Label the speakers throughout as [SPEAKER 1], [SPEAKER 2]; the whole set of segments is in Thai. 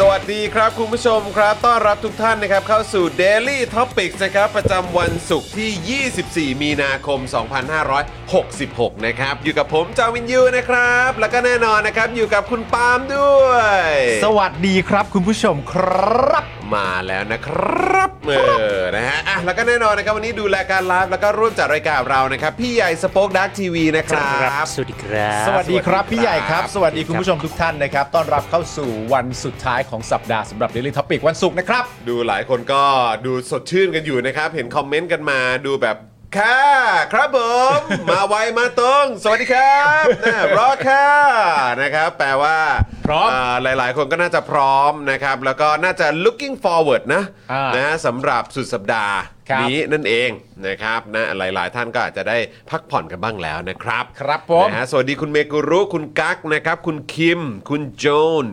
[SPEAKER 1] สวัสดีครับคุณผู้ชมครับ ต้อนรับทุกท่านนะครับเข้าสู่ Daily Topics นะครับ ประจำวันศุกร์ที่ 24 มีนาคม 2566 นะครับ อยู่กับผมจาวินยูนะครับ แล้วก็แน่นอนนะครับ อยู่กับคุณปาล์มด้วย
[SPEAKER 2] สวัสดีครับคุณผู้ชมครับ
[SPEAKER 1] มาแล้วนะครับเออนะฮะอ่ะแล้วก็แน่นอนนะครับวันนี้ดูรายการไลฟ์แล้วก็ร่วมจัดรายการเรานะครับ พี่ใหญ่สป็อคดักทีวีนะค
[SPEAKER 3] ค
[SPEAKER 1] รั
[SPEAKER 3] รับ บ สวัสดีครับ
[SPEAKER 2] สวัส
[SPEAKER 1] สวัสดี
[SPEAKER 2] ดีครับ
[SPEAKER 1] ครับ
[SPEAKER 2] พี่ใหญ่ครับ สวัสดีคุณผู้ชมทุกท่านนะครับ ต้อนรับเข้าสู่วันสุดท้ายของสัปดาห์สำหรับ Daily Topic วันศุกร์นะครับ
[SPEAKER 1] ดูหลายคนก็ดูสดชื่นกันอยู่นะครับ เห็นคอมเมนต์กันมาดูแบบค่ะ ครับผม มาไวมาตรง สวัสดีครับนะรอค่ะนะครับ แปลว่า
[SPEAKER 2] พร้อม
[SPEAKER 1] อาหลาย ๆ คนก็น่าจะพร้อมนะครับ แล้วก็น่าจะ looking forward นะ
[SPEAKER 2] อ่าน
[SPEAKER 1] นะสำหรับสุดสัปดาห์
[SPEAKER 2] ครับ
[SPEAKER 1] นี้นั่นเองนะครับนะหลาย ๆ ท่านก็อาจจะได้พักผ่อนกันบ้างแล้วนะครับ
[SPEAKER 2] ครับผม
[SPEAKER 1] นะฮะสวัสดีคุณเมกุรุ คุณกั๊กนะครับ คุณคิม คุณโจน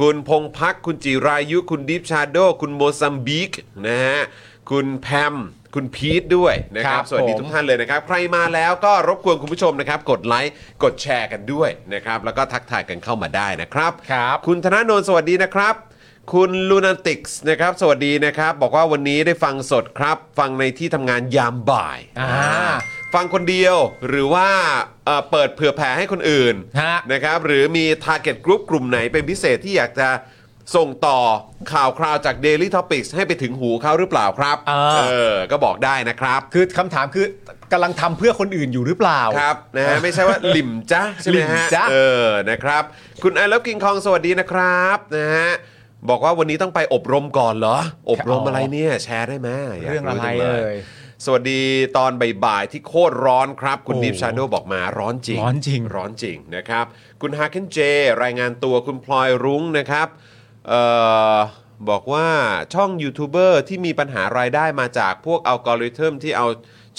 [SPEAKER 1] คุณพงพัก คุณจิรายุ คุณดิฟชาโด คุณโมซัมบิกนะฮะ คุณแพม คุณพีทด้วยนะครับ
[SPEAKER 2] ครับ
[SPEAKER 1] สวัสดี
[SPEAKER 2] ผม
[SPEAKER 1] ทุกท่านเลยนะครับ ใครมาแล้วก็รบกวนคุณผู้ชมนะครับ กดไลค์ กดแชร์กันด้วยนะครับ แล้วก็ทักทายกันเข้ามาได้นะครับ
[SPEAKER 2] ครับ
[SPEAKER 1] คุณธนาโนนสวัสดีนะครับ คุณลูนันติกส์นะครับ สวัสดีนะครับ บอกว่าวันนี้ได้ฟังสดครับ ฟังในที่ทำงานยามบ่าย
[SPEAKER 2] อ่า
[SPEAKER 1] ฟังคนเดียวหรือว่าเอ่อเปิดเผื่อแผ่ให้คนอื่น
[SPEAKER 2] ฮะ
[SPEAKER 1] นะครับ หรือมี Target Group กลุ่มไหนเป็นพิเศษที่อยากจะส่งต่อข่าวคราวจาก Daily Topics ให้ไปถึงหูเขาหรือเปล่าครับ
[SPEAKER 2] อ่า
[SPEAKER 1] เออ ก็บอกได้นะครับ
[SPEAKER 2] คือคำถามคือกำลังทำเพื่อคนอื่นอยู่หรือเปล่า
[SPEAKER 1] ครับนะฮะไม่ใช่ว่า หลิมจ้ะใช่ไหม
[SPEAKER 2] หลิม
[SPEAKER 1] ฮะ
[SPEAKER 2] จ๊ะ
[SPEAKER 1] เออนะครับ คุณไอแล้วกิงคองสวัสดีนะครับนะฮะบอกว่าวันนี้ต้องไปอบรมก่อนเหรอ อบรมอะไรเนี่ยแชร์ได้ไหมยาก
[SPEAKER 2] เรื่องอะไร
[SPEAKER 1] จัง
[SPEAKER 2] เอ่ย
[SPEAKER 1] สวัสดีตอนบ่ายๆที่โคตรร้อนครับ คุณ
[SPEAKER 2] โอ้
[SPEAKER 1] ดิฟชาโดบอกมาร้อนจริง
[SPEAKER 2] ร้อนจริง
[SPEAKER 1] ร้อนจริงนะครับ คุณฮาเคนเจ รายงานตัวคุณพลอยรุ้งนะครับเอ่อบอกว่าช่องยูทูบเบอร์ที่มีปัญหารายได้มาจากพวกอัลกอริทึมที่เอา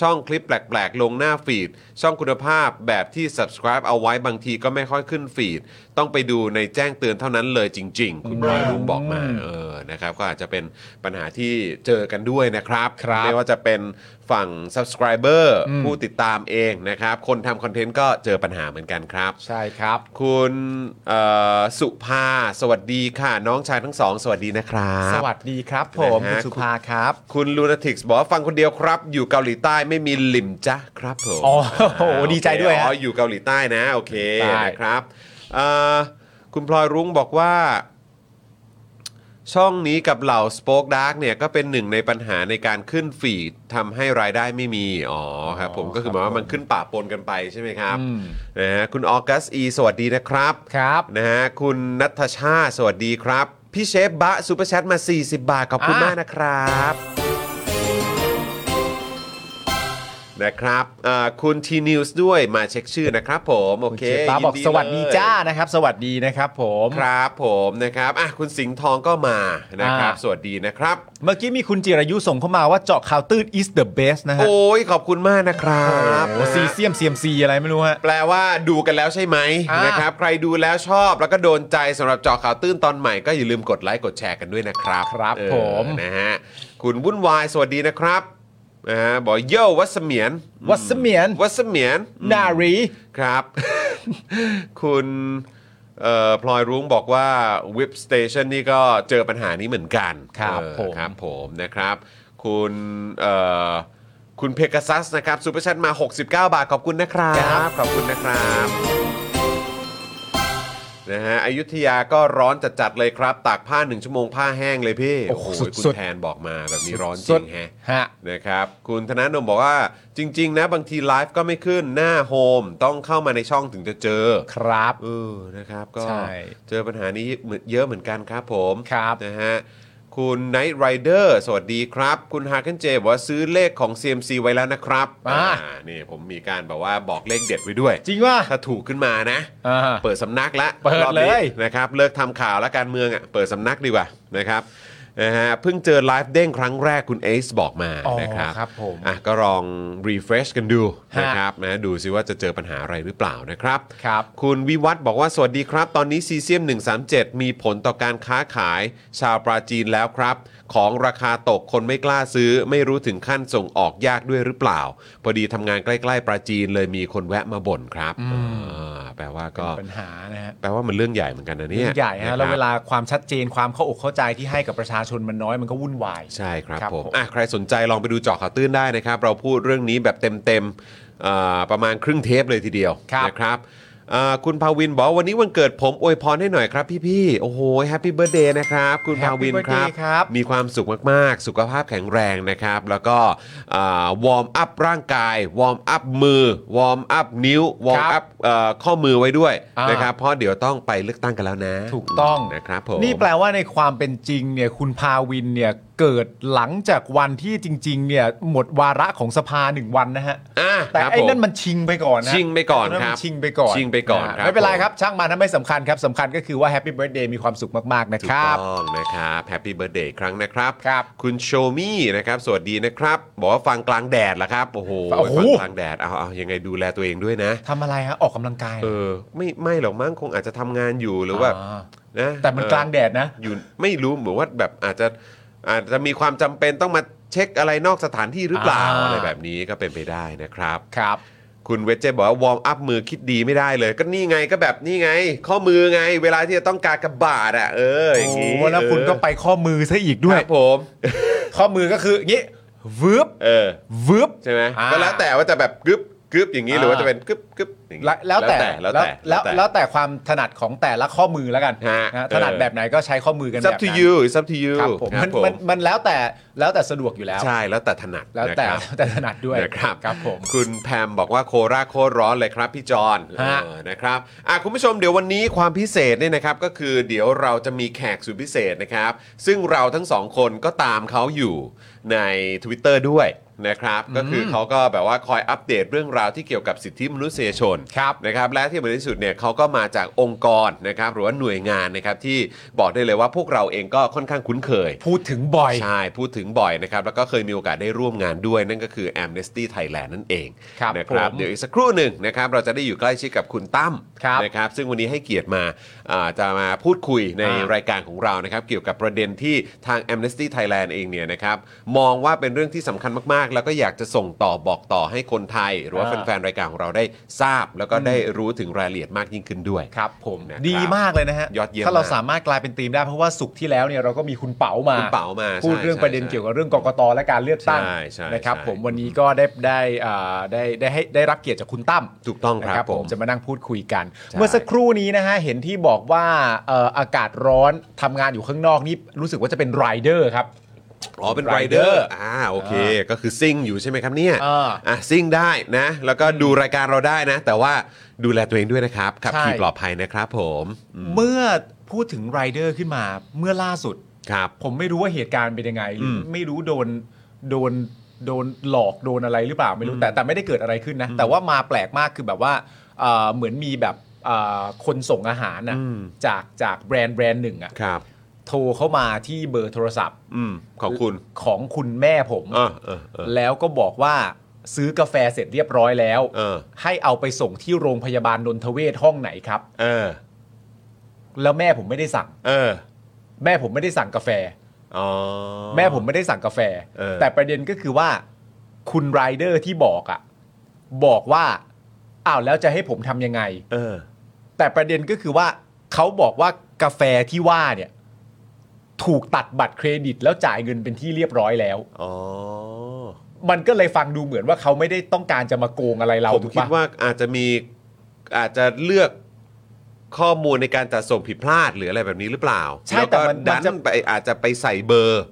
[SPEAKER 1] ช่องคลิปแปลกๆ ลงหน้าฟีด ช่องคุณภาพแบบที่ subscribe เอาไว้บางทีก็ไม่ค่อยขึ้นฟีด ต้องไปดูในแจ้งเตือนเท่านั้นเลยจริง ๆ คุณพลอยรุ้งบอกมาเออนะครับก็อาจจะเป็นปัญหาที่เจอกันด้วยนะครับ
[SPEAKER 2] ครับ
[SPEAKER 1] ไม่ว่าจะเป็นฝั่ง subscriber ผู้ติดตามเองนะครับ คนทำคอนเทนต์ก็เจอปัญหาเหมือนกันครับ
[SPEAKER 2] ใช่ครับ
[SPEAKER 1] คุณเอ่อสุภาสวัสดีค่ะ น้องชายทั้งสอง สวัสดีนะครับ
[SPEAKER 2] สวัสดีครับ ผม
[SPEAKER 1] นะ
[SPEAKER 2] คุ
[SPEAKER 1] ฮะ
[SPEAKER 2] ณสุภาครับ
[SPEAKER 1] คุณลูนาติกส์บอกว่าฟังคนเดียวครับ อยู่เกาหลีใต้ไม่มีหลิมจ้ะครับผม
[SPEAKER 2] อ๋ อโอ้โห
[SPEAKER 1] อ่า
[SPEAKER 2] ดีใจ
[SPEAKER 1] โอเค
[SPEAKER 2] ด้วยฮะ
[SPEAKER 1] อ๋ออยู่เกาหลีใต้นะ โอเค
[SPEAKER 2] ใต้
[SPEAKER 1] นะครับเอ่อคุณพลอยรุ้งบอกว่า ช่องนี้กับเหล่า Spoke Dark เนี่ยก็เป็นหนึ่งในปัญหาในการขึ้นฟีดทำให้รายได้ไม่มี อ๋อครับผมก็คือหมายว่ามันขึ้นป่าปนกันไปใช่ไหมครับนะฮะคุณออกัสอีสวัสดีนะครับ
[SPEAKER 2] ครับ
[SPEAKER 1] นะฮะคุณนัทชาติสวัสดีครับ พี่เชฟบะซูเปอร์แชทมา 40 บาท ขอบคุณ
[SPEAKER 2] อ่ะ
[SPEAKER 1] มากนะครับ นะครับอ่าคุณทีนิวส์ด้วยมาเช็คชื่อนะครับผม โอเค
[SPEAKER 2] ณป้าบอก
[SPEAKER 1] ยิน
[SPEAKER 2] สวัสดี
[SPEAKER 1] เลย
[SPEAKER 2] จ้านะครับ สวัสดีนะครับผม
[SPEAKER 1] ครับผมนะครับอ่ะคุณสิงห์ทองก็มานะครับ
[SPEAKER 2] อ่า
[SPEAKER 1] สวัสดีนะครับ
[SPEAKER 2] เมื่อกี้มีคุณจิรายุส่งเข้ามาว่าเจาะข่าวตื้น is the best นะฮะ
[SPEAKER 1] โอ้ยขอบคุณมากนะครับ
[SPEAKER 2] โอ้โหซีเซียมเซียมซีอะไรไม่รู้ฮะ
[SPEAKER 1] แปลว่าดูกันแล้วใช่ไหม
[SPEAKER 2] อ่าน
[SPEAKER 1] นะครับ ใครดูแล้วชอบแล้วก็โดนใจสำหรับเจอข่าวตื้นตอนใหม่ก็อย่าลืมกดไลค์กดแชร์กันด้วยนะครับ
[SPEAKER 2] ครับ
[SPEAKER 1] เออ
[SPEAKER 2] ผม
[SPEAKER 1] นะฮะคุณวุ่นวายสวัสดีนะครับนะฮะบอกโย่วัดเสเมียน
[SPEAKER 2] วัดเสเมียน
[SPEAKER 1] วัดเสเมียน
[SPEAKER 2] นารี
[SPEAKER 1] ครับ คุณเอ่อพลอยรุ้งบอกว่า Whip Station นี่ก็เจอปัญหานี้เหมือนกัน
[SPEAKER 2] ครับ
[SPEAKER 1] เออ
[SPEAKER 2] ผม
[SPEAKER 1] ครับผมนะครับ คุณเอ่อคุณเพก a ซัสนะครับซูเปอร์ชันมา 69 บาท ขอบคุณนะครับ ขอบคุณนะครับนะฮะอยุธยาก็ร้อนจัดๆเลยครับ ตากผ้าหนึ่งชั่วโมงผ้าแห้งเลยพี่
[SPEAKER 2] โอ้
[SPEAKER 1] โอ้
[SPEAKER 2] โห
[SPEAKER 1] โหคุณ
[SPEAKER 2] สุดๆ
[SPEAKER 1] แทนบอกมาแบบนี้ร้อนจ
[SPEAKER 2] สุ
[SPEAKER 1] ริ
[SPEAKER 2] ด
[SPEAKER 1] งแฮะ
[SPEAKER 2] ฮะ
[SPEAKER 1] นะครับคุณธนาโนมบอกว่าจริง ๆ นะ บางทีไลฟ์ก็ไม่ขึ้นหน้าโฮมต้องเข้ามาในช่องถึงจะเจอ
[SPEAKER 2] ครับ
[SPEAKER 1] เออนะครับก็
[SPEAKER 2] ใช่
[SPEAKER 1] เจอปัญหานี้เหมือนเยอะเหมือนกันครับผม
[SPEAKER 2] ครับ
[SPEAKER 1] นะฮะคุณไนท์ไรเดอร์สวัสดีครับ คุณฮา k ันเจบอกว่าซื้อเลขของ CMC ไว้แล้วนะครับนี่ผมมีการแบบว่าบอกเลขเด็ดไว้ด้วย
[SPEAKER 2] จริงว่า
[SPEAKER 1] ถ้าถูกขึ้นมานะ เปิดสำนักละ
[SPEAKER 2] เปิด
[SPEAKER 1] รอบนี้
[SPEAKER 2] เลย
[SPEAKER 1] นะครับเลิกทำข่าวและการเมืองอ่ะเปิดสำนักดีกว่านะครับนะฮะเพิ่งเจอไลฟ์เด้งครั้งแรกคุณเอซบอกมา
[SPEAKER 2] อ๋อ
[SPEAKER 1] นะครับ
[SPEAKER 2] ครับผม
[SPEAKER 1] อ่ะก็ลอง refresh กันดู
[SPEAKER 2] ฮะ
[SPEAKER 1] นะครับนะดูซิว่าจะเจอปัญหาอะไรหรือเปล่านะครับ
[SPEAKER 2] ครับ
[SPEAKER 1] คุณวิวัฒน์บอกว่าสวัสดีครับ ตอนนี้ซีเซียม 137 มีผลต่อการค้าขายชาวปราจีนแล้วครับ ของราคาตกคนไม่กล้าซื้อ ไม่รู้ถึงขั้นส่งออกยากด้วยหรือเปล่า พอดีทำงานใกล้ๆปราจีนเลยมีคนแวะมาบ่นครับอ่าแปลว่าก็
[SPEAKER 2] ปัญหานะฮะ
[SPEAKER 1] แปลว่ามันเรื่องใหญ่เหมือนกันนะเนี่ย
[SPEAKER 2] เรื่องใหญ่
[SPEAKER 1] นครั
[SPEAKER 2] ฮะ
[SPEAKER 1] บ
[SPEAKER 2] แล้วเวลาความชัดเจนความเข้าอกเข้าใจที่ให้กับประชาชนมันน้อยมันก็วุ่นวาย
[SPEAKER 1] ใช่ครับ
[SPEAKER 2] ครับ
[SPEAKER 1] ผม
[SPEAKER 2] ผม
[SPEAKER 1] อ่ะใครสนใจลองไปดูเจาะข่าวตื้นได้นะครับ เราพูดเรื่องนี้แบบเต็มๆอ่าประมาณครึ่งเทปเลยทีเดียว
[SPEAKER 2] ครับ
[SPEAKER 1] นะครับอ่าคุณภาวินบอกว่าวันนี้วันเกิดผมอวยพรให้หน่อยครับพี่ๆ โอ้โหแฮปปี้เบิร์เดย์นะครับ คุณภาวิน
[SPEAKER 2] Happy
[SPEAKER 1] ครั
[SPEAKER 2] birthday ครับ
[SPEAKER 1] มีความสุขมาก ๆ สุขภาพแข็งแรงนะครับ แล้วก็วอร์มอัพร่างกาย วอร์มอัพมือ วอร์มอัพนิ้ว วอร์มอัพเอ่อข้อมือไว้ด้วย
[SPEAKER 2] อ่าน
[SPEAKER 1] นะครับ เพราะเดี๋ยวต้องไปเลือกตั้งกันแล้วนะ
[SPEAKER 2] ถูกต้อง
[SPEAKER 1] นะครับผม
[SPEAKER 2] นี่แปลว่าในความเป็นจริงเนี่ยคุณพาวินเนี่ยเกิดหลังจากวันที่จริง ๆ เนี่ยหมดวาระของสภาหนึ่งวันนะฮะ
[SPEAKER 1] อ่า
[SPEAKER 2] แต่
[SPEAKER 1] ครับ
[SPEAKER 2] ไอ้
[SPEAKER 1] ผม
[SPEAKER 2] นั่นมันชิงไปก่อนนะ
[SPEAKER 1] ชิงไปก่อน
[SPEAKER 2] มั
[SPEAKER 1] ครับ
[SPEAKER 2] ชิงไปก่อน
[SPEAKER 1] ชิงไปก่อนะ ครับ
[SPEAKER 2] ไม่เป็นไร
[SPEAKER 1] ผม
[SPEAKER 2] ครับช่างมันนะไม่สำคัญครับสำคัญก็คือว่าแฮปปี้เบิร์ดเดย์มีความสุขมากๆนะ
[SPEAKER 1] ถูก
[SPEAKER 2] ครับ
[SPEAKER 1] ต้องนะครับแฮปปี้เบิร์ดเดย์ครั้งนะครับ
[SPEAKER 2] ครับ
[SPEAKER 1] คุณโชมี่นะครับสวัสดีนะครับ บอกว่าฟังกลางแดดเหรอครับ โอ้โห
[SPEAKER 2] โอ้โห
[SPEAKER 1] ฟังกลางแดดเอาเอายังไงดูแลตัวเองด้วยนะ
[SPEAKER 2] ทำอะไรฮะออกกำลังกาย
[SPEAKER 1] เออไม่ไม่หรอกมั้งคงอาจจะทำงานอยู่หรือว่า
[SPEAKER 2] า
[SPEAKER 1] นะ
[SPEAKER 2] แต่มัน
[SPEAKER 1] เออก
[SPEAKER 2] ลางแดดนะ
[SPEAKER 1] อยู่ไม่รู้เหมือนว่าแบบอาจจะอาจจะมีความจำเป็นต้องมาเช็คอะไรนอกสถานที่หรือเปล่า
[SPEAKER 2] อ่า
[SPEAKER 1] อะไรแบบนี้ก็เป็นไปได้นะครับ
[SPEAKER 2] ครับ
[SPEAKER 1] คุณเวจเจบอกว่าวอร์มอัพมือคิดดีไม่ได้เลย ก็นี่ไงก็แบบนี่ไง ข้อมือไง เวลาที่จะต้องการกระบาดอ่ะเอออย่างงี้
[SPEAKER 2] โอ้แล้วคุณก็ไปข้อมือซะอีกด้
[SPEAKER 1] ด้
[SPEAKER 2] ว
[SPEAKER 1] วย ยผม
[SPEAKER 2] ข้อมือก็คืออย่างนี้วืบ
[SPEAKER 1] เออ
[SPEAKER 2] วืบ
[SPEAKER 1] ใช่ไหม
[SPEAKER 2] อ่า
[SPEAKER 1] ก็แล้วแต่ว่าจะแบบกรึบกรึบอย่างนี้
[SPEAKER 2] อ่า
[SPEAKER 1] หรือว่าจะเป็นกรึบกรึบอย่างนี้
[SPEAKER 2] และแล้วแต่
[SPEAKER 1] แล้วแต่
[SPEAKER 2] แล้ว
[SPEAKER 1] แต่
[SPEAKER 2] แล้วแต่ความถนัดของแต่ละข้อมือแล้วกัน
[SPEAKER 1] ฮะ
[SPEAKER 2] นะ
[SPEAKER 1] เออ
[SPEAKER 2] ถนัดแบบไหนก็ใช้ข้อมือกัน
[SPEAKER 1] เป็น
[SPEAKER 2] แบ
[SPEAKER 1] แบบ บ up
[SPEAKER 2] นั้
[SPEAKER 1] to
[SPEAKER 2] น
[SPEAKER 1] you it's up to you
[SPEAKER 2] ครับผม
[SPEAKER 1] ครับ
[SPEAKER 2] มันมันมันแล้วแต่แล้วแต่สะดวกอยู่แล้ว
[SPEAKER 1] ใช่แล้วแต่ถนัด
[SPEAKER 2] แล้วแต่
[SPEAKER 1] นะครับ
[SPEAKER 2] แล้วแต่ถนัดด้วย
[SPEAKER 1] นะครับ
[SPEAKER 2] ครับผม
[SPEAKER 1] คุณแพมบอกว่าโคราชโคตรร้อนเลยครับพี่จอน
[SPEAKER 2] ฮะ
[SPEAKER 1] เออนะครับอ่ะคุณผู้ชมเดี๋ยววันนี้ความพิเศษเนี่ยนะครับ ก็คือเดี๋ยวเราจะมีแขกสุดพิเศษนะครับ ซึ่งเราทั้งสองคนก็ตามเขาอยู่ใน Twitter ด้วยนะครับก็คือเขาก็แบบว่าคอยอัปเดตเรื่องราวที่เกี่ยวกับสิทธิมนุษยชน
[SPEAKER 2] ครับ
[SPEAKER 1] นะครับและที่สำคัญที่สุดเนี่ยเขาก็มาจากองค์กรนะครับหรือว่าหน่วยงานนะครับที่บอกได้เลยว่าพวกเราเองก็ค่อนข้างคุ้นเคย
[SPEAKER 2] พูดถึงบ่อย
[SPEAKER 1] ใช่ พูดถึงบ่อยนะครับ แล้วก็เคยมีโอกาสได้ร่วมงานด้วย นั่นก็คือ Amnesty Thailand นั่นเอง
[SPEAKER 2] ครับ
[SPEAKER 1] นะครับ
[SPEAKER 2] ผม
[SPEAKER 1] เดี๋ยวอีกสักครู่หนึ่งนะครับเราจะได้อยู่ใกล้ชิดกับคุณตั้ม
[SPEAKER 2] ครับ
[SPEAKER 1] นะครับซึ่งวันนี้ให้เกียรติมาอ่าจะมาพูดคุยใน
[SPEAKER 2] อ่าร
[SPEAKER 1] ายการของเรานะครับเกี่ยวกับประเด็นที่ทาง Amnesty Thailand เองเนี่ยนะครับมองว่าเป็นเรื่องที่สำคัญมากๆ แล้วก็อยากจะส่งต่อบอกต่อให้คนไทย หรือว่า
[SPEAKER 2] อ่า
[SPEAKER 1] แฟนๆรายการของเราได้ทราบ แล้วก็ได้รู้ถึงรายละเอียดมากยิ่งขึ้นด้วย
[SPEAKER 2] ครับผม
[SPEAKER 1] นะครับ
[SPEAKER 2] ดีมากเลยนะฮะ
[SPEAKER 1] ยอดเยี่ยม
[SPEAKER 2] ถ้าเรา
[SPEAKER 1] มาก
[SPEAKER 2] สามารถกลายเป็นธีมได้เพราะว่าสุกร์ที่แล้วเนี่ยเราก็มีคุณเป๋ามา
[SPEAKER 1] คุณเป๋ามา
[SPEAKER 2] พูด
[SPEAKER 1] ใช่
[SPEAKER 2] เรื่องประเด็น
[SPEAKER 1] ใช่
[SPEAKER 2] เกี่ยวกับเรื่องกกตและการเลือกตั้ง
[SPEAKER 1] ใช่ใช่
[SPEAKER 2] นะครับ
[SPEAKER 1] ใช่
[SPEAKER 2] ผมวันนี้ก็ได้ได้อ่าได้ได้ให้ได้รับเกียรติจากคุณตั้ม
[SPEAKER 1] ถูกต้องค
[SPEAKER 2] นะ
[SPEAKER 1] รับ
[SPEAKER 2] ครับ
[SPEAKER 1] ผ
[SPEAKER 2] ผม
[SPEAKER 1] ม
[SPEAKER 2] จะมานั่งพูดคุยกัน
[SPEAKER 1] ใช่
[SPEAKER 2] เมื่อสักครู่นี้นะฮะเห็นที่บอกว่าเอ่ออากาศร้อนทำงานอยู่ข้างนอกนี่รู้สึกว่าจะเป็นไรเดอร์ครับ
[SPEAKER 1] อ๋อเป็น
[SPEAKER 2] ไร
[SPEAKER 1] ไร
[SPEAKER 2] เด
[SPEAKER 1] เด
[SPEAKER 2] อ
[SPEAKER 1] อ
[SPEAKER 2] ร์
[SPEAKER 1] ร์อ่าโอเค ก็คือซิ่งอยู่ใช่ไหมครับเนี่ย
[SPEAKER 2] อ่า
[SPEAKER 1] อ่ะซิ่งได้นะ แล้วก็ดูรายการเราได้นะ แต่ว่าดูแลตัวเองด้วยนะครับขับ
[SPEAKER 2] ใช่
[SPEAKER 1] ขี่ปลอดภัยนะครับผมอืม
[SPEAKER 2] เมื่อพูดถึงไรเดอร์ขึ้นมาเมื่อล่าสุด
[SPEAKER 1] ครับ
[SPEAKER 2] ผมไม่รู้ว่าเหตุการณ์เป็นยังไงหรืออ
[SPEAKER 1] ม
[SPEAKER 2] ไม่รู้โดนโดน โดนหลอกโดนอะไรหรือเปล่าไม่รู้แต่แต่ไม่ได้เกิดอะไรขึ้นนะ แต่ว่ามาแปลกมากคือแบบว่าเอ่อเหมือนมีแบบเอ่อคนส่งอาหารนะ
[SPEAKER 1] อืม
[SPEAKER 2] จากจากแบรนด์แบรนด์หนึ่งอะ
[SPEAKER 1] ครับ
[SPEAKER 2] โทรเข้ามาที่เบอร์โทรศัพท์
[SPEAKER 1] อืมขอบคุณ
[SPEAKER 2] ของคุณแม่ผม
[SPEAKER 1] เออเออเออ
[SPEAKER 2] แล้วก็บอกว่าซื้อกาแฟเสร็จเรียบร้อยแล้ว
[SPEAKER 1] เออ
[SPEAKER 2] ให้เอาไปส่งที่โรงพยาบาลนนทเวชห้องไหนครับ
[SPEAKER 1] เออ
[SPEAKER 2] แล้วแม่ผมไม่ได้สั่ง
[SPEAKER 1] เออ
[SPEAKER 2] แม่ผมไม่ได้สั่งกาแฟ
[SPEAKER 1] อ๋อ
[SPEAKER 2] แม่ผมไม่ได้สั่งกาแฟ
[SPEAKER 1] เออ
[SPEAKER 2] แต่ประเด็นก็คือว่า คุณไรเดอร์ที่บอกอะบอกว่าอ้าวแล้วจะให้ผมทำยังไง
[SPEAKER 1] เออ
[SPEAKER 2] แต่ประเด็นก็คือว่าเขาบอกว่ากาแฟที่ว่าเนี่ย ถูกตัดบัตรเครดิตแล้วจ่ายเงินเป็นที่เรียบร้อยแล้ว
[SPEAKER 1] อ๋อ
[SPEAKER 2] มันก็เลยฟังดูเหมือนว่าเขาไม่ได้ต้องการจะมาโกงอะไรเรา
[SPEAKER 1] ผม
[SPEAKER 2] ถูก
[SPEAKER 1] คิด
[SPEAKER 2] ปะ
[SPEAKER 1] ว่าอาจจะมีอาจจะเลือกข้อมูลในการจัดส่งผิดพลาดหรืออะไรแบบนี้หรือเปล่า
[SPEAKER 2] ใช่
[SPEAKER 1] ล้วก็
[SPEAKER 2] แต่มัน
[SPEAKER 1] ดั
[SPEAKER 2] มันจะ
[SPEAKER 1] นไปอาจจะไปใส่เบอร์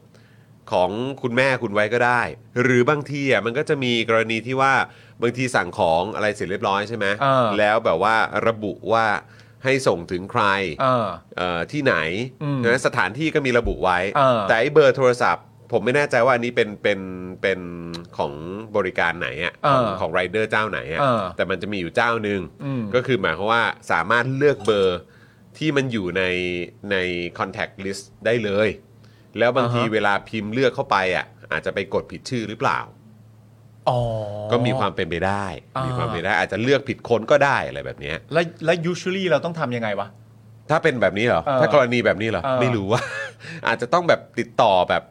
[SPEAKER 1] ของคุณแม่คุณไว้ก็ได้ หรือบางทีอ่ะมันก็จะมีกรณีที่ว่าบางทีสั่งของอะไรเสร็จเรียบร้อยใช่ไหม
[SPEAKER 2] เออ
[SPEAKER 1] แล้วแบบว่าระบุว่าให้ส่งถึงใคร
[SPEAKER 2] เออ
[SPEAKER 1] เอ่อที่ไหน
[SPEAKER 2] อืม
[SPEAKER 1] นะสถานที่ก็มีระบุไว้
[SPEAKER 2] เออ
[SPEAKER 1] แต่ไอ้เบอร์โทรศัพท์ ผมไม่แน่ใจว่าอันนี้เป็นเป็นเป็นของบริการไหนอะ
[SPEAKER 2] เออ
[SPEAKER 1] ของของไรเดอร์เจ้าไหนอะ
[SPEAKER 2] เออ
[SPEAKER 1] แต่มันจะมีอยู่เจ้าหนึ่ง
[SPEAKER 2] อืม
[SPEAKER 1] ก็คือหมายความว่าสามารถเลือกเบอร์ที่มันอยู่ในใน contact list ได้เลย แล้วบางทีเวลาพิมพ์เลือกเข้าไปอ่ะอาจจะไปกดผิดชื่อหรือเปล่า
[SPEAKER 2] อ๋อ
[SPEAKER 1] ก็มีความเป็นไปได้
[SPEAKER 2] อ่ามี
[SPEAKER 1] มีความเป็นไปได้ อาจจะเลือกผิดคนก็ได้อะไรแบบเนี้ย
[SPEAKER 2] แล้วแล้ว usually เราต้องทำยังไงวะ
[SPEAKER 1] ถ้าเป็นแบบนี้เหรอ
[SPEAKER 2] เออ
[SPEAKER 1] ถ้ากรณีแบบนี้เหรอ
[SPEAKER 2] เออ
[SPEAKER 1] ไม่รู้ว่า อาจจะ ต้องแบบติดต่อแบบ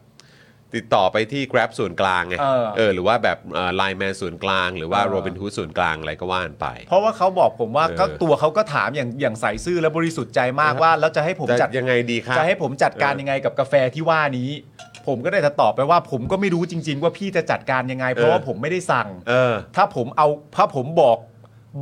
[SPEAKER 1] ติดต่อไปที่ Grab ส่วนกลางไง
[SPEAKER 2] เออ
[SPEAKER 1] เออหรือว่าแบบไลน์แมนส่วนกลางหรือว่า
[SPEAKER 2] เออ
[SPEAKER 1] โรบิน o ู d ส่วนกลางอะไรก็ว่านไป
[SPEAKER 2] เพราะว่าเขาบอกผมว่า
[SPEAKER 1] เออ
[SPEAKER 2] ก็ตัวเขาก็ถามอย่างอย่างใส่ซื่อและบริสุทธิ์ใจมากว่า แล้วจะให้ผม
[SPEAKER 1] จะ
[SPEAKER 2] จัด
[SPEAKER 1] ยังไงดีครับ
[SPEAKER 2] จะให้ผมจัดการ
[SPEAKER 1] เออ
[SPEAKER 2] ยังไงกับกาแฟที่ว่านี้ ผมก็ได้แต่ตอบไปว่า ผมก็ไม่รู้จริง ๆ ว่าพี่จะจัดการยังไง เพราะ
[SPEAKER 1] เออ
[SPEAKER 2] ว่าผมไม่ได้สั่ง
[SPEAKER 1] เออ
[SPEAKER 2] ถ้าผมเอาถ้าผมบอก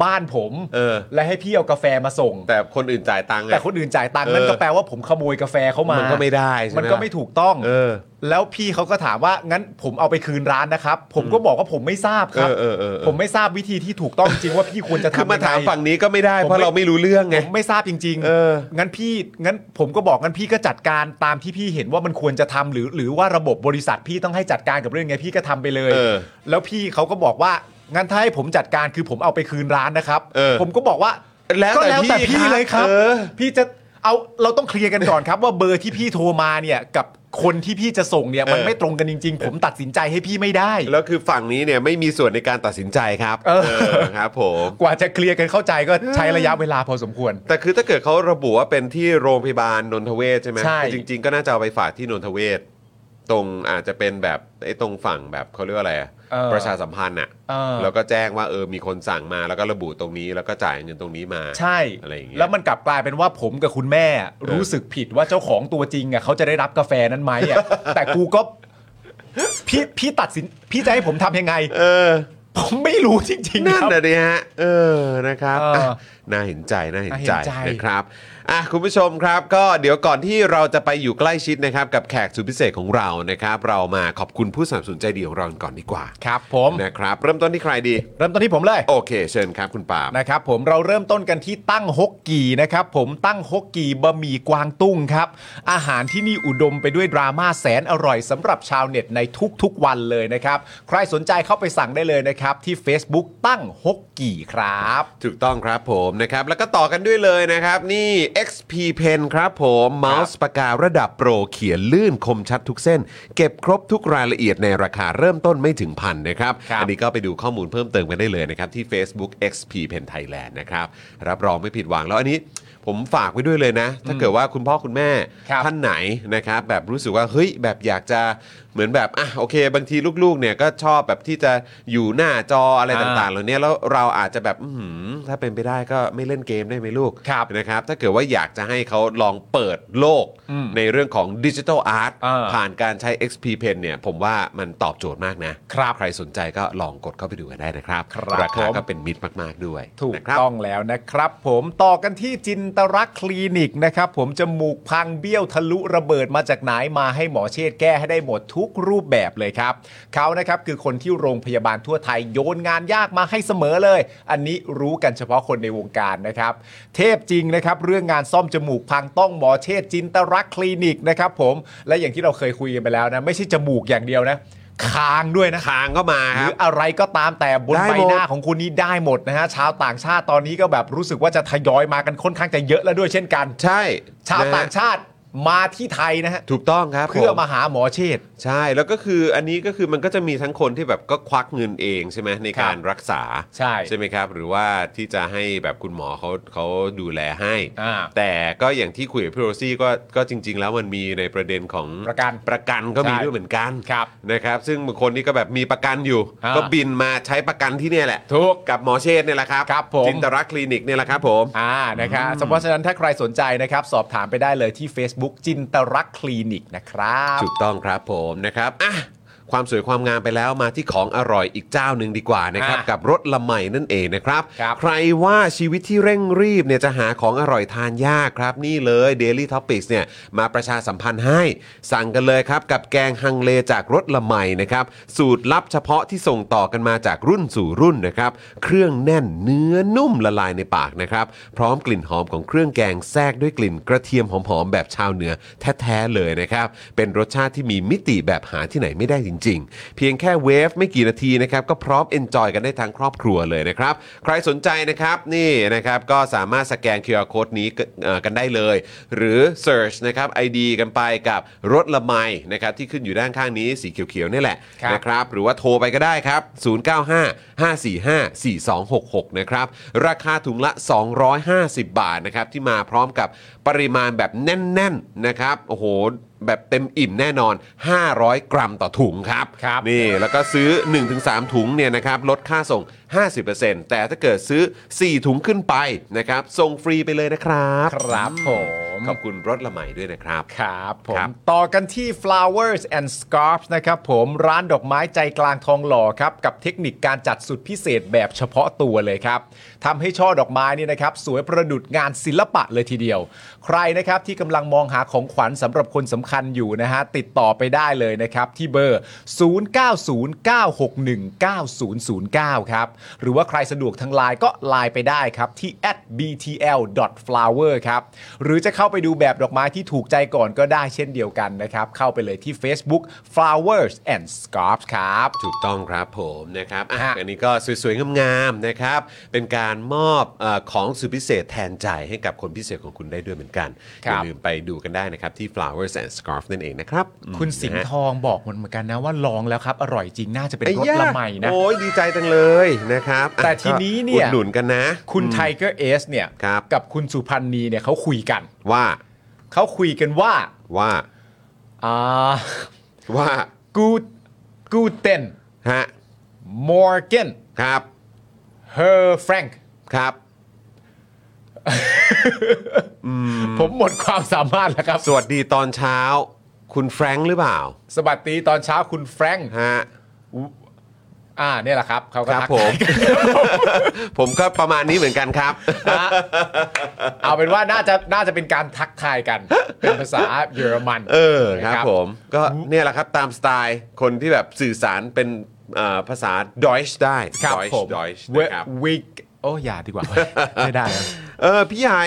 [SPEAKER 2] บ้านผม
[SPEAKER 1] เออ
[SPEAKER 2] และให้พี่เอากาแฟมาส่ง
[SPEAKER 1] แต่คนอื่นจ่ายตังค์ไง
[SPEAKER 2] แต่คนอื่นจ่ายตังค์นั่น
[SPEAKER 1] เออ
[SPEAKER 2] ก็แปลว่าผมขโมยกาแฟเขามา
[SPEAKER 1] มั
[SPEAKER 2] มัน
[SPEAKER 1] ก็ไม่ได้ใช่ไหม
[SPEAKER 2] มันก็ไม่ถูกต้อง
[SPEAKER 1] เออ
[SPEAKER 2] แล้วพี่เขาก็ถามว่างั้นผมเอาไปคืนร้านนะครับ ผมก็บอกว่าผมไม่ทราบค
[SPEAKER 1] เอ
[SPEAKER 2] รับ
[SPEAKER 1] อเออเออเออ
[SPEAKER 2] ผมไม่ทราบวิธีที่ถูกต้องจริงว่า พี่ควรจะ
[SPEAKER 1] คือ
[SPEAKER 2] ทำ
[SPEAKER 1] มาถาม
[SPEAKER 2] ยังไง
[SPEAKER 1] ฝั่งนี้ก็ไม่ได้
[SPEAKER 2] ผมไม่
[SPEAKER 1] เพราะเราไม่รู้เรื่องไง
[SPEAKER 2] ผมไม่ทราบจริง
[SPEAKER 1] เออ
[SPEAKER 2] งั้นพี่งั้นผมก็บอกงั้นพี่ก็จัดการตามที่พี่เห็นว่ามันควรจะทำหรือ หรือว่าระบบบริษัทพี่ต้องให้จัดการกับเรื่องไงพี่ก็ทำไปเลย
[SPEAKER 1] เออ
[SPEAKER 2] แล้วพี่เขาก็บอกว่างั้นถ้าให้ผมจัดการคือผมเอาไปคืนร้านนะครับ
[SPEAKER 1] เออ
[SPEAKER 2] ผมก็บอกว่า
[SPEAKER 1] แล้ว
[SPEAKER 2] ก็
[SPEAKER 1] แต่
[SPEAKER 2] แล้วแต่
[SPEAKER 1] พี่
[SPEAKER 2] พี่เลยครับ
[SPEAKER 1] เออ
[SPEAKER 2] พี่จะเอาเราต้องเคลียร์กันก่อนครับ ว่าเบอร์ที่พี่โทรมาเนี่ยกับคนที่พี่จะส่งเนี่ยมัน
[SPEAKER 1] เออ
[SPEAKER 2] ไม่ตรงกันจริง ๆ ผมตัดสินใจให้พี่ไม่ได้
[SPEAKER 1] แล้วคือฝั่งนี้เนี่ยไม่มีส่วนในการตัดสินใจครับ
[SPEAKER 2] เออ
[SPEAKER 1] ครับผม
[SPEAKER 2] กว่าจะเคลียร์กันเข้าใจก็ใช้ระยะเวลาพอสมควร
[SPEAKER 1] แต่คือถ้าเกิดเขาระบุว่าเป็นที่โรงพยาบาลนนทเวชใช่ไหม
[SPEAKER 2] ใช่
[SPEAKER 1] คือจริง ๆ ก็น่าจะเอาไปฝากที่นนทเวชตรงอาจจะเป็นแบบไอ้ตรงฝั่งแบบเขาเรียกว่าอะไรอะประชาสัมพันธ์อ่ะ
[SPEAKER 2] เออ
[SPEAKER 1] แล้วก็แจ้งว่าเออมีคนสั่งมาแล้วก็ระบุตรงนี้แล้วก็จ่ายเงินตรงนี้มา
[SPEAKER 2] ใช่
[SPEAKER 1] อะไรอย่างเงี้ย
[SPEAKER 2] แล้วมันกลับกลายเป็นว่าผมกับคุณแม่รู้สึกผิดว่าเจ้าของตัวจริงอ่ะเขาจะได้รับกาแฟนั้นไหม อ่ะ แต่กูก็พี่พี่ตัดสินพี่จะให้ผมทำยังไง
[SPEAKER 1] เออ
[SPEAKER 2] ผมไม่รู้จริงๆ
[SPEAKER 1] นั่น
[SPEAKER 2] ครับ
[SPEAKER 1] นะดิฮะ เออ นะครับ
[SPEAKER 2] เอออ่
[SPEAKER 1] ะน่าเห็นใจ น่าเห็นใจ
[SPEAKER 2] น่าเห็นใจ
[SPEAKER 1] นะครับ อ่ะ คุณผู้ชมครับ ก็เดี๋ยวก่อนที่เราจะไปอยู่ใกล้ชิดนะครับ กับแขกสุดพิเศษของเรานะครับ เรามาขอบคุณผู้สนับสนุนใจดีของเราก่อนดีกว่า
[SPEAKER 2] ครับผม
[SPEAKER 1] นะครับ เริ่มต้นที่ใครดี
[SPEAKER 2] เริ่มต้นที่ผมเลย
[SPEAKER 1] โอเค เชิญครับคุณปาล์ม
[SPEAKER 2] นะครับผมเราเริ่มต้นกันที่ตั้งฮกกีนะครับผมตั้งฮกกีบะหมี่กวางตุ้งครับ อาหารที่นี่อุดมไปด้วยดราม่าแสนอร่อยสำหรับชาวเน็ตในทุกๆวันเลยนะครับ ใครสนใจเข้าไปสั่งได้เลยนะครับที่ Facebook ตั้งฮกกีครับ
[SPEAKER 1] ถูกต้องครับผมนะครับ แล้วก็ต่อกันด้วยเลยนะครับ นี่ XP Pen ครับผมเมาส์ปากการะดับโปรเขียนลื่นคมชัดทุกเส้น เก็บครบทุกรายละเอียดในราคาเริ่มต้นไม่ถึงพันนะครับ
[SPEAKER 2] ครับ
[SPEAKER 1] อันี้ก็ไปดูข้อมูลเพิ่มเติมกันได้เลยนะครับ ที่ Facebook XP Pen Thailand นะครับ รับรองไม่ผิดหวังแล้วอันนี้ผมฝากไว้ด้วยเลยนะ ถ้าเกิดว่าคุณพ่อคุณแม่
[SPEAKER 2] ครับ
[SPEAKER 1] ท่านไหนนะครับแบบรู้สึกว่าเฮ้ยแบบอยากจะเหมือนแบบอ่ะโอเค บางทีลูกๆเนี่ยก็ชอบแบบที่จะอยู่หน้าจออะไร
[SPEAKER 2] อ่า
[SPEAKER 1] ต่างๆเหล่านี้แล้วเราอาจจะแบบอื้อหือถ้าเป็นไปได้ก็ไม่เล่นเกมได้ไหมลูก
[SPEAKER 2] ครับ
[SPEAKER 1] นะครับ ถ้าเกิดว่าอยากจะให้เขาลองเปิดโลก
[SPEAKER 2] อืม
[SPEAKER 1] ในเรื่องของดิจิทัลอาร์ต
[SPEAKER 2] อ่า
[SPEAKER 1] ผ่านการใช้ XP Pen เนี่ยผมว่ามันตอบโจทย์มากนะครับ ใครสนใจก็ลองกดเข้าไปดูกันได้นะครับ
[SPEAKER 2] ครับ
[SPEAKER 1] คา
[SPEAKER 2] ผม
[SPEAKER 1] ก็เป็นมิตรมากๆด้วย
[SPEAKER 2] ถูก
[SPEAKER 1] นะครับ
[SPEAKER 2] ต้องแล้วนะครับ ผมต่อกันที่จินตรักษณ์คลินิกนะครับ ผมจมูกพังเบี้ยวทะลุระเบิดมาจากไหนมาให้หมอเชษฐ์แก้ให้ได้หมดทุกรูปแบบเลยครับเขานะครับคือคนที่โรงพยาบาลทั่วไทยโยนงานยากมาให้เสมอเลย อันนี้รู้กันเฉพาะคนในวงการนะครับ เทพจริงนะครับเรื่องงานซ่อมจมูกพังต้องหมอเชษฐ์จินตรักษณ์คลินิกนะครับผมและอย่างที่เราเคยคุยกันไปแล้วนะไม่ใช่จมูกอย่างเดียวนะ คางด้วยนะ
[SPEAKER 1] คางก็มา
[SPEAKER 2] ห
[SPEAKER 1] ค
[SPEAKER 2] รื
[SPEAKER 1] รับ
[SPEAKER 2] ออะไรก็ตามแต่บน
[SPEAKER 1] ได้
[SPEAKER 2] ใบ
[SPEAKER 1] หมด
[SPEAKER 2] หน้าของคุณนี้ได้หมดนะฮะชาวต่างชาติตอนนี้ก็แบบรู้สึกว่าจะทยอยมากันค่อนข้างจะเยอะแล้วด้วยเช่นกัน
[SPEAKER 1] ใช่
[SPEAKER 2] ชาว
[SPEAKER 1] นะฮะ
[SPEAKER 2] ต่างชาติมาที่ไทยนะฮะ
[SPEAKER 1] ถูกต้องครับ
[SPEAKER 2] เพื่อ
[SPEAKER 1] ผ
[SPEAKER 2] มาหาหมอเชษฐ์
[SPEAKER 1] ใช่แล้วก็คืออันนี้ก็คือมันก็จะมีทั้งคนที่แบบก็ควักเงินเองใช่ไหมในการรักษา
[SPEAKER 2] ใช่
[SPEAKER 1] ไหมครับ หรือว่าที่จะให้แบบคุณหมอเขาเขาดูแลให้
[SPEAKER 2] อ่า
[SPEAKER 1] แต่ก็อย่างที่คุยกับพี่โรซี่ก็ก็จริง ๆ แล้วมันมีในประเด็นของ
[SPEAKER 2] ประกัน
[SPEAKER 1] ประกันก็มี
[SPEAKER 2] ใช่
[SPEAKER 1] ด้วยเหมือนกัน
[SPEAKER 2] ครับ
[SPEAKER 1] นะครับ ซึ่งบางคนนี่ก็แบบมีประกันอยู่
[SPEAKER 2] อ่า
[SPEAKER 1] ก็บินมาใช้ประกันที่เนี่ยแหละ
[SPEAKER 2] ถูก
[SPEAKER 1] กับหมอเชษฐ์เนี่ยแหละครับ
[SPEAKER 2] ครับผม
[SPEAKER 1] จินตรักษณ์คลินิกเนี่ยแหละครับผม
[SPEAKER 2] อ่านะครับเพราะฉะนั้นถ้าใครสนใจนะครับ สอบถามไปได้เลยที่ Facebook จินตรักษณ์คลินิกนะครับ
[SPEAKER 1] ถูกต้องครับผมนะครับอ่ะความสวยความงามไปแล้วมาที่ของอร่อยอีกเจ้าหนึ่งดีกว่านะครับ
[SPEAKER 2] อ่ะ
[SPEAKER 1] กับรสละไหมนั่นเองนะครับ
[SPEAKER 2] ครับ
[SPEAKER 1] ใครว่าชีวิตที่เร่งรีบเนี่ยจะหาของอร่อยทานยากครับ นี่เลย Daily Topics เนี่ยมาประชาสัมพันธ์ให้ สั่งกันเลยครับ กับแกงฮังเลจากรสละไหมนะครับ สูตรลับเฉพาะที่ส่งต่อกันมาจากรุ่นสู่รุ่นนะครับ เครื่องแน่นเนื้อนุ่มละลายในปากนะครับ พร้อมกลิ่นหอมของเครื่องแกงแทรกด้วยกลิ่นกระเทียมหอมๆแบบชาวเหนือแท้ๆเลยนะครับ เป็นรสชาติที่มีมิติแบบหาที่ไหนไม่ได้จริงๆ เพียงแค่เวฟไม่กี่นาทีนะครับ ก็พร้อมเอนจอยกันได้ทั้งครอบครัวเลยนะครับ ใครสนใจนะครับนี่นะครับก็สามารถสแกน QR Code นี้ก็เอ่อกันได้เลย หรือ Search นะครับ ID กันไปกับรถละไมนะครับที่ขึ้นอยู่ด้านข้างนี้สีเขียวๆนี่แหละ
[SPEAKER 2] ครับ
[SPEAKER 1] นะ นะครับหรือว่าโทรไปก็ได้ครับ 095 545 4266 นะครับ ราคาถุงละ 250 บาทนะครับ ที่มาพร้อมกับปริมาณแบบแน่น ๆ นะครับ โอ้โห แบบเต็มอิ่มแน่นอน 500 กรัมต่อถุงครับ
[SPEAKER 2] ครับ
[SPEAKER 1] นี่ แล้วก็ซื้อ 1-3 ถุงเนี่ยนะครับ ลดค่าส่ง 50%แต่ถ้าเกิดซื้อ 4 ถุงขึ้นไปนะครับ ส่งฟรีไปเลยนะครับ
[SPEAKER 2] ครับผม
[SPEAKER 1] ขอบคุณรถละไหมด้วยนะครับ
[SPEAKER 2] ครับผม
[SPEAKER 1] ครับ
[SPEAKER 2] ต่อกันที่ flowers and scarfs นะครับผมร้านดอกไม้ใจกลางทองหล่อครับ กับเทคนิคการจัดสุดพิเศษแบบเฉพาะตัวเลยครับทำให้ช่อดอกไม้นี่นะครับ สวยประดุดงานศิลปะเลยทีเดียว ใครนะครับที่กำลังมองหาของขวัญสำหรับคนสำคัญอยู่นะฮะ ติดต่อไปได้เลยนะครับ ที่เบอร์ 0909619009 ครับ หรือว่าใครสะดวกทางไลน์ก็ไลน์ไปได้ครับ ที่ @btl.flower ครับ หรือจะเข้าไปดูแบบดอกไม้ที่ถูกใจก่อนก็ได้เช่นเดียวกันนะครับ เข้าไปเลยที่ Facebook flowers and scarfs ครับ
[SPEAKER 1] ถูกต้องครับผมนะครับอ่ะ
[SPEAKER 2] ฮะ
[SPEAKER 1] อันนี้ก็สวยๆงามๆนะครับ เป็นการมอบเออของสุดพิเศษแทนใจให้กับคนพิเศษของคุณได้ด้วยเหมือนกัน
[SPEAKER 2] ค
[SPEAKER 1] อ
[SPEAKER 2] รับ
[SPEAKER 1] ย่าลืมไปดูกันได้นะครับ ที่ flowers and scarf นั่นเองนะครับ
[SPEAKER 2] คุณสิงห์ทองบอกเหมือนกันนะว่าลองแล้วครับ อร่อยจริงน่าจะเป็น
[SPEAKER 1] ไอ้
[SPEAKER 2] รส
[SPEAKER 1] ย่า
[SPEAKER 2] ละไมนะ
[SPEAKER 1] โอ้ยดีใจจังเลยนะครับอ่ะ
[SPEAKER 2] แต่ทีนี้เนี่
[SPEAKER 1] ก็
[SPEAKER 2] ย
[SPEAKER 1] อุดหนุนกันนะ
[SPEAKER 2] คุณไทเกอร์เอสเนี่ย
[SPEAKER 1] ครับ
[SPEAKER 2] กับคุณสุพันธ์นีเนี่ยเขาคุยกัน
[SPEAKER 1] ว่า
[SPEAKER 2] เขาคุยกันว่า
[SPEAKER 1] ว่า
[SPEAKER 2] อ่า
[SPEAKER 1] ว่า
[SPEAKER 2] กูกูเตน
[SPEAKER 1] ฮะ
[SPEAKER 2] มอร์เกน
[SPEAKER 1] ครับ
[SPEAKER 2] เฮอร์แฟรงค์
[SPEAKER 1] ครับ
[SPEAKER 2] ผมหมดความสามารถแล้วครับ
[SPEAKER 1] สวัสดีตอนเช้า คุณแฟรงค์หรือเปล่า
[SPEAKER 2] สวัสดีตอนเช้าคุณแฟรงค์
[SPEAKER 1] ฮะ
[SPEAKER 2] อ่าเนี่ยแหละครับเขาก็
[SPEAKER 1] ครับ
[SPEAKER 2] ทัก
[SPEAKER 1] ผม
[SPEAKER 2] ทายกัน
[SPEAKER 1] ผมก็ประมาณนี้เหมือนกันครับ
[SPEAKER 2] นะฮะเอาเป็นว่าน่าจะน่าจะเป็นการทักทายกัน เป็นภาษาเยอรมัน
[SPEAKER 1] เออค
[SPEAKER 2] นะ
[SPEAKER 1] รับผมก็เนี่ยแหละครับตามสไตล์คนที่แบบสื่อสารเป็นเอ่อภาษาดอยช์ได้
[SPEAKER 2] ครับ
[SPEAKER 1] ดอยช์
[SPEAKER 2] ผม
[SPEAKER 1] ดอยช์
[SPEAKER 2] เว
[SPEAKER 1] นะครับ
[SPEAKER 2] วิกโอ้อย่าดีกว่า ไม่ได้นะ
[SPEAKER 1] เออพี่ใหญ่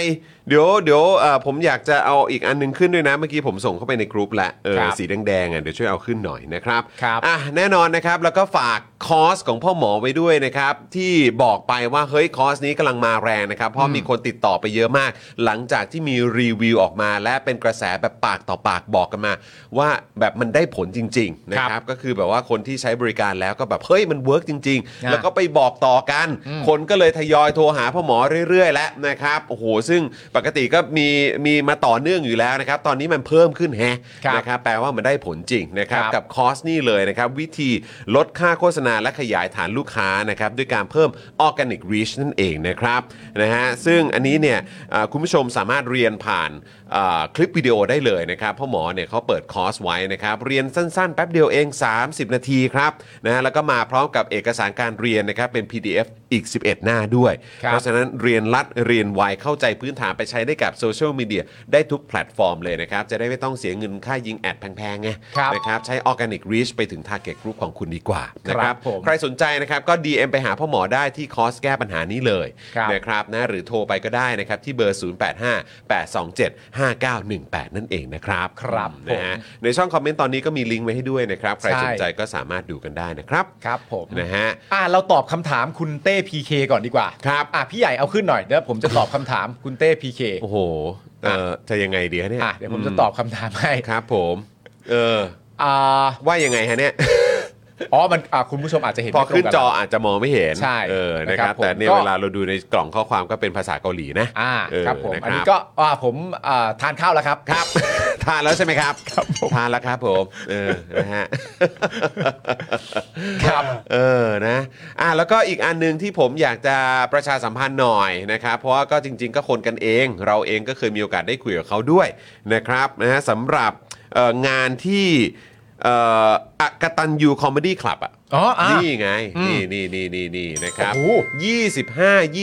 [SPEAKER 1] เดี๋ยวเดี๋ยวเอ่อผมอยากจะเอาอีกอันหนึงขึ้นด้วยนะ เมื่อกี้ผมส่งเข้าไปในกรุ๊ปและเออ
[SPEAKER 2] ครับ
[SPEAKER 1] สีแดงๆอ่ะเดี๋ยวช่วยเอาขึ้นหน่อยนะครับ
[SPEAKER 2] ครับ
[SPEAKER 1] อ่ะแน่นอนนะครับ แล้วก็ฝากคอร์สของพ่อหมอไว้ด้วยนะครับ ที่บอกไปว่าเฮ้ยคอร์สนี้กำลังมาแรงนะครับ เพราะมีคนติดต่อไปเยอะมาก หลังจากที่มีรีวิวออกมา และเป็นกระแสแบบปากต่อปากบอกกันมา ว่าแบบมันได้ผลจริงๆนะค
[SPEAKER 2] ครั
[SPEAKER 1] รับ
[SPEAKER 2] บ
[SPEAKER 1] ก็คือแบบว่าคนที่ใช้บริการแล้วก็แบบเฮ้ยมันเวิร์กจริง ๆ
[SPEAKER 2] อ่า
[SPEAKER 1] แล้วก็ไปบอกต่อกัน คนก็เลยทยอยโทรหาพ่อหมอเรื่อย ๆ แล้วนะครับโอ้โหซึ่งปกติก็มีมีมาต่อเนื่องอยู่แล้วนะครับ ตอนนี้มันเพิ่มขึ้นแฮะ
[SPEAKER 2] ครับ
[SPEAKER 1] นะครับแปลว่ามันได้ผลจริงนะครับ
[SPEAKER 2] ครับ
[SPEAKER 1] กับคอร์สนี่เลยนะครับ วิธีลดค่าโฆษณาและขยายฐานลูกค้านะครับ ด้วยการเพิ่มออร์แกนิกรีชนั่นเองนะครับนะฮะซึ่งอันนี้เนี่ยเอ่อคุณผู้ชมสามารถเรียนผ่านเอ่อคลิปวิดีโอได้เลยนะครับพ่อหมอเนี่ยเขาเปิดคอร์สไว้นะครับ เรียนสั้นๆ แป๊บเดียวเอง 30 นาทีครับนะฮะแล้วก็มาพร้อมกับเอกสารการเรียนนะครับ เป็น PDF อีก 11 หน้าด้วย
[SPEAKER 2] ครับ
[SPEAKER 1] เพราะฉะนั้นเรียนรัดเรียนไวเข้าใจพื้นฐานไปใช้ได้กับโซเชียลมีเดียได้ทุกแพลตฟอร์มเลยนะครับ จะได้ไม่ต้องเสียเงินค่ายิงแอดแพงๆไง
[SPEAKER 2] ครับ
[SPEAKER 1] นะครับใช้ออร์แกนิกรีชไปถึง Target Group ของคุณดีกว่านะค
[SPEAKER 2] ครั
[SPEAKER 1] รับบ
[SPEAKER 2] ผม
[SPEAKER 1] ใครสนใจนะครับก็ DM ไปหาพ่อหมอได้ที่คอร์สแก้ปัญหานี้เลย
[SPEAKER 2] ครับ
[SPEAKER 1] นะครับนะหรือโทรไปก็ได้นะครับที่เบอร์ 085 827 5918 นั่นเองนะครับ
[SPEAKER 2] ครับผม
[SPEAKER 1] นะฮะในช่องคอมเมนต์ตอนนี้ก็มีลิงก์ไว้ให้ด้วยนะครับ ใคร
[SPEAKER 2] ใช่
[SPEAKER 1] สนใจก็สามารถดูกันได้นะครับ
[SPEAKER 2] ครับผม
[SPEAKER 1] นะฮะ
[SPEAKER 2] อ่าเราตอบคำถามคุณเต้พีเคก่อนดีกว่า
[SPEAKER 1] ครับ
[SPEAKER 2] อ่ะพี่ใหญ่เอาขึ้นหน่อยเดี๋ยวผมจะตอบคำถามคุณเต้พีเค
[SPEAKER 1] โอ้โหเออจะยังไงดีฮะเนี่ย
[SPEAKER 2] อ่ะเดี๋ยวผมจะตอบคำถามให้
[SPEAKER 1] ครับผม เออ
[SPEAKER 2] อ่า
[SPEAKER 1] ว่ายังไงฮะเนี่ย
[SPEAKER 2] อ๋อมันอ่ะคุณผู้ชมอาจจะเห็น
[SPEAKER 1] พอ
[SPEAKER 2] ไม่ตรง
[SPEAKER 1] ขึ้น
[SPEAKER 2] กับ
[SPEAKER 1] จ
[SPEAKER 2] เรา
[SPEAKER 1] ออาจจะมองไม่เห็น
[SPEAKER 2] ใช่
[SPEAKER 1] เออนะค
[SPEAKER 2] ครั
[SPEAKER 1] รับบ
[SPEAKER 2] ผม
[SPEAKER 1] แต่เนี่ย
[SPEAKER 2] ก็
[SPEAKER 1] เวลาเราดูในกล่องข้อความก็เป็นภาษาเกาหลีนะ
[SPEAKER 2] อ่า
[SPEAKER 1] เออ
[SPEAKER 2] ครับผม
[SPEAKER 1] นะ
[SPEAKER 2] อันนี้ก็อ่าผมอ่าทานข้าวแล้วครับ
[SPEAKER 1] ครับ ทานแล้วใช่ไหมครับทานแล้วครับผม เออนะฮะ
[SPEAKER 2] ครับ
[SPEAKER 1] เออ นะ อ่ะแล้วก็อีกอันหนึงที่ผมอยากจะประชาสัมพันธ์หน่อยนะครับ เพราะว่าก็จริง ๆ ก็คนกันเอง เราเองก็เคยมีโอกาสได้คุยกับเขาด้วยนะครับนะฮะสำหรับเอ่องานที่เอ่ออะกตันยูคอมเมดี้คลับอ่ะ
[SPEAKER 2] อ๋ออ่ะ
[SPEAKER 1] นี่ไง
[SPEAKER 2] อืม
[SPEAKER 1] นี่นี่นี่นี่นี่นะครับ
[SPEAKER 2] โอ้โห
[SPEAKER 1] 25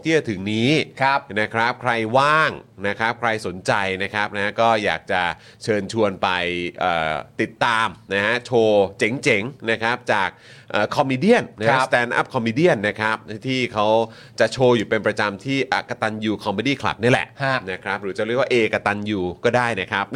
[SPEAKER 1] 26 ที่จะถึงนี้
[SPEAKER 2] ครับ
[SPEAKER 1] นะครับใครว่างนะครับใครสนใจนะครับนะก็อยากจะเชิญชวนไปเอ่อติดตามนะฮะโชว์เจ๋งๆนะครับจากคอมมิเดียนนะ
[SPEAKER 2] ครั
[SPEAKER 1] ฮะ
[SPEAKER 2] บ
[SPEAKER 1] สแตนด์อัพคอมมิเดียนนะครับที่เขาจะโชว์อยู่เป็นประจำที่อกตันยูคอมเมดี้คลับนี่แหละ
[SPEAKER 2] ฮะ
[SPEAKER 1] นะครับหรือจะเรียกว่าเอกตันยูก็ได้นะครับ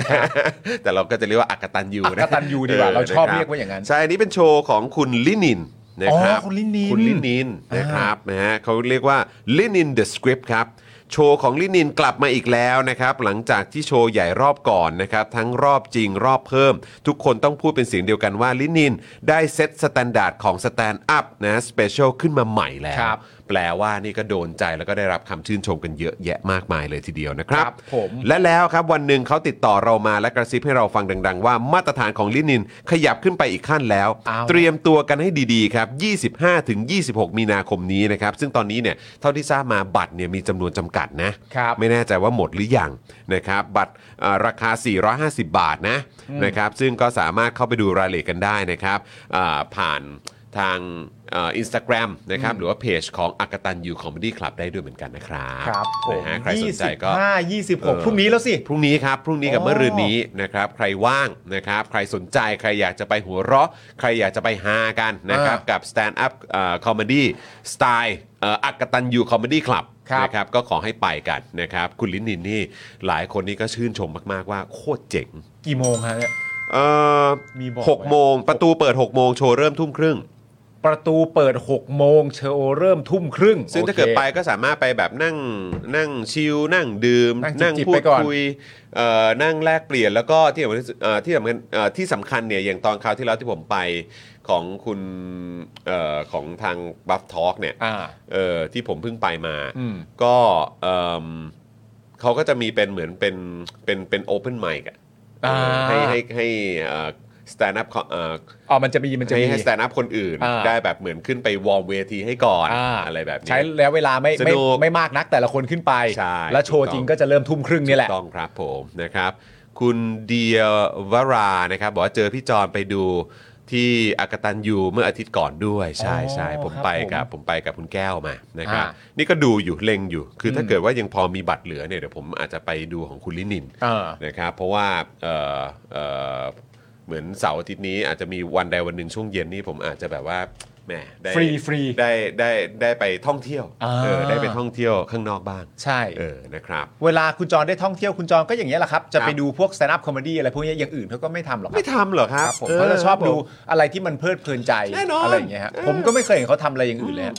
[SPEAKER 1] แต่เราก็จะเรียกว่าอกตันยู
[SPEAKER 2] อกตัญญูดีกว่าเราชอบ
[SPEAKER 1] ะค
[SPEAKER 2] เรียกว่าอย่างนั้น
[SPEAKER 1] ใช่อันนี้เป็นโชว์ของคุณลินินนะครับ
[SPEAKER 2] อ๋อคุณลินิน
[SPEAKER 1] คุณลินิน ลินินนะครับนะฮะเขาเรียกว่าลินินเดอะสคริปต์ครับ โชว์ของลินินกลับมาอีกแล้วนะครับ หลังจากที่โชว์ใหญ่รอบก่อนนะครับ ทั้งรอบจริงรอบเพิ่ม ทุกคนต้องพูดเป็นเสียงเดียวกันว่าลินินได้เซตสแตนดาร์ดของสแตนด์อัพนะสเปเชียลขึ้นมาใหม่แล้ว
[SPEAKER 2] ครับ
[SPEAKER 1] แปลว่านี่ก็โดนใจแล้วก็ได้รับคำชื่นชมกันเยอะแยะมากมายเลยทีเดียวนะครั
[SPEAKER 2] ครับ บผม
[SPEAKER 1] และแล้วครับวันหนึ่งเขาติดต่อเรามาและกระซิบให้เราฟังดัง ๆ ว่ามาตรฐานของลินินขยับขึ้นไปอีกขั้นแล้ว
[SPEAKER 2] เอา
[SPEAKER 1] เตรียมตัวกันให้ดีๆครับ 25ถึง26 มีนาคมนี้นะครับ ซึ่งตอนนี้เนี่ยเท่าที่ทราบมาบัตรเนี่ยมีจำนวนจำกัดนะ
[SPEAKER 2] ครับ
[SPEAKER 1] ไม่แน่ใจว่าหมดหรือยังนะครับ บัตรเอ่อราคา 450 บาทนะนะครับ ซึ่งก็สามารถเข้าไปดูรายละเอียดกันได้นะครับอ่าผ่านทางอินสตาแกรมนะครับ หรือว่าเพจของอักตันยูคอมเมดี้คลับได้ด้วยเหมือนกันนะครับ
[SPEAKER 2] ครับผม
[SPEAKER 1] นะฮะใครสนใจก็
[SPEAKER 2] ห้ายี่สิบหก
[SPEAKER 1] เออ
[SPEAKER 2] พรุ่งนี้แล้วสิ
[SPEAKER 1] พรุ่งนี้ครับ พรุ่งนี้กับ
[SPEAKER 2] อ๋อ
[SPEAKER 1] เมื่อรืนนี้นะครับ ใครว่างนะครับ ใครสนใจ ใครอยากจะไปหัวเราะ ใครอยากจะไปฮากันนะครับ
[SPEAKER 2] อ่ากั
[SPEAKER 1] กับ Stand Up คอมเมดี้สไตล์อักตันยูคอมเมดี้คลับ
[SPEAKER 2] ครับ
[SPEAKER 1] นะครับ ก็ขอให้ไปกันนะครับ คุณลินนินนี่ หลายคนนี่ก็ชื่นชมมากๆว่าโคตรเจ๋ง
[SPEAKER 2] กี่โมงฮะเนี่ย
[SPEAKER 1] เอ่อ
[SPEAKER 2] มีบอก
[SPEAKER 1] หก
[SPEAKER 2] ไว้
[SPEAKER 1] โมง ประตูเปิด 6 โมง โชว์เริ่มทุ่มครึ่ง
[SPEAKER 2] ประตูเปิด6โมงเชว์เริ่มทุ่มครึ่ง
[SPEAKER 1] ซึ่งถ้า
[SPEAKER 2] โอค
[SPEAKER 1] เกิดไปก็สามารถไปแบบนั่งนั่งชิลนั่งดื่ม
[SPEAKER 2] นั่ง
[SPEAKER 1] ง
[SPEAKER 2] จิบจิบ
[SPEAKER 1] พู
[SPEAKER 2] ไป
[SPEAKER 1] ด
[SPEAKER 2] ก่อน
[SPEAKER 1] คุยเอ่อนั่งแลกเปลี่ยนแล้วก็ที่สำคัญเอ่อที่สำคัญเอ่อที่สำคัญเนี่ยอย่างตอนคราวที่แล้วที่ผมไปของคุณเอ่อของทางบัฟทอล์กเนี่ย
[SPEAKER 2] อ่า
[SPEAKER 1] เอ่อที่ผมเพิ่งไปมา
[SPEAKER 2] อืม
[SPEAKER 1] ก็เอิ่มเขาก็จะมีเป็นเหมือนเป็นเป็นเป็นโอเพนไมค์อะเออให้ให้ให้สแตนด์อัพ
[SPEAKER 2] อ๋อมันจะมีมันจะ
[SPEAKER 1] ให้
[SPEAKER 2] มี
[SPEAKER 1] ให้สแตนด์อัพคนอื่น
[SPEAKER 2] อ่า
[SPEAKER 1] ได้แบบเหมือนขึ้นไปวอร์มเวทีให้ก่อน
[SPEAKER 2] อ่า
[SPEAKER 1] อะไรแบบนี้
[SPEAKER 2] ใช้แล้วเวลาไม่
[SPEAKER 1] ส
[SPEAKER 2] ไม่
[SPEAKER 1] นุก
[SPEAKER 2] ไม่มากนักแต่ละคนขึ้นไป
[SPEAKER 1] ใช่
[SPEAKER 2] แล้วโชว์จริงก็จะเริ่มทุ่มครึ่งนี่แหละ
[SPEAKER 1] ถูกต้องครับผมนะครับ คุณเดียวรานะครับ บอกว่าเจอพี่จอนไปดูที่อากตันยูเมื่ออาทิตย์ก่อนด้วย ใช่ใช่
[SPEAKER 2] อ๋อ
[SPEAKER 1] ผม
[SPEAKER 2] ครับ
[SPEAKER 1] ไปกับผมไปกับคุณแก้วมานะครับ
[SPEAKER 2] อ่า
[SPEAKER 1] นี่ก็ดูอยู่เล็งอยู่ คืออ
[SPEAKER 2] ม
[SPEAKER 1] ถ้าเกิดว่ายังพอมีบัตรเหลือเนี่ยเดี๋ยวผมอาจจะไปดูของคุณลินิน
[SPEAKER 2] เออ
[SPEAKER 1] นะครับเพราะว่าเอ่อเอ่อเหมือนเสาร์อาทิตย์นี้อาจจะมีวันใดวันหนึ่งช่วงเย็นนี่ผมอาจจะแบบว่าแหมได้
[SPEAKER 2] ฟรีฟรี
[SPEAKER 1] ได้ได้ได้ไปท่องเที่ยว
[SPEAKER 2] อ่า
[SPEAKER 1] เออได้ไปท่องเที่ยวข้างนอกบ้าง
[SPEAKER 2] ใช่
[SPEAKER 1] เออนะครับ
[SPEAKER 2] เวลาคุณจรได้ท่องเที่ยวคุณจรก็อย่างเงี้ยแหละครับ จะ
[SPEAKER 1] ครับ
[SPEAKER 2] ไปดูพวก stand up comedy อะไรพวกเนี้ยอย่างอื่นเขาก็ไม่ทำหรอกครั
[SPEAKER 1] ไม่
[SPEAKER 2] บ
[SPEAKER 1] ทำเหรอค
[SPEAKER 2] ค
[SPEAKER 1] รั
[SPEAKER 2] รั
[SPEAKER 1] บบ
[SPEAKER 2] ผมเขาจะชอบ
[SPEAKER 1] ผม
[SPEAKER 2] ดูอะไรที่มันเพลิดเพลินใจ
[SPEAKER 1] แน่นอน
[SPEAKER 2] อะไรอย่างเงี้ยฮะ
[SPEAKER 1] เออ
[SPEAKER 2] ผมก็ไม่เคยเห็นเขาทำอะไรอย่างอื่นเลยฮะ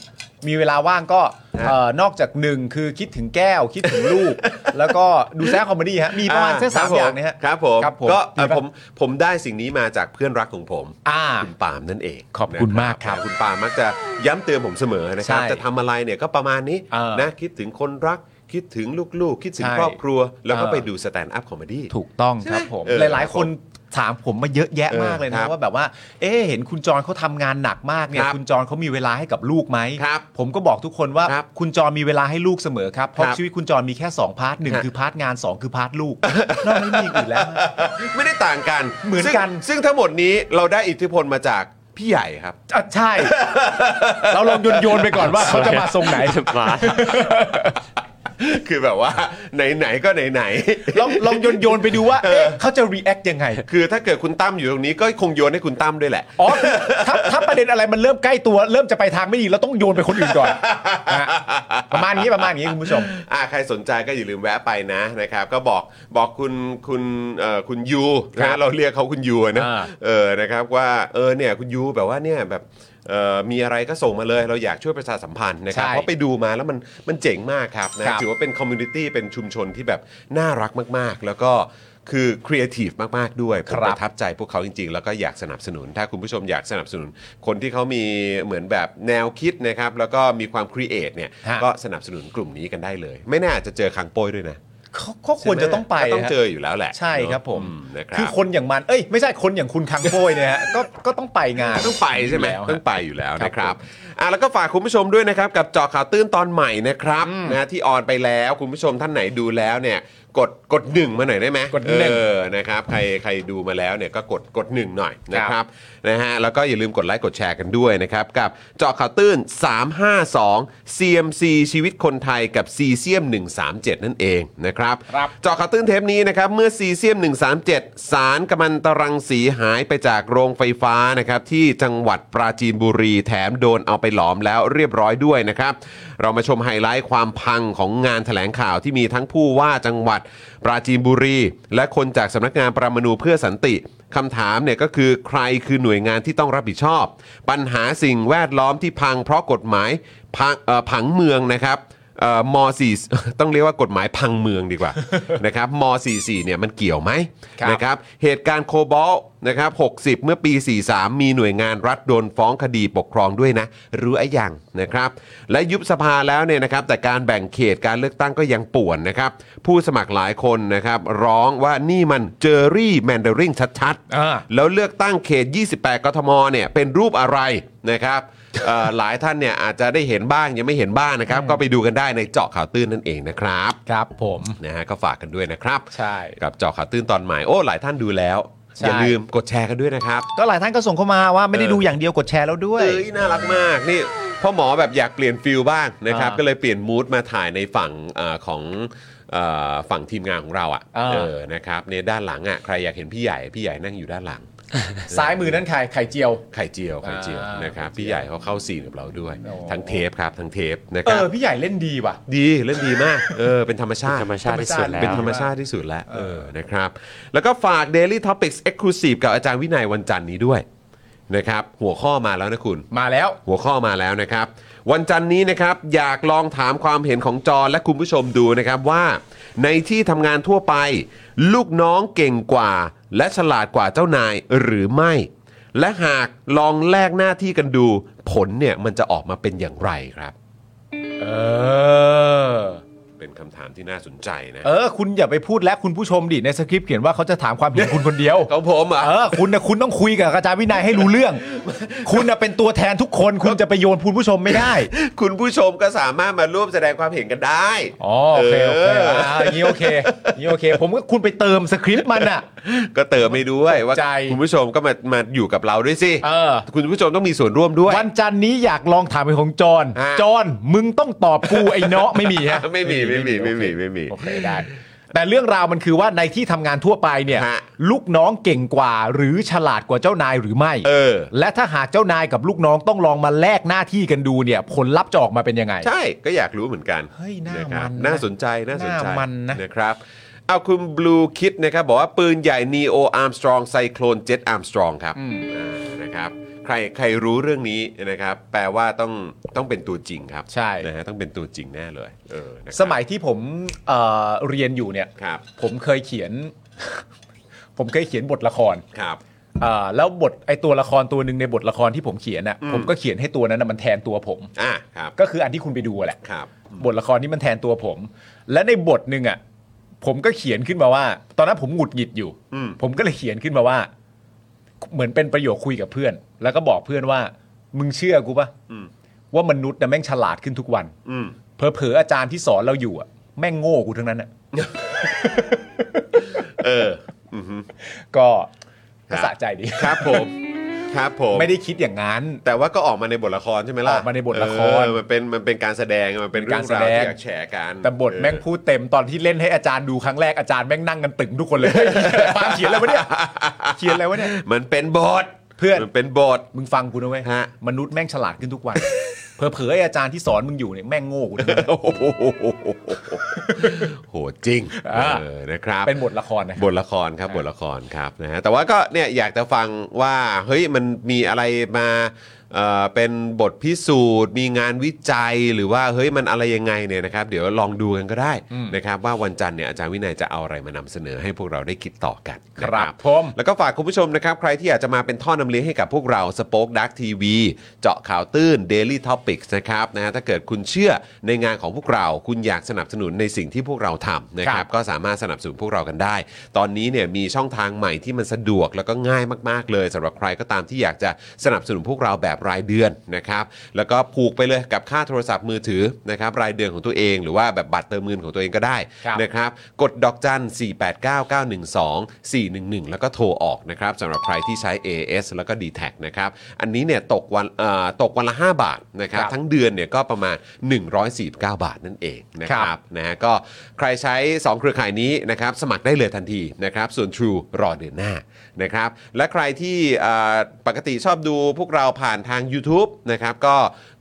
[SPEAKER 2] มีเวลาว่างก็เอ่อนอกจากหนึ่งคือคิดถึงแก้วคิดถึงลู ก แล้วก็ดูแซ่คอมเมดี้ฮะมีประมาณแค่สา
[SPEAKER 1] ครั
[SPEAKER 2] ม
[SPEAKER 1] บผ
[SPEAKER 2] อย่างเนี้ยฮะ
[SPEAKER 1] ครับผม
[SPEAKER 2] ครับผม
[SPEAKER 1] ก็เอ่อ
[SPEAKER 2] ดีปะ
[SPEAKER 1] ผมผมได้สิ่งนี้มาจากเพื่อนรักของผม
[SPEAKER 2] อ่า
[SPEAKER 1] คุณปาล์มนั่นเอง
[SPEAKER 2] ขอบคุณ
[SPEAKER 1] นะ
[SPEAKER 2] มากครับ
[SPEAKER 1] คุณปาล์มมักจะย้ำเตือนผมเสมอนะครับ
[SPEAKER 2] ใช่
[SPEAKER 1] จะทำอะไรเนี่ยก็ประมาณนี้
[SPEAKER 2] เออ
[SPEAKER 1] นะคิดถึงคนรัก คิดถึงลูกๆ คิดถึง
[SPEAKER 2] ใช่
[SPEAKER 1] ครอบครัว แล้วก็
[SPEAKER 2] เออ
[SPEAKER 1] ไปดูสแตนด์อัพคอมเมดี้
[SPEAKER 2] ถูกต้อง
[SPEAKER 1] ใช่
[SPEAKER 2] ค
[SPEAKER 1] ไหม
[SPEAKER 2] รับผม
[SPEAKER 1] เออ
[SPEAKER 2] หลาย ๆ คนถามผมมาเยอะแยะ
[SPEAKER 1] เออ
[SPEAKER 2] มากเลย
[SPEAKER 1] ครั
[SPEAKER 2] นะ
[SPEAKER 1] บ
[SPEAKER 2] ว่าแบบว่า เอ๊ะเห็นคุณจรเขาทำงานหนักมากเนี่ย
[SPEAKER 1] ครับ
[SPEAKER 2] คุณจรเขามีเวลาให้กับลูกไหม
[SPEAKER 1] ครับ
[SPEAKER 2] ผมก็บอกทุกคนว่า
[SPEAKER 1] ครับ
[SPEAKER 2] คุณจรมีเวลาให้ลูกเสมอครับเพราะ
[SPEAKER 1] ครับ
[SPEAKER 2] ชีวิตคุณจรมีแค่2พาร์ทหนึ่ง
[SPEAKER 1] ฮะ
[SPEAKER 2] คือพาร์ทงาน 2 คือพาร์ทลูก นอกนั้นไม่มีอื่นแล้ว
[SPEAKER 1] ไม่ได้ต่างกัน
[SPEAKER 2] เหมือน
[SPEAKER 1] ซึ่ง
[SPEAKER 2] กัน
[SPEAKER 1] ซึ่งทั้งหมดนี้เราได้อิทธิพลมาจากพี่ใหญ่ครับ
[SPEAKER 2] อ่ะใช่ เราลองโยนๆไปก่อนว่าเขาจะมาทรงไหน
[SPEAKER 3] มา
[SPEAKER 1] คือแบบว่าไหนๆก็ไหนๆ
[SPEAKER 2] ลองลองโยนโยนไปดูว่าเอ๊ะเขาจะรีแอคยังไง
[SPEAKER 1] คือถ้าเกิดคุณตั้มอยู่ตรงนี้ก็คงโยนให้คุณตั้มด้วยแหละ
[SPEAKER 2] อ๋อคือถ้าถ้าประเด็นอะไรมันเริ่มใกล้ตัว เริ่มจะไปทางไม่ดีเราต้องโยนไปคนอื่น ก่อนนะฮะประมาณนี้ประมาณนี้คุณผู้ชม
[SPEAKER 1] อ่าใครสนใจก็อย่าลืมแวะไปนะนะครับ ก็บอกบอกคุณคุณเอ่อคุณยู
[SPEAKER 2] ครั
[SPEAKER 1] นะ
[SPEAKER 2] บ
[SPEAKER 1] เราเรียกเขาคุณยูนะ
[SPEAKER 2] อ่า
[SPEAKER 1] เออนะครับว่าเออเนี่ยคุณยูแบบว่าเนี่ยแบบเอ่อมีอะไรก็ส่งมาเลยเราอยากช่วยประชาสัมพันธ์นะครับ
[SPEAKER 2] ใช่
[SPEAKER 1] เพราะไปดูมาแล้วมันมันเจ๋งมากครับนะครับถือว่าเป็นคอมมูนิตี้เป็นชุมชนที่แบบน่ารักมากๆ แล้วก็คือครีเอทีฟมาก ๆ ด้วยผ
[SPEAKER 2] ค
[SPEAKER 1] ม
[SPEAKER 2] รับ
[SPEAKER 1] ประทับใจพวกเขาจริง ๆ แล้วก็อยากสนับสนุน ถ้าคุณผู้ชมอยากสนับสนุน คนที่เขามีเหมือนแบบแนวคิดนะครับแล้วก็มีความครีเอทเนี่ย
[SPEAKER 2] ฮะ
[SPEAKER 1] ก็ สนับสนุนกลุ่มนี้กันได้เลย ไม่น่าจะเจอคังโป้ยด้วยนะ
[SPEAKER 2] เขาเขาควรจะต้องไป
[SPEAKER 1] ก็ต้อง
[SPEAKER 2] ฮะ
[SPEAKER 1] เจออยู่แล้วแหละ
[SPEAKER 2] ใช่ครับผม
[SPEAKER 1] อืนะครับ
[SPEAKER 2] คือคนอย่างมันเอ้ยไม่ใช่คนอย่างคุณคังโป้ยเนี่ยฮะก็ก็ต้องไป งาน
[SPEAKER 1] ต้องไปใช่ไหม
[SPEAKER 2] แล้วฮะ
[SPEAKER 1] ต้องไปอยู่แล้วนะค
[SPEAKER 2] ครั
[SPEAKER 1] รั
[SPEAKER 2] บบ ผม
[SPEAKER 1] อ่ะแล้วก็ฝากคุณผู้ชมด้วยนะครับ กับเจอข่าวตื้นตอนใหม่นะครับนะที่ออนไปแล้วคุณผู้ชมท่านไหนดูแล้วเนี่ย กดกดหนึ่งมาหน่อยได้ไหม
[SPEAKER 2] กดหนึ่ง
[SPEAKER 1] เออนะครับใครใครดูมาแล้วเนี่ยก็กดกดหนึ่งหน่อยนะค
[SPEAKER 2] ครั
[SPEAKER 1] รับ บนะฮะแล้วก็อย่าลืมกดไลค์กดแชร์กันด้วยนะครับกับเจาะข่าวตื้น 352 CMC ชีวิตคนไทยกับซีเซียม137 นั่นเองนะครับ
[SPEAKER 2] ครับ
[SPEAKER 1] เจาะข่าวตื้นเทปนี้นะครับ เมื่อซีเซียม 137 สารกัมมันตรังสีหายไปจากโรงไฟฟ้านะครับ ที่จังหวัดปราจีนบุรีแถมโดนเอาไปหลอมแล้วเรียบร้อยด้วยนะครับ เรามาชมไฮไลท์ความพังของงานแถลงข่าวที่มีทั้งผู้ว่าจังหวัดปราจีนบุรี และคนจากสำนักงานประมนูเพื่อสันติ คำถามเนี่ยก็คือใครคือหน่วยงานที่ต้องรับผิดชอบ ปัญหาสิ่งแวดล้อมที่พังเพราะกฎหมายพังเอ่อผังเมืองนะครับ เอ่อม4 ต้องเรียกว่ากฎหมายพังเมืองดีกว่า นะครับม44เนี่ยมันเกี่ยวไหม
[SPEAKER 2] ครับ
[SPEAKER 1] นะครับเหตุการณ์โคบอลนะครับ60 เมื่อปี 43 มีหน่วยงานรัฐโดนฟ้องคดีปกครองด้วยนะ รู้ไอ้ยังนะครับ และยุบสภาแล้วเนี่ยนะครับ แต่การแบ่งเขตการเลือกตั้งก็ยังป่วนนะครับ ผู้สมัครหลายคนนะครับ ร้องว่านี่มันเจอรี่แมนดาริงชัด
[SPEAKER 2] อ่า
[SPEAKER 1] แล้วเลือกตั้งเขต 28 กทมเนี่ยเป็นรูปอะไรนะครับเอ่อ หลายท่านเนี่ยอาจจะได้เห็นบ้างยังไม่เห็นบ้างนะครับ ก็ไปดูกันได้ในเจาะข่าวตื้นนั่นเองนะครับ
[SPEAKER 2] ครับผม
[SPEAKER 1] นะฮะก็ฝากกันด้วยนะครับ
[SPEAKER 2] ใช่
[SPEAKER 1] กับเจาะข่าวตื้นตอนใหม่โอ้หลายท่านดูแล้ว
[SPEAKER 2] ใช่
[SPEAKER 1] อย่าลืมกดแชร์กันด้วยนะครับ
[SPEAKER 2] ก็หลายท่านก็ส่งเข้ามาว่าไม่ได้ดูอย่างเดียวกดแชร์แล้วด้วย
[SPEAKER 1] เอ้ยน่ารักมากนี่พ่อหมอแบบอยากเปลี่ยนฟิลบ้างนะครับ
[SPEAKER 2] อ่า
[SPEAKER 1] ก็เลยเปลี่ยนมูดมาถ่ายในฝั่งเออของเอ่อฝั่งทีมงานของเรา
[SPEAKER 2] อ่า
[SPEAKER 1] อะ่ะเออนะครับเนี่ยด้านหลังอะ่ะใครอยากเห็นพี่ใหญ่พี่ใหญ่นั่งอยู่ด้านหลัง
[SPEAKER 2] ซ้ายมือนั้นใครไข่เจียว
[SPEAKER 1] ไข่เจียวไข่เจียว
[SPEAKER 2] อ่าน
[SPEAKER 1] นะครับพี่ใหญ่เขาเข้าซีนกับเราด้วย
[SPEAKER 2] โอ้
[SPEAKER 1] ทั้งเทปครับทั้งเทปนะ
[SPEAKER 2] เอ
[SPEAKER 1] ครับ
[SPEAKER 2] อพี่ใหญ่เล่นดีว่ะ
[SPEAKER 1] ดีเล่นดี มากเออเป็นธรรมชาติ
[SPEAKER 3] ธรรมชาติที่สุดแล้ว
[SPEAKER 1] เป็นธรรมชาติที่สุดแล้วเออนะครับ แล้วก็ฝาก Daily Topics Exclusive กับอาจารย์วินัยวันจันทร์นี้ด้วยนะครับหัวข้อมาแล้วนะคุณ
[SPEAKER 2] มาแล้ว
[SPEAKER 1] หัวข้อมาแล้วนะครับ วันจันทร์นี้นะครับอยากลองถามความเห็นของจอและคุณผู้ชมดูนะครับว่า ในที่ทำงานทั่วไป ลูกน้องเก่งกว่า และฉลาดกว่าเจ้านายหรือไม่ และหากลองแลกหน้าที่กันดู ผลเนี่ยมันจะออกมาเป็นอย่างไรครับ
[SPEAKER 2] เออ
[SPEAKER 1] เป็นคำถามที่น่าสนใจนะ
[SPEAKER 2] เออ คุณอย่าไปพูดและคุณผู้ชมดิในสคริปต์เขียนว่าเขาจะถามความเห็นคุณคนเดียว
[SPEAKER 1] ของผมเหรอ่ะ
[SPEAKER 2] เออ คุณนะคุณต้องคุยกับอาจารย์วินัยให้รู้เรื่อง คุณนะเป็นตัวแทนทุกคน คุณจะไปโยนคุณผู้ชมไม่ได้
[SPEAKER 1] คุณผู้ชมก็สามารถมาร่วมแสดงความเห็นกันได้
[SPEAKER 2] อ๋อโอเคโอเค
[SPEAKER 1] เออ
[SPEAKER 2] อ่าอย่างนี้โอเคอย่างนี้โอเค ผมก็คุณไปเติมสคริปต์มันอ่ะ
[SPEAKER 1] ก็เติมไปด้วยว่า
[SPEAKER 2] ใจ
[SPEAKER 1] คุณผู้ชมก็มามาอยู่กับเราด้วยสิ
[SPEAKER 2] เออ
[SPEAKER 1] คุณผู้ชมต้องมีส่วนร่วมด้วย
[SPEAKER 2] วันจันทร์นี้อยากลองถามเป็นของจอน
[SPEAKER 1] ฮะ
[SPEAKER 2] จอนมึงต้องตอบกู ไอ้เนาะไม่มีฮะ
[SPEAKER 1] ไม่มีไม่มีไม่มีไม่มี
[SPEAKER 2] โอเคได้ แต่เรื่องราวมันคือว่าในที่ทำงานทั่วไปเนี่ย
[SPEAKER 1] ฮะ
[SPEAKER 2] ลูกน้องเก่งกว่า หรือฉลาดกว่าเจ้านายหรือไม่
[SPEAKER 1] เออ
[SPEAKER 2] และถ้าหากเจ้านายกับลูกน้องต้องลองมาแลกหน้าที่กันดูเนี่ย ผลลัพธ์จะออกมาเป็นยังไง
[SPEAKER 1] ใช่ก็อยากรู้เหมือนกัน
[SPEAKER 2] เฮ้ยน่ามันะครับ นะ
[SPEAKER 1] น่าสนใจน่าสนใจ
[SPEAKER 2] น่ามันนะ
[SPEAKER 1] ครับเอาคุณบลูคิดนะครับ บอกว่าปืนใหญ่ Neo Armstrong Cyclone Jet Armstrong ครับอ่านะครับ ใครใครรู้เรื่องนี้นะครับ แปลว่าต้องต้องเป็นตัวจริงครับ
[SPEAKER 2] ใช่
[SPEAKER 1] นะฮะต้องเป็นตัวจริงแน่เลยเออนะครับ
[SPEAKER 2] สมัยที่ผมเอ่อเรียนอยู่เนี่ย
[SPEAKER 1] ครับ
[SPEAKER 2] ผมเคยเขียน ผมเคยเขียนบทละคร
[SPEAKER 1] ครับ
[SPEAKER 2] เอ่อแล้วบทไอตัวละครตัวหนึ่งในบทละครที่ผมเขียนอ่ะผมก็เขียนให้ตัวนั้นนะมันแทนตัวผม
[SPEAKER 1] อ่ะครับ
[SPEAKER 2] ก็คืออันที่คุณไปดูอะแหละ
[SPEAKER 1] ครับ
[SPEAKER 2] บทละครที่มันแทนตัวผม และในบทหนึ่งอ่ะ ผมก็เขียนขึ้นมาว่า ตอนนั้นผมหงุดหงิดอยู่
[SPEAKER 1] อืม
[SPEAKER 2] ผมก็เลยเขียนขึ้นมาว่า เหมือนเป็นประโยคคุยกับเพื่อน แล้วก็บอกเพื่อนว่า มึงเชื่อกูปะว่ามนุษย์นะแม่งฉลาดขึ้นทุกวัน
[SPEAKER 1] อืม
[SPEAKER 2] เพอเผลอๆอาจารย์ที่สอนเราอยู่อ่ะแม่งโง่กูทั้งนั้นอ่ะ
[SPEAKER 1] เออ
[SPEAKER 2] ก็
[SPEAKER 1] ครับ
[SPEAKER 2] สะใจดี
[SPEAKER 1] ครับผม ครับผม
[SPEAKER 2] ไม่ได้คิดอย่างนั้น
[SPEAKER 1] แต่ว่าก็ออกมาในบทละครใช่ไหมล่ะ
[SPEAKER 2] ออกมาในบทละคร
[SPEAKER 1] เออมันเป็นมันเป็นการแสดงมันเป็น
[SPEAKER 2] เป็น
[SPEAKER 1] เรื่อราว
[SPEAKER 2] การงแสดง
[SPEAKER 1] ที่อยากแฉกัน
[SPEAKER 2] แต่บทแม่งพูดเต็มตอนที่เล่นให้อาจารย์ดูครั้งแรกอาจารย์แม่งนั่งกันตึงทุกคนเลยเฮ้ยปาล์มเขียนอะไรวะเนี่ยเขียนอะไรวะเนี่ย
[SPEAKER 1] มันเป็นบท
[SPEAKER 2] เพื่อน
[SPEAKER 1] มันเป็นบท
[SPEAKER 2] มึงฟังกูนะเว้ย
[SPEAKER 1] ฮะ
[SPEAKER 2] มนุษย์แม่งฉลาดขึ้นทุกวัน เผลอๆไออาจารย์ที่สอนมึงอยู่เนี่ยแม่งโง่กูทั้งนั้น
[SPEAKER 1] โอ้โหโหจริง
[SPEAKER 2] อ่า
[SPEAKER 1] เออนะครับ
[SPEAKER 2] เป็นบทละครนะ
[SPEAKER 1] บทละครครับ
[SPEAKER 2] อ่า
[SPEAKER 1] บทละครครับนะฮะแต่ว่าก็เนี่ยอยากจะฟังว่าเฮ้ยมันมีอะไรมาเอ่อเป็นบทพิสูจน์ มีงานวิจัยหรือว่าเฮ้ยมันอะไรยังไงเนี่ยนะครับ เดี๋ยวลองดูกันก็ได้
[SPEAKER 2] อืม
[SPEAKER 1] นะครับว่าวันจันทร์เนี่ยอาจารย์วินัยจะเอาอะไรมานำเสนอให้พวกเราได้คิดต่อกันนะ
[SPEAKER 2] ครับผม
[SPEAKER 1] แล้วก็ฝากคุณผู้ชมนะครับ ใครที่อยากจะมาเป็นท่อนำเลี้ยงให้กับพวกเราสป็อคดักทีวีเจาะข่าวตื้น Daily Topics นะครับนะฮะถ้าเกิดคุณเชื่อในงานของพวกเรา คุณอยากสนับสนุนในสิ่งที่พวกเราทำนะค
[SPEAKER 2] ค
[SPEAKER 1] รั
[SPEAKER 2] รั
[SPEAKER 1] บบ ก็สามารถสนับสนุนพวกเรากันได้ ตอนนี้เนี่ยมีช่องทางใหม่ที่มันสะดวกแล้วก็ง่ายมากๆเลยสำหรับใครก็ตามที่อยากจะสนับสนุนพวกเราแบบรายเดือนนะครับแล้วก็ผูกไปเลยกับค่าโทรศัพท์มือถือนะครับรายเดือนของตัวเอง หรือว่าแบบบัตรเติมเงินของตัวเองก็ได้
[SPEAKER 2] ครับ
[SPEAKER 1] นะครับกดดอกจัน 4 8 9 9 1 2 4 1 1 แล้วก็โทรออกนะครับสำหรับใครที่ใช้ AS แล้วก็ d t แทนะครับ อันนี้เนี่ยตกวันเอ่อตกวันละ 5 บาทนะครับ
[SPEAKER 2] ครับ
[SPEAKER 1] ทั้งเดือนเนี่ยก็ประมาณ 149 บาทนั่นเองนะค
[SPEAKER 2] ครั
[SPEAKER 1] รับบ นะฮะก็ใครใช้ 2 เครือข่ายนี้นะครับสมัครได้เลยทันทีนะครับ ส่วน True รอเดือนหน้านะครับ และใครที่เอ่อปกติชอบดูพวกเราผ่านทาง YouTube นะครับก็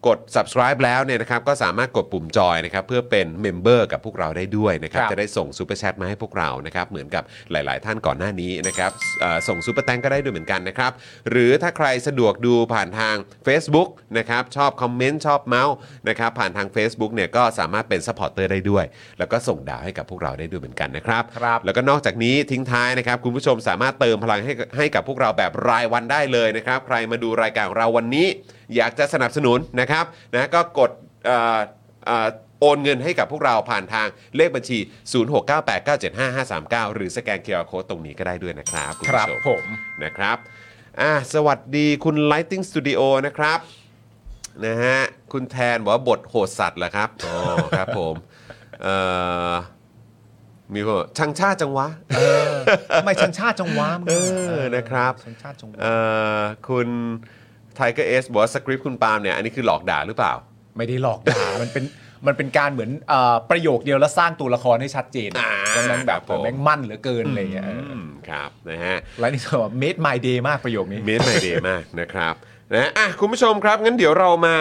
[SPEAKER 1] กด subscribe แล้วเนี่ยนะครับก็สามารถกดปุ่มจอยนะครับเพื่อเป็นเมมเบอร์กับพวกเราได้ด้วยนะครับ นะครับ
[SPEAKER 2] ครับ
[SPEAKER 1] จะได้ส่งซูเปอร์แชทมาให้พวกเรานะครับเหมือนกับหลาย ๆ ท่านก่อนหน้านี้นะครับเอ่อส่งซูเปอร์แตงก็ได้ด้วยเหมือนกันนะครับหรือถ้าใครสะดวกดูผ่านทาง Facebook นะครับชอบคอมเมนต์ชอบเมาส์นะครับผ่านทาง Facebook เนี่ยก็สามารถเป็นซัพพอร์ตเตอร์ได้ด้วย แล้วก็ส่งดาวให้กับพวกเราได้ด้วยเหมือนกันนะครับ
[SPEAKER 2] ครับ
[SPEAKER 1] แล้วก็นอกจากนี้ทิ้งท้ายนะครับคุณผู้ชมสามารถเติมพลังให้ให้กับพวกเราแบบรายวันได้เลยนะครับ ใครมาดูรายการของเราวันนี้ อยากจะสนับสนุนนะครับนะก็กดเอ่อเอ่อโอนเงินให้กับพวกเราผ่านทางเลขบัญชี 0698975539 หรือสแกนเคอร์โคตรงนี้ก็ได้ด้วยนะครับคุณ
[SPEAKER 2] ครับ
[SPEAKER 1] ผู้ชม
[SPEAKER 2] ผม
[SPEAKER 1] นะครับอ่ะสวัสดีคุณ Lighting Studio นะครับ นะฮะ คุณแทนบอกว่าบทโหดสัตว์เหรอครับ อ๋อ ครับผมเอ่อมีคนบอกช่างชาติจังวะ
[SPEAKER 2] เออทำไมชันชาติจังหวะมึง
[SPEAKER 1] เออนะครับ
[SPEAKER 2] ชันชาติจังหวะ
[SPEAKER 1] เอ่อคุณไทเกอร์เอสบอกว่าสคริปต์คุณปาล์มเนี่ย อันนี้คือหลอกด่าหรือเปล่า
[SPEAKER 2] ไม่ได้หลอกด่ามันเป็นมันเป็นการเหมือนเอ่อประโยคเดียวแล้วสร้างตัวละครให้ชัดเจน
[SPEAKER 1] อ่า
[SPEAKER 2] ดังนั้นแบบ
[SPEAKER 1] ครับผม
[SPEAKER 2] แม่งมั่นเหลือเกินอะไรอย่างเงี้ย
[SPEAKER 1] อืมครับ นะฮะ
[SPEAKER 2] แล้วนี่เธอบอก made my day มากประโยคนี้
[SPEAKER 1] เมสไมเดย์มากนะครับ นะอ่ะคุณผู้ชมครับ งั้นเดี๋ยวเรามา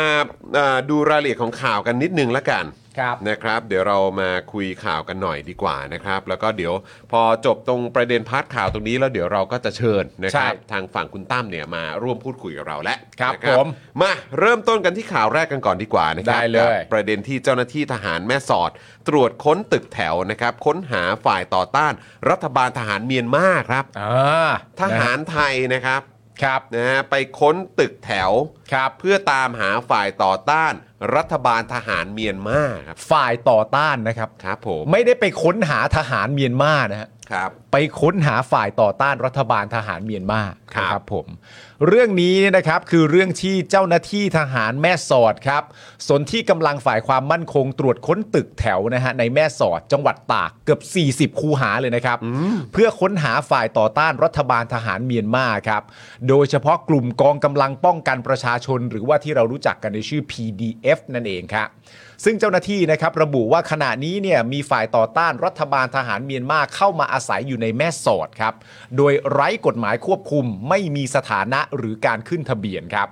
[SPEAKER 1] เอ่อดูรายละเอียดของข่าวกันนิดนึงละกัน
[SPEAKER 2] ครับ
[SPEAKER 1] นะครับ เดี๋ยวเรามาคุยข่าวกันหน่อยดีกว่านะครับ แล้วก็เดี๋ยวพอจบตรงประเด็นพาร์ทข่าวตรงนี้แล้วเดี๋ยวเราก็จะเชิญนะครับ
[SPEAKER 2] ใช่
[SPEAKER 1] ทางฝั่งคุณตั้มเนี่ยมาร่วมพูดคุยกับเราและ
[SPEAKER 2] ครับ
[SPEAKER 1] นะ
[SPEAKER 2] ผม
[SPEAKER 1] มาเริ่มต้นกันที่ข่าวแรกกันก่อนดีกว่านะครั
[SPEAKER 2] ได้เลย
[SPEAKER 1] กับ ประเด็นที่เจ้าหน้าที่ทหารแม่สอด ตรวจค้นตึกแถวนะครับค้นหาฝ่ายต่อต้าน รัฐบาลทหารเมียนมาครับ
[SPEAKER 2] อ่า
[SPEAKER 1] ทหารไทยนะครับ
[SPEAKER 2] ครับ
[SPEAKER 1] นะฮะไปค้นตึกแถว
[SPEAKER 2] ครับ
[SPEAKER 1] เพื่อตามหาฝ่ายต่อต้านรัฐบาลทหารเมียนมาครับ
[SPEAKER 2] ฝ่ายต่อต้านนะครับ
[SPEAKER 1] ครับผม
[SPEAKER 2] ไม่ได้ไปค้นหาทหารเมียนมานะฮะ
[SPEAKER 1] ครับ
[SPEAKER 2] ไปค้นหาฝ่ายต่อต้านรัฐบาลทหารเมียนมา
[SPEAKER 1] ครับ
[SPEAKER 2] นะผม เรื่องนี้เนี่ยนะครับคือเรื่องที่เจ้าหน้าที่ทหารแม่สอดครับส่วนที่กำลังฝ่ายความมั่นคงตรวจค้นตึกแถวนะฮะในแม่สอดจังหวัดตากเกือบ 40 คูหาเลยนะครับ เพื่อค้นหาฝ่ายต่อต้านรัฐบาลทหารเมียนมาครับโดยเฉพาะกลุ่มกองกำลังป้องกันประชาชน หรือว่าที่เรารู้จักกันในชื่อ PDF นั่นเองครับ ซึ่งเจ้าหน้าที่นะครับระบุว่าขณะนี้เนี่ยมีฝ่ายต่อต้านรัฐบาลทหารเมียนมาเข้ามาอาศัยอยู่ในแม่สอดครับ โดยไร้กฎหมายควบคุมไม่มีสถานะหรือการขึ้นทะเบียนครับ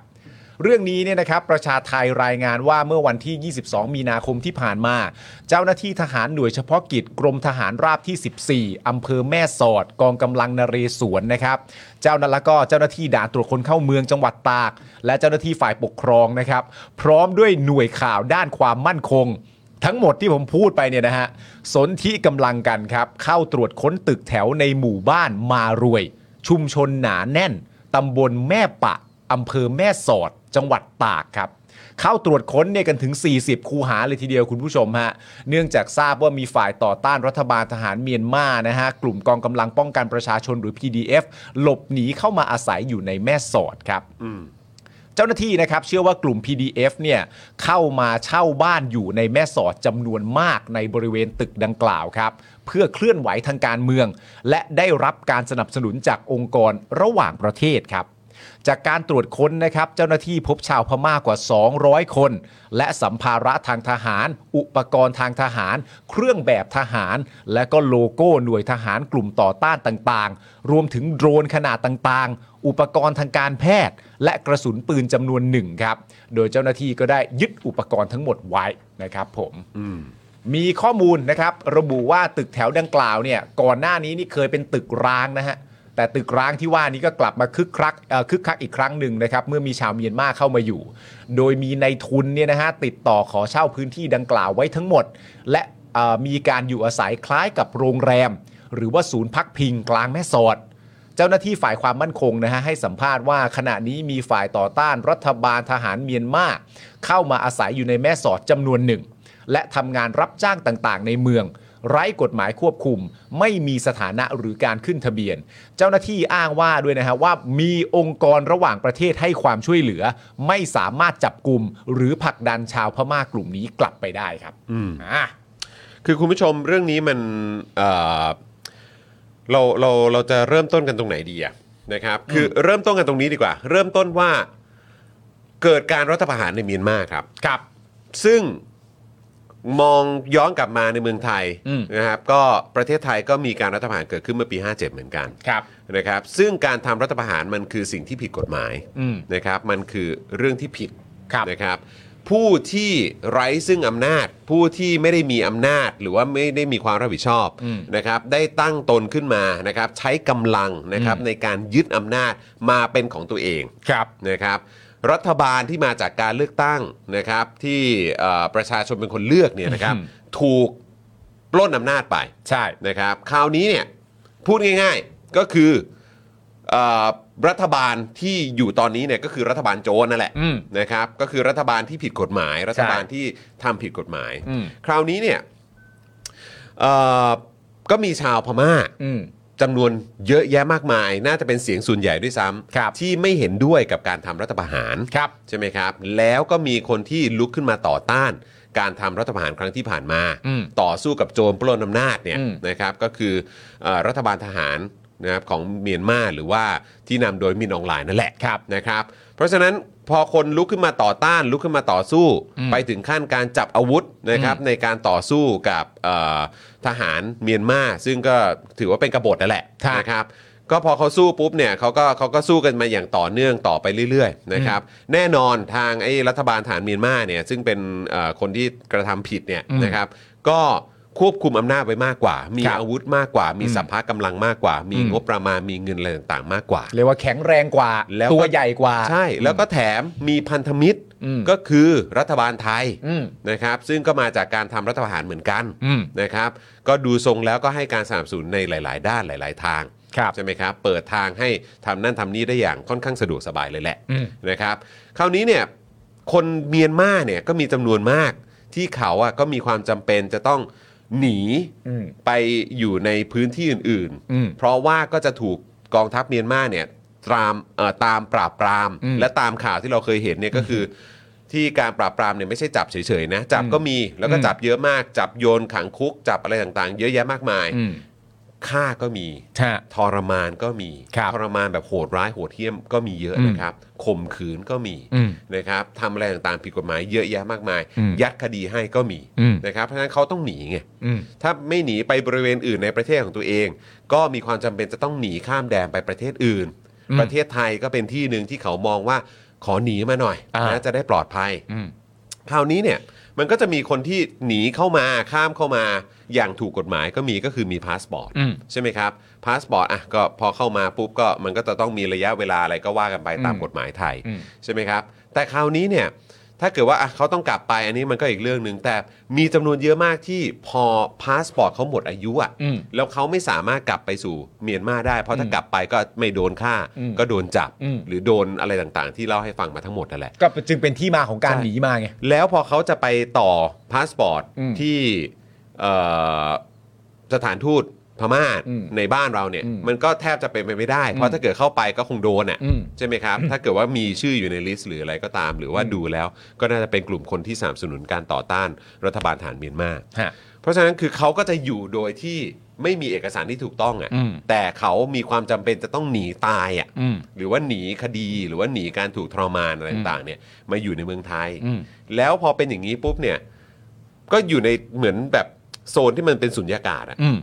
[SPEAKER 2] เรื่องนี้เนี่ยนะครับประชาไทยรายงานว่าเมื่อวันที่ 22 มีนาคมที่ผ่านมา เจ้าหน้าที่ทหารหน่วยเฉพาะกิจกรมทหารราบที่ 14 อำเภอแม่สอด กองกำลังนเรศวรนะครับ เจ้านั้นแล้วก็เจ้าหน้าที่ด่านตรวจคนเข้าเมืองจังหวัดตาก และเจ้าหน้าที่ฝ่ายปกครองนะครับ พร้อมด้วยหน่วยข่าวด้านความมั่นคง ทั้งหมดที่ผมพูดไปเนี่ยนะฮะสนที่กำลังกันครับ เข้าตรวจค้นตึกแถวในหมู่บ้านมารวย ชุมชนหนาแน่นตำบลแม่ปะอำเภอแม่สอด จังหวัดตากครับ เข้าตรวจค้นเนี่ยกันถึง 40 คูหาเลยทีเดียวคุณผู้ชมฮะ เนื่องจากทราบว่ามีฝ่ายต่อต้านรัฐบาลทหารเมียนมานะฮะ กลุ่มกองกำลังป้องกันประชาชนหรือ PDF หลบหนีเข้ามาอาศัยอยู่ในแม่สอดครับ เจ้าหน้าที่นะครับเชื่อว่ากลุ่ม PDF เนี่ยเข้ามาเช่าบ้านอยู่ในแม่สอดจำนวนมากในบริเวณตึกดังกล่าวครับ เพื่อเคลื่อนไหวทางการเมือง และได้รับการสนับสนุนจากองค์กรระหว่างประเทศครับ จากการตรวจค้นนะครับเจ้าหน้าที่พบชาวพม่ากว่า 200 คน และสัมภาระทางทหาร อุปกรณ์ทางทหาร เครื่องแบบทหาร และก็โลโก้หน่วยทหารกลุ่มต่อต้านต่างๆ รวมถึงโดรนขนาดต่างๆ อุปกรณ์ทางการแพทย์ และกระสุนปืนจำนวนหนึ่งครับ โดยเจ้าหน้าที่ก็ได้ยึดอุปกรณ์ทั้งหมดไว้นะครับผม มีข้อมูลนะครับระบุว่าตึกแถวดังกล่าวเนี่ยก่อนหน้านี้นี่เคยเป็นตึกร้างนะฮะแต่ตึกร้างที่ว่านี้ก็กลับมาคึกคักเอ่อคึกคักอีกครั้งหนึ่งนะครับเมื่อมีชาวเมียนมาเข้ามาอยู่ โดยมีในทุนเนี่ยนะฮะติดต่อขอเช่าพื้นที่ดังกล่าวไว้ทั้งหมด และเอ่อมีการอยู่อาศัยคล้ายกับโรงแรม หรือว่าศูนย์พักพิงกลางแม่สอด เจ้าหน้าที่ฝ่ายความมั่นคงนะฮะให้สัมภาษณ์ว่าขณะนี้มีฝ่ายต่อต้านรัฐบาลทหารเมียนมาเข้ามาอาศัยอยู่ในแม่สอดจำนวนหนึ่ง และทำงานรับจ้างต่างๆ ในเมือง ไร้กฎหมายควบคุม ไม่มีสถานะหรือการขึ้นทะเบียน เจ้าหน้าที่อ้างว่าด้วยนะฮะว่ามีองค์กรระหว่างประเทศให้ความช่วยเหลือ ไม่สามารถจับกลุ่มหรือผลักดันชาวพม่ากลุ่มนี้กลับไปได้ครับอ่า
[SPEAKER 1] คือคุณผู้ชมเรื่องนี้มันเอ่อเราเราเราจะเริ่มต้นกันตรงไหนดีอะนะครับ คือเริ่มต้นกันตรงนี้ดีกว่า เริ่มต้นว่าเกิดการรัฐประหารในเมียนมาครับ
[SPEAKER 2] ครับ
[SPEAKER 1] ซึ่งมองย้อนกลับมาในเมืองไทย
[SPEAKER 2] อืม
[SPEAKER 1] นะครับ ก็ประเทศไทยก็มีการรัฐประหารเกิดขึ้นเมื่อปี 57 เหมือนกัน
[SPEAKER 2] ครับ
[SPEAKER 1] นะครับ ซึ่งการทำรัฐประหารมันคือสิ่งที่ผิดกฎหมาย
[SPEAKER 2] อืม
[SPEAKER 1] นะครับ มันคือเรื่องที่ผิด
[SPEAKER 2] ครับ
[SPEAKER 1] นะครับ ผู้ที่ไร้ซึ่งอำนาจ ผู้ที่ไม่ได้มีอำนาจ หรือว่าไม่ได้มีความรับผิดชอบนะครับ ได้ตั้งตนขึ้นมานะครับ ใช้กำลังนะครับในการยึดอำนาจมาเป็นของตัวเอง
[SPEAKER 2] ครับ
[SPEAKER 1] นะครับรัฐบาลที่มาจากการเลือกตั้งนะครับที่เอ่อประชาชนเป็นคนเลือกเนี่ยนะครับ
[SPEAKER 2] อืม
[SPEAKER 1] ถูกปล้นอำนาจไป
[SPEAKER 2] ใช่
[SPEAKER 1] นะครับคราวนี้เนี่ยพูดง่ายๆก็คือเอ่อรัฐบาลที่อยู่ตอนนี้เนี่ยก็คือรัฐบาลโจรนั่นแหละ
[SPEAKER 2] อืม
[SPEAKER 1] นะครับก็คือรัฐบาลที่ผิดกฎหมาย รัฐบาลที่ทำผิดกฎหมาย
[SPEAKER 2] อืม
[SPEAKER 1] คราวนี้เนี่ยเอ่อก็มีชาวพม่า
[SPEAKER 2] อืม
[SPEAKER 1] จำนวนเยอะแยะมากมาย น่าจะเป็นเสียงส่วนใหญ่ด้วยซ้
[SPEAKER 2] ครับ
[SPEAKER 1] ำที่ไม่เห็นด้วยกับการทำรัฐประหาร
[SPEAKER 2] ครับ
[SPEAKER 1] ใช่ไหมครับ แล้วก็มีคนที่ลุกขึ้นมาต่อต้าน การทำรัฐประหารครั้งที่ผ่านมา
[SPEAKER 2] อืม
[SPEAKER 1] ต่อสู้กับโจรปล้นอำนาจเนี่ย
[SPEAKER 2] อืม
[SPEAKER 1] นะครับก็คือเออรัฐบาลทหารนะครับของเมียนมาหรือว่าที่นำโดยมินอองไลน์นั่นแหละ
[SPEAKER 2] ครับ
[SPEAKER 1] นะครับ เพราะฉะนั้นพอคนลุกขึ้นมาต่อต้าน ลุกขึ้นมาต่อสู้
[SPEAKER 2] อืม
[SPEAKER 1] ไปถึงขั้นการจับอาวุธนะครับ ในการต่อสู้กับเอ่อทหารเมียนมาซึ่งก็ถือว่าเป็นกบฏนั่นแหละ
[SPEAKER 2] ครับ
[SPEAKER 1] นะครับ ก็พอเขาสู้ปุ๊บเนี่ยเขาก็เขาก็สู้กันมาอย่างต่อเนื่องต่อไปเรื่อยๆนะครับ แน่นอนทางไอ้รัฐบาลฐานเมียนมาเนี่ยซึ่งเป็นเอ่อคนที่กระทำผิดเนี่ย
[SPEAKER 2] อืม
[SPEAKER 1] นะครับ ก็ควบคุมอำนาจไว้มากกว่า มี
[SPEAKER 2] ครับ
[SPEAKER 1] อาวุธมากกว่า มี
[SPEAKER 2] อืม
[SPEAKER 1] สัพพะกำลังมากกว่า มี
[SPEAKER 2] อืม
[SPEAKER 1] งบประมาณมีเงินอะไรต่างๆมากกว่า
[SPEAKER 2] เรียกว่าแข็งแรงกว่า
[SPEAKER 1] แล้วก็
[SPEAKER 2] ตัวใหญ่กว่า
[SPEAKER 1] ใช่แล้วก็แถมมีพันธมิตร
[SPEAKER 2] อืม
[SPEAKER 1] ก็คือรัฐบาลไทย
[SPEAKER 2] อืม
[SPEAKER 1] นะครับซึ่งก็มาจากการทำรัฐประหารเหมือนกัน
[SPEAKER 2] อืม
[SPEAKER 1] นะครับก็ดูทรงแล้วก็ให้การสนับสนุนในหลาย ๆ ด้านหลาย ๆ ทาง
[SPEAKER 2] ครับ
[SPEAKER 1] ใช่ไหมครับเปิดทางให้ทำนั่นทำนี่ได้อย่างค่อนข้างสะดวกสบายเลยแหละ
[SPEAKER 2] อืม
[SPEAKER 1] นะครับคราวนี้เนี่ยคนเมียนมาเนี่ยก็มีจำนวนมากที่เขาอะก็มีความจำเป็นจะต้องหนี
[SPEAKER 2] อืม
[SPEAKER 1] ไปอยู่ในพื้นที่อื่น
[SPEAKER 2] อืม
[SPEAKER 1] ๆ เพราะว่าก็จะถูกกองทัพเมียนมาเนี่ยตามเอ่อตามปราบปราม
[SPEAKER 2] อืม
[SPEAKER 1] และตามข่าวที่เราเคยเห็นเนี่ยก็คือ ที่การปราบปรามเนี่ยไม่ใช่จับเฉยๆนะ จับก็มีแล้วก็จับเยอะมาก จับโยนขังคุก จับอะไรต่างๆ เยอะแยะมากมาย
[SPEAKER 2] อืม
[SPEAKER 1] ฆ่าก็มี
[SPEAKER 2] ฮะ
[SPEAKER 1] ทรมานก็มี
[SPEAKER 2] ครับ
[SPEAKER 1] ทรมานแบบโหดร้ายโหดเหี้ยมก็มีเยอะ
[SPEAKER 2] อืม
[SPEAKER 1] นะครับข่มขืนก็มี
[SPEAKER 2] อืม
[SPEAKER 1] นะครับทำอะไรต่างๆผิดกฎหมายเยอะแยะมากมาย
[SPEAKER 2] อืม
[SPEAKER 1] ยัดคดีให้ก็มี
[SPEAKER 2] อืม
[SPEAKER 1] นะครับเพราะฉะนั้นเขาต้องหนีไง
[SPEAKER 2] อืม
[SPEAKER 1] ถ้าไม่หนีไปบริเวณอื่นในประเทศของตัวเอง ก็มีความจำเป็นจะต้องหนีข้ามแดนไปประเทศอื่น
[SPEAKER 2] อืม
[SPEAKER 1] ประเทศไทยก็เป็นที่หนึ่งที่เขามองว่าขอหนีมาหน่อย
[SPEAKER 2] อ่าน
[SPEAKER 1] นะจะได้ปลอดภัย
[SPEAKER 2] อืม
[SPEAKER 1] คราวนี้เนี่ยมันก็จะมีคนที่หนีเข้ามาข้ามเข้ามาอย่างถูกกฎหมายก็มีก็คือมีพาสปอร์ต
[SPEAKER 2] อืม
[SPEAKER 1] ใช่ไหมครับพาสปอร์ตอ่ะก็พอเข้ามาปุ๊บก็มันก็จะต้องมีระยะเวลาอะไรก็ว่ากันไปตาม
[SPEAKER 2] อืม
[SPEAKER 1] กฎหมายไทย
[SPEAKER 2] อืม
[SPEAKER 1] ใช่ไหมครับ แต่คราวนี้เนี่ยถ้าเกิดว่าอ่ะเขาต้องกลับไปอันนี้มันก็อีกเรื่องหนึ่งแต่มีจำนวนเยอะมากที่พอพาสปอร์ตเขาหมดอายุอ่ะ
[SPEAKER 2] อืม
[SPEAKER 1] แล้วเขาไม่สามารถกลับไปสู่เมียนมาได้ เพราะถ้า
[SPEAKER 2] อืม
[SPEAKER 1] กลับไปก็ไม่โดนฆ่า
[SPEAKER 2] อืม
[SPEAKER 1] ก็โดนจับ
[SPEAKER 2] อืม
[SPEAKER 1] หรือโดนอะไรต่างๆ ที่เล่าให้ฟังมาทั้งหมดนั่นแหละ
[SPEAKER 2] ก็จึงเป็นที่มาของการ
[SPEAKER 1] ใช่
[SPEAKER 2] หนีมาไง
[SPEAKER 1] แล้วพอเขาจะไปต่อพาสปอร์ต
[SPEAKER 2] อืม
[SPEAKER 1] ที่เอ่อสถานทูตพม่า
[SPEAKER 2] อืม
[SPEAKER 1] ในบ้านเราเนี่ย
[SPEAKER 2] อืม
[SPEAKER 1] มันก็แทบจะเป็นไปไม่ได้ เพราะถ้าเกิดเข้าไปก็คงโดนอ่ะ
[SPEAKER 2] อืม
[SPEAKER 1] ใช่ไหมครับ ถ้าเกิดว่ามีชื่ออยู่ในลิสต์หรืออะไรก็ตาม หรือว่าดูแล้วก็น่าจะเป็นกลุ่มคนที่สนับสนุนการต่อต้านรัฐบาลฐานเมียนมา
[SPEAKER 2] ฮะ
[SPEAKER 1] เพ ราะฉะนั้นคือเขาก็จะอยู่โดยที่ไม่มีเอกสารที่ถูกต้องอะ
[SPEAKER 2] อืม
[SPEAKER 1] แต่เขามีความจำเป็นจะต้องหนีตายอะ
[SPEAKER 2] อืม
[SPEAKER 1] หรือว่าหนีคดีหรือว่าหนีการถูกทรมานอะไร
[SPEAKER 2] อืม
[SPEAKER 1] ต่างๆเนี่ยมาอยู่ในเมืองไทย
[SPEAKER 2] อืม
[SPEAKER 1] แล้วพอเป็นอย่างนี้ปุ๊บเนี่ย ก็อยู่ในเหมือนแบบโซนที่มันเป็นสุญญากาศอะ
[SPEAKER 2] อืม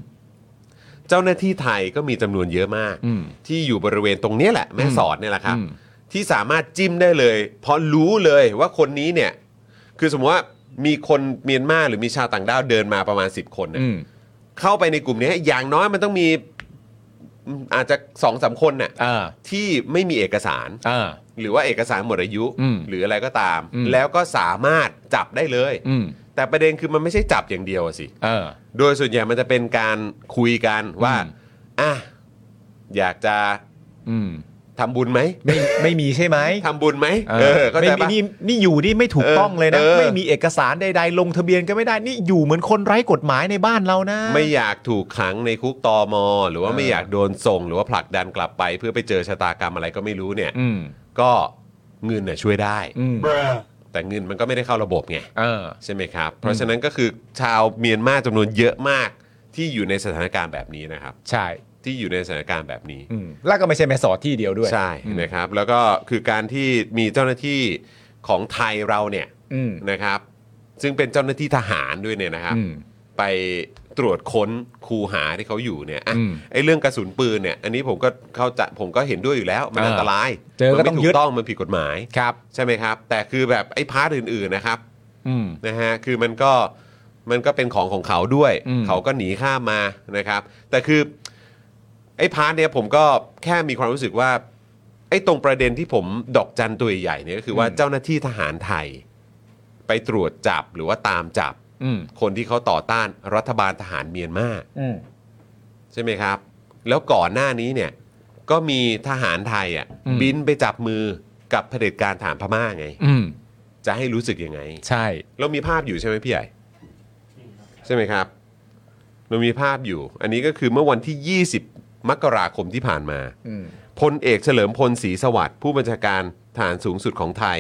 [SPEAKER 1] เจ้าหน้าที่ไทยก็มีจำนวนเยอะมาก
[SPEAKER 2] อืม
[SPEAKER 1] ที่อยู่บริเวณตรงเนี้ยแหละแม่สอดเนี่ยแหละครับ
[SPEAKER 2] อืม
[SPEAKER 1] ที่สามารถจิ้มได้เลย เพราะรู้เลยว่าคนนี้เนี่ย คือสมมติว่ามีคนเมียนมาหรือมีชาวต่างด้าวเดินมาประมาณ 10 คนเนี่ย
[SPEAKER 2] อืม
[SPEAKER 1] เข้าไปในกลุ่มเนี้ยอย่างน้อยมันต้องมีอืมอาจจะสองสามคนน่ะ
[SPEAKER 2] อ่า
[SPEAKER 1] ที่ไม่มีเอกสาร
[SPEAKER 2] อ่า
[SPEAKER 1] หรือว่าเอกสารหมดอายุ
[SPEAKER 2] อืม
[SPEAKER 1] หรืออะไรก็ตาม
[SPEAKER 2] อืม
[SPEAKER 1] แล้วก็สามารถจับได้เลย
[SPEAKER 2] อืม
[SPEAKER 1] แต่ประเด็นคือมันไม่ใช่จับอย่างเดียวอะสิ
[SPEAKER 2] เออ
[SPEAKER 1] โดยส่วนใหญ่มันจะเป็นการคุยกันว่า
[SPEAKER 2] อืม
[SPEAKER 1] อ่ะอยากจะ
[SPEAKER 2] อืม
[SPEAKER 1] ทำบุญไหม
[SPEAKER 2] ไม่ไม่มีใช่ไหม
[SPEAKER 1] ทำบุญไหม
[SPEAKER 2] เออ
[SPEAKER 1] เออเข้า
[SPEAKER 2] ไม่
[SPEAKER 1] ใจ
[SPEAKER 2] มี
[SPEAKER 1] ปะ
[SPEAKER 2] นี่นี่อยู่นี่ไม่ถูกต้องเลยนะ
[SPEAKER 1] เออ
[SPEAKER 2] ไม่มีเอกสารใดๆ ลงทะเบียนก็ไม่ได้ นี่อยู่เหมือนคนไร้กฎหมายในบ้านเรานะ
[SPEAKER 1] ไม่อยากถูกขังในคุกตอมอ หรือว่า
[SPEAKER 2] เออ
[SPEAKER 1] ไม่อยากโดนส่ง หรือว่าผลักดันกลับไป เพื่อไปเจอชะตากรรมอะไรก็ไม่รู้เนี่ย
[SPEAKER 2] อืม
[SPEAKER 1] ก็เงินน่ะช่วยได้
[SPEAKER 2] อืม
[SPEAKER 1] แต่เงินมันก็ไม่ได้เข้าระบบไง
[SPEAKER 2] เออ
[SPEAKER 1] ใช่ไหมครับ เพราะฉะนั้นก็คือชาวเมียนมาจำนวนเยอะมากที่อยู่ในสถานการณ์แบบนี้นะครับ
[SPEAKER 2] ใช่
[SPEAKER 1] ที่อยู่ในสถานการณ์แบบนี้
[SPEAKER 2] อืม แล้วก็ไม่ใช่แม่สอดที่เดียวด้วย
[SPEAKER 1] ใช่
[SPEAKER 2] อืม
[SPEAKER 1] นะครับแล้วก็คือการที่มีเจ้าหน้าที่ของไทยเราเนี่ย
[SPEAKER 2] อืม
[SPEAKER 1] นะครับ ซึ่งเป็นเจ้าหน้าที่ทหารด้วยเนี่ยนะครับ
[SPEAKER 2] อืม
[SPEAKER 1] ไปตรวจค้นคูหาที่เขาอยู่เนี่ยอ่ะ
[SPEAKER 2] อืม
[SPEAKER 1] ไอ้เรื่องกระสุนปืนเนี่ยอันนี้ผมก็เข้าใจผมก็เห็นด้วยอยู่แล้ว มัน
[SPEAKER 2] อ่า
[SPEAKER 1] อันตราย
[SPEAKER 2] เจอก็
[SPEAKER 1] มันไม่
[SPEAKER 2] ต้อง
[SPEAKER 1] ถู
[SPEAKER 2] ยึด
[SPEAKER 1] กต้องมันผิดกฎหมาย
[SPEAKER 2] ครับ
[SPEAKER 1] ใช่ไหมครับ แต่คือแบบไอ้พาร์ทอื่นๆนะครับ
[SPEAKER 2] อืม
[SPEAKER 1] นะฮะคือมันก็มันก็เป็นของของเขาด้วย
[SPEAKER 2] อืม
[SPEAKER 1] เขาก็หนีข้ามมานะครับ แต่คือไอ้พาร์ทเนี่ยผมก็แค่มีความรู้สึกว่าไอ้ตรงประเด็นที่ผมดอกจันตัวใหญ่ๆเนี่ยก็คือว่าเจ้าหน้าที่ทหารไทย ไปตรวจจับหรือว่าตามจับ
[SPEAKER 2] อืม
[SPEAKER 1] คนที่เขาต่อต้านรัฐบาลทหารเมียนมา
[SPEAKER 2] อืม
[SPEAKER 1] ใช่ไหมครับ แล้วก่อนหน้านี้เนี่ยก็มีทหารไทยอ่ะ
[SPEAKER 2] อืม
[SPEAKER 1] บินไปจับมือกับเผด็จการฐานพม่าไง
[SPEAKER 2] อืม
[SPEAKER 1] จะให้รู้สึกยังไง
[SPEAKER 2] ใช่
[SPEAKER 1] เรามีภาพอยู่ใช่ไหมพี่ใหญ่ใช่ไหมครับ เรามีภาพอยู่ อันนี้ก็คือเมื่อวันที่ 20 มกราคมที่ผ่านมา
[SPEAKER 2] อืม
[SPEAKER 1] พลเอกเฉลิมพลศรีสวัสดิ์ผู้บัญชาการฐานสูงสุดของไทย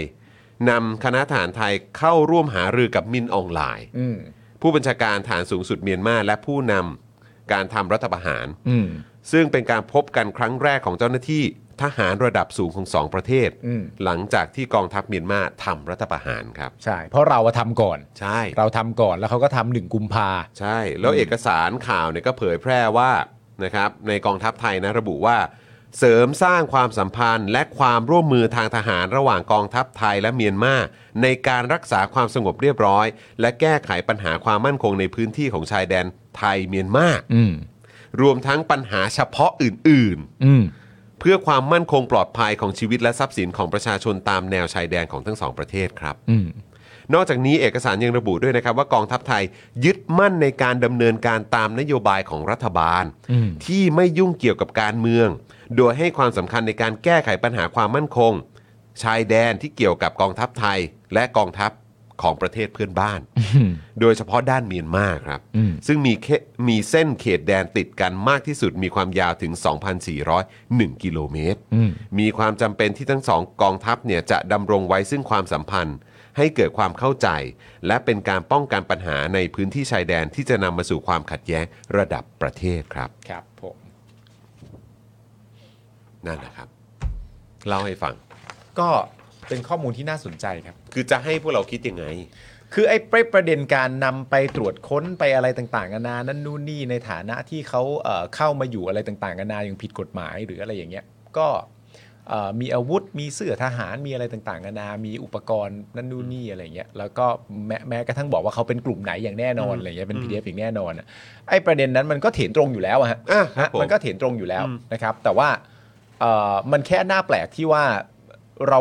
[SPEAKER 1] นำคณะฐานไทยเข้าร่วมหารือกับมินออนไลน์
[SPEAKER 2] อืม
[SPEAKER 1] ผู้บัญชาการฐานสูงสุดเมียนมาและผู้นำการทำรัฐประหาร
[SPEAKER 2] อืม
[SPEAKER 1] ซึ่งเป็นการพบกันครั้งแรกของเจ้าหน้าที่ทหารระดับสูงของสองประเทศ
[SPEAKER 2] อืม
[SPEAKER 1] หลังจากที่กองทัพเมียนมาทำรัฐประหารครับ
[SPEAKER 2] ใช่ เพราะเราอะทำก่อน
[SPEAKER 1] ใช่
[SPEAKER 2] เราทำก่อนแล้วเขาก็ทำหนึ่งกุมภา
[SPEAKER 1] ใช่ แล้วเอกสารข่าวเนี่ยก็เผยแพร่ว่านะครับในกองทัพไทยนะระบุว่า เสริมสร้างความสัมพันธ์ และความร่วมมือทางทหารระหว่างกองทัพไทยและเมียนมาในการรักษาความสงบเรียบร้อย และแก้ไขปัญหาความมั่นคงในพื้นที่ของชายแดนไทยเมียนมา
[SPEAKER 2] อืม
[SPEAKER 1] รวมทั้งปัญหาเฉพาะอื่น
[SPEAKER 2] อืม
[SPEAKER 1] ๆ เพื่อความมั่นคงปลอดภัยของชีวิตและทรัพย์สินของประชาชนตามแนวชายแดนของทั้งสองประเทศครับ
[SPEAKER 2] อืม
[SPEAKER 1] นอกจากนี้เอกสารยังระบุด้วยนะครับ ว่ากองทัพไทยยึดมั่นในการดำเนินการตามนโยบายของรัฐบาล
[SPEAKER 2] อืม
[SPEAKER 1] ที่ไม่ยุ่งเกี่ยวกับการเมือง โดยให้ความสำคัญในการแก้ไขปัญหาความมั่นคง ชายแดนที่เกี่ยวกับกองทัพไทยและกองทัพของประเทศเพื่อนบ้าน
[SPEAKER 2] อืม
[SPEAKER 1] โดยเฉพาะด้านเมียนมาครับ
[SPEAKER 2] อืม
[SPEAKER 1] ซึ่งมีเคมีเส้นเขตแดนติดกันมากที่สุดมีความยาวถึง 2,401 กิโลเมตร
[SPEAKER 2] อืม
[SPEAKER 1] มีความจำเป็นที่ทั้งสองกองทัพเนี่ยจะดำรงไว้ซึ่งความสัมพันธ์ ให้เกิดความเข้าใจ และเป็นการป้องกันปัญหาในพื้นที่ชายแดนที่จะนำมาสู่ความขัดแย้งระดับประเทศครับ
[SPEAKER 2] ครับผม
[SPEAKER 1] นั่นแหละครับ เล่าให้ฟัง
[SPEAKER 2] ก็เป็นข้อมูลที่น่าสนใจครับ
[SPEAKER 1] คือจะให้พวกเราคิดยังไง
[SPEAKER 2] คือไอ้ประเด็นการนำไปตรวจค้นไปอะไรต่างๆกันานานั่นนู่นนี่ในฐานะที่เขาเอ่อเข้ามาอยู่อะไรต่างๆกันานาอย่างผิดกฎหมายหรืออะไรอย่างเงี้ยก็เอ่อมีอาวุธมีเสื้อทหารมีอะไรต่างๆกันานามีอุปกรณ์นั่นนู่นนี่อะไรอย่างเงี้ยแล้วก็แม้แม้กระทั่งบอกว่าเขาเป็นกลุ่มไหนอย่างแน่นอนอะไรอย่างเงี้ยเป็น PDF อย่างแน่นอนอะไอ้ประเด็นนั้นมันก็เถียงตรงอยู่แล้วอะฮะ
[SPEAKER 1] อ่ะครับผม
[SPEAKER 2] มันก็เห็นตรงอยู่แล้วนะครับ แต่ว่าเอ่อมันแค่หน้าแปลกที่ว่าเรา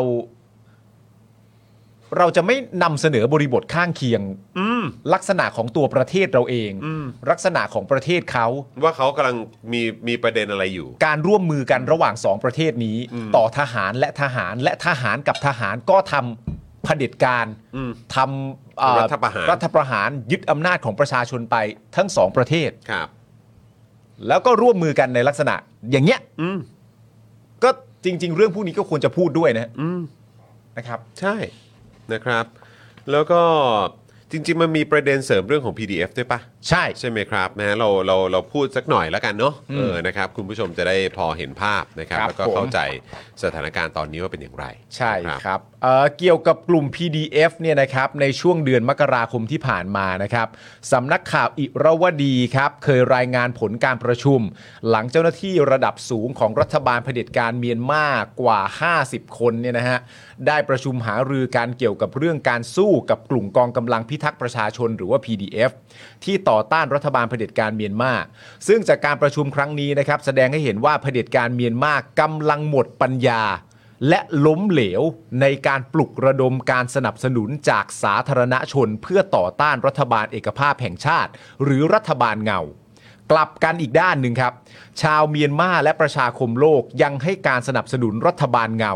[SPEAKER 2] เราจะไม่นำเสนอบริบทข้างเคียง
[SPEAKER 1] อืม
[SPEAKER 2] ลักษณะของตัวประเทศเราเอง
[SPEAKER 1] อืม
[SPEAKER 2] ลักษณะของประเทศเขา
[SPEAKER 1] ว่าเขากำลังมีมีประเด็นอะไรอยู่
[SPEAKER 2] การร่วมมือกันระหว่างสองประเทศนี้
[SPEAKER 1] อืม
[SPEAKER 2] ต่อทหารและทหารและทหารกับทหารก็ทำเผด็จการ
[SPEAKER 1] อืม
[SPEAKER 2] ทำเอ่อ
[SPEAKER 1] รัฐประหาร
[SPEAKER 2] รัฐประหารยึดอำนาจของประชาชนไปทั้งสองประเทศ
[SPEAKER 1] ครับ
[SPEAKER 2] แล้วก็ร่วมมือกันในลักษณะ อย่างเงี้ย
[SPEAKER 1] อืม
[SPEAKER 2] ก็จริง ๆ เรื่องพวกนี้ก็ควรจะพูดด้วยนะ
[SPEAKER 1] อืม
[SPEAKER 2] นะครับ
[SPEAKER 1] ใช่นะครับ แล้วก็จริง ๆ มันมีประเด็นเสริมเรื่องของ PDF ด้วยปะ
[SPEAKER 2] ใช่
[SPEAKER 1] ใช่ไหมครับนะฮะเราเราเราพูดสักหน่อยแล้วกันเนาะ
[SPEAKER 2] อืม
[SPEAKER 1] เออนะครับคุณผู้ชมจะได้พอเห็นภาพนะครับ
[SPEAKER 2] ครับ
[SPEAKER 1] แล้วก็
[SPEAKER 2] ผม
[SPEAKER 1] เข้าใจสถานการณ์ตอนนี้ว่าเป็นอย่างไร
[SPEAKER 2] ใช่
[SPEAKER 1] นะครับ
[SPEAKER 2] เอ่อเกี่ยวกับกลุ่ม PDF เนี่ยนะครับในช่วงเดือนมกราคมที่ผ่านมานะครับสำนักข่าวอิระวดีครับเคยรายงานผลการประชุม หลังเจ้าหน้าที่ระดับสูงของรัฐบาลเผด็จการเมียนมากว่า 50 คนเนี่ยนะฮะได้ประชุมหารือการเกี่ยวกับเรื่องการสู้กับกลุ่มกองกำลังพิทักษ์ประชาชนหรือว่า PDF ที่ต่อต้านรัฐบาลเผด็จการเมียนมาซึ่งจากการประชุมครั้งนี้นะครับแสดงให้เห็นว่าเผด็จการเมียนมากำลังหมดปัญญา และล้มเหลวในการปลุกระดมการสนับสนุนจากสาธารณชนเพื่อต่อต้านรัฐบาลเอกภาพแห่งชาติ หรือรัฐบาลเงา กลับกันอีกด้านหนึ่งครับ ชาวเมียนมาและประชาคมโลกยังให้การสนับสนุนรัฐบาลเงา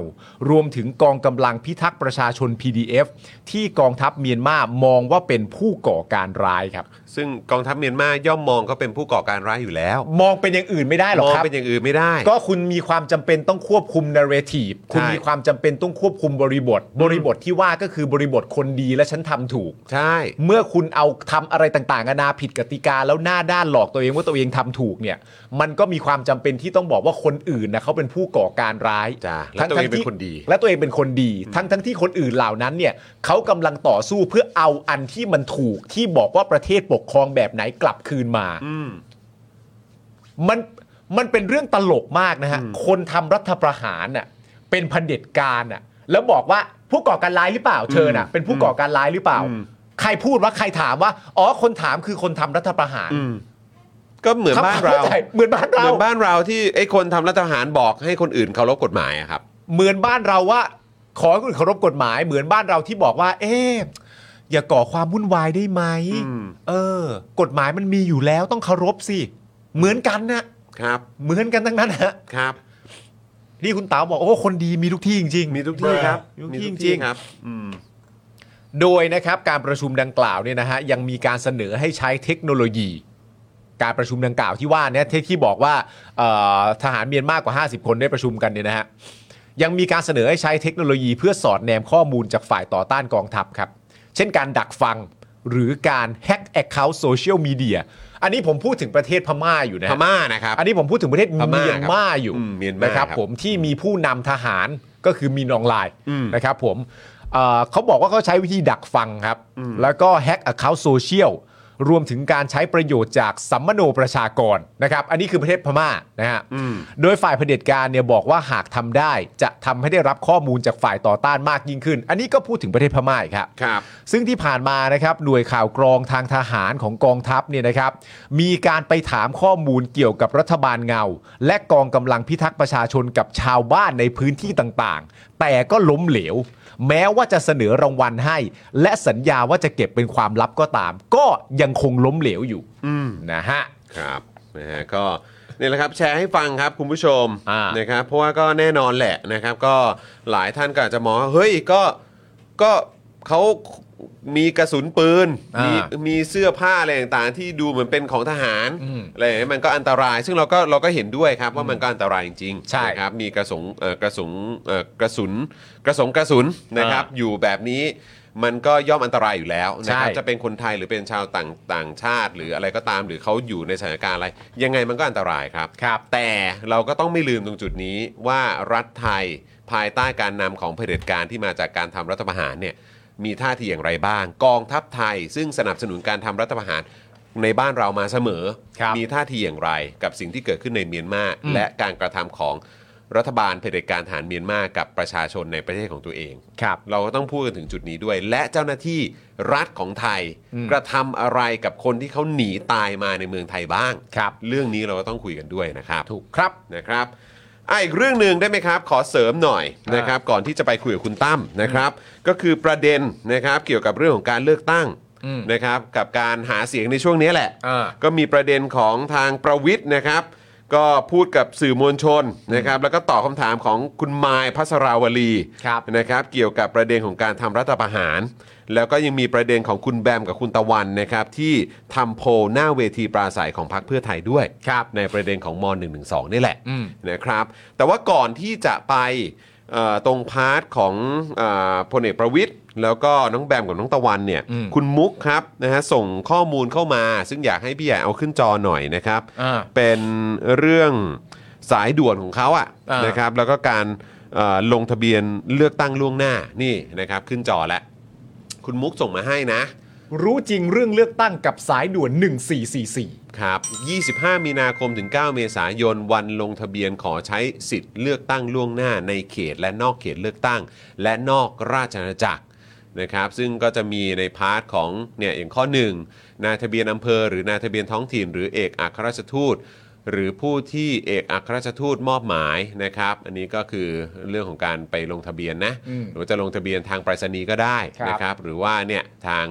[SPEAKER 2] รวมถึงกองกำลังพิทักษ์ประชาชน PDF ที่กองทัพเมียนมามองว่าเป็นผู้ก่อการร้ายครับ
[SPEAKER 1] ซึ่งกองทัพเมียนมาย่อมมองเขาเป็นผู้ก่อการร้ายอยู่แล้ว
[SPEAKER 2] มองเป็นอย่างอื่นไม่ได้หรอ
[SPEAKER 1] ม
[SPEAKER 2] ก
[SPEAKER 1] อง
[SPEAKER 2] ครับ
[SPEAKER 1] เป็นอย่างอื่นไม่ได้
[SPEAKER 2] ก็คุณมีความจำเป็นต้องควบคุมนาร์เรทีฟคุณ
[SPEAKER 1] ใช่
[SPEAKER 2] มีความจำเป็นต้องควบคุมบริบท บริบทที่ว่าก็คือบริบทคนดีและฉันทำถูก
[SPEAKER 1] ใช่
[SPEAKER 2] เมื่อคุณเอาทำอะไรต่างๆนานาผิดกติกาแล้วหน้าด้านหลอกตัวเองว่าตัวเองทำถูกเนี่ย มันก็มีความจำเป็นที่ต้องบอกว่าคนอื่นนะเขาเป็นผู้ก่อการร้าย
[SPEAKER 1] จ้าแล้วตัวเองเป็นคนดี
[SPEAKER 2] และตัวเองเป็นคนดี ทั้งทั้งที่คนอื่นเหล่านั้นเนี่ยเขากำลังต่อสู้เพื่อเอาอันที่มันถูกที่บอกว่าประเทศปกครองแบบไหนกลับคืนมา
[SPEAKER 1] อืม
[SPEAKER 2] มันมันเป็นเรื่องตลกมากนะฮะ คนทำรัฐประหารน่ะเป็นเผด็จการน่ะแล้วบอกว่าผู้ก่อการร้ายหรือเปล่าเธอน่ะเป็นผู้ก่อการร้ายหรือเปล่า
[SPEAKER 1] อืม
[SPEAKER 2] ใครพูดว่าใครถามว่า อ๋อคนถามคือคนทำรัฐประหาร
[SPEAKER 1] อืมก็เหมือน
[SPEAKER 2] คำ
[SPEAKER 1] บ้าน
[SPEAKER 2] ถม
[SPEAKER 1] เรา
[SPEAKER 2] ข้ใจเหมือนบ้าน
[SPEAKER 1] เห
[SPEAKER 2] เรา
[SPEAKER 1] มือนบ้านเราที่ไอ้คนทำรัฐประหารบอกให้คนอื่นเคารพกฎหมายอะครับ
[SPEAKER 2] เหมือนบ้านเราว่า ขอให้คุณเคารพกฎหมาย เหมือนบ้านเราที่บอกว่า เอ๊ะอย่าก่อความวุ่นวายได้ไหม
[SPEAKER 1] อืม
[SPEAKER 2] เออ กฎหมายมันมีอยู่แล้วต้องเคารพสิเหมือนกันนะครับ เหมือนกันทั้งนั้นฮะ
[SPEAKER 1] ครับ
[SPEAKER 2] นี่คุณเต๋าบอกโอ้คนดีมีทุกที่จริงๆ
[SPEAKER 1] มีทุกที่ครับ
[SPEAKER 2] มีทุกที่
[SPEAKER 1] ทุก
[SPEAKER 2] จริง
[SPEAKER 1] ครับ
[SPEAKER 2] ๆโดยนะครับการประชุมดังกล่าวเนี่ยนะฮะยังมีการเสนอให้ใช้เทคโนโลยี การประชุมดังกล่าวที่ว่าเนี่ยที่ที่บอกว่าเอ่อทหารเมียนมากกว่า 50 คนได้ประชุมกันเนี่ยนะฮะยังมีการเสนอให้ใช้เทคโนโลยีเพื่อสอดแนมข้อมูลจากฝ่ายต่อต้านกองทัพครับ เช่นการดักฟังหรือการแฮ็กแอคเคาท์โซเชียลมีเดียอันนี้ผมพูดถึงประเทศพม่าอยู่นะ
[SPEAKER 1] พ
[SPEAKER 2] ฮะ
[SPEAKER 1] ม่านะครับ
[SPEAKER 2] อันนี้ผมพูดถึงประเทศ
[SPEAKER 1] พม่า
[SPEAKER 2] เมียนมาอยู่
[SPEAKER 1] อืมเมียนมา
[SPEAKER 2] นะครับ
[SPEAKER 1] ครับ
[SPEAKER 2] ผมที่มีผู้นำทหารก็คือมีนอองไลน์
[SPEAKER 1] อืม
[SPEAKER 2] นะครับผมเอ่อเขาบอกว่าเขาใช้วิธีดักฟังครับ แล้วก็แฮ็ก Account โซเชียลรวมถึงการใช้ประโยชน์จากสัมมโนประชากรนะครับ อันนี้คือประเทศพม่านะฮะ
[SPEAKER 1] อืม
[SPEAKER 2] โดยฝ่ายเผด็จการเนี่ยบอกว่าหากทำได้จะทำให้ได้รับข้อมูลจากฝ่ายต่อต้านมากยิ่งขึ้น อันนี้ก็พูดถึงประเทศพม่าอีกครับ
[SPEAKER 1] ครับ
[SPEAKER 2] ซึ่งที่ผ่านมานะครับหน่วยข่าวกรองทางทหารของกองทัพเนี่ยนะครับ มีการไปถามข้อมูลเกี่ยวกับรัฐบาลเงา และกองกำลังพิทักษ์ประชาชนกับชาวบ้านในพื้นที่ต่างๆ แต่ก็ล้มเหลว แม้ว่าจะเสนอรางวัลให้ และสัญญาว่าจะเก็บเป็นความลับก็ตาม ก็ยังคงล้มเหลวอยู่นะฮะ
[SPEAKER 1] ครับนะฮะก็นี่แหละครับแชร์ให้ฟังครับคุณผู้ชม
[SPEAKER 2] อ่าน
[SPEAKER 1] นะครับเพราะว่าก็แน่นอนแหละนะครับ ก็หลายท่านก็อาจจะมองว่าเฮ้ยก็ก็เขามีกระสุนปืน
[SPEAKER 2] อ่ามี
[SPEAKER 1] มีมีเสื้อผ้าอะไรต่างๆ ที่ดูเหมือนเป็นของทหาร
[SPEAKER 2] อืม
[SPEAKER 1] อะไรอย่างเงี้ยมันก็อันตราย ซึ่งเราก็เราก็เห็นด้วยครับว่ามันก็อันตรายจริงๆ
[SPEAKER 2] ใช่
[SPEAKER 1] นะครับมีกระสงเอ่อกระสุนเอ่อกระสุนกระสงกระสุนนะครับ อยู่แบบนี้มันก็ย่อมอันตรายอยู่แล้วนะครับ
[SPEAKER 2] ใช่
[SPEAKER 1] จะ เป็นคนไทยหรือเป็นชาวต่างต่างชาติ หรืออะไรก็ตามหรือเขาอยู่ในสถานการณ์อะไร ยังไงมันก็อันตรายครับ
[SPEAKER 2] ครับ
[SPEAKER 1] แต่เราก็ต้องไม่ลืมตรงจุดนี้ว่ารัฐไทยภายใต้การนำของเผด็จการที่มาจากการทำรัฐประหารเนี่ยมีท่าทีอย่างไรบ้าง กองทัพไทย ซึ่งสนับสนุนการทำรัฐประหารในบ้านเรามาเสมอ
[SPEAKER 2] ครับ
[SPEAKER 1] มีท่าทีอย่างไรกับสิ่งที่เกิดขึ้นในเมียนมา
[SPEAKER 2] อืม
[SPEAKER 1] และการกระทำของรัฐบาลเผด็จการทหารเมียนมากับประชาชนในประเทศของตัวเอง
[SPEAKER 2] ครับ
[SPEAKER 1] เราก็ต้องพูดกันถึงจุดนี้ด้วย และเจ้าหน้าที่รัฐของไทย
[SPEAKER 2] อืม
[SPEAKER 1] กระทำอะไรกับคนที่เขาหนีตายมาในเมืองไทยบ้าง
[SPEAKER 2] ครับ
[SPEAKER 1] เรื่องนี้เราก็ต้องคุยกันด้วยนะครับ
[SPEAKER 2] ถูกครับ
[SPEAKER 1] นะครับอ่ะอีกเรื่องหนึ่งได้ไหมครับ ขอเสริมหน่อย
[SPEAKER 2] อ่าน
[SPEAKER 1] นะครับก่อนที่จะไปคุยกับคุณตั้มนะครับ ก็คือประเด็นนะครับเกี่ยวกับเรื่องของการเลือกตั้ง
[SPEAKER 2] อืม
[SPEAKER 1] นะครับกับการหาเสียงในช่วงนี้แหละ
[SPEAKER 2] อ่า
[SPEAKER 1] ก็มีประเด็นของทางประวิทย์นะครับ ก็พูดกับสื่อมวลชนนะครับแล้วก็ตอบคำถามของคุณมายพัสราวลี
[SPEAKER 2] ครับ
[SPEAKER 1] นะครับเกี่ยวกับประเด็นของการทำรัฐประหาร แล้วก็ยังมีประเด็นของคุณแบมกับคุณตะวันนะครับที่ทำโพลหน้าเวทีปราศัยของพรรคเพื่อไทยด้วย
[SPEAKER 2] ครับ
[SPEAKER 1] ในประเด็นของม .112 นี่แหละ
[SPEAKER 2] อืม
[SPEAKER 1] นะครับ แต่ว่าก่อนที่จะไปเอ่อตรงพาร์ทของเออพลเอกประวิทย์ แล้วก็น้องแบมกับน้องตะวันเนี่ย
[SPEAKER 2] อืม
[SPEAKER 1] คุณมุกครับนะฮะส่งข้อมูลเข้ามา ซึ่งอยากให้พี่ใหญ่เอาขึ้นจอหน่อยนะครับ
[SPEAKER 2] อ่า
[SPEAKER 1] เป็นเรื่องสายด่วนของเขาอะ
[SPEAKER 2] อ่าน
[SPEAKER 1] นะครับ แล้วก็การเอ่อลงทะเบียนเลือกตั้งล่วงหน้านี่นะครับ ขึ้นจอแล้วคุณมุกส่งมาให้นะ
[SPEAKER 2] รู้จริงเรื่องเลือกตั้งกับสายด่วน
[SPEAKER 1] ค
[SPEAKER 2] 1444
[SPEAKER 1] รับ 25 มีนาคมถึง 9 เมษายน วันลงทะเบียนขอใช้สิทธิ์เลือกตั้งล่วงหน้าในเขตและนอกเขตเลือกตั้ง และนอกราชอาณาจักรนะครับ ซึ่งก็จะมีในพาร์ทของเนี่ยอย่างข้อ 1 นายทะเบียนอำเภอ หรือนายทะเบียนท้องถิ่น หรือเอกอัครราชทูต หรือผู้ที่เอกอัครราชทูตมอบหมายนะครับ อันนี้ก็คือเรื่องของการไปลงทะเบียนนะ
[SPEAKER 2] อืม
[SPEAKER 1] หรือว่าจะลงทะเบียนทางไปรษณีย์ก็ได้
[SPEAKER 2] ครับ
[SPEAKER 1] นะครับ หรือว่าเนี่ยทาง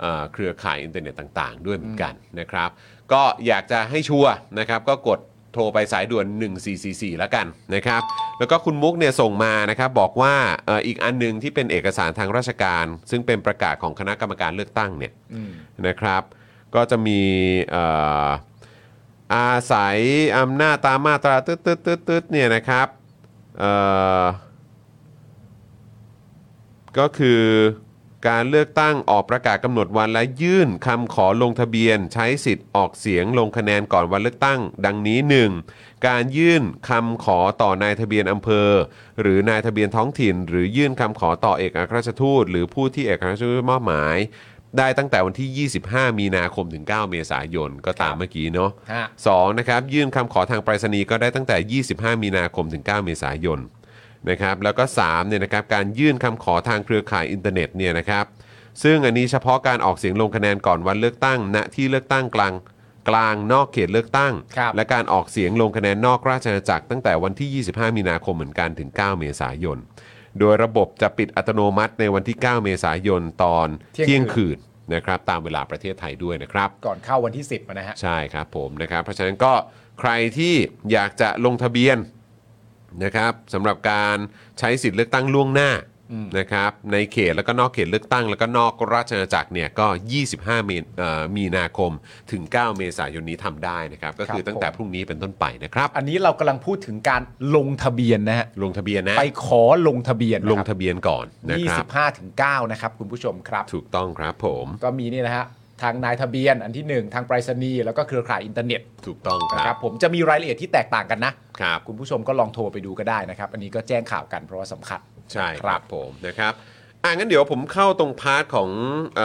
[SPEAKER 1] เอ่อเครือข่ายอินเทอร์เน็ตต่าง ๆ ด้วยเหมือนกันนะครับ ก็อยากจะให้ชัวร์นะครับก็กดโทรไปสายด่วน 1444 แล้วกันนะครับ แล้วก็คุณมุกเนี่ยส่งมานะครับบอกว่าเอ่ออีกอันหนึงที่เป็นเอกสารทางราชการ ซึ่งเป็นประกาศของคณะกรรมการเลือกตั้งเนี่ย
[SPEAKER 2] อืม
[SPEAKER 1] นะครับก็จะมีเอ่ออาศัยอำนาจตามมาตราตืดตืดตืดตืดเนี่ยนะครับเอ่อก็คือการเลือกตั้งออกประกาศกำหนดวันและยื่นคำขอลงทะเบียน ใช้สิทธิ์ออกเสียงลงคะแนนก่อนวันเลือกตั้ง ดังนี้ 1. การยื่นคำขอต่อนายทะเบียนอำเภอ หรือนายทะเบียนท้องถิ่น หรือยื่นคำขอต่อเอกอัครราชทูต หรือผู้ที่เอกอัครราชทูตมอบหมาย ได้ตั้งแต่วันที่ 25 มีนาคมถึง 9 เมษายน ก็ตามเมื่อกี้เนาะ
[SPEAKER 2] ฮะ
[SPEAKER 1] สองนะครับ ยื่นคำขอทางไปรษณีย์ก็ได้ตั้งแต่ 25 มีนาคมถึง 9 เมษายนนะครับ แล้วก็3เนี่ยนะครับ การยื่นคำขอทางเครือข่ายอินเทอร์เน็ตเนี่ยนะครับ ซึ่งอันนี้เฉพาะการออกเสียงลงคะแนนก่อนวันเลือกตั้ง ณ ที่เลือกตั้งกลางกลางนอกเขตเลือกตั้ง
[SPEAKER 2] ครับ
[SPEAKER 1] และการออกเสียงลงคะแนนนอกราชอาณาจักรตั้งแต่วันที่ 25 มีนาคมเหมือนกันถึง 9 เมษายน โดยระบบจะปิดอัตโนมัติในวันที่ 9 เมษายนตอน
[SPEAKER 2] เที่ยงคืน
[SPEAKER 1] เที่ยงคืนนะครับตามเวลาประเทศไทยด้วยนะครับ
[SPEAKER 2] ก่อนเข้าวันที่ 10อะนะฮะ
[SPEAKER 1] ใช่ครับผมนะครับ เพราะฉะนั้นก็ใครที่อยากจะลงทะเบียนนะครับสำหรับการใช้สิทธิ์เลือกตั้งล่วงหน้านะครับในเขตแล้วก็นอกเขตเลือกตั้ง แล้วก็นอกราชอาณาจักรเนี่ยก็ 25 เมษเอ่อมีนาคมถึง 9 เมษายนนี้ทำได้นะครับ ก็คือ
[SPEAKER 2] ครับ
[SPEAKER 1] ตั้งแต่พรุ่งนี้เป็นต้นไปนะครับ
[SPEAKER 2] อันนี้เรากำลังพูดถึงการลงทะเบียนนะฮะ
[SPEAKER 1] ลงทะเบียนนะ
[SPEAKER 2] ไปขอลงทะเบียน
[SPEAKER 1] ลงทะเบียนก่อนนะครับ
[SPEAKER 2] 25ถึง9นะครับ คุณผู้ชมครับ
[SPEAKER 1] ถูกต้องครับผม
[SPEAKER 2] ก็มีนี่นะฮะ ทางนายทะเบียนอันที่ 1 ทางไปรษณีย์แล้วก็เครือข่ายอินเทอร์เน็ต
[SPEAKER 1] ถูกต้องค
[SPEAKER 2] นะค
[SPEAKER 1] รั
[SPEAKER 2] รั
[SPEAKER 1] บบ
[SPEAKER 2] ผมจะมีรายละเอียดที่แตกต่างกันนะ
[SPEAKER 1] ครับ
[SPEAKER 2] คุณผู้ชมก็ลองโทรไปดูก็ได้นะครับ อันนี้ก็แจ้งข่าวกันเพราะว่าสำคัญ
[SPEAKER 1] ใช่ค
[SPEAKER 2] ครั
[SPEAKER 1] รับบ ผมนะครับอ่ะงั้นเดี๋ยวผมเข้าตรงพาร์ทของเอ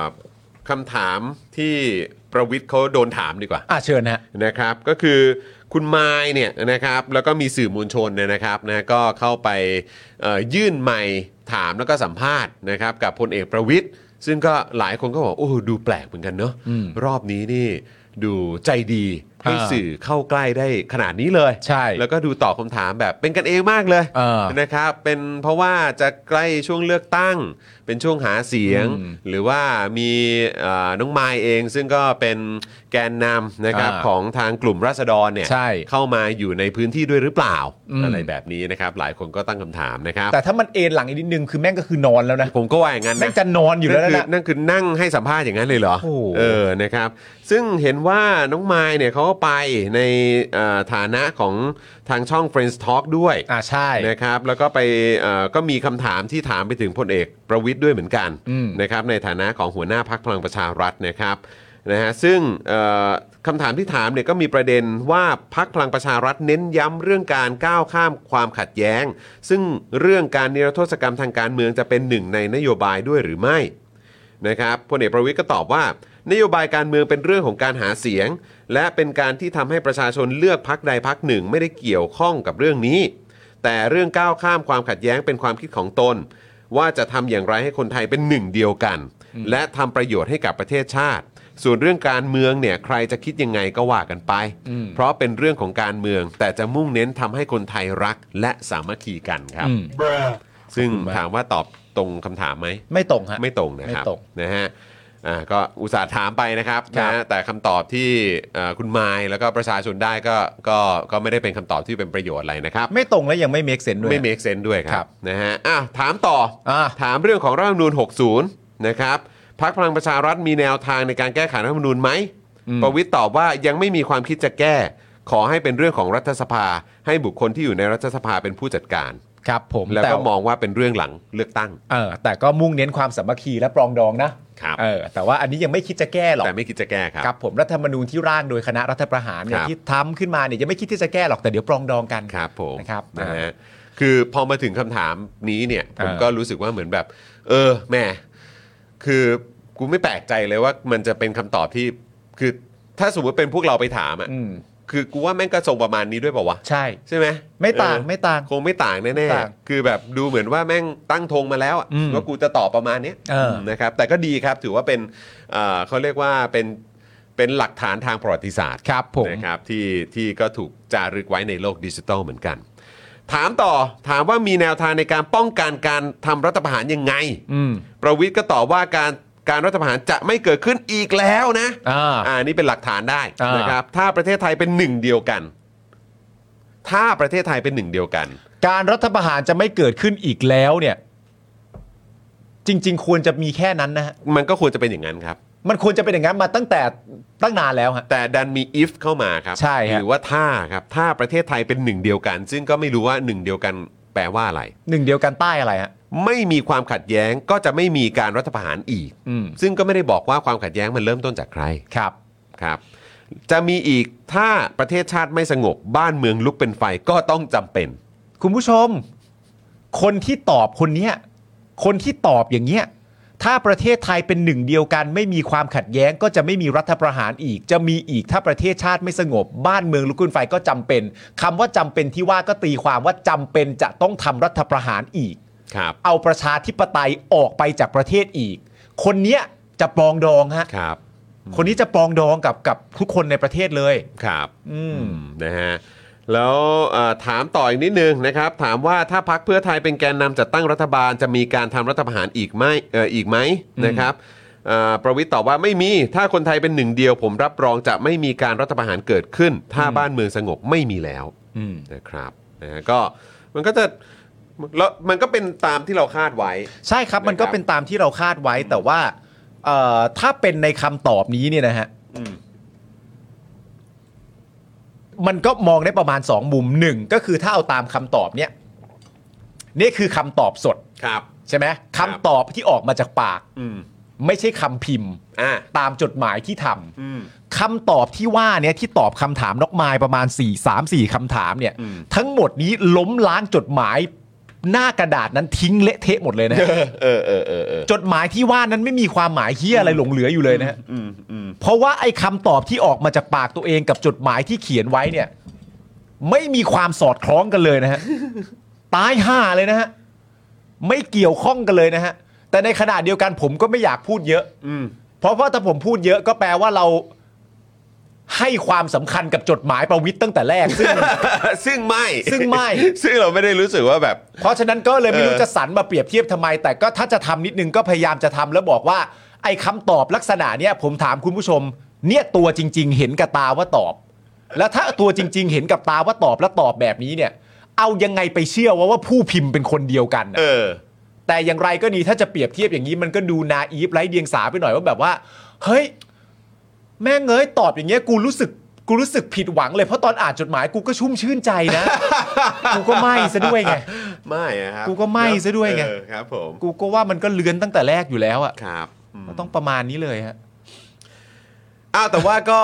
[SPEAKER 1] อคำถามที่ประวิทย์เขาโดนถามดีกว่า
[SPEAKER 2] อ่ะเชิญฮะ
[SPEAKER 1] นะครับก็คือคุณไม้เนี่ยนะครับแล้วก็มีสื่อมวลชนเนี่ยนะครับนะก็เข้าไปเอ่อยื่นไมค์ถามแล้วก็สัมภาษณ์นะครับกับพลเอกประวิทย์ซึ่งก็หลายคนก็บอกโอ้ดูแปลกเหมือนกันเนาะ
[SPEAKER 2] อืม
[SPEAKER 1] รอบนี้นี่ดูใจดีให้
[SPEAKER 2] อ่า
[SPEAKER 1] สื่อเข้าใกล้ได้ขนาดนี้เลย
[SPEAKER 2] ใช่
[SPEAKER 1] แล้วก็ดูตอบคำถามแบบเป็นกันเองมากเลย
[SPEAKER 2] เออ
[SPEAKER 1] นะครับ เป็นเพราะว่าจะใกล้ช่วงเลือกตั้ง เป็นช่วงหาเสียง
[SPEAKER 2] อืม
[SPEAKER 1] หรือว่ามีเอ่อน้องไมายเองซึ่งก็เป็นแกนนำนะครับ
[SPEAKER 2] อ่า
[SPEAKER 1] ของทางกลุ่มราษฎรเนี่ย
[SPEAKER 2] ใช่
[SPEAKER 1] เข้ามาอยู่ในพื้นที่ด้วยหรือเปล่า
[SPEAKER 2] อืม
[SPEAKER 1] อะไรแบบนี้นะครับ หลายคนก็ตั้งคำถามนะครับ
[SPEAKER 2] แต่ถ้ามันเอนหลังอีกนิดนึงคือแม่งก็คือนอนแล้วนะ
[SPEAKER 1] ผมก็ว่าอย่างนั้น
[SPEAKER 2] แม่
[SPEAKER 1] นะ
[SPEAKER 2] งจะนอนอยู่แล้วนะ
[SPEAKER 1] นั่นคือนั่นคือนั่งให้สัมภาษณ์อย่างนั้นเลยเหรอ
[SPEAKER 2] โอ้โห
[SPEAKER 1] เออนะครับ ซึ่งเห็นว่าน้องไมายเนี่ยเขาก็ไปในเอ่อฐานะของทางช่อง Friends Talk ด้วย
[SPEAKER 2] อ่าใช่
[SPEAKER 1] นะครับ แล้วก็ไปเอ่อก็มีคำถามที่ถามไปถึงพลเอกประวิทย์ด้วยเหมือนกัน
[SPEAKER 2] อืม
[SPEAKER 1] นะครับ ในฐานะของหัวหน้าพักพลังประชารัฐนะครับนะฮะซึ่งเอ่อคำถามที่ถามเนี่ยก็มีประเด็นว่าพักพลังประชารัฐเน้นย้ำเรื่องการก้าวข้ามความขัดแย้ง ซึ่งเรื่องการนิรโทษกรรมทางการเมืองจะเป็นหนึ่งในนโยบายด้วยหรือไม่ นะครับพลเอกประวิทย์ก็ตอบว่า นโยบายการเมืองเป็นเรื่องของการหาเสียง และเป็นการที่ทำให้ประชาชนเลือกพักใดพักหนึ่งไม่ได้เกี่ยวข้องกับเรื่องนี้ แต่เรื่องก้าวข้ามความขัดแย้งเป็นความคิดของตน ว่าจะทำอย่างไรให้คนไทยเป็นหนึ่งเดียวกัน และทำประโยชน์ให้กับประเทศชาติ ส่วนเรื่องการเมืองเนี่ยใครจะคิดยังไงก็ว่ากันไป เพราะเป็นเรื่องของการเมือง แต่จะมุ่งเน้นทำให้คนไทยรักและสามัคคีกันครับ
[SPEAKER 2] อืม
[SPEAKER 1] ซึ่งถามว่าตอบตรงคำถามไหม
[SPEAKER 2] ไม่ตรงฮะ
[SPEAKER 1] ไม่ตรงนะครับ
[SPEAKER 2] ไม่ตรง
[SPEAKER 1] นะฮะอ่าก็อุตส่าห์ถามไปนะครับ
[SPEAKER 2] ครั
[SPEAKER 1] นะ
[SPEAKER 2] บ
[SPEAKER 1] ฮะแต่คำตอบที่เอ่อคุณไมล์แล้วก็ประชาชนได้ก็ก็ก็ไม่ได้เป็นคำตอบที่เป็นประโยชน์อะไรนะครับ
[SPEAKER 2] ไม่ตรงและยังไม่เมคเซนด้วย
[SPEAKER 1] ไม่ make sense ด้วยค
[SPEAKER 2] ครั
[SPEAKER 1] รับบ นะฮะอ่ะถามต่ออา ถามเรื่องของรัฐธรรมนูญ 60 นะครับพักพลังประชารัฐมีแนวทางในการแก้ไขรัฐธรรมนูญไหม ประวิตรตอบว่ายังไม่มีความคิดจะแก้ ขอให้เป็นเรื่องของรัฐสภา ให้บุคคลที่อยู่ในรัฐสภาเป็นผู้จัดการ
[SPEAKER 2] ครับผม
[SPEAKER 1] แล้ว
[SPEAKER 2] ต่
[SPEAKER 1] ก็มองว่าเป็นเรื่องหลังเลือกตั้ง
[SPEAKER 2] เออแต่ก็มุ่งเน้นความสามัคคีและปรองดองนะครับ เออแต่ว่าอันนี้ยังไม่คิดจะแก้หรอก
[SPEAKER 1] แต่ไม่คิดจะแก้ครับ
[SPEAKER 2] ครับผมรัฐธรรมนูญที่ร่างโดยคณะรัฐประหาร
[SPEAKER 1] ค
[SPEAKER 2] เนี่ย
[SPEAKER 1] รับ
[SPEAKER 2] ที่ทำขึ้นมาเนี่ยยังไม่คิดที่จะแก้หรอกแต่เดี๋ยวปรองดองกัน
[SPEAKER 1] ครับผม
[SPEAKER 2] นะครับ
[SPEAKER 1] นะฮะคือพอมาถึงคำถามนี้เนี่ย ผม
[SPEAKER 2] เออ
[SPEAKER 1] ก็รู้สึกว่าเหมือนแบบ เออแหม่คือกูไม่แปลกใจเลยว่ามันจะเป็นคำตอบที่ คือถ้าสมมติเป็นพวกเราไปถามอ่ะ
[SPEAKER 2] อืม
[SPEAKER 1] คือกูว่าแม่งก็ทรงประมาณนี้ด้วยเปล่าวะ
[SPEAKER 2] ใช่
[SPEAKER 1] ใช่ไหม
[SPEAKER 2] ไม่ต่าง
[SPEAKER 1] เออ
[SPEAKER 2] ไม่ต่าง
[SPEAKER 1] คงไม่ต่าง
[SPEAKER 2] ไม่
[SPEAKER 1] แน่
[SPEAKER 2] ต่าง
[SPEAKER 1] ๆคือแบบดูเหมือนว่าแม่งตั้งธงมาแล้วอะ
[SPEAKER 2] อืม
[SPEAKER 1] ว่ากูจะตอบประมาณเนี้ย
[SPEAKER 2] เออ
[SPEAKER 1] นะครับ แต่ก็ดีครับถือว่าเป็นเอ่อเขาเรียกว่าเป็นเป็นหลักฐานทางประวัติศาสตร์
[SPEAKER 2] ครับผม
[SPEAKER 1] นะครับที่ที่ก็ถูกจารึกไว้ในโลกดิจิทัลเหมือนกัน ถามต่อถามว่ามีแนวทางในการป้องกันการทำรัฐประหารยังไง
[SPEAKER 2] อืม
[SPEAKER 1] ประวิทย์ก็ตอบว่าการการรัฐประหารจะไม่เกิดขึ้นอีกแล้วนะ
[SPEAKER 2] อ่า
[SPEAKER 1] นี่เป็นหลักฐานได้
[SPEAKER 2] อ่าน
[SPEAKER 1] นะครับถ้าประเทศไทยเป็นหนึ่งเดียวกัน ถ้าประเทศไทยเป็นหนึ่งเดียวกัน
[SPEAKER 2] การรัฐประหารจะไม่เกิดขึ้นอีกแล้วเนี่ย จริง ๆ ควรจะมีแค่นั้นนะฮะ
[SPEAKER 1] มันก็ควรจะเป็นอย่างนั้นครับ
[SPEAKER 2] มันควรจะเป็นอย่างนั้นมาตั้งแต่ตั้งนานแล้วฮะ
[SPEAKER 1] แต่ดันมี if เข้ามาครับ
[SPEAKER 2] ใช่ฮะ
[SPEAKER 1] หรือว่าถ้าครับถ้าประเทศไทยเป็นหนึ่งเดียวกัน ซึ่งก็ไม่รู้ว่าหนึ่งเดียวกันแปลว่าอะไร
[SPEAKER 2] หนึ่งเดียวกันใต้อะไรฮะ
[SPEAKER 1] ไม่มีความขัดแย้งก็จะไม่มีการรัฐประหารอีก
[SPEAKER 2] อืม
[SPEAKER 1] ซึ่งก็ไม่ได้บอกว่าความขัดแย้งมันเริ่มต้นจากใคร
[SPEAKER 2] ครับ
[SPEAKER 1] ครับ จะมีอีกถ้าประเทศชาติไม่สงบบ้านเมืองลุกเป็นไฟก็ต้องจำเป็น
[SPEAKER 2] คุณผู้ชม คนที่ตอบคนเนี้ย คนที่ตอบอย่างเงี้ย ถ้าประเทศไทยเป็นหนึ่งเดียวกัน ไม่มีความขัดแย้งก็จะไม่มีรัฐประหารอีก จะมีอีกถ้าประเทศชาติไม่สงบ บ้านเมืองลุกขึ้นไฟก็จำเป็นคำว่าจำเป็นที่ว่าก็ตีความว่าจำเป็นจะต้องทำรัฐประหารอีก
[SPEAKER 1] ครับ
[SPEAKER 2] เอาประชาธิปไตยออกไปจากประเทศอีก คนเนี้ยจะปลองดองฮะ
[SPEAKER 1] ครับ
[SPEAKER 2] คนนี้จะปลองดองกับกับทุกคนในประเทศเลย
[SPEAKER 1] ครับ
[SPEAKER 2] อืม
[SPEAKER 1] อืมนะฮะ แล้วเอ่อถามต่ออีกนิดนึงนะครับ ถามว่าถ้าพักเพื่อไทยเป็นแกนนำจัดตั้งรัฐบาลจะมีการทำรัฐประหารอีกไหมเอ่ออีกไหมนะครับเอ่อประวิทย์ตอบว่าไม่มี ถ้าคนไทยเป็นหนึ่งเดียว ผมรับรองจะไม่มีการรัฐประหารเกิดขึ้น ถ้าบ้านเมืองสงบไม่มีแล้ว
[SPEAKER 2] อืม
[SPEAKER 1] นะครับนะฮะก็มันก็จะแล้วมันก็เป็นตามที่เราคาดไว้
[SPEAKER 2] ใช่ครับ มันก็
[SPEAKER 1] นะครับ
[SPEAKER 2] เป็นตามที่เราคาดไว้แต่ว่าเอ่อถ้าเป็นในคำตอบนี้เนี่ยนะฮะ
[SPEAKER 1] อืม
[SPEAKER 2] มันก็มองได้ประมาณ 2 มุมหนึ่งก็คือถ้าเอาตามคำตอบเนี่ยนี่คือคำตอบสด
[SPEAKER 1] ครับ
[SPEAKER 2] ใช่ไหม
[SPEAKER 1] ครับ
[SPEAKER 2] คำตอบที่ออกมาจากปาก
[SPEAKER 1] อืม
[SPEAKER 2] ไม่ใช่คำพิมพ์
[SPEAKER 1] อ่ะ
[SPEAKER 2] ตามจดหมายที่ทำ
[SPEAKER 1] อืม
[SPEAKER 2] คำตอบที่ว่าเนี่ยที่ตอบคำถามนกไมายประมาณ 4 3 4คำถามเนี่ย
[SPEAKER 1] อืม
[SPEAKER 2] ทั้งหมดนี้ล้มล้างจดหมายหน้ากระดาษนั้นทิ้งเละเทะหมดเลยนะฮะ
[SPEAKER 1] เออเออเออเออ
[SPEAKER 2] จดหมายที่ว่านั้นไม่มีความหมายเฮียอะไรหลงเหลืออยู่เลยนะฮะ
[SPEAKER 1] อืมอืม
[SPEAKER 2] เพราะว่าไอ้คำตอบที่ออกมาจากปากตัวเองกับจดหมายที่เขียนไว้เนี่ย ไม่มีความสอดคล้องกันเลยนะฮะ ตายห่าเลยนะฮะ ไม่เกี่ยวข้องกันเลยนะฮะ แต่ในขณะเดียวกันผมก็ไม่อยากพูดเยอะ
[SPEAKER 1] อืม
[SPEAKER 2] เพราะว่าถ้าผมพูดเยอะก็แปลว่าเราให้ความสำคัญกับจดหมายประวิทย์ตั้งแต่แรกซึ่ง
[SPEAKER 1] ซึ่งไม่
[SPEAKER 2] ซึ่งไม่
[SPEAKER 1] ซึ่งเราไม่ได้รู้สึกว่าแบบ
[SPEAKER 2] เพราะฉะนั้นก็เลยไม่รู้
[SPEAKER 1] เออ
[SPEAKER 2] จะสรรมาเปรียบเทียบทำไม แต่ก็ถ้าจะทำนิดนึงก็พยายามจะทำแล้วบอกว่า ไอ้คำตอบลักษณะเนี้ยผมถามคุณผู้ชม เนี่ยตัวจริง ๆ เห็นกับตาว่าตอบ แล้วถ้าตัวจริง ๆ เห็นกับตาว่าตอบและตอบแบบนี้เนี่ย เอายังไงไปเชื่อว่าว่าผู้พิมพ์เป็นคนเดียวกันน่ะ
[SPEAKER 1] เออ
[SPEAKER 2] แต่อย่างไรก็ดีถ้าจะเปรียบเทียบอย่างนี้มันก็ดูนาอีฟไร้เดียงสาไปหน่อยว่าแบบว่า เฮ้ย แม่งเอ้ยตอบอย่างเงี้ยกูรู้สึกกูรู้สึกผิดหวังเลยเพราะตอนอ่านจดหมายกูก็ชุ่มชื่นใจนะ กูก็ไม่ซะด้วยไง
[SPEAKER 1] ไม่อะครับ
[SPEAKER 2] กูก็ไม่ซะด้วยไง
[SPEAKER 1] เออครับผม
[SPEAKER 2] กูก็ว่ามันก็เลือนตั้งแต่แรกอยู่แล้วอะ
[SPEAKER 1] ครับอืม
[SPEAKER 2] มันต้องประมาณนี้เลยฮะ
[SPEAKER 1] อ้าวแต่ว่าก็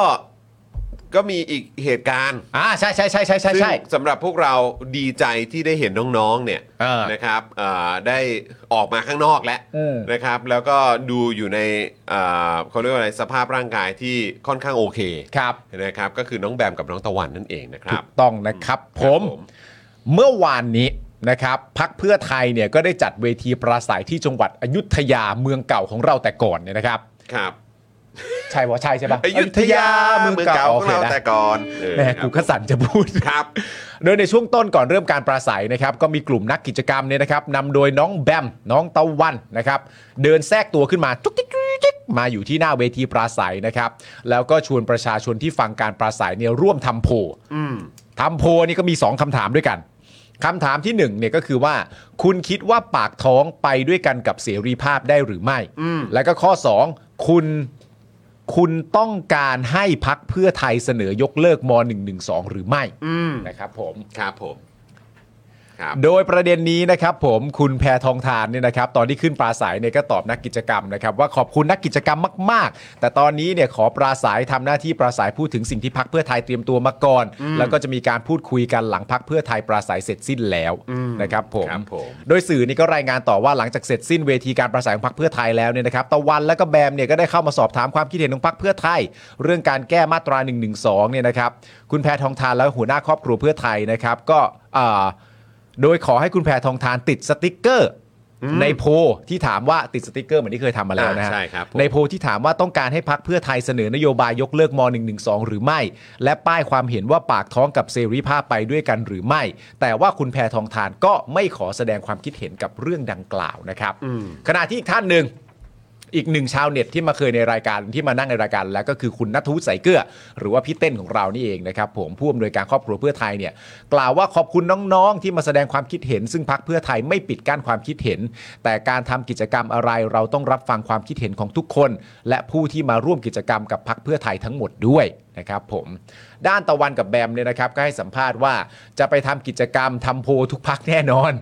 [SPEAKER 1] ก็มีอีกเหตุการณ์
[SPEAKER 2] อ่าใช่ใช่ใช่ใช่ใช่
[SPEAKER 1] ซึ่ง
[SPEAKER 2] ใช่
[SPEAKER 1] สำหรับพวกเราดีใจที่ได้เห็นน้องๆเนี่ย
[SPEAKER 2] เออ
[SPEAKER 1] นะครับอ่าได้ออกมาข้างนอกแล้ว
[SPEAKER 2] เออ
[SPEAKER 1] นะครับ แล้วก็ดูอยู่ในอ่าเขาเรียกว่าอะไรสภาพร่างกายที่ค่อนข้างโอเค
[SPEAKER 2] ครับ
[SPEAKER 1] นะครับ ก็คือน้องแบมกับน้องตะวันนั่นเองนะค
[SPEAKER 2] ถู
[SPEAKER 1] รับ
[SPEAKER 2] กต้องนะครับผม
[SPEAKER 1] ครับ
[SPEAKER 2] เมื่อวานนี้นะครับพักเพื่อไทยเนี่ยก็ได้จัดเวทีปราศัยที่จังหวัดอยุธยาเมืองเก่าของเราแต่ก่อนเนี่ยนะครับ
[SPEAKER 1] ครับ
[SPEAKER 2] ใช่วะใช่ใช่ปะ
[SPEAKER 1] อยุธยาเมืองเก่าของเราแต่ก่อนเออ
[SPEAKER 2] แม่กูก็สั่นจะพูด
[SPEAKER 1] ครับ
[SPEAKER 2] โดยในช่วงต้นก่อนเริ่มการปราศัยนะครับก็มีกลุ่มนักกิจกรรมเนี่ยนะครับนำโดยน้องแบมน้องตะวันนะครับ เดินแทรกตัวขึ้นมาจุ๊กจิ๊กจุ๊กจิ๊กมาอยู่ที่หน้าเวทีปราศัยนะครับ แล้วก็ชวนประชาชนที่ฟังการปราศัยเนี่ยร่วมทำโพลทำโพลนี่ก็มี 2คำถามด้วยกันคำถามที่1เนี่ยก็คือว่า คุณคิดว่าปากท้องไปด้วยกันกับเสรีภาพได้หรือไม่ แล้วก็ข้อ 2 คุณ คุณต้องการให้พักเพื่อไทยเสนอยกเลิกม .112 หรือไม่นะครับผม
[SPEAKER 1] ครับผม ครับ
[SPEAKER 2] โดยประเด็นนี้นะครับผมคุณแพทองทานเนี่ยนะครับตอนที่ขึ้นปราศัยเนี่ยก็ตอบนักกิจกรรมนะครับว่าขอบคุณนักกิจกรรมมาก ๆ แต่ตอนนี้เนี่ยขอปราศัยทำหน้าที่ปราศัยพูดถึงสิ่งที่พักเพื่อไทยเตรียมตัวมาก่อน แล้วก็จะมีการพูดคุยกันหลังพักเพื่อไทยปราศัยเสร็จสิ้นแล้วนะครับผม
[SPEAKER 1] ครับผม
[SPEAKER 2] โดยสื่อนี่ก็รายงานต่อว่าหลังจากเสร็จสิ้นเวทีการประสานของพรรคเพื่อไทยแล้วเนี่ยนะครับตะวันและก็แบมเนี่ยก็ได้เข้ามาสอบถามความคิดเห็นของพรรคเพื่อไทย เรื่องการแก้มาตรา1นึเนี่ยนะครับคุณแพทองทานและหัวหน้าครอบครัวเพื่อไทยนะครับก็เอ่อโดยขอให้คุณแพทองทานติดสติกเกอร์ ในโพลที่ถามว่าติดสติกเกอร์เหมือนที่เคยทำมาแล้วนะฮะ
[SPEAKER 1] อ่าใช่ครับผม
[SPEAKER 2] ในโพลที่ถามว่าต้องการให้พักเพื่อไทยเสนอนโยบายยกเลิกม .112 หรือไม่ และป้ายความเห็นว่าปากท้องกับเสรีภาพไปด้วยกันหรือไม่ แต่ว่าคุณแพทองทานก็ไม่ขอแสดงความคิดเห็นกับเรื่องดังกล่าวนะครับ ขณะที่อีกท่านหนึ่ง อีกหนึ่งชาวเน็ตที่มาเคยในรายการที่มานั่งในรายการแล้วก็คือคุณนัทวุฒิใสายเกลือ หรือว่าพี่เต้นของเรานี่เองนะครับผมผู้อำนวยการครอบครัวเพื่อไทยเนี่ยกล่าวว่าขอบคุณน้องๆ ที่มาแสดงความคิดเห็น ซึ่งพักเพื่อไทยไม่ปิดกั้นความคิดเห็น แต่การทำกิจกรรมอะไรเราต้องรับฟังความคิดเห็นของทุกคน และผู้ที่มาร่วมกิจกรรมกับพักเพื่อไทยทั้งหมดด้วยนะครับผมด้านตะวันกับแบมเนี่ยนะครับก็ให้สัมภาษณ์ว่าจะไปทำกิจกรรมทำโพลทุกพักแน่นอน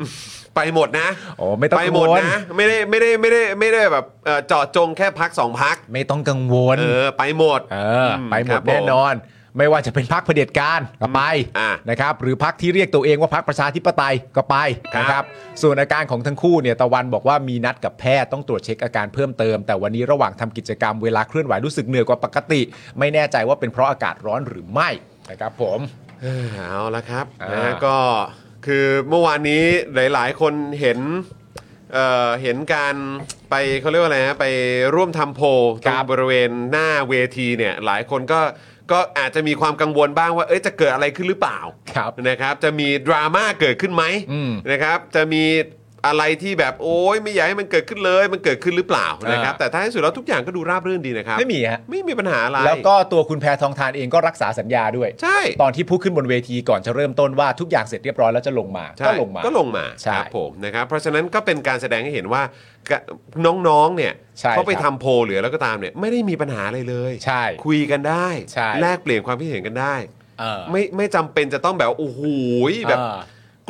[SPEAKER 1] ไปหมดนะ
[SPEAKER 2] โอ้ไม่ต้อง
[SPEAKER 1] ไปหมด
[SPEAKER 2] กังวล
[SPEAKER 1] นะไม่ได้ไม่ได้ไม่ได้ไม่ได้แบบเอ่อเจาะจงแค่พักสองพัก
[SPEAKER 2] ไม่ต้องกังวล
[SPEAKER 1] เออไปหมด
[SPEAKER 2] เออ
[SPEAKER 1] ม
[SPEAKER 2] ไปหม
[SPEAKER 1] ครั
[SPEAKER 2] ด
[SPEAKER 1] บ
[SPEAKER 2] แน่นอน ไม่ว่าจะเป็นพักเผด็จการก็ไป
[SPEAKER 1] อ่ะ
[SPEAKER 2] นะครับหรือพักที่เรียกตัวเองว่าพักประชาธิปไตยก็ไป
[SPEAKER 1] ครับ
[SPEAKER 2] นะครับส่วนอาการของทั้งคู่เนี่ยตะวันบอกว่ามีนัดกับแพทย์ต้องตรวจเช็คอาการเพิ่มเติม แต่วันนี้ระหว่างทำกิจกรรมเวลาเคลื่อนไหวรู้สึกเหนื่อยกว่าปกติ ไม่แน่ใจว่าเป็นเพราะอากาศร้อนหรือไม่นะครับผม
[SPEAKER 1] เออเอาละครับ
[SPEAKER 2] อ่าน
[SPEAKER 1] นะฮะก็คือเมื่อวานนี้หลายๆ คนเห็นเอ่อเห็นการไปเขาเรียกว่าอะไรฮะไปร่วมทำโพลตรงบริเวณหน้าเวทีเนี่ยหลายคนก็ก็อาจจะมีความกังวลบ้างว่าเอ้ยจะเกิดอะไรขึ้นหรือเปล่า
[SPEAKER 2] ครับ
[SPEAKER 1] นะครับจะมีดราม่าเกิดขึ้นไหม
[SPEAKER 2] อืม
[SPEAKER 1] นะครับจะมีอะไรที่แบบโอ้ยไม่อยากให้มันเกิดขึ้นเลยมันเกิดขึ้นหรือเปล่านะครับ
[SPEAKER 2] อ่า
[SPEAKER 1] แต่ท้ายที่สุดแล้วทุกอย่างก็ดูราบรื่นดีนะครับ
[SPEAKER 2] ไม่มีฮะ
[SPEAKER 1] ไม่มีปัญหาอะไร
[SPEAKER 2] แล้วก็ตัวคุณแพทองทานเองก็รักษาสัญญาด้วย
[SPEAKER 1] ใช่
[SPEAKER 2] ตอนที่พูดขึ้นบนเวทีก่อนจะเริ่มต้นว่าทุกอย่างเสร็จเรียบร้อยแล้วจะลงมา
[SPEAKER 1] ใช่
[SPEAKER 2] ก็ลงมา
[SPEAKER 1] ก็ลงมา
[SPEAKER 2] ใช่
[SPEAKER 1] ครับผมนะครับเพราะฉะนั้นก็เป็นการแสดงให้เห็นว่ากะน้องๆเนี่ย
[SPEAKER 2] ใช่
[SPEAKER 1] เขาไป
[SPEAKER 2] ครับ
[SPEAKER 1] ทำโพลหรือแล้วก็ตามเนี่ยไม่ได้มีปัญหาอะไรเลย
[SPEAKER 2] ใช่
[SPEAKER 1] คุยกันได้
[SPEAKER 2] ใช่
[SPEAKER 1] แลกเปลี่ยนความคิดเห็นกันได้
[SPEAKER 2] เออ
[SPEAKER 1] ไม่ไม่จำเป็นจะต้องแบบโอ้โหแบบ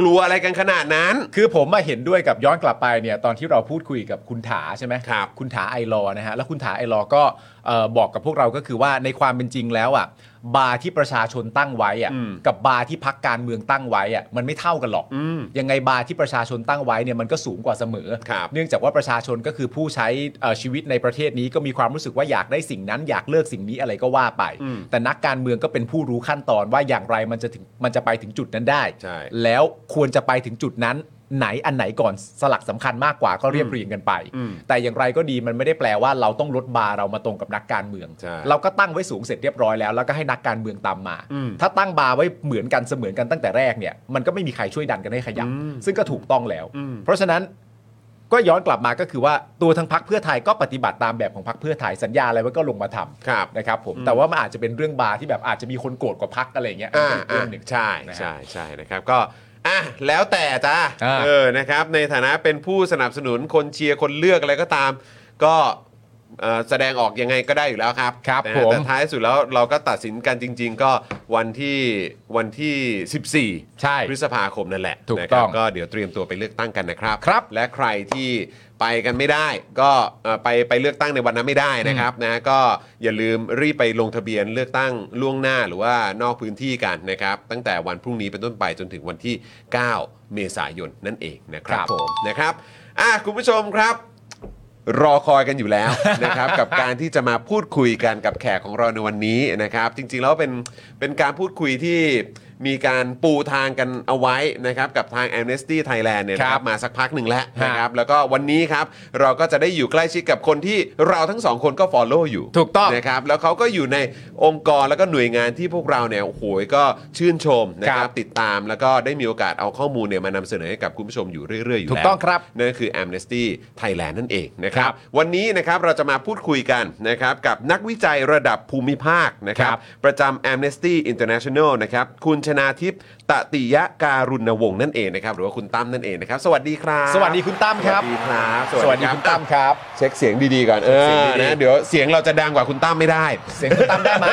[SPEAKER 1] กลัวอะไรกันขนาดนั้น
[SPEAKER 2] คือผมมาเห็นด้วยกับย้อนกลับไปเนี่ยตอนที่เราพูดคุยกับคุณถาใช่ไหม
[SPEAKER 1] ครับ
[SPEAKER 2] คุณถาไอรอว์นะฮะแล้วคุณถาไอรอว์ก็เอ่อบอกกับพวกเราก็คือว่าในความเป็นจริงแล้วอ่ะบาร์ที่ประชาชนตั้งไว้อ่ะ
[SPEAKER 1] อืม
[SPEAKER 2] กับบาร์ที่พักการเมืองตั้งไว้อ่ะมันไม่เท่ากันหรอก
[SPEAKER 1] อืม
[SPEAKER 2] ยังไงบาร์ที่ประชาชนตั้งไว้เนี่ยมันก็สูงกว่าเสมอ
[SPEAKER 1] ครับ
[SPEAKER 2] เนื่องจากว่าประชาชนก็คือผู้ใช้เอ่อชีวิตในประเทศนี้ก็มีความรู้สึกว่าอยากได้สิ่งนั้น อยากเลิกสิ่งนี้อะไรก็ว่าไป
[SPEAKER 1] อืม
[SPEAKER 2] แต่นักการเมืองก็เป็นผู้รู้ขั้นตอนว่าอย่างไรมันจะถึงมันจะไปถึงจุดนั้นได้
[SPEAKER 1] ใช่
[SPEAKER 2] แล้วควรจะไปถึงจุดนั้น ไหนอันไหนก่อนสลักสำคัญมากกว่าก็เรียบเรียงกันไป
[SPEAKER 1] อืม
[SPEAKER 2] แต่อย่างไรก็ดีมันไม่ได้แปลว่าเราต้องลดบาร์เรามาตรงกับนักการเมือง
[SPEAKER 1] ใช่
[SPEAKER 2] เราก็ตั้งไว้สูงเสร็จเรียบร้อยแล้วแล้วก็ให้นักการเมืองตามมา
[SPEAKER 1] อืม
[SPEAKER 2] ถ้าตั้งบาร์ไว้เหมือนกันเสมือนกันตั้งแต่แรกเนี่ยมันก็ไม่มีใครช่วยดันกันให้ขยับ
[SPEAKER 1] อืม
[SPEAKER 2] ซึ่งก็ถูกต้องแล้ว
[SPEAKER 1] อืม
[SPEAKER 2] เพราะฉะนั้นก็ย้อนกลับมาก็คือว่าตัวทางพักเพื่อไทยก็ปฏิบัติตามแบบของพักเพื่อไทยสัญญาอะไรไว้ก็ลงมาทำ
[SPEAKER 1] ครับ
[SPEAKER 2] นะครับผมแต่ว่ามันอาจจะเป็นเรื่องบาร์ที่แบบอาจจะมีคนโกรธกว่าพักอะไรอย่างเงี้ย
[SPEAKER 1] อ่า
[SPEAKER 2] เป็
[SPEAKER 1] อ่า
[SPEAKER 2] นกเรื่องหนึ่ง
[SPEAKER 1] ใช่
[SPEAKER 2] นะฮะ
[SPEAKER 1] ใช่ใช่นะครับก็อ่ะแล้วแต่จ้า
[SPEAKER 2] อ่า
[SPEAKER 1] เออนะครับในฐานะเป็นผู้สนับสนุนคนเชียร์คนเลือกอะไรก็ตาม ก็เอ่อแสดงออกยังไงก็ได้อยู่แล้วครับ
[SPEAKER 2] ครับ
[SPEAKER 1] นะฮะ
[SPEAKER 2] ผม
[SPEAKER 1] แต่ท้ายสุดแล้วเราก็ตัดสินกันจริง ๆ ก็วันที่วันที่ 14
[SPEAKER 2] ใช่
[SPEAKER 1] พฤษภาคมนั่นแหละ
[SPEAKER 2] ถูก
[SPEAKER 1] นะครับ
[SPEAKER 2] ต้อง
[SPEAKER 1] ก็เดี๋ยวเตรียมตัวไปเลือกตั้งกันนะครับ
[SPEAKER 2] ครับ
[SPEAKER 1] และใครที่ไปกันไม่ได้ ก็เอ่อไปไปเลือกตั้งในวันนั้นไม่ได้นะครับนะก็อย่าลืมรีบไปลงทะเบียนเลือกตั้งล่วงหน้าหรือว่านอกพื้นที่กันนะครับ ตั้งแต่วันพรุ่งนี้เป็นต้นไปจนถึงวันที่ 9 เมษายนนั่นเองนะครับ
[SPEAKER 2] ครับ
[SPEAKER 1] ผมนะครับอ่ะคุณผู้ชมครับ รอคอยกันอยู่แล้ว นะครับ กับการที่จะมาพูดคุยกันกับแขกของเราในวันนี้นะครับ จริงๆแล้วเป็นเป็นการพูดคุยที่มีการปูทางกันเอาไว้นะครับกับทาง Amnesty Thailand เนี่ยนะค
[SPEAKER 2] ครั
[SPEAKER 1] รับบ มาสักพักหนึ่งแล้ว
[SPEAKER 2] ฮะ
[SPEAKER 1] นะครับแล้วก็วันนี้ครับเราก็จะได้อยู่ใกล้ชิดกับคนที่เราทั้งสองคนก็ Follow อยู่
[SPEAKER 2] ถูกต้อง
[SPEAKER 1] นะครับแล้วเขาก็อยู่ในองค์กรแล้วก็หน่วยงานที่พวกเราเนี่ยโอ้โหก็ชื่นชมนะค
[SPEAKER 2] ค
[SPEAKER 1] รั
[SPEAKER 2] รั
[SPEAKER 1] บบ ติดตามแล้วก็ได้มีโอกาสเอาข้อมูลเนี่ยมานำเสนอให้กับคุณผู้ชมอยู่เรื่อยๆอยู่
[SPEAKER 2] ถู
[SPEAKER 1] แล้ว
[SPEAKER 2] กต้องครับ
[SPEAKER 1] นั่นก็คือ Amnesty Thailand นั่นเองนะครั
[SPEAKER 2] ครับ บ
[SPEAKER 1] วันนี้นะครับเราจะมาพูดคุยกันนะครับกับนักวิจัยระดับภูมิภาคนะครับ
[SPEAKER 2] ครับ
[SPEAKER 1] ประจำ Amnesty International นะครับคุณชนาทิพย์ ตติยะการุณวงศ์นั่นเองนะครับ หรือว่าคุณตั้มนั่นเองนะครับ สวัสดีครับ
[SPEAKER 2] สวัสดีคุณตั้มครับ
[SPEAKER 1] สวัสดีครับ
[SPEAKER 2] สวัสดีคุณตั้มครับ
[SPEAKER 1] เช็คเสียงดีๆก่อนเอ
[SPEAKER 2] เสีย
[SPEAKER 1] อ
[SPEAKER 2] งดีๆ
[SPEAKER 1] นะเดี๋ยวเสียงเราจะดังกว่าคุณตั้มไม่ได้
[SPEAKER 2] เสียงคุณตั้มได้ไหม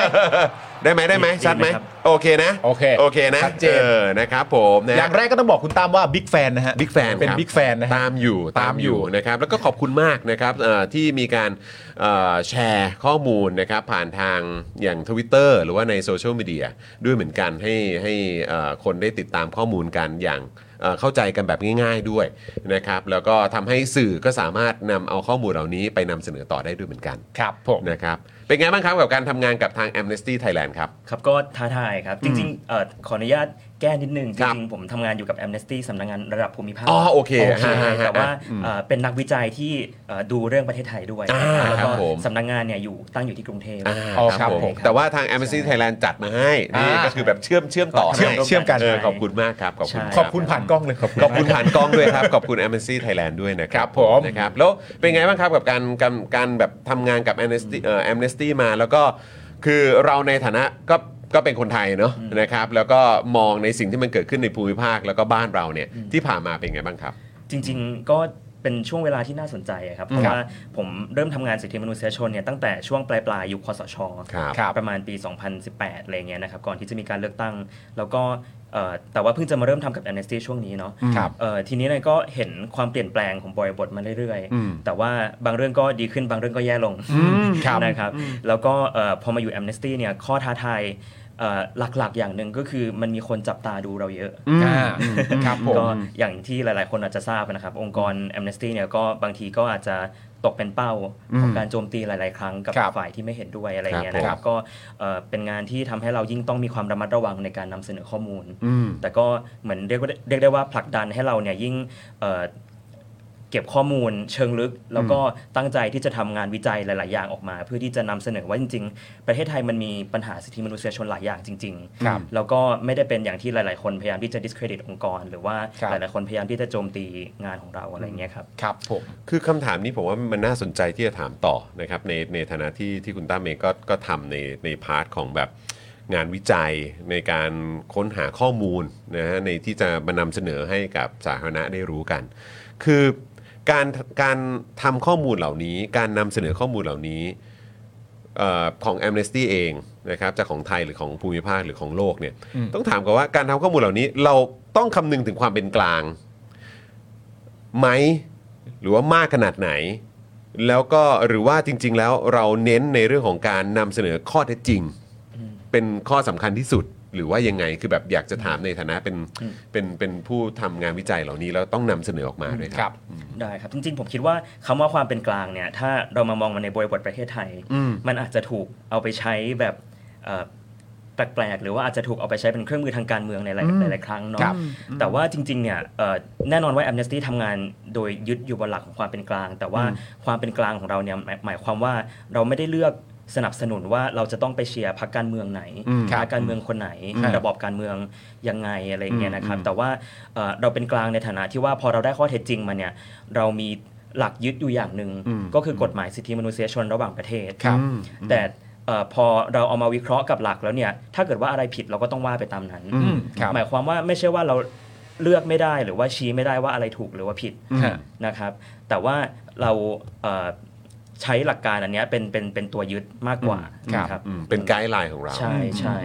[SPEAKER 1] ได้ไหมได้ไหม
[SPEAKER 2] ดี
[SPEAKER 1] ชัดไหม
[SPEAKER 2] ดีไหมครับ
[SPEAKER 1] โอเคนะ
[SPEAKER 2] โอเค
[SPEAKER 1] โอเคนะ
[SPEAKER 2] ชัดเจน
[SPEAKER 1] ออนะครับผมนะ
[SPEAKER 2] อย่างแรกก็ต้องบอกคุณตั้มว่าบิ๊กแฟนนะฮะ
[SPEAKER 1] บิ๊กแฟน
[SPEAKER 2] เป็น big fan นะฮะ
[SPEAKER 1] ตามอยู่ตา
[SPEAKER 2] ตาม ม
[SPEAKER 1] อ
[SPEAKER 2] อยู่
[SPEAKER 1] ยู่นะครับแล้วก็ขอบคุณมากนะครับเอ่อที่มีการเอ่อแชร์ข้อมูลนะครับผ่านทางอย่าง Twitter หรือว่าในโซเชียลมีเดียด้วยเหมือนกันให้ให้เอ่อคนได้ติดตามข้อมูลกันอย่างเอ่อเข้าใจกันแบบง่ายๆด้วยนะครับแล้วก็ทำให้สื่อก็สามารถนำเอาข้อมูลเหล่านี้ไปนำเสนอต่อได้ด้วยเหมือนกัน
[SPEAKER 2] ครับผม
[SPEAKER 1] นะครับเป็นไงบ้างครับกับการทำงานกับทาง Amnesty Thailand ครับ
[SPEAKER 3] ครับก็ท้าทายครับ จริงๆเอ่อขออนุญาตแก้นิดนึง จ
[SPEAKER 1] ครับ
[SPEAKER 3] ริงๆ ผมทำงานอยู่กับ Amnesty สำนักงานระดับภูมิภาค
[SPEAKER 1] อ๋อโอเค
[SPEAKER 3] ใช่
[SPEAKER 1] ฮะฮะฮะ
[SPEAKER 3] แต่ว่า
[SPEAKER 1] อืม
[SPEAKER 3] เอ่อเป็นนักวิจัยที่เอ่อดูเรื่องประเทศไทยด้วย
[SPEAKER 1] อ่า
[SPEAKER 3] แล้ว
[SPEAKER 1] ครับ
[SPEAKER 3] ก็
[SPEAKER 1] ผม
[SPEAKER 3] สำนักงานเนี่ยอยู่ตั้งอยู่ที่กรุงเทพ
[SPEAKER 1] อ่า
[SPEAKER 2] อ๋อ
[SPEAKER 1] ค
[SPEAKER 2] ครั
[SPEAKER 1] รับบ ผม
[SPEAKER 2] ผม
[SPEAKER 1] แต่ว่าทาง Amnesty Thailand จัดมาให้นี่
[SPEAKER 2] อ่า
[SPEAKER 1] ก็คือแบบเชื่อมเชื่อมต่อ
[SPEAKER 2] เชื่อม
[SPEAKER 1] ให้
[SPEAKER 2] เชื่อมกัน
[SPEAKER 1] เออขอบคุณมากครับขอบคุณ
[SPEAKER 3] ใช่
[SPEAKER 2] ขอบคุณผ่านกล้องเลยขอบคุณ
[SPEAKER 1] ขอบคุณ
[SPEAKER 2] มาก
[SPEAKER 1] ผ่านกล้องด้วยครับ ขอบคุณ Amnesty Thailand ด้วยนะค
[SPEAKER 2] ค
[SPEAKER 1] รั
[SPEAKER 2] รั
[SPEAKER 1] บบ
[SPEAKER 2] ผม
[SPEAKER 1] นะครับแล้วเป็นไงบ้างครับกับการการการแบบทำงานกับ Amnesty เอ่อ Amnesty มาแล้วก็คือเราในฐานะก็ก็เป็นคนไทยเนอะนะครับแล้วก็มองในสิ่งที่มันเกิดขึ้นในภูมิภาคแล้วก็บ้านเราเนี่ยที่ผ่านมาเป็นไงบ้างครับ
[SPEAKER 3] จริงๆ ก็เป็นช่วงเวลาที่น่าสนใจอะครับ เพราะว่าผมเริ่มทำงานสิทธิมนุษยชนเนี่ยตั้งแต่ช่วงปลายปลายๆยุคคสช
[SPEAKER 1] ครับ
[SPEAKER 2] ครับ
[SPEAKER 3] ประมาณปี 2018 อะไรเงี้ยนะครับ ก่อนที่จะมีการเลือกตั้ง แล้วก็เอ่อแต่ว่าเพิ่งจะมาเริ่มทำกับ Amnesty ช่วงนี้เนาะ
[SPEAKER 2] ครับ
[SPEAKER 3] เอ่อทีนี้เนี่ยก็เห็นความเปลี่ยนแปลงของบริบทมาเรื่อย
[SPEAKER 1] อืม
[SPEAKER 3] ๆ แต่ว่าบางเรื่องก็ดีขึ้นบางเรื่องก็แย่ลง
[SPEAKER 2] ครับ
[SPEAKER 3] นะครับแล้วก็เอ่อพอมาอยู่ Amnesty เนี่ยข้อท้าทายเอ่อหลักๆ อย่างหนึ่งก็คือมันมีคนจับตาดูเราเยอะ
[SPEAKER 2] อ่าครับผม
[SPEAKER 3] ก็อย่างที่หลายๆ คนอาจจะทราบนะครับ องค์กร Amnesty เนี่ยก็บางทีก็อาจจะตกเป็นเป้าของการโจมตีหลาย ๆ ครั้งกับ
[SPEAKER 2] ครับ
[SPEAKER 3] ฝ่ายที่ไม่เห็นด้วยอะไร
[SPEAKER 1] ครับ
[SPEAKER 3] เงี้ยนะครั
[SPEAKER 2] ผ
[SPEAKER 3] บ
[SPEAKER 2] ม
[SPEAKER 3] ก็เอ่อเป็นงานที่ทำให้เรายิ่งต้องมีความระมัดระวังในการนำเสนอข้อมูล แต่ก็เหมือนเรียกว่าเรียกได้ว่าผลักดันให้เราเนี่ยยิ่งเอ่อเก็บข้อมูลเชิงลึก แล้วก็ตั้งใจที่จะทำงานวิจัยหลาย ๆ อย่างออกมา เพื่อที่จะนำเสนอว่าจริง ๆ ประเทศไทยมันมีปัญหาสิทธิมนุษยชนหลายอย่างจริง ๆ
[SPEAKER 2] ครับ
[SPEAKER 3] แล้วก็ไม่ได้เป็นอย่างที่หลาย ๆ คนพยายามที่จะ discredit องค์กร หรือว่า
[SPEAKER 2] ครับ
[SPEAKER 3] หลาย ๆ คนพยายามที่จะโจมตีงานของเราอะไรเงี้ยครับ
[SPEAKER 2] ครับผม
[SPEAKER 1] คือคำถามนี้ผมว่ามันน่าสนใจที่จะถามต่อนะครับในในฐานะที่ที่คุณตั้มเองก็ก็ทำในในพาร์ทของแบบงานวิจัยในการค้นหาข้อมูลนะฮะในที่จะมานำเสนอให้กับสาธารณะได้รู้กัน คือการการทำข้อมูลเหล่านี้ การนำเสนอข้อมูลเหล่านี้เออของ Amnesty เองนะครับจากของไทยหรือของภูมิภาคหรือของโลกเนี่ยต้องถามกันว่าการทำข้อมูลเหล่านี้เราต้องคำนึงถึงความเป็นกลาง ไหมหรือว่ามากขนาดไหน แล้วก็หรือว่าจริง ๆ แล้วเราเน้นในเรื่องของการนำเสนอข้อเท็จจริง เป็นข้อสำคัญที่สุด หรือว่ายังไงคือแบบอยากจะถามในฐานะเป็น
[SPEAKER 3] อืม
[SPEAKER 1] เป็นเป็นผู้ทำงานวิจัยเหล่านี้แล้วต้องนำเสนอออกมาด้วยค
[SPEAKER 2] ค
[SPEAKER 1] รั
[SPEAKER 2] รับ บ
[SPEAKER 3] ได้ครับ จริง ๆ ผมคิดว่าคำว่าความเป็นกลางเนี่ย ถ้าเรามามองมันในบริบทประเทศไทย มันอาจจะถูกเอาไปใช้แบบเอ่อแปลก ๆ หรือว่าอาจจะถูกเอาไปใช้เป็นเครื่องมือทางการเมืองในหลาย
[SPEAKER 2] อืม
[SPEAKER 3] หลายๆครั้งเนาะ
[SPEAKER 2] ครับ
[SPEAKER 3] แต่ว่าจริง ๆ เนี่ยเอ่อแน่นอนว่า Amnesty ทำงานโดยยึดอยู่บนหลักของความเป็นกลาง แต่ว่าความเป็นกลางของเราเนี่ยหมายหมายความว่าเราไม่ได้เลือกสนับสนุนว่าเราจะต้องไปเชียร์พรรคการเมืองไหน
[SPEAKER 2] อืมครับ
[SPEAKER 3] นักการเมืองคนไหน
[SPEAKER 2] ครับ
[SPEAKER 3] ระบอบการเมืองยังไงอะไรอย่างเงี้ยนะครับ แต่ว่าเอ่อเราเป็นกลางในฐานะที่ว่าพอเราได้ข้อเท็จจริงมาเนี่ยเรามีหลักยึดอยู่อย่างหนึ่งก็คือกฎหมายสิทธิมนุษยชนระหว่างประเทศ
[SPEAKER 2] ครับ
[SPEAKER 3] แต่เอ่อพอเราเอามาวิเคราะห์กับหลักแล้วเนี่ย ถ้าเกิดว่าอะไรผิดเราก็ต้องว่าไปตามนั้น
[SPEAKER 2] อืมครับ
[SPEAKER 3] หมายความว่าไม่ใช่ว่าเราเลือกไม่ได้หรือว่าชี้ไม่ได้ว่าอะไรถูกหรือว่าผิด
[SPEAKER 2] ฮะ
[SPEAKER 3] นะครับ แต่ว่าเราเอ่อใช้หลักการอันเนี้ยเป็นเป็นเป็นตัวยึดมากกว่า
[SPEAKER 2] อืมครับ
[SPEAKER 3] นะ
[SPEAKER 1] อืมเป็นไกด์ไลน์ของเรา
[SPEAKER 3] ใช่ใช่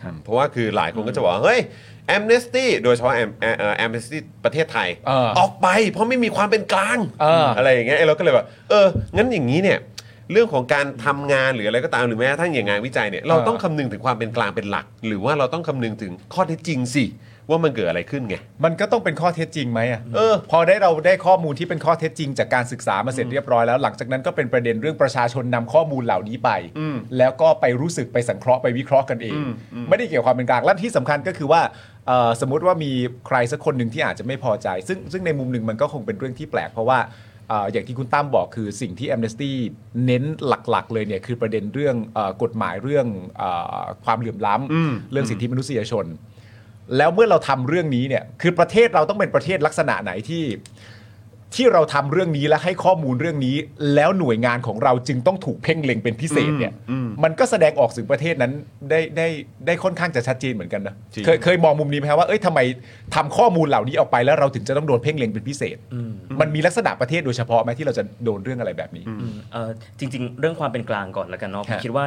[SPEAKER 3] ครับ
[SPEAKER 1] เพราะว่าคือหลายคนก็จะบอกว่าเฮ้ยแอมเนสตี้โดยเฉพาะแอมแอมเนสตี้ประเทศไทย
[SPEAKER 2] เออ
[SPEAKER 1] ออกไปเพราะไม่มีความเป็นกลาง
[SPEAKER 2] เอออ
[SPEAKER 1] ไรอย่างเงี้ยไอ้เราก็เลยแบบเอองั้นอย่างนี้เนี่ยเรื่องของการทำงานหรืออะไรก็ตามหรือแม้กระทั่งอย่างงานวิจัยเนี่ยเราต้องคำนึงถึงความเป็นกลางเป็นหลัก หรือว่าเราต้องคำนึงถึงข้อเท็จจริงสิว่ามันเกิดอะไรขึ้นไง
[SPEAKER 2] มันก็ต้องเป็นข้อเท็จจริงไหมอ่ะ
[SPEAKER 1] เออ
[SPEAKER 2] พอได้เราได้ข้อมูลที่เป็นข้อเท็จจริง จากการศึกษามาเสร็จเรียบร้อยแล้ว หลังจากนั้นก็เป็นประเด็นเรื่องประชาชนนำข้อมูลเหล่านี้ไป แล้วก็ไปรู้สึกไปสังเคราะห์ไปวิเคราะห์กันเอง ไม่ได้เกี่ยวความเป็นกลางและที่สำคัญก็คือว่าเอ่อสมมติว่ามีใครสักคนหนึ่งที่อาจจะไม่พอใจ ซึ่งซึ่งในมุมหนึ่งมันก็คงเป็นเรื่องที่แปลกเพราะว่า เอ่ออย่างที่คุณตั้มบอกคือสิ่งที่ Amnesty เน้นหลักๆ เลยเนี่ยคือประเด็นเรื่องเออกฎหมายเรื่องเออความเหลื่อมล้ำเรื่องสิทธิมนุษยชน แล้วเมื่อเราทำเรื่องนี้เนี่ยคือประเทศเราต้องเป็นประเทศลักษณะไหนที่ ที่เราทำเรื่องนี้และให้ข้อมูลเรื่องนี้ แล้วหน่วยงานของเราจึงต้องถูกเพ่งเล็งเป็นพิเศษเนี่ย
[SPEAKER 1] อืมอืม
[SPEAKER 2] มันก็แสดงออกถึงประเทศนั้นได้ได้ได้ค่อนข้างจะชัดเจนเหมือนกันนะ
[SPEAKER 1] จริง
[SPEAKER 2] เคยเคยมองมุมนี้ไหมครับว่าเอ้ยทำไมทำข้อมูลเหล่านี้ออกไปแล้วเราถึงจะต้องโดนเพ่งเล็งเป็นพิเศษ
[SPEAKER 3] อืม
[SPEAKER 2] มันมีลักษณะประเทศโดยเฉพาะไหมที่เราจะโดนเรื่องอะไรแบบนี้
[SPEAKER 3] อืมเอ่อจริง ๆ เรื่องความเป็นกลางก่อนแล้วกันเนาะผม
[SPEAKER 2] ฮะ
[SPEAKER 3] คิดว่า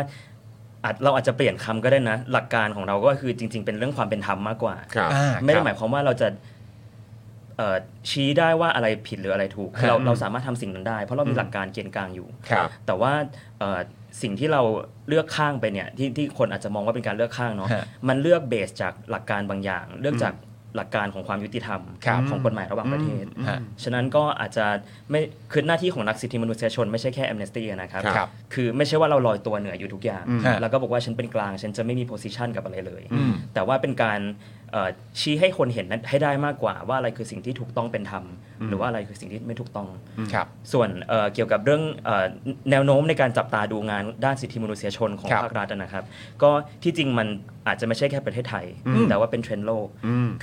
[SPEAKER 3] อาจเราอาจจะเปลี่ยนคำก็ได้นะ หลักการของเราก็คือจริง ๆ เป็นเรื่องความเป็นธรรมมากกว่า
[SPEAKER 1] ครับ
[SPEAKER 2] อ่า
[SPEAKER 3] ไม่ได้หมายความว่าเราจะเอ่อชี้ได้ว่าอะไรผิดหรืออะไรถูกคือเรา
[SPEAKER 2] ฮะ
[SPEAKER 3] เราสามารถทำสิ่งนั้นได้ เพราะเรา
[SPEAKER 2] อื
[SPEAKER 3] มี
[SPEAKER 2] ม
[SPEAKER 3] หลักการเกณฑ์กลางอยู่
[SPEAKER 2] ครับ
[SPEAKER 3] แต่ว่าเอ่อสิ่งที่เราเลือกข้างไปเนี่ยที่ที่คนอาจจะมองว่าเป็นการเลือกข้างเนาะ
[SPEAKER 2] ฮะ
[SPEAKER 3] มันเลือกเบสจากหลักการบางอย่าง เลือกจากหลักการของความยุติธรรม
[SPEAKER 2] ครับ
[SPEAKER 3] ของกฎหมายระหว่างประเทศ
[SPEAKER 2] ฮะ
[SPEAKER 3] ฉะนั้นก็อาจจะไม่คือหน้าที่ของนักสิทธิมนุษยชนไม่ใช่แค่ a อ n เนสตี้นะครับ
[SPEAKER 2] ครับ
[SPEAKER 3] คือไม่ใช่ว่าเราลอยตัวเหนืออยู่ทุกอย่าง
[SPEAKER 2] อืมฮะ
[SPEAKER 3] แล้วก็บอกว่าฉันเป็นกลาง ฉันจะไม่มีโพสิชันกับอะไรเลย
[SPEAKER 2] อืม
[SPEAKER 3] แต่ว่าเป็นการเอ่อชี้ให้คนเห็นนั้นให้ได้มากกว่าว่าอะไรคือสิ่งที่ถูกต้องเป็นธรรม หรือว่าอะไรคือสิ่งที่ไม่ถูกต้อง
[SPEAKER 2] ครับ
[SPEAKER 3] ส่วนเอ่อเกี่ยวกับเรื่องเอ่อแนวโน้มในการจับตาดูงานด้านสิทธิมนุษยชนของ
[SPEAKER 2] ครับ
[SPEAKER 3] ภาครัฐนะครับ ก็ที่จริงมันอาจจะไม่ใช่แค่ประเทศไทย แต่ว่าเป็นเทรนด์โลก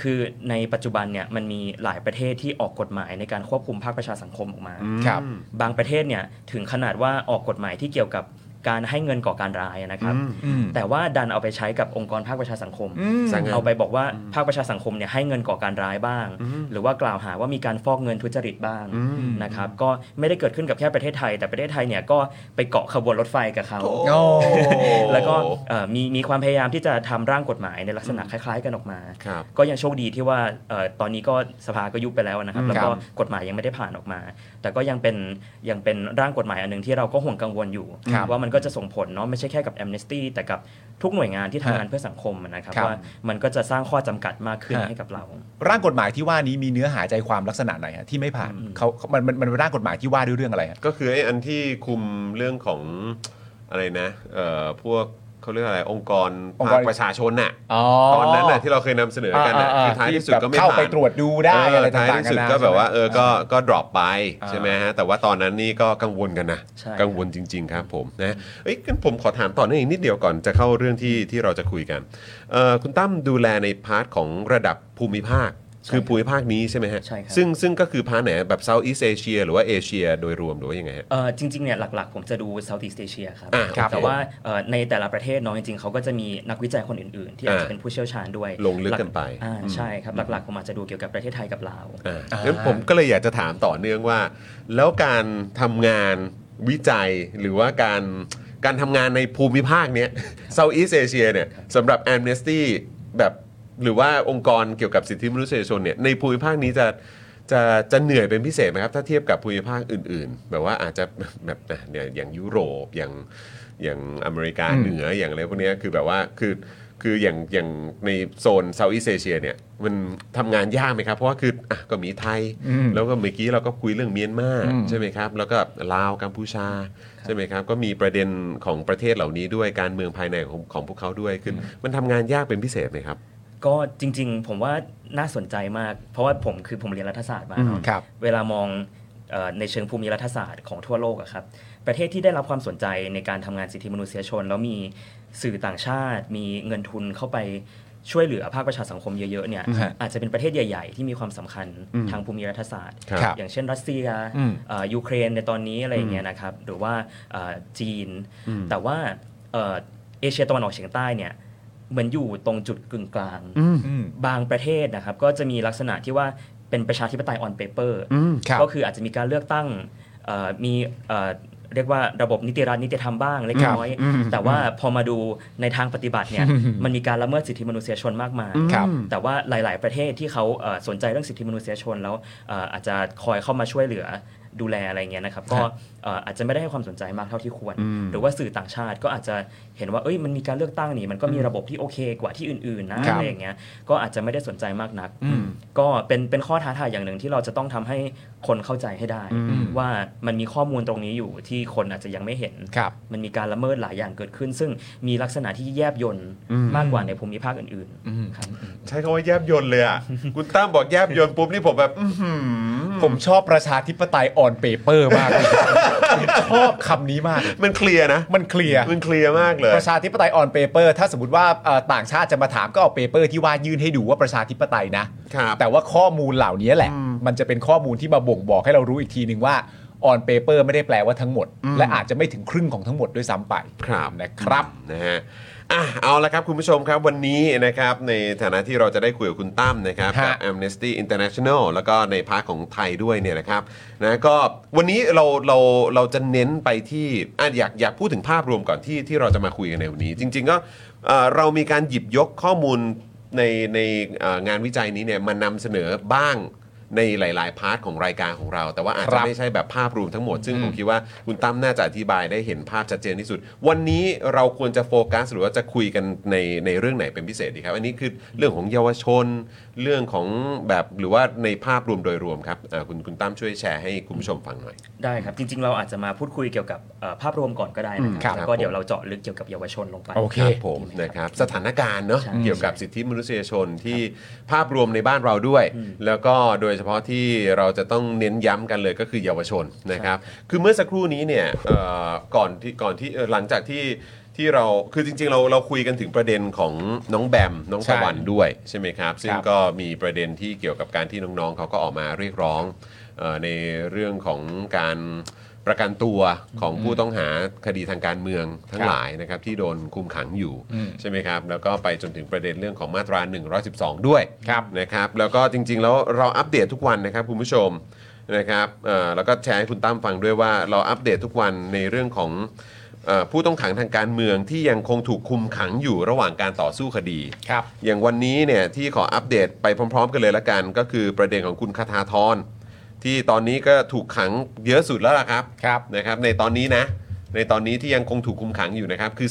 [SPEAKER 3] คือในปัจจุบันเนี่ยมันมีหลายประเทศที่ออกกฎหมายในการควบคุมภาคประชาสังคมออกมา
[SPEAKER 2] ครับ
[SPEAKER 3] บางประเทศเนี่ยถึงขนาดว่าออกกฎหมายที่เกี่ยวกับการให้เงินก่อการร้ายนะครับ แต่ว่าดันเอาไปใช้กับองค์กรภาคประชาสังคม
[SPEAKER 1] สั่ง
[SPEAKER 3] เอาไปบอกว่าภาคประชาสังคมเนี่ยให้เงินก่อการร้ายบ้าง หรือว่ากล่าวหาว่ามีการฟอกเงินทุจริตบ้างนะครับก็ไม่ได้เกิดขึ้นกับแค่ประเทศไทย แต่ประเทศไทยเนี่ยก็ไปเกาะขบวนรถไฟกับเขา
[SPEAKER 2] โอ้
[SPEAKER 3] แล้วก็เอ่อมีมีความพยายามที่จะทำร่างกฎหมายในลักษณะคล้าย ๆ กันออกมา
[SPEAKER 1] ครับ
[SPEAKER 3] ก็ยังโชคดีที่ว่าเอ่อตอนนี้ก็สภาก็ยุบไปแล้วนะครับ แล้วก็กฎหมายยังไม่ได้ผ่านออกมา แต่ก็ยังเป็นยังเป็นร่างกฎหมายอันหนึ่งที่เราก็ห่วงกังวลอยู่
[SPEAKER 2] ครับ
[SPEAKER 3] ว่ามันก็จะส่งผลเนาะไม่ใช่แค่กับแอมเนสตี้แต่กับทุกหน่วยงานที่ทำงาน
[SPEAKER 2] ฮะ
[SPEAKER 3] เพื่อสังคมนะครับ
[SPEAKER 2] ครับ
[SPEAKER 3] ว่ามันก็จะสร้างข้อจำกัดมากขึ้น
[SPEAKER 2] ฮะ
[SPEAKER 3] ให้กับเรา
[SPEAKER 2] ร่างกฎหมายที่ว่านี้มีเนื้อหาใจความลักษณะไหนฮะที่ไม่ผ่านเขาเขามันมันมันเป็นร่างกฎหมายที่ว่าด้วยเรื่องอะไรฮะ
[SPEAKER 1] ก็คือไอ้อันที่คุมเรื่องของอะไรนะเอ่อพวกเขาเรียกอะไรองค์กร
[SPEAKER 2] องค์
[SPEAKER 1] ภาก ค
[SPEAKER 2] ร
[SPEAKER 1] ประชาชนน่ะตอนนั้นน่ะที่เราเคยนำเสนอกันน่ะคือท้ายที่สุดก็ไม่
[SPEAKER 2] เข้า
[SPEAKER 1] ผ่าน
[SPEAKER 2] ไปตรวจดูได้
[SPEAKER 1] เอ
[SPEAKER 2] อะไร
[SPEAKER 1] อ
[SPEAKER 2] ต่างๆ
[SPEAKER 1] ท้ายที่สุด
[SPEAKER 2] นน
[SPEAKER 1] ก็แบบว่าเออก็
[SPEAKER 2] ใช่ไหม
[SPEAKER 1] ก็ drop ไป
[SPEAKER 2] อ่า
[SPEAKER 1] ใช่ไหมฮะแต่ว่าตอนนั้นนี่ก็กังวลกันนะ
[SPEAKER 3] ใช่
[SPEAKER 1] กังวลจริง ๆ ครับผมนะเอ้ยงั้นผมขอถามต่อเนื่องอีกนิดเดียวก่อนจะเข้าเรื่องที่ที่เราจะคุยกันเอ่อคุณตั้มดูแลในพาร์ทของระดับภูมิภาค คือภูมิภาคนี้ใช่ไหมฮะ
[SPEAKER 3] ใช่ครับ
[SPEAKER 1] ซึ่งซึ่งก็คือพาร์ทไหนแบบ Southeast Asia หรือว่าเอเชียโดยรวมหรือว่ายังไงฮะ
[SPEAKER 3] เอ่อจริงๆเนี่ยหลักๆ ผมจะดู Southeast Asia ครับ
[SPEAKER 1] อ่าครับ
[SPEAKER 3] แต่ว่าเอ่อในแต่ละประเทศเนาะจริงๆ เขาก็จะมีนักวิจัยคนอื่นๆ ที่อาจจะเป็นผู้เชี่ยวชาญด้วย
[SPEAKER 1] ลงลึกกันไป
[SPEAKER 3] อ่าใช่ครับหลักๆ ผมอาจจะดูเกี่ยวกับประเทศไทยกับลาว
[SPEAKER 1] อ่า
[SPEAKER 2] อ่างั้
[SPEAKER 1] งั้นผมก็เลยอยากจะถามต่อเนื่องว่า แล้วการทำงานวิจัยหรือว่าการการทำงานในภูมิภาคเนี้ย Southeast Asia เนี่ยสำหรับ Amnesty แบบหรือว่าองค์กรเกี่ยวกับสิทธิมนุษยชนเนี่ยในภูมิภาคนี้จะจะจะเหนื่อยเป็นพิเศษไหมครับ ถ้าเทียบกับภูมิภาคอื่น ๆ แบบว่าอาจจะ แบบอ่ะเนี่ยอย่างยุโรปอย่างอย่างอเมริกา
[SPEAKER 2] อืม
[SPEAKER 1] เหนืออย่างอะไรพวกเนี้ยคือแบบว่าคือ คืออย่างอย่างในโซนเซาท์อีสเอเชียเนี่ยมันทำงานยากไหมครับ เพราะว่าคืออ่ะก็มีไทย
[SPEAKER 2] อืม
[SPEAKER 1] แล้วก็เมื่อกี้เราก็คุยเรื่องเมียนมา
[SPEAKER 2] อืม
[SPEAKER 1] ใช่ไหมครับ แล้วก็ลาวกัมพูชาใช่ไหมครับ ก็มีประเด็นของประเทศเหล่านี้ด้วยการเมืองภายในของของพวกเขาด้วยคือมันทำงานยากเป็นพิเศษไหมครับ
[SPEAKER 3] ก็จริงๆ ผมว่าน่าสนใจมาก เพราะว่าผมคือผมเรียนรัฐศาสตร์มาเนาะ
[SPEAKER 2] อืมครับ
[SPEAKER 3] เวลามองเอ่อในเชิงภูมิรัฐศาสตร์ของทั่วโลกอะครับประเทศที่ได้รับความสนใจในการทำงานสิทธิมนุษยชน แล้วมีสื่อต่างชาติ มีเงินทุนเข้าไปช่วยเหลือภาคประชาสังคมเยอะๆเนี่ย
[SPEAKER 2] อืมฮะ
[SPEAKER 3] อาจจะเป็นประเทศใหญ่ ๆ ที่มีความสำคัญทางภูมิรัฐศาสตร์
[SPEAKER 1] ครับ
[SPEAKER 2] ครับ
[SPEAKER 3] อย่างเช่นรัสเซีย
[SPEAKER 2] อืม
[SPEAKER 3] เอ่อยูเครนในตอนนี้อะไรอย่างเงี้ยนะครับหรือว่าเอ่อจีน แต่ว่าเอ่อเอเชียตะวันออกเฉียงใต้เนี่ยเหมือนอยู่ตรงจุดกึ่งกลาง
[SPEAKER 2] อืม
[SPEAKER 3] บางประเทศนะครับก็จะมีลักษณะที่ว่าเป็นประชาธิปไตย on paper
[SPEAKER 2] ครับ
[SPEAKER 3] ก็คืออาจจะมีการเลือกตั้งเอ่อมีเอ่อเรียกว่าระบบนิติรัฐนิติธรรมบ้างเล็กน้อย
[SPEAKER 2] ครับอืม
[SPEAKER 3] แต่ว่าพอมาดูในทางปฏิบัติ เนี่ย มันมีการละเมิดสิทธิมนุษยชนมากมาย
[SPEAKER 2] ครับ
[SPEAKER 3] แต่ว่าหลาย ๆ ประเทศที่เขาเอ่อสนใจเรื่องสิทธิมนุษยชนแล้วเอ่ออาจจะคอยเข้ามาช่วยเหลือดูแลอะไรเงี้ยนะครับก็เอ่ออาจจะไม่ได้ให้ความสนใจมากเท่าที่ควร หรือว่าสื่อต่างชาติก็อาจจะเห็นว่าเอ้ยมันมีการเลือกตั้งนี่มันก็มีระบบที่โอเคกว่าที่อื่นๆนะครับ อะไรอย่างเงี้ย ก็อาจจะไม่ได้สนใจมากนัก ก็เป็นเป็นข้อท้าทายอย่างหนึ่งที่เราจะต้องทำให้คนเข้าใจให้ได้ ว่ามันมีข้อมูลตรงนี้อยู่ที่คนอาจจะยังไม่เห็น
[SPEAKER 2] ครับ
[SPEAKER 3] มันมีการละเมิดหลายอย่างเกิดขึ้น ซึ่งมีลักษณะที่แยบยนต์มากกว่าในภูมิภาคอื่นๆครับ
[SPEAKER 1] ใช้คำว่าแยบยนเลยอ่ะ คุณตั้มบอกแยบยนปุ๊บนี่ผมแบบอื้อหือ
[SPEAKER 2] ผมชอบประชาธิปไตยออนเปเปอร์มากเลยผมชอบคำนี้มาก
[SPEAKER 1] มันเคลียร์นะ
[SPEAKER 2] มันเคลียร์
[SPEAKER 1] มันเคลียร์มากเลย
[SPEAKER 2] ประชาธิปไตยออนเปเปอร์ถ้าสมมติว่าเอ่อต่างชาติจะมาถามก็เอาเปเปอร์ที่ว่ายื่นให้ดูว่าประชาธิปไตยนะ
[SPEAKER 1] ครับ
[SPEAKER 2] แต่ว่าข้อมูลเหล่านี้แหละ มันจะเป็นข้อมูลที่มาบ่งบอกให้เรารู้อีกทีหนึ่งว่าออนเปเปอร์ไม่ได้แปลว่าทั้งหมด และอาจจะไม่ถึงครึ่งของทั้งหมดด้วยซ้ำไป
[SPEAKER 1] ครับ
[SPEAKER 2] นะครับ
[SPEAKER 1] นะฮะอ่ะเอาละครับคุณผู้ชมครับวันนี้นะครับในฐานะที่เราจะได้คุยกับคุณตั้มนะครับ
[SPEAKER 2] ฮะ
[SPEAKER 1] กับ Amnesty International แล้วก็ในพาร์ทของไทยด้วยเนี่ยนะครับนะก็วันนี้เราเราเราจะเน้นไปที่อ่ะอยากอยากพูดถึงภาพรวมก่อนที่ที่เราจะมาคุยกันในวันนี้ จริง ๆ ก็เอ่อเรามีการหยิบยกข้อมูลในในเอ่องานวิจัยนี้เนี่ยมานำเสนอบ้างในหลาย ๆ พาร์ทของรายการของเรา แต่ว่าอาจ
[SPEAKER 2] ครั
[SPEAKER 1] จะ
[SPEAKER 2] บ
[SPEAKER 1] ไม่ ไม่ใช่แบบภาพรวมทั้งหมด ซึ่งผมคิดว่าคุณตั้มน่าจะอธิบายได้เห็นภาพชัดเจนที่สุด วันนี้เราควรจะโฟกัส หรือว่าจะคุยกันในในเรื่องไหนเป็นพิเศษดีครับ อันนี้คือเรื่องของเยาวชน เรื่องของแบบหรือว่าในภาพรวมโดยรวมครับอ่าคุณคุณตั้มช่วยแชร์ให้คุณผู้ชมฟังหน่อย
[SPEAKER 3] ได้ครับ จริง ๆ เราอาจจะมาพูดคุยเกี่ยวกับเอ่อภาพรวมก่อนก็ได้นะ
[SPEAKER 1] ค
[SPEAKER 3] ค
[SPEAKER 1] รั
[SPEAKER 3] รับ บแล้วก็เดี๋ยวเราเจาะลึกเกี่ยวกับเยาวชนลงไป
[SPEAKER 2] โอเค
[SPEAKER 1] รับผมนะครับสถานการณ์เนาะ
[SPEAKER 3] ใช่
[SPEAKER 1] เกี่ยวกับสิทธิมนุษยชนที่ภาพรวมในบ้านเราด้วย
[SPEAKER 3] อืม
[SPEAKER 1] แล้วก็โดยเฉพาะที่เราจะต้องเน้นย้ำกันเลยก็คือเยาวชนนะครับ คือเมื่อสักครู่นี้เนี่ยเอ่อก่อนที่ก่อนที่เอ่อหลังจากที่ที่เราคือจริง ๆ เราเราคุยกันถึงประเด็นของน้องแบมน้อง
[SPEAKER 2] ใช่
[SPEAKER 1] ตะวันด้วยใช่ไหมครับซึ่ง
[SPEAKER 2] ครับ
[SPEAKER 1] ก็มีประเด็นที่เกี่ยวกับการที่น้องๆเขาก็ออกมาเรียกร้องเอ่อในเรื่องของการประกันตัวของผู้ต้องหาคดีทางการเมืองทั้ง
[SPEAKER 2] ครับ
[SPEAKER 1] หลาย ทั้งหลายนะครับที่โดนคุมขังอยู่ใช่ไหมครับ แล้วก็ไปจนถึงประเด็นเรื่องของมาตรา 112 ด้วยนะครับ แล้วก็จริง ๆ แล้วเราอัปเดตทุกวันนะครับคุณผู้ชมนะครับเอ่อแล้วก็แชร์ให้คุณตั้มฟังด้วยว่าเราอัปเดตทุกวันในเรื่องของเอ่อผู้ต้องขังทางการเมืองที่ยังคงถูกคุมขังอยู่ระหว่างการต่อสู้คดี
[SPEAKER 2] ครับ
[SPEAKER 1] อย่างวันนี้เนี่ยที่ขออัปเดตไปพร้อม ๆ กันเลยละกัน ก็คือประเด็นของคุณคาทาทรที่ตอนนี้ก็ถูกขังเยอะสุดแล้วล่ะครับ
[SPEAKER 2] ครับ
[SPEAKER 1] นะครับ ในตอนนี้นะ ในตอนนี้ที่ยังคงถูกคุมขังอยู่นะครับ คือ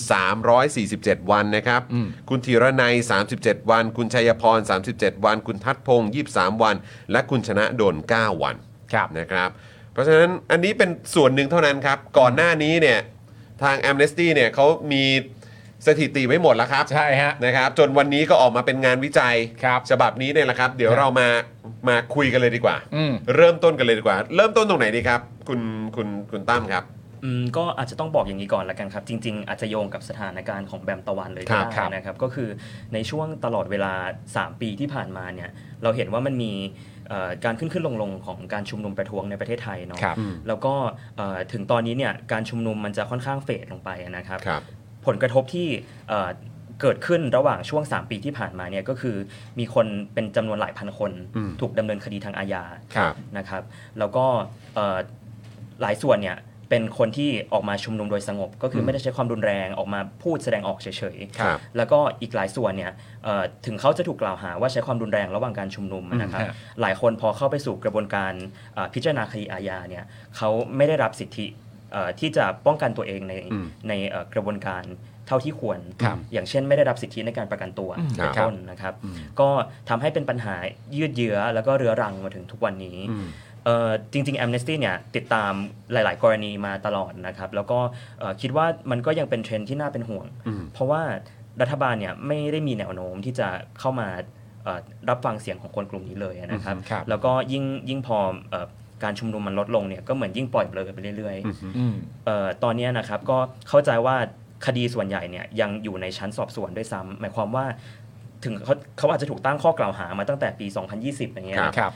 [SPEAKER 1] 347 วันนะครับ
[SPEAKER 2] อืม
[SPEAKER 1] คุณธีรนัย 37 วัน คุณชัยพร 37 วัน คุณทัตพงศ์23 วัน และคุณชนะโดน 9 วัน
[SPEAKER 2] ครับ
[SPEAKER 1] นะครับเพราะฉะนั้นอันนี้เป็นส่วนหนึ่งเท่านั้นครับ ก่อนหน้านี้เนี่ยทาง Amnesty เนี่ยเขามีสถิติไว้หมดแล้วครับ
[SPEAKER 2] ใช่ฮะ
[SPEAKER 1] นะครับ จนวันนี้ก็ออกมาเป็นงานวิจัย
[SPEAKER 2] ครับ
[SPEAKER 1] ฉบับนี้เนี่ยแหละครับ เดี๋ยว
[SPEAKER 2] ครับ
[SPEAKER 1] เรามามาคุยกันเลยดีกว่า
[SPEAKER 2] อืม
[SPEAKER 1] เริ่มต้นกันเลยดีกว่า เริ่มต้นตรงไหนดีครับ คุณคุณคุณตั้มครับ
[SPEAKER 3] อืมก็อาจจะต้องบอกอย่างนี้ก่อนละกันครับ จริง ๆ อาจจะโยงกับสถานการณ์ของแบมตะวันเลยก็
[SPEAKER 1] ครับ
[SPEAKER 3] ได้นะครับ ก็คือในช่วงตลอดเวลา 3 ปีที่ผ่านมาเนี่ยเราเห็นว่ามันมีเอ่อการขึ้นขึ้นลงลงของการชุมนุมประท้วงในประเทศไทยเนาะ
[SPEAKER 2] ครับ
[SPEAKER 3] แล้วก็เอ่อถึงตอนนี้เนี่ยการชุมนุมมันจะค่อนข้างเฟดลงไปนะครับ
[SPEAKER 1] ครับ
[SPEAKER 3] ผลกระทบที่เอ่อเกิดขึ้นระหว่างช่วง 3 ปีที่ผ่านมาเนี่ยก็คือมีคนเป็นจำนวนหลายพันคน
[SPEAKER 1] อืม
[SPEAKER 3] ถูกดำเนินคดีทางอาญา
[SPEAKER 1] ครับ
[SPEAKER 3] นะครับแล้วก็เอ่อหลายส่วนเนี่ยเป็นคนที่ออกมาชุมนุมโดยสงบ ก็คือไม่ได้ใช้ความรุนแรงออกมาพูดแสดงออกเฉย
[SPEAKER 1] ครับ
[SPEAKER 3] ๆแล้วก็อีกหลายส่วนเนี่ยเอ่อถึงเขาจะถูกกล่าวหาว่าใช้ความรุนแรงระหว่างการชุมนุมนะครับ
[SPEAKER 2] อืมฮะ
[SPEAKER 3] หลายคนพอเข้าไปสู่กระบวนการเอ่อพิจารณาคดีอาญาเนี่ยเขาไม่ได้รับสิทธิเอ่อที่จะป้องกันตัวเองในในเอ่อกระบวนการเท่าที่ควร อย่างเช่น ไม่ได้รับสิทธิในการประกันตัว
[SPEAKER 1] ครับ
[SPEAKER 3] เป็นต้นนะครับก็ทำให้เป็นปัญหายืดเยื้อแล้วก็เรื้อรังมาถึงทุกวันนี้ เอ่อจริงๆ Amnesty เนี่ยติดตามหลาย ๆ กรณีมาตลอดนะครับ แล้วก็เอ่อคิดว่ามันก็ยังเป็นเทรนด์ที่น่าเป็นห่วง เพราะว่ารัฐบาลเนี่ยไม่ได้มีแนวโน้มที่จะเข้ามาเอ่อรับฟังเสียงของคนกลุ่มนี้เลยนะครับ
[SPEAKER 2] อืมครับ
[SPEAKER 3] แล้วก็ยิ่งยิ่งพอเอ่อการชุมนุมมันลดลงเนี่ยก็เหมือนยิ่งปล่อยเลยไปเรื่อยๆ
[SPEAKER 2] อืม
[SPEAKER 3] เอ่อตอนเนี้ยนะครับก็เข้าใจว่าคดีส่วนใหญ่เนี่ยยังอยู่ในชั้นสอบสวนด้วยซ้ำหมายความว่าถึงเขาเขาอาจจะถูกตั้งข้อกล่าวหามาตั้งแต่ปี 2020 อย่างเงี้ย
[SPEAKER 1] ครับ
[SPEAKER 2] ครับ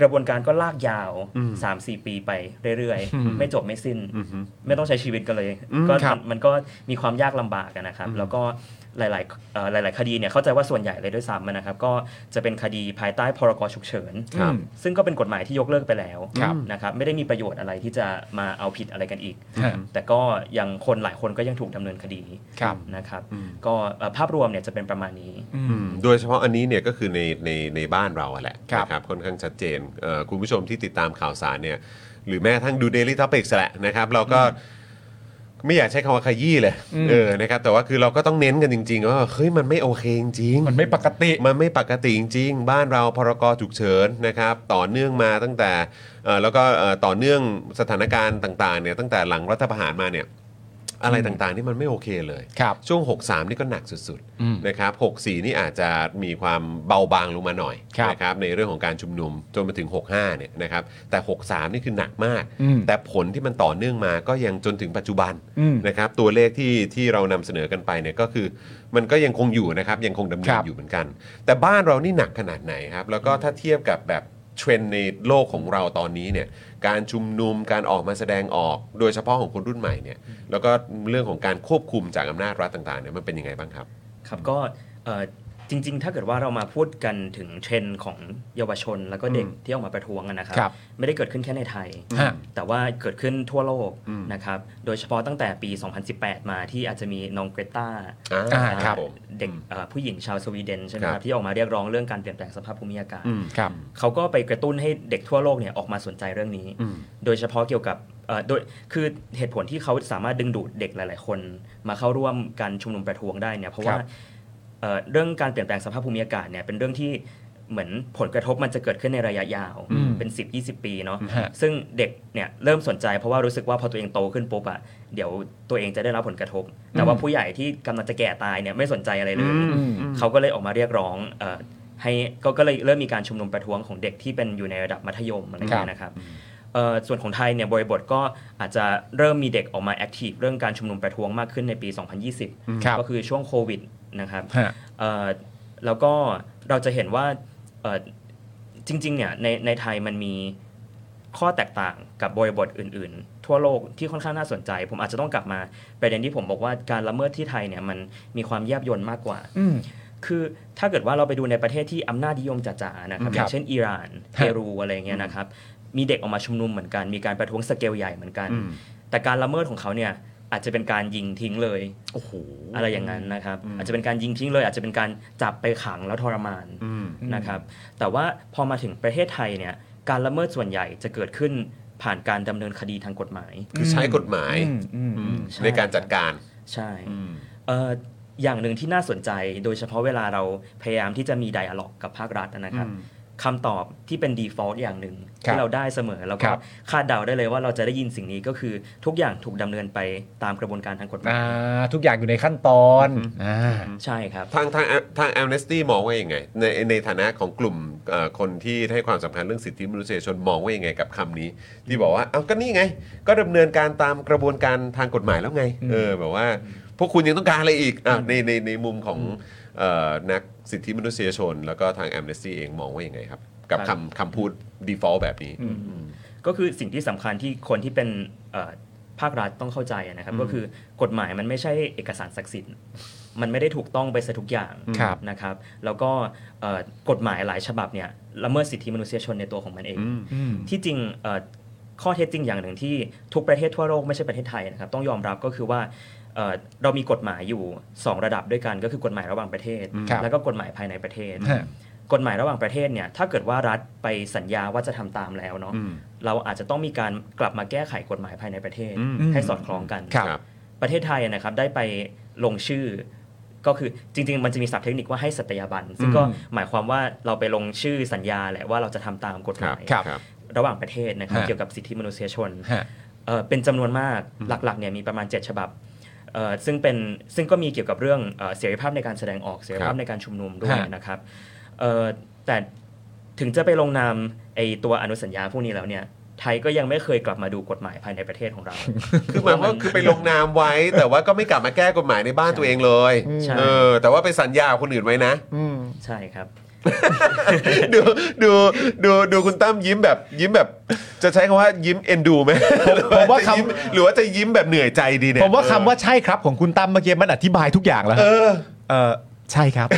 [SPEAKER 3] กระบวนการก็ลากยาว 3-4 ปีไปเรื่อย
[SPEAKER 2] อืม
[SPEAKER 3] ๆ ไม่จบไม่สิ้น ไม่ต้องใช้ชีวิตกันเลย
[SPEAKER 2] อืม
[SPEAKER 3] ก็
[SPEAKER 2] ครั
[SPEAKER 3] มั
[SPEAKER 2] บ
[SPEAKER 3] นมันก็มีความยากลำบากอะนะครับ แล้วก็หลายๆเอ่อหลาย ๆ คดีเนี่ยเข้าใจว่าส่วนใหญ่เลยด้วยซ้ำอะนะครับ ก็จะเป็นคดีภายใต้พรกฉุกเฉิน
[SPEAKER 1] ครับ
[SPEAKER 3] ซึ่งก็เป็นกฎหมายที่ยกเลิกไปแล้ว
[SPEAKER 2] ครับ
[SPEAKER 3] นะครับไม่ได้มีประโยชน์อะไรที่จะมาเอาผิดอะไรกันอีก
[SPEAKER 2] ฮะ
[SPEAKER 3] แต่ก็ยังคนหลายคนก็ยังถูกดำเนินคดี
[SPEAKER 2] ครับ
[SPEAKER 3] นะครับก็เอ่อภาพรวมเนี่ยจะเป็นประมาณนี้
[SPEAKER 1] อืมโดยเฉพาะอันนี้เนี่ยก็คือในในในบ้านเราอะแหละ
[SPEAKER 2] ครับ
[SPEAKER 1] นะครับค่อนข้างชัดเจนเอ่อคุณผู้ชมที่ติดตามข่าวสารเนี่ยหรือแม้กระทั้งดู Daily Topics แหละนะครับ เราก็ไม่อยากใช้คำว่าขยี้เลยเออนะครับแต่ว่าคือเราก็ต้องเน้นกันจริงๆว่าเฮ้ยมันไม่โอเคจริงๆ
[SPEAKER 2] มันไม่ปกติ
[SPEAKER 1] มันไม่ปกติจริงๆ บ้านเราพรกฉุกเฉินนะครับต่อเนื่องมาตั้งแต่เอ่อแล้วก็เอ่อต่อเนื่องสถานการณ์ต่างๆเนี่ยตั้งแต่หลังรัฐประหารมาเนี่ย อะไรต่างๆ ที่มันไม่โอเคเลย
[SPEAKER 2] ครับ
[SPEAKER 1] ช่วง 63 นี่ก็หนักสุด
[SPEAKER 2] อืม
[SPEAKER 1] ๆนะครับ64 นี่อาจจะมีความเบาบางลงมาหน่อย
[SPEAKER 2] ครับ
[SPEAKER 1] นะครับในเรื่องของการชุมนุมจนมาถึง 65 เนี่ยนะครับแต่ 63 นี่คือหนักมาก
[SPEAKER 2] อืม
[SPEAKER 1] แต่ผลที่มันต่อเนื่องมาก็ยังจนถึงปัจจุบัน
[SPEAKER 2] อืม
[SPEAKER 1] นะครับตัวเลขที่ที่เรานำเสนอกันไปเนี่ยก็คือ มันก็ยังคงอยู่นะครับยังคงดำเนิ
[SPEAKER 2] คน รับ
[SPEAKER 1] อยู่เหมือนกัน แต่บ้านเรานี่หนักขนาดไหนครับ แล้วก็ถ้าเทียบกับแบบเทรนด์ในโลกของเราตอนนี้เนี่ยการชุมนุมการออกมาแสดงออกโดยเฉพาะของคนรุ่นใหม่เนี่ย แล้วก็เรื่องของการควบคุมจากอำนาจรัฐต่างๆเนี่ยมันเป็นยังไงบ้างครับ
[SPEAKER 3] ครับก็เอ่อจริง ๆ ถ้าเกิดว่าเรามาพูดกันถึงเทรนด์ของเยาวชนแล้วก็เด็ก
[SPEAKER 1] อืม
[SPEAKER 3] ที่ออกมาประท้วงอะนะครับ
[SPEAKER 2] ครับ
[SPEAKER 3] ไม่ได้เกิดขึ้นแค่ในไทย
[SPEAKER 2] ฮะ
[SPEAKER 3] แต่ว่าเกิดขึ้นทั่วโลก
[SPEAKER 1] อืม
[SPEAKER 3] นะครับ โดยเฉพาะตั้งแต่ปี 2018 มาที่อาจจะมีน้องเกรตา
[SPEAKER 2] อ่าครับ
[SPEAKER 1] ผม
[SPEAKER 3] เด็กเอ่อผู้หญิงชาวสวีเดนใช่ไหม
[SPEAKER 1] ครับ
[SPEAKER 3] ครับที่ออกมาเรียกร้องเรื่องการเปลี่ยนแปลงสภาพภูมิอากาศ
[SPEAKER 1] อืม
[SPEAKER 2] ครับ
[SPEAKER 3] เขาก็ไปกระตุ้นให้เด็กทั่วโลกเนี่ยออกมาสนใจเรื่องนี้
[SPEAKER 1] อืม
[SPEAKER 3] โดยเฉพาะเกี่ยวกับเอ่อโดยคือเหตุผลที่เขาสามารถดึงดูดเด็กหลาย ๆ คนมาเข้าร่วมการชุมนุมประท้วงได้เนี่ยเพราะ
[SPEAKER 2] ค
[SPEAKER 3] ว่า
[SPEAKER 2] รับ
[SPEAKER 3] เอ่อเรื่องการเปลี่ยนแปลงสภาพภูมิอากาศเนี่ยเป็นเรื่องที่เหมือนผลกระทบมันจะเกิดขึ้นในระยะยาว
[SPEAKER 2] อืม
[SPEAKER 3] เป็น 10 20 ปีเนาะ
[SPEAKER 2] ฮะ
[SPEAKER 3] ซึ่งเด็กเนี่ยเริ่มสนใจเพราะว่ารู้สึกว่าพอตัวเองโตขึ้นปุ๊บอะเดี๋ยวตัวเองจะได้รับผลกระทบ แต่ว่าผู้ใหญ่ที่กำลังจะแก่ตายเนี่ยไม่สนใจอะไรเลย
[SPEAKER 2] อืม
[SPEAKER 3] เขาก็เลยออกมาเรียกร้องเออให้ก็ก็เลยเริ่มมีการชุมนุมประท้วงของเด็กที่เป็นอยู่ในระดับมัธยมอะไรอย่างเงี้ยนะครับเอ่อส่วนของไทยเนี่ยบริบทก็อาจจะเริ่มมีเด็กออกมาแอคทีฟเรื่องการชุมนุมประท้วงมากขึ้นในปี
[SPEAKER 2] ครับ
[SPEAKER 3] 2020 ก็คือช่วงโควิดนะครับ
[SPEAKER 2] ฮะ
[SPEAKER 3] เอ่อแล้วก็เราจะเห็นว่าเอ่อจริงๆเนี่ยในในไทยมันมีข้อแตกต่างกับบริบทอื่น ๆ ทั่วโลกที่ค่อนข้างน่าสนใจ ผมอาจจะต้องกลับมาประเด็นที่ผมบอกว่าการละเมิดที่ไทยเนี่ยมันมีความแยบยลมากกว่า
[SPEAKER 2] อืม
[SPEAKER 3] คือถ้าเกิดว่าเราไปดูในประเทศที่อำนาจนิยมจ๋าๆนะครับ
[SPEAKER 2] ครับ
[SPEAKER 3] อย่างเช่นอิหร่าน
[SPEAKER 2] ค
[SPEAKER 3] เป
[SPEAKER 2] รับ
[SPEAKER 3] รูอะไรอย่างเงี้ยนะครับมีเด็กออกมาชุมนุมเหมือนกัน มีการประท้วงสเกลใหญ่เหมือนกัน
[SPEAKER 1] อืม
[SPEAKER 3] แต่การละเมิดของเขาเนี่ยอาจจะเป็นการยิงทิ้งเลย
[SPEAKER 1] โอ้โห
[SPEAKER 3] อะไรอย่างนั้นนะครับ
[SPEAKER 1] อืม
[SPEAKER 3] อาจจะเป็นการยิงทิ้งเลย อาจจะเป็นการจับไปขังแล้วทรมาน
[SPEAKER 1] อืม
[SPEAKER 2] อืม
[SPEAKER 3] นะครับแต่ว่าพอมาถึงประเทศไทยเนี่ยการละเมิดส่วนใหญ่จะเกิดขึ้นผ่านการดำเนินคดีทางกฎหมาย
[SPEAKER 1] คือใช้กฎหมาย
[SPEAKER 2] อืมอืม
[SPEAKER 1] อื
[SPEAKER 2] อื
[SPEAKER 1] ม
[SPEAKER 2] ม
[SPEAKER 3] ใช่
[SPEAKER 1] ในการจัดการ
[SPEAKER 3] ใช่
[SPEAKER 1] อืม
[SPEAKER 3] เอ่ออย่างหนึ่งที่น่าสนใจโดยเฉพาะเวลาเราพยายามที่จะมีไดอะล็อกกับภาครัฐนะครับคำตอบที่เป็น default อย่างหนึ่ง
[SPEAKER 2] ครับ
[SPEAKER 3] ที่เราได้เสมอแล้วก็
[SPEAKER 2] ครับ
[SPEAKER 3] คาดเดาได้เลยว่าเราจะได้ยินสิ่งนี้ก็คือทุกอย่างถูกดำเนินไปตามกระบวนการทางกฎหมาย
[SPEAKER 2] อ่าทุกอย่างอยู่ในขั้นตอน
[SPEAKER 1] อืม
[SPEAKER 2] อ่า
[SPEAKER 3] ใช่ครับ
[SPEAKER 1] ทางทางทางแอมเนสตี้มองว่ายังไง ในในฐานะของกลุ่มเอ่อคนที่ให้ความสำคัญเรื่องสิทธิมนุษยชนมองว่ายังไงกับคำนี้ ที่บอกว่าเอาก็นี่ไง ก็ดำเนินการตามกระบวนการทางกฎหมายแล้วไง
[SPEAKER 2] อืม
[SPEAKER 1] เออแบบว่า พวกคุณยังต้องการอะไรอีกอ่ะในในในมุมของเอ่อนักสิทธิมนุษยชน แล้วก็ทางแอมเนสตี้เองมองว่ายังไงครับ กับ
[SPEAKER 3] ครับ
[SPEAKER 1] คำคำพูด default แบบนี้
[SPEAKER 3] ก็คือสิ่งที่สำคัญที่คนที่เป็นเอ่อภาครัฐต้องเข้าใจนะครับ
[SPEAKER 1] อืม
[SPEAKER 3] ก็คือกฎหมายมันไม่ใช่เอกสารศักดิ์สิทธิ์ มันไม่ได้ถูกต้องไปซะทุกอย่าง
[SPEAKER 2] ครับ
[SPEAKER 3] นะครับ แล้วก็เอ่อกฎหมายหลายฉบับเนี่ยละเมิดสิทธิมนุษยชนในตัวของมันเอง
[SPEAKER 1] อืม
[SPEAKER 2] อืม
[SPEAKER 3] ที่จริงเอ่อข้อเท็จจริงอย่างหนึ่งที่ทุกประเทศทั่วโลกไม่ใช่ประเทศไทยนะครับ ต้องยอมรับก็คือว่าเอ่อเรามีกฎหมายอยู่ 2 ระดับด้วยกันก็คือกฎหมายระหว่างประเทศ
[SPEAKER 2] ครับ
[SPEAKER 3] แล้วก็กฎหมายภายในประเทศ
[SPEAKER 2] ฮะ
[SPEAKER 3] กฎหมายระหว่างประเทศเนี่ยถ้าเกิดว่ารัฐไปสัญญาว่าจะทำตามแล้วเนาะเราอาจจะต้องมีการกลับมาแก้ไขกฎหมายภายในประเทศ
[SPEAKER 1] อืม
[SPEAKER 3] ให้สอดคล้องกัน
[SPEAKER 2] ครับ
[SPEAKER 3] ประเทศไทยนะครับได้ไปลงชื่อ ก็คือจริง ๆ มันจะมีศัพท์เทคนิคว่าให้สัตยาบัน ซึ่งก็หมายความว่าเราไปลงชื่อสัญญาแหละว่าเราจะทำตามกฎหมาย
[SPEAKER 2] ครับ
[SPEAKER 3] ระหว่างประเทศนะครับ
[SPEAKER 2] ฮะ
[SPEAKER 3] เกี่ยวกับสิทธิมนุษยชน
[SPEAKER 2] ฮะ
[SPEAKER 3] เอ่อเป็นจำนวนมากหลักๆเนี่ยมีประมาณ 7 ฉบับเอ่อซึ่งเป็นซึ่งก็มีเกี่ยวกับเรื่องเอ่อเสรีภาพในการแสดงออกเสรี
[SPEAKER 1] ครั
[SPEAKER 3] ภาพ
[SPEAKER 1] บ
[SPEAKER 3] ในการชุมนุมด้วย
[SPEAKER 2] ฮะ
[SPEAKER 3] นะครับเอ่อแต่ถึงจะไปลงนามไอตัวอนุสัญญาพวกนี้แล้วเนี่ยไทยก็ยังไม่เคยกลับมาดูกฎหมายภายในประเทศของเรา
[SPEAKER 1] คือหมายความว่าคือไปลงนามไว้ แต่ว่าก็ไม่กลับมาแก้กฎหมายในบ้านตัวเองเลย
[SPEAKER 3] ใช่
[SPEAKER 1] เออแต่ว่าไปสัญญากับคนอื่นไว้นะ
[SPEAKER 2] อืม
[SPEAKER 3] ใช่ครับ
[SPEAKER 1] ดูดูดูดูคุณตั้มยิ้มแบบยิ้มแบบ จะใช้คำว่ายิ้มเอ็นดูไหม
[SPEAKER 2] ผมว่าคำ
[SPEAKER 1] หรือจะยิ้หรือว่าจะยิ้มแบบเหนื่อยใจดีเนี่ย
[SPEAKER 2] ผมว่าคำว่าใช่ครับของคุณตั้มเมื่อกี้มันอธิบายทุกอย่างแล้วฮะ
[SPEAKER 1] เออ
[SPEAKER 2] เออใช่ครับ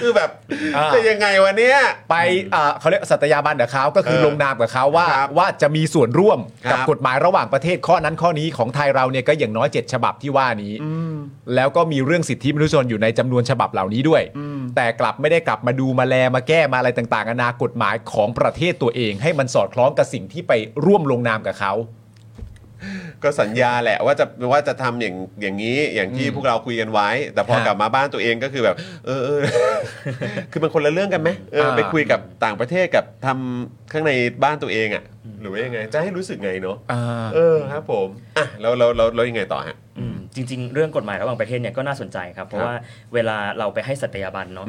[SPEAKER 1] คือแบบ
[SPEAKER 2] อ่า
[SPEAKER 1] จะยังไงวะเนี่ย
[SPEAKER 2] ไปเอ่อเขาเรียกสัตยาบันกับเขาก็คือ
[SPEAKER 1] เออ
[SPEAKER 2] ลงนามกับเขาว่า
[SPEAKER 1] ครับ
[SPEAKER 2] ว่าจะมีส่วนร่วม
[SPEAKER 1] ครับ
[SPEAKER 2] กับกฎหมายระหว่างประเทศข้อนั้นข้อนี้ของไทยเราเนี่ยก็อย่างน้อย 7 ฉบับที่ว่านี้แล้วก็มีเรื่องสิทธิมนุษยชนอยู่ในจำนวนฉบับเหล่านี้ด้วย แต่กลับไม่ได้กลับมาดูมาแลมาแก้มาอะไรต่างๆนานากฎหมายของประเทศตัวเอง ให้มันสอดคล้องกับสิ่งที่ไปร่วมลงนามกับเขา
[SPEAKER 1] ก็สัญญาแหละว่าจะว่าจะทำอย่างอย่างนี้อย่างที่พวกเราคุยกันไว้ แต่พอ
[SPEAKER 2] ฮะ
[SPEAKER 1] กลับมาบ้านตัวเองก็คือแบบ เออเอ อ คือมันคนละเรื่องกันไหมเออ
[SPEAKER 2] อ่า
[SPEAKER 1] ไปคุยกับต่างประเทศกับทำข้างในบ้านตัวเองอ่ะ หรือว่ายังไง จะให้รู้สึกไงเนาะ
[SPEAKER 2] อ่า
[SPEAKER 1] เออครับผมอ่ะแล้วแล้วแล้วแล้วยังไงต่อฮะ
[SPEAKER 3] อืมจริง ๆ เรื่องกฎหมายระหว่างประเทศเนี่ยก็น่าสนใจครับ เพ
[SPEAKER 1] ครั
[SPEAKER 3] ราะ
[SPEAKER 1] บ
[SPEAKER 3] ว่าเวลาเราไปให้สัตยาบันเนาะ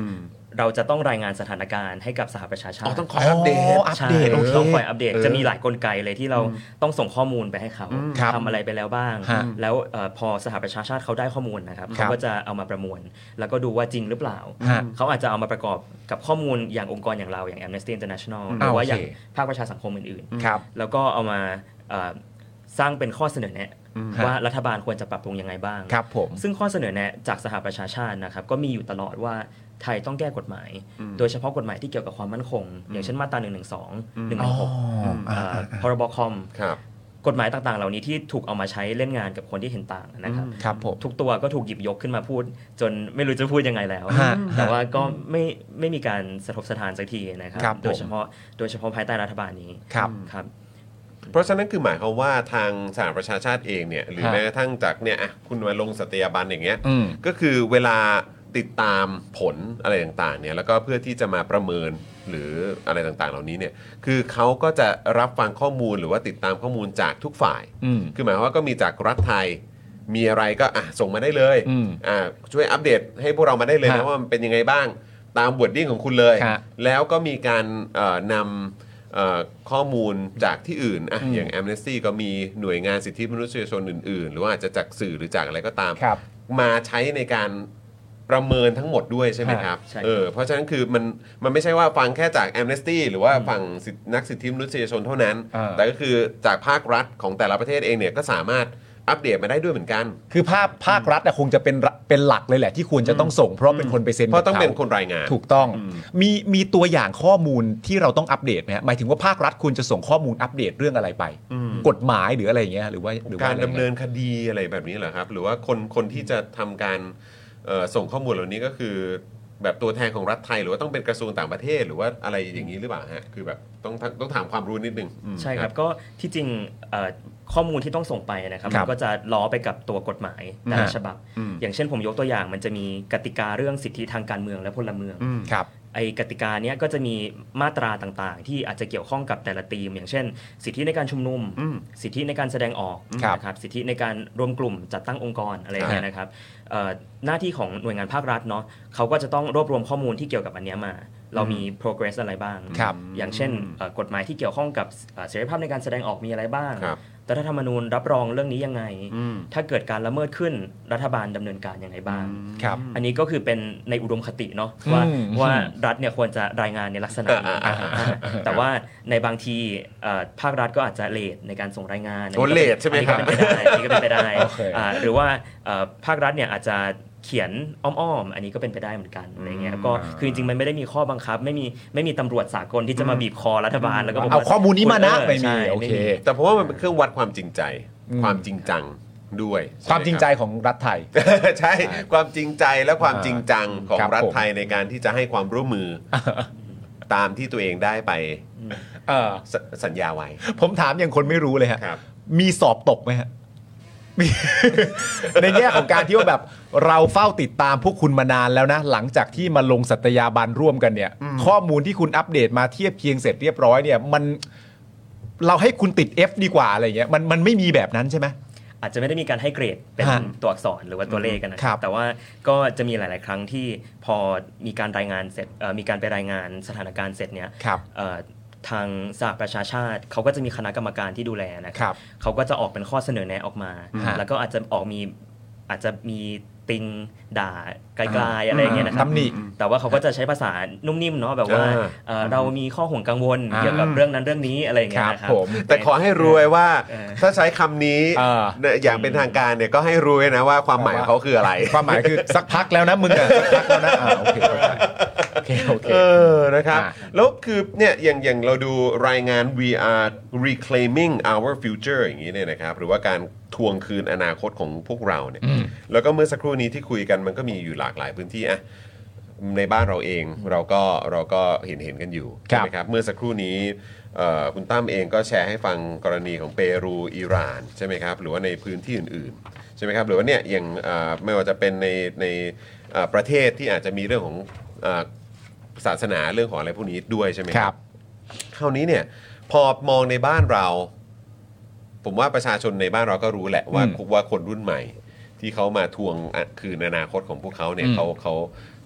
[SPEAKER 3] เราจะต้องรายงานสถานการณ์ให้กับสหประชาชา
[SPEAKER 1] อ๋อ
[SPEAKER 3] ติ
[SPEAKER 1] ต้องคอยอัปเดต
[SPEAKER 2] อ๋ออัปเดต
[SPEAKER 3] ใช่
[SPEAKER 2] โอเค
[SPEAKER 3] ต้องคอยอัปเดต
[SPEAKER 1] เออ
[SPEAKER 3] จะมีหลายกลไกเลยที่เราต้องส่งข้อมูลไปให้เขา
[SPEAKER 1] อืมครับ
[SPEAKER 3] ทำอะไรไปแล้วบ้าง
[SPEAKER 2] ฮะ
[SPEAKER 3] แล้วเอ่อพอสหประชาชาติเขาได้ข้อมูลนะครับ
[SPEAKER 2] ครั
[SPEAKER 3] เขา
[SPEAKER 2] บ
[SPEAKER 3] ก็จะเอามาประมวล แล้วก็ดูว่าจริงหรือเปล่า
[SPEAKER 2] ฮะ
[SPEAKER 3] เขาอาจจะเอามาประกอบกับข้อมูลอย่างองค์กรอย่างเราอย่าง Amnesty International หรือว่าอย่าง
[SPEAKER 2] โอเค
[SPEAKER 3] ภาคประชาสังคมอื่นๆ
[SPEAKER 2] ครับ
[SPEAKER 3] แล้วก็เอามาเอ่อสร้างเป็นข้อเสนอแนะ
[SPEAKER 2] ฮะ
[SPEAKER 3] ว่ารัฐบาลควรจะปรับปรุงยังไงบ้าง
[SPEAKER 2] ครับผม
[SPEAKER 3] ซึ่งข้อเสนอแนะจากสหประชาชาตินะครับก็มีอยู่ตลอดว่าไทยต้องแก้กฎหมาย โดยเฉพาะกฎหมายที่เกี่ยวกับความมั่นคง อย่างเช่นมาตรา1 1 2 1
[SPEAKER 2] อ๋อ
[SPEAKER 3] 1 6
[SPEAKER 2] อ่า
[SPEAKER 3] เอ่อพรบคอม
[SPEAKER 1] ครับ
[SPEAKER 3] กฎหมายต่างๆ เหล่านี้ที่ถูกเอามาใช้เล่นงานกับคนที่เห็นต่างนะครับ
[SPEAKER 2] ครับผม
[SPEAKER 3] ทุกตัวก็ถูกหยิบยกขึ้นมาพูด จนไม่รู้จะพูดยังไงแล้ว
[SPEAKER 2] ฮะ
[SPEAKER 3] แต่ว่าก็ไม่ไม่มีการสะทกสะทานสักทีนะครั
[SPEAKER 2] ครับผม
[SPEAKER 3] โดยเฉพาะโดยเฉพาะภายใต้รัฐบาลนี้
[SPEAKER 2] ครับ
[SPEAKER 3] ครับ
[SPEAKER 1] เพราะฉะนั้นคือหมายความว่าทางสหประชาชาติเองเนี่ยหรือ
[SPEAKER 2] ฮะ
[SPEAKER 1] แม้กระทั่งจากเนี่ยอ่ะคุณมาลงสัตยาบันอย่างเงี้ย
[SPEAKER 2] อืม
[SPEAKER 1] ก็คือเวลาติดตามผลอะไรต่างๆเนี่ยแล้วก็เพื่อที่จะมาประเมินหรืออะไรต่างๆ เหล่านี้เนี่ยคือเขาก็จะรับฟังข้อมูลหรือว่าติดตามข้อมูลจากทุกฝ่าย
[SPEAKER 2] อืม
[SPEAKER 1] คือหมายความว่าก็มีจากรัฐไทย มีอะไรก็อ่ะส่งมาได้เลย
[SPEAKER 2] อืม
[SPEAKER 1] อ่าช่วยอัปเดตให้พวกเรามาได้เลย
[SPEAKER 2] ครั
[SPEAKER 1] นะ
[SPEAKER 2] บ
[SPEAKER 1] ว่ามันเป็นยังไงบ้างตามบวดดิ้งของคุณเลย
[SPEAKER 2] ครับ
[SPEAKER 1] แล้วก็มีการเอ่อนำเอ่อข้อมูลจากที่อื่นอ่ะ
[SPEAKER 2] อืม
[SPEAKER 1] อย่าง Amnesty ก็มีหน่วยงานสิทธิมนุษยชนอื่นๆ หรือว่าอาจจะจากสื่อหรือจากอะไรก็ตาม
[SPEAKER 2] ครับ
[SPEAKER 1] มาใช้ในการประเมินทั้งหมดด้วยใช่ไหมครับ
[SPEAKER 3] ใช่
[SPEAKER 1] เออเพราะฉะนั้นคือมันมันไม่ใช่ว่าฟังแค่จาก Amnesty หรือว่าฝั่งสิทธินักสิทธิมนุษยชนเท่านั้น
[SPEAKER 2] เออ
[SPEAKER 1] แต่ก็คือจากภาครัฐของแต่ละประเทศเองเนี่ยก็สามารถอัปเดตมาได้ด้วยเหมือนกัน
[SPEAKER 2] คือภาพภาครัฐน่ะคงจะเป็นรัฐเป็นหลักเลยแหละที่ควรจะต้องส่ง เพราะเป็นคนไปเซ็น
[SPEAKER 1] เพราะต้อง
[SPEAKER 2] กับข
[SPEAKER 1] เป็นคนรายงาน
[SPEAKER 2] ถูกต้อง มีมีตัวอย่างข้อมูลที่เราต้องอัปเดตไหมฮะหมายถึงว่าภาครัฐควรจะส่งข้อมูลอัปเดตเรื่องอะไรไป กฎหมายหรืออะไรอย่างเงี้ยหรือว่าหรือว่
[SPEAKER 1] การ
[SPEAKER 2] อะไร
[SPEAKER 1] ดำเนินคดีอะไรแบบนี้เหรอครับ หรือว่าคนคนที่จะทำการเอ่อส่งข้อมูลเหล่านี้ก็คือ แบบตัวแทนของรัฐไทย หรือว่าต้องเป็นกระทรวงต่างประเทศ หรือว่าอะไรอย่างนี้หรือเปล่าฮะคือแบบต้องต้องถามความรู้นิดนึงอืม
[SPEAKER 3] ใช่ครับก็ที่จริงเอ่อข้อมูลที่ต้องส่งไปนะครับ
[SPEAKER 2] ครับ
[SPEAKER 3] มันก็จะล้อไปกับตัวกฎหมายแต่ละ
[SPEAKER 2] ฮะ
[SPEAKER 3] ฉบับ อย่างเช่นผมยกตัวอย่างมันจะมีกติกาเรื่องสิทธิทางการเมืองและพลเมือง
[SPEAKER 2] ครับ
[SPEAKER 3] ไอ้กติกาเนี้ยก็จะมีมาตราต่างๆ ที่อาจจะเกี่ยวข้องกับแต่ละธีม อย่างเช่น สิทธิในการชุมนุม สิทธิในการแสดงออก
[SPEAKER 2] ครับ
[SPEAKER 3] นะครับสิทธิในการรวมกลุ่มจัดตั้งองค์กรอะไรอย่างเงี้ยนะครับเอ่อหน้าที่ของหน่วยงานภาครัฐเนาะเขาก็จะต้องรวบรวมข้อมูลที่เกี่ยวกับอันเนี้ยมา เรามี progress อะไรบ้าง
[SPEAKER 2] ครับ
[SPEAKER 3] อย่างเช่นเอ่อกฎหมายที่เกี่ยวข้องกับเอ่อเสรีภาพในการแสดงออกมีอะไรบ้าง
[SPEAKER 1] ครับ
[SPEAKER 3] รัฐธรรมนูญรับรองเรื่องนี้ยังไง ถ้าเกิดการละเมิดขึ้นรัฐบาลดำเนินการยังไงบ้าง
[SPEAKER 2] ครับ
[SPEAKER 3] อันนี้ก็คือเป็นในอุดมคติเนาะว่า
[SPEAKER 2] อืม
[SPEAKER 3] ว่ารัฐเนี่ยควรจะรายงานในลักษณะนี้
[SPEAKER 1] อ่าอ่าอ่า
[SPEAKER 3] แต่ว่าในบางทีเอ่อภาครัฐก็อาจจะเลทในการส่งรายงาน
[SPEAKER 1] โอ้เลทใช่ไหมครับ
[SPEAKER 3] อันนี้ก็เป็นไปได้อันนี้ก็เป็นไปได้
[SPEAKER 2] โอเค
[SPEAKER 3] อ่าหรือว่าเอ่อภาครัฐเนี่ยอาจจะเขียนอ้อมๆ อันนี้ก็เป็นไปได้เหมือนกันอะไรเงี้ยก็คือจริงๆมันไม่ได้มีข้อบังคับ ไม่มีไม่มีตำรวจสากลที่จะมาบีบคอรัฐบาลแล้วก็บกว่
[SPEAKER 2] เอาข้อมูลนี้มานะ
[SPEAKER 3] เออ
[SPEAKER 2] ไม่มี
[SPEAKER 3] ใช่
[SPEAKER 2] โอเค
[SPEAKER 3] ไม่มี
[SPEAKER 1] แต่ผมว่ามันเป็นเครื่องวัดความจริงใจ
[SPEAKER 2] อืม
[SPEAKER 1] ความจริงจังด้วยใช่
[SPEAKER 2] ความจริง
[SPEAKER 1] ไห
[SPEAKER 2] ใจ
[SPEAKER 1] บ
[SPEAKER 2] ของรัฐไทย
[SPEAKER 1] ใช่ความจริงใจและความจริงจังของ
[SPEAKER 2] ครับ
[SPEAKER 1] รัฐ
[SPEAKER 2] ผม
[SPEAKER 1] ไทยในการที่จะให้ความร่วม มืออตามที่ตัวเองได้ไป
[SPEAKER 2] เออ
[SPEAKER 1] สสัญญาไว้
[SPEAKER 2] ผมถามอย่างคนไม่รู้เลยฮะ
[SPEAKER 1] ครับ
[SPEAKER 2] มีสอบตกไหมฮะ มี ในแง่ของการที่ว่าแบบเราเฝ้าติดตามพวกคุณมานานแล้วนะ หลังจากที่มาลงสัตยาบันร่วมกันเนี่ย ข้อมูลที่คุณอัปเดตมาเทียบเคียงเสร็จเรียบร้อยเนี่ย มันเราให้คุณติด F ดีกว่าอะไรเงี้ยมันมันไม่มีแบบนั้นใช่ไหม
[SPEAKER 3] อาจจะไม่ได้มีการให้เกรดเป็น
[SPEAKER 2] ฮะ
[SPEAKER 3] ตัวอักษรหรือว่าตัวเลขกันนะครับแต่ว่าก็จะมีหลาย ๆ ครั้งที่พอมีการรายงานเสร็จเอ่อมีการไปรายงานสถานการณ์เสร็จเนี่ย
[SPEAKER 2] ครับ
[SPEAKER 3] เอ่อทางสหประชาชาติเขาก็จะมีคณะกรรมการที่ดูแลนะค
[SPEAKER 2] ครั
[SPEAKER 3] รั
[SPEAKER 2] บบ
[SPEAKER 3] เขาก็จะออกเป็นข้อเสนอแนะออกมา
[SPEAKER 2] ฮะ
[SPEAKER 3] แล้วก็อาจจะออกมีอาจจะมีติงด่าไกลๆอะไรอย่างเงี้ยนะครับ
[SPEAKER 2] ตำหนิ
[SPEAKER 3] แต่ว่าเขาก็จะใช้ภาษานุ่มนิ่มเนาะแบบว่า
[SPEAKER 1] อ่า
[SPEAKER 3] เอ่อเรามีข้อห่วงกังวล
[SPEAKER 2] อ่า
[SPEAKER 3] เกี่ยวกับเรื่องนั้นเรื่องนี้อะไรอย่างเงี้ยนะค
[SPEAKER 2] ครั
[SPEAKER 3] รับ
[SPEAKER 2] ผม
[SPEAKER 1] แต่ขอให้รู้ไว้ว่า
[SPEAKER 3] เออ
[SPEAKER 1] ถ้าใช้คำนี้
[SPEAKER 2] เออ
[SPEAKER 1] เนี่ยอย่างเป็นทางการเนี่ยก็ให้รู้ไว้นะว่าความหมายของเขาคืออะไร
[SPEAKER 2] ความหมายคือ สักพักแล้วนะมึงอะสักพักแล้วนะอ่าโอเคเข้าใจโอเคโอเค
[SPEAKER 1] เออ นะครับ
[SPEAKER 2] อ่ะ
[SPEAKER 1] แล้วคือเนี่ยอย่างอย่างเราดูรายงาน we are reclaiming our future อย่างนี้เนี่ยนะครับ หรือว่าการทวงคืนอนาคตของพวกเราเนี่ย แล้วก็เมื่อสักครู่นี้ที่คุยกันมันก็มีอยู่หลากหลายพื้นที่อะ ในบ้านเราเองเราก็เราก็เห็นเห็นกันอยู่
[SPEAKER 2] ครับ
[SPEAKER 1] ใช่ไหมครับเมื่อสักครู่นี้เอ่อคุณตั้มเองก็แชร์ให้ฟังกรณีของเปรูอิหร่านใช่ไหมครับหรือว่าในพื้นที่อื่นๆใช่ไหมครับหรือว่าเนี่ยอย่างเอ่อไม่ว่าจะเป็นในในเอ่อประเทศที่อาจจะมีเรื่องของเอ่อศาสนาเรื่องของอะไรพวกนี้ด้วยใช่ไหม
[SPEAKER 2] ครับ
[SPEAKER 1] คราวนี้เนี่ยพอมองในบ้านเรา ผมว่าประชาชนในบ้านเราก็รู้แหละว่า
[SPEAKER 2] อืม
[SPEAKER 1] ว่าคนรุ่นใหม่ ที่เขามาทวงอ่ะคืออนาคตของพวกเขาเนี่ย
[SPEAKER 2] อืม
[SPEAKER 1] เขาเขา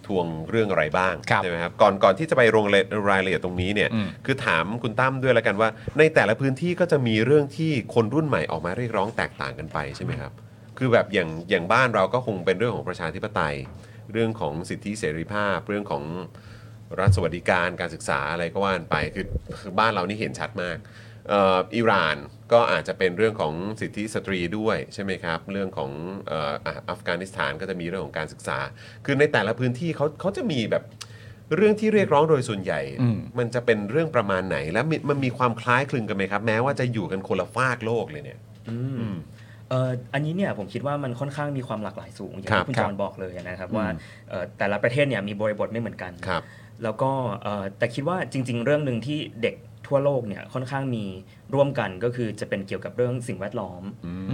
[SPEAKER 1] ทวงเรื่องอะไรบ้าง
[SPEAKER 2] ครับ
[SPEAKER 1] ใช่ไหมครับก่อนก่อนที่จะไปลงรายละเอียดตรงนี้เนี่ย
[SPEAKER 2] อืม
[SPEAKER 1] คือถามคุณตั้มด้วยแล้วกันว่า ในแต่ละพื้นที่ก็จะมีเรื่องที่คนรุ่นใหม่ออกมาเรียกร้องแตกต่างกันไปใช่ไหมครับ คือแบบอย่างอย่างบ้านเราก็คงเป็นเรื่องของประชาธิปไตย เรื่องของสิทธิเสรีภาพ เรื่องของรัฐสวัสดิการการศึกษาอะไรก็ว่ากันไปคือคือบ้านเรานี่เห็นชัดมากเอ่ออิหร่านก็อาจจะเป็นเรื่องของสิทธิสตรีด้วยใช่ไหมครับ เรื่องของเอ่ออ่ะอัฟกานิสถานก็จะมีเรื่องของการศึกษา คือในแต่ละพื้นที่เขาเขาจะมีแบบเรื่องที่เรียกร้องโดยส่วนใหญ่
[SPEAKER 2] อืม
[SPEAKER 1] มันจะเป็นเรื่องประมาณไหน และมีมันมีความคล้ายคลึงกันไหมครับ แม้ว่าจะอยู่กันคนละฟากโลกเลยเนี่ย
[SPEAKER 3] อืมเอ่ออันนี้เนี่ยผมคิดว่ามันค่อนข้างมีความหลากหลายสูงอย่าง
[SPEAKER 1] ครับ
[SPEAKER 3] ที่คุณจอห์นบอกเลยนะครับว่า
[SPEAKER 1] อืม
[SPEAKER 3] เอ่อแต่ละประเทศเนี่ยมีบริบทไม่เหมือนกัน
[SPEAKER 1] ครับ
[SPEAKER 3] แล้วก็เอ่อแต่คิดว่าจริง ๆ เรื่องหนึ่งที่เด็กทั่วโลกเนี่ยค่อนข้างมีร่วมกันก็คือจะเป็นเกี่ยวกับเรื่องสิ่งแวดล้อม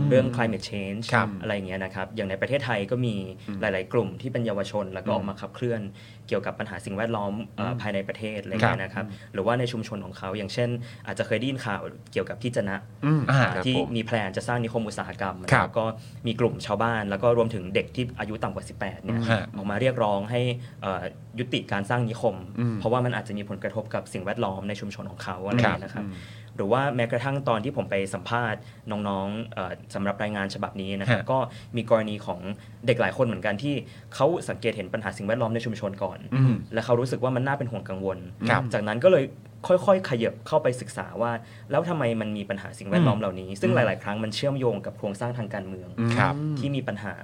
[SPEAKER 3] เรื่อง climate change
[SPEAKER 2] ครับ
[SPEAKER 3] อะไรอย่างเงี้ยนะครับ อย่างในประเทศไทยก็มีหลาย ๆ กลุ่มที่เป็นเยาวชน แล้วก็ออกมาขับเคลื่อนเกี่ยวกับปัญหาสิ่งแวดล้อมเอ่อภายในประเทศอะไรอย่างเงี้ยนะครับ หรือว่าในชุมชนของเขา อย่างเช่น อาจจะเคยได้ยินข่าวเกี่ยวกับที่จะนะ
[SPEAKER 1] อืม
[SPEAKER 2] อ่า
[SPEAKER 1] ครับ
[SPEAKER 3] ที่
[SPEAKER 1] ผม
[SPEAKER 3] มีแพลนจะสร้างนิคมอุตสาหกรรมนะครับ ก็มีกลุ่มชาวบ้าน แล้วก็รวมถึงเด็กที่อายุต่ำกว่า 18 เนี่ย
[SPEAKER 2] ฮะ
[SPEAKER 3] ออกมาเรียกร้องให้เอ่อยุติการสร้างนิคม เพราะว่ามันอาจจะมีผลกระทบกับสิ่งแวดล้อมในชุมชนของเขาอะไรอย่างเงี้ยนะครับหรือว่าแม้กระทั่งตอนที่ผมไปสัมภาษณ์น้องๆเอ่อสำหรับรายงานฉบับนี้นะครับ
[SPEAKER 2] ฮะ
[SPEAKER 3] ก็มีกรณีของเด็กหลายคนเหมือนกันที่เขาสังเกตเห็นปัญหาสิ่งแวดล้อมในชุมชนก่อน
[SPEAKER 2] อืม
[SPEAKER 3] และเขารู้สึกว่ามันน่าเป็นห่วงกังวล
[SPEAKER 2] ครับ
[SPEAKER 3] จากนั้นก็เลยค่อยๆ ขยับเข้าไปศึกษาว่า แล้วทำไมมันมีปัญหาสิ่งแวดล้อมเหล่านี้ ซึ่งหลายๆ ครั้งมันเชื่อมโยงกับโครงสร้างทางการเมือง
[SPEAKER 2] ครับ
[SPEAKER 3] ที่มีปัญหา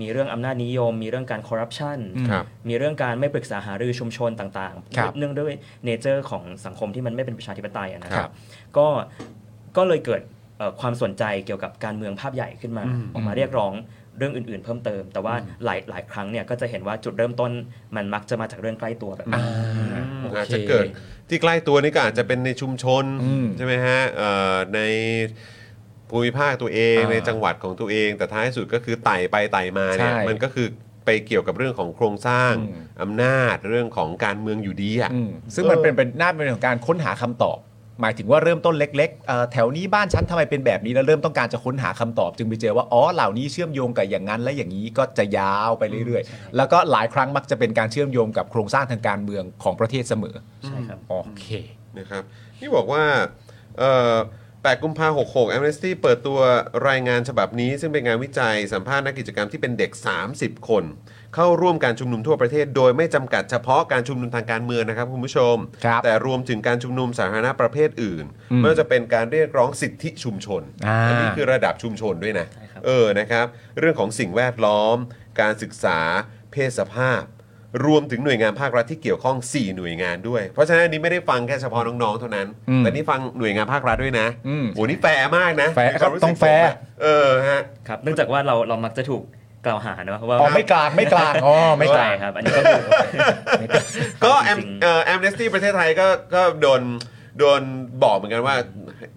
[SPEAKER 3] มีเรื่องอำนาจนิยม มีเรื่องการคอร์รัปชัน
[SPEAKER 1] ครับ
[SPEAKER 3] มีเรื่องการไม่ปรึกษาหารือชุมชนต่าง
[SPEAKER 2] ครับ
[SPEAKER 3] ๆ เนื่องด้วยเนเจอร์ของสังคมที่มันไม่เป็นประชาธิปไตยอะนะค
[SPEAKER 1] ครั
[SPEAKER 3] รับ บ ก็ ก็เลยเกิดเอ่อความสนใจเกี่ยวกับการเมืองภาพใหญ่ขึ้นมา ออกมาเรียกร้องเรื่องอื่น ๆ เพิ่มเติม แต่ว่าหลายหลายครั้งเนี่ยก็จะเห็นว่าจุดเริ่มต้นมันมักจะมาจากเรื่องใกล้ตัวแบบนี้
[SPEAKER 2] โอ
[SPEAKER 1] อาจ
[SPEAKER 2] เค
[SPEAKER 1] จะเกิดที่ใกล้ตัวนี่ก็อาจจะเป็นในชุมชน
[SPEAKER 2] อืม
[SPEAKER 1] ใช่ไหมฮะเอ่อในภูมิภาคตัวเอง
[SPEAKER 2] อ่า
[SPEAKER 1] ในจังหวัดของตัวเอง แต่ท้ายสุดก็คือไต่ไปไต่มาเนี่ย
[SPEAKER 2] ใช่
[SPEAKER 1] มันก็คือไปเกี่ยวกับเรื่องของโครงสร้าง
[SPEAKER 2] อืม
[SPEAKER 1] อำนาจเรื่องของการเมืองอยู่ดีอ่ะ
[SPEAKER 2] อืมซึ่งมันเป็นเป็นหน้าเป็นเรื่องของการค้นหาคำตอบ หมายถึงว่าเริ่มต้นเล็กๆเอ่อแถวนี้บ้านฉันทำไมเป็นแบบนี้แล้วเริ่มต้องการจะค้นหาคำตอบ จึงไปเจอว่าอ๋อเหล่านี้เชื่อมโยงกับอย่างนั้น และอย่างนี้ก็จะยาวไปเรื่อยๆ แล้วก็หลายครั้งมักจะเป็นการเชื่อมโยงกับโครงสร้างทางการเมืองของประเทศเสมอ
[SPEAKER 3] ใช่ครับ
[SPEAKER 2] โอเค
[SPEAKER 1] นะครับนี่บอกว่าเอ่อ8กุมภา66 Amnesty เปิดตัวรายงานฉบับนี้ ซึ่งเป็นงานวิจัยสัมภาษณ์นักกิจกรรมที่เป็นเด็ก 30 คน เข้าร่วมการชุมนุมทั่วประเทศ โดยไม่จำกัดเฉพาะการชุมนุมทางการเมืองนะครับคุณผู้ชม
[SPEAKER 2] ครับ
[SPEAKER 1] แต่รวมถึงการชุมนุมสาธารณะประเภทอื่น
[SPEAKER 2] อืม
[SPEAKER 1] ไม่ว่าจะเป็นการเรียกร้องสิทธิชุมชน
[SPEAKER 2] อ่า
[SPEAKER 1] นนี้คือระดับชุมชนด้วยนะ
[SPEAKER 3] ใช่ครับ
[SPEAKER 1] เออ นะครับ เรื่องของสิ่งแวดล้อม การศึกษา เพศสภาพ รวมถึงหน่วยงานภาครัฐที่เกี่ยวข้อง 4 หน่วยงานด้วย เพราะฉะนั้นอันนี้ไม่ได้ฟังแค่เฉพาะน้อง ๆ เท่านั้น
[SPEAKER 2] อืม
[SPEAKER 1] แต่นี่ฟังหน่วยงานภาครัฐด้วยนะ
[SPEAKER 2] อืม
[SPEAKER 1] โหนี่แฟร์มากนะ
[SPEAKER 2] แฟร์ครับ
[SPEAKER 1] ในวามสึก
[SPEAKER 2] ต้องแฟ
[SPEAKER 1] ผม
[SPEAKER 2] ร์
[SPEAKER 1] อะเออฮะ
[SPEAKER 3] ครับเนื่องจากว่าเราเรามักจะถูกกล่าวหาเนอะว่า
[SPEAKER 2] อ๋อไม่กลางไม่กลางอ๋อไม่ก
[SPEAKER 3] ใช่
[SPEAKER 2] ลาง
[SPEAKER 3] ครับ อันนี้ก็คือ
[SPEAKER 1] ก็
[SPEAKER 3] จ
[SPEAKER 1] แอม
[SPEAKER 3] ริงๆ
[SPEAKER 1] เอ่อแอมเนสตี้ประเทศไทยก็ก็โดนโดนบอกเหมือนกันว่า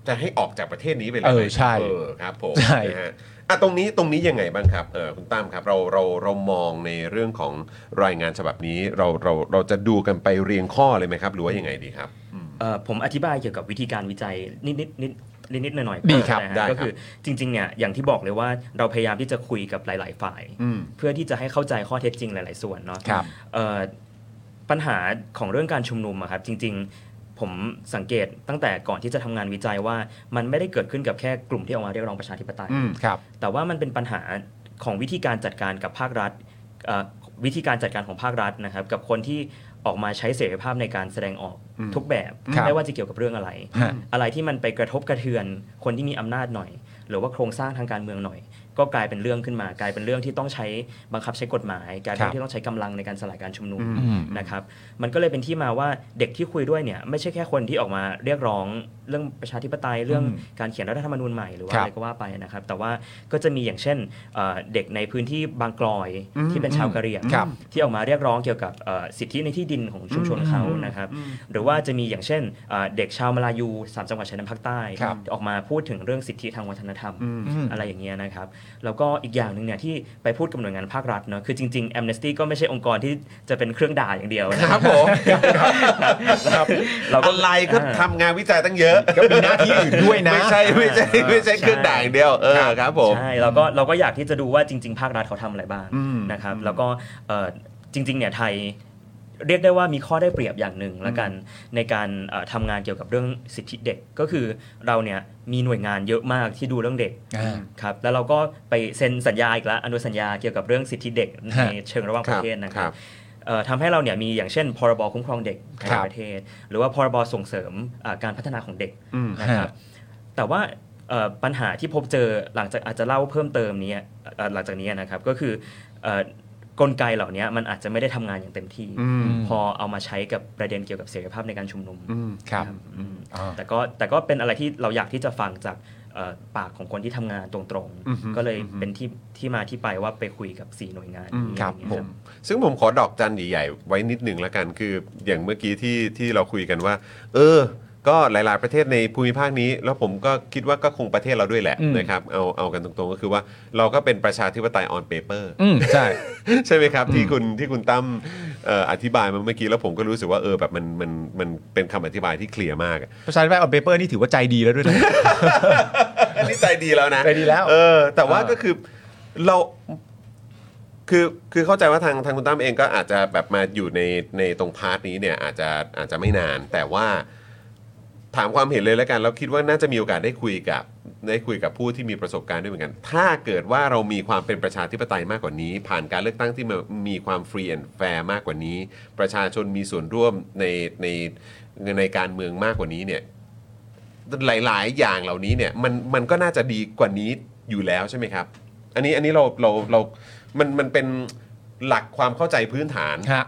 [SPEAKER 1] จะให้ออกจากประเทศนี้ไปเลย
[SPEAKER 2] เออใช่
[SPEAKER 1] เออครับผม
[SPEAKER 2] ใช่
[SPEAKER 1] นะฮะอ่ะตรงนี้ตรงนี้ยังไงบ้างครับเออคุณตั้มครับเราเราเรามองในเรื่องของรายงานฉบับนี้เราเราเราจะดูกันไปเรียงข้อเลยไหมครับ หรือว่ายังไงดีครับ
[SPEAKER 3] เอ่อผมอธิบายเกี่ยวกับวิธีการวิจัยนิดนิดนิดนิดนิดหน่อยหน่อย
[SPEAKER 2] ดีครับ
[SPEAKER 3] นะ
[SPEAKER 1] ได้
[SPEAKER 3] ฮะ
[SPEAKER 1] ครับ
[SPEAKER 3] ก็คือจริงๆเนี่ยอย่างที่บอกเลยว่าเราพยายามที่จะคุยกับหลาย ๆ ฝ่าย
[SPEAKER 1] อืม
[SPEAKER 3] เพื่อที่จะให้เข้าใจข้อเท็จจริงหลาย ๆ ส่วนเนาะ
[SPEAKER 2] ครับ
[SPEAKER 3] เอ่อปัญหาของเรื่องการชุมนุมอะครับจริง ๆ ผมสังเกตตั้งแต่ก่อนที่จะทำงานวิจัยว่ามันไม่ได้เกิดขึ้นกับแค่กลุ่มที่ออกมาเรียกร้องประชาธิปไตย
[SPEAKER 1] อืม
[SPEAKER 2] ครับ
[SPEAKER 3] แต่ว่ามันเป็นปัญหาของวิธีการจัดการกับภาครัฐเอ่อวิธีการจัดการของภาครัฐนะครับ กับคนที่ออกมาใช้เสรีภาพในการแสดงออกทุกแบบ
[SPEAKER 2] ครับ
[SPEAKER 3] ไม่ว่าจะเกี่ยวกับเรื่องอะไร
[SPEAKER 2] ฮะ
[SPEAKER 3] อะไรที่มันไปกระทบกระเทือนคนที่มีอำนาจหน่อย หรือว่าโครงสร้างทางการเมืองหน่อย ก็กลายเป็นเรื่องขึ้นมา กลายเป็นเรื่องที่ต้องใช้บังคับใช้กฎหมายกลายเป็นเรื่องที่ต้องใช้กำลังในการสลายการชุมนุม
[SPEAKER 2] อืม
[SPEAKER 3] นะครับมันก็เลยเป็นที่มาว่าเด็กที่คุยด้วยเนี่ยไม่ใช่แค่คนที่ออกมาเรียกร้องเรื่องประชาธิปไตยเรื่อง
[SPEAKER 2] อืม
[SPEAKER 3] การเขียนรัฐธรรมนูญใหม่หรือว่า
[SPEAKER 2] ครับ
[SPEAKER 3] อะไรก็ว่าไปนะครับแต่ว่าก็จะมีอย่างเช่นเอ่อเด็กในพื้นที่บางกลอย
[SPEAKER 2] อืม
[SPEAKER 3] ที่เป็นชาวกะเหรี่ยง
[SPEAKER 2] ครับ
[SPEAKER 3] ที่ออกมาเรียกร้องเกี่ยวกับเอ่อสิทธิในที่ดินของชุมชนเขานะครับหรือว่าจะมีอย่างเช่นเอ่อเด็กชาวมาลายูสามจังหวัดชายแดนภาคใต้
[SPEAKER 2] ครับ
[SPEAKER 3] ออกมาพูดถึงเรื่องสิทธิทางวัฒนธรรม
[SPEAKER 2] อืม
[SPEAKER 3] อะไรอย่างเงี้ยนะครับ แล้วก็อีกอย่างหนึ่งเนี่ยที่ไปพูดกับหน่วยงานภาครัฐเนอะคือจริงๆ Amnesty ก็ไม่ใช่องค์กรที่จะเป็นเครื่องด่าอย่างเดียวนะ
[SPEAKER 1] ครับผม
[SPEAKER 3] ครับเราก็
[SPEAKER 1] อะไรก็
[SPEAKER 3] อ่า
[SPEAKER 1] ทำงานวิจัยตั้งเยอะ
[SPEAKER 2] ก็มีหน้าที่อื่นด้วยนะ
[SPEAKER 1] ไม่ใช่ไม่ใช่ไม่ใช่เครื่องด่างอย่างเดียวเออครับผม
[SPEAKER 3] ใช่เราก็เราก็อยากที่จะดูว่าจริง ๆ ภาครัฐเขาทำอะไรบ้าง
[SPEAKER 2] อืม
[SPEAKER 3] นะครับแล้วก็เอ่อจริงๆเนี่ยไทยเรียกได้ว่ามีข้อได้เปรียบอย่างหนึ่งละกันในการเอ่อทำงานเกี่ยวกับเรื่องสิทธิเด็กก็คือเราเนี่ยมีหน่วยงานเยอะมากที่ดูเรื่องเด็ก
[SPEAKER 2] อ่า
[SPEAKER 3] ครับแล้วเราก็ไปเซ็นสัญญาอีกแล้วอนุสัญญาเกี่ยวกับเรื่องสิทธิเด็ก
[SPEAKER 2] ฮะ
[SPEAKER 3] ในเชิงระหว่างประเทศนะค
[SPEAKER 1] ครั
[SPEAKER 3] รับบ เอ่อทำให้เราเนี่ยมีอย่างเช่น พรบคุ้มครองเด็กใน
[SPEAKER 2] ครับ
[SPEAKER 3] ประเทศ หรือว่าพรบส่งเสริมอ่าการพัฒนาของเด็ก
[SPEAKER 2] อืม
[SPEAKER 3] นะครับแต่ว่าเอ่อปัญหาที่พบเจอหลังจากอาจจะเล่าเพิ่มเติมนี้เอ่อหลังจากนี้นะครับก็คือเอ่อกลไกเหล่านี้มันอาจจะไม่ได้ทำงานอย่างเต็มที่
[SPEAKER 2] อืม
[SPEAKER 3] พอเอามาใช้กับประเด็นเกี่ยวกับเสรีภาพในการชุมนุม
[SPEAKER 2] อืมครับ
[SPEAKER 3] อืม
[SPEAKER 2] อ่า
[SPEAKER 3] แต่ก็แต่ก็เป็นอะไรที่เราอยากที่จะฟังจากเอ่อปากของคนที่ทำงานตรง
[SPEAKER 2] อือฮึ
[SPEAKER 3] ๆ ก็เลยเป็นที่ที่มาที่ไปว่าไปคุยกับสี่หน่วยงานนี้
[SPEAKER 2] ครับ
[SPEAKER 3] อย่าง
[SPEAKER 2] ผ
[SPEAKER 3] เงี้ย
[SPEAKER 2] ม
[SPEAKER 1] ซึ่งผมขอดอกจันใหญ่ๆไว้นิดหนึ่งละกันคืออย่างเมื่อกี้ที่ที่เราคุยกันว่า เออ ก็หลาย ๆประเทศในภูมิภาคนี้ แล้วผมก็คิดว่าก็คงประเทศเราด้วยแหละ
[SPEAKER 2] อืม
[SPEAKER 1] นะครับเอาเอากันตรงๆก็คือว่าเราก็เป็นประชาธิปไตย on paper
[SPEAKER 2] อืมใช่
[SPEAKER 1] ใช่ไหมครับ ที่คุณที่คุณตั้มเอ่ออธิบายมาเมื่อกี้แล้วผมก็รู้สึกว่าเออแบบมันมันมันเป็นคำอธิบายที่เคลียร์มากอะ
[SPEAKER 2] ประชาธิปไตยออนเปเปอร์นี่ถือว่าใจดีแล้วด้วยนะ
[SPEAKER 1] อันนี้ใจดีแล้วนะ
[SPEAKER 2] ใจดีแล้ว
[SPEAKER 1] เออ แต่ว่า
[SPEAKER 2] เออ
[SPEAKER 1] ก็คือเราคือคือเข้าใจว่าทางทางคุณตั้มเองก็อาจจะแบบมาอยู่ในในตรงพาร์ทนี้เนี่ย อาจจะอาจจะไม่นาน แต่ว่าถามความเห็นเลยแล้วกันแล้วคิดว่าน่าจะมีโอกาสได้คุยกับได้คุยกับผู้ที่มีประสบการณ์ด้วยเหมือนกัน ถ้าเกิดว่าเรามีความเป็นประชาธิปไตยมากกว่านี้ ผ่านการเลือกตั้งที่มามีความฟรีแอนด์แฟร์มากกว่านี้ ประชาชนมีส่วนร่วมในในในการเมืองมากกว่านี้เนี่ย หลาย ๆ อย่างเหล่านี้เนี่ยมันมันก็น่าจะดีกว่านี้อยู่แล้วใช่ไหมครับ อันนี้อันนี้เราเราเรา มันมันเป็นหลักความเข้าใจพื้นฐาน
[SPEAKER 2] ฮะ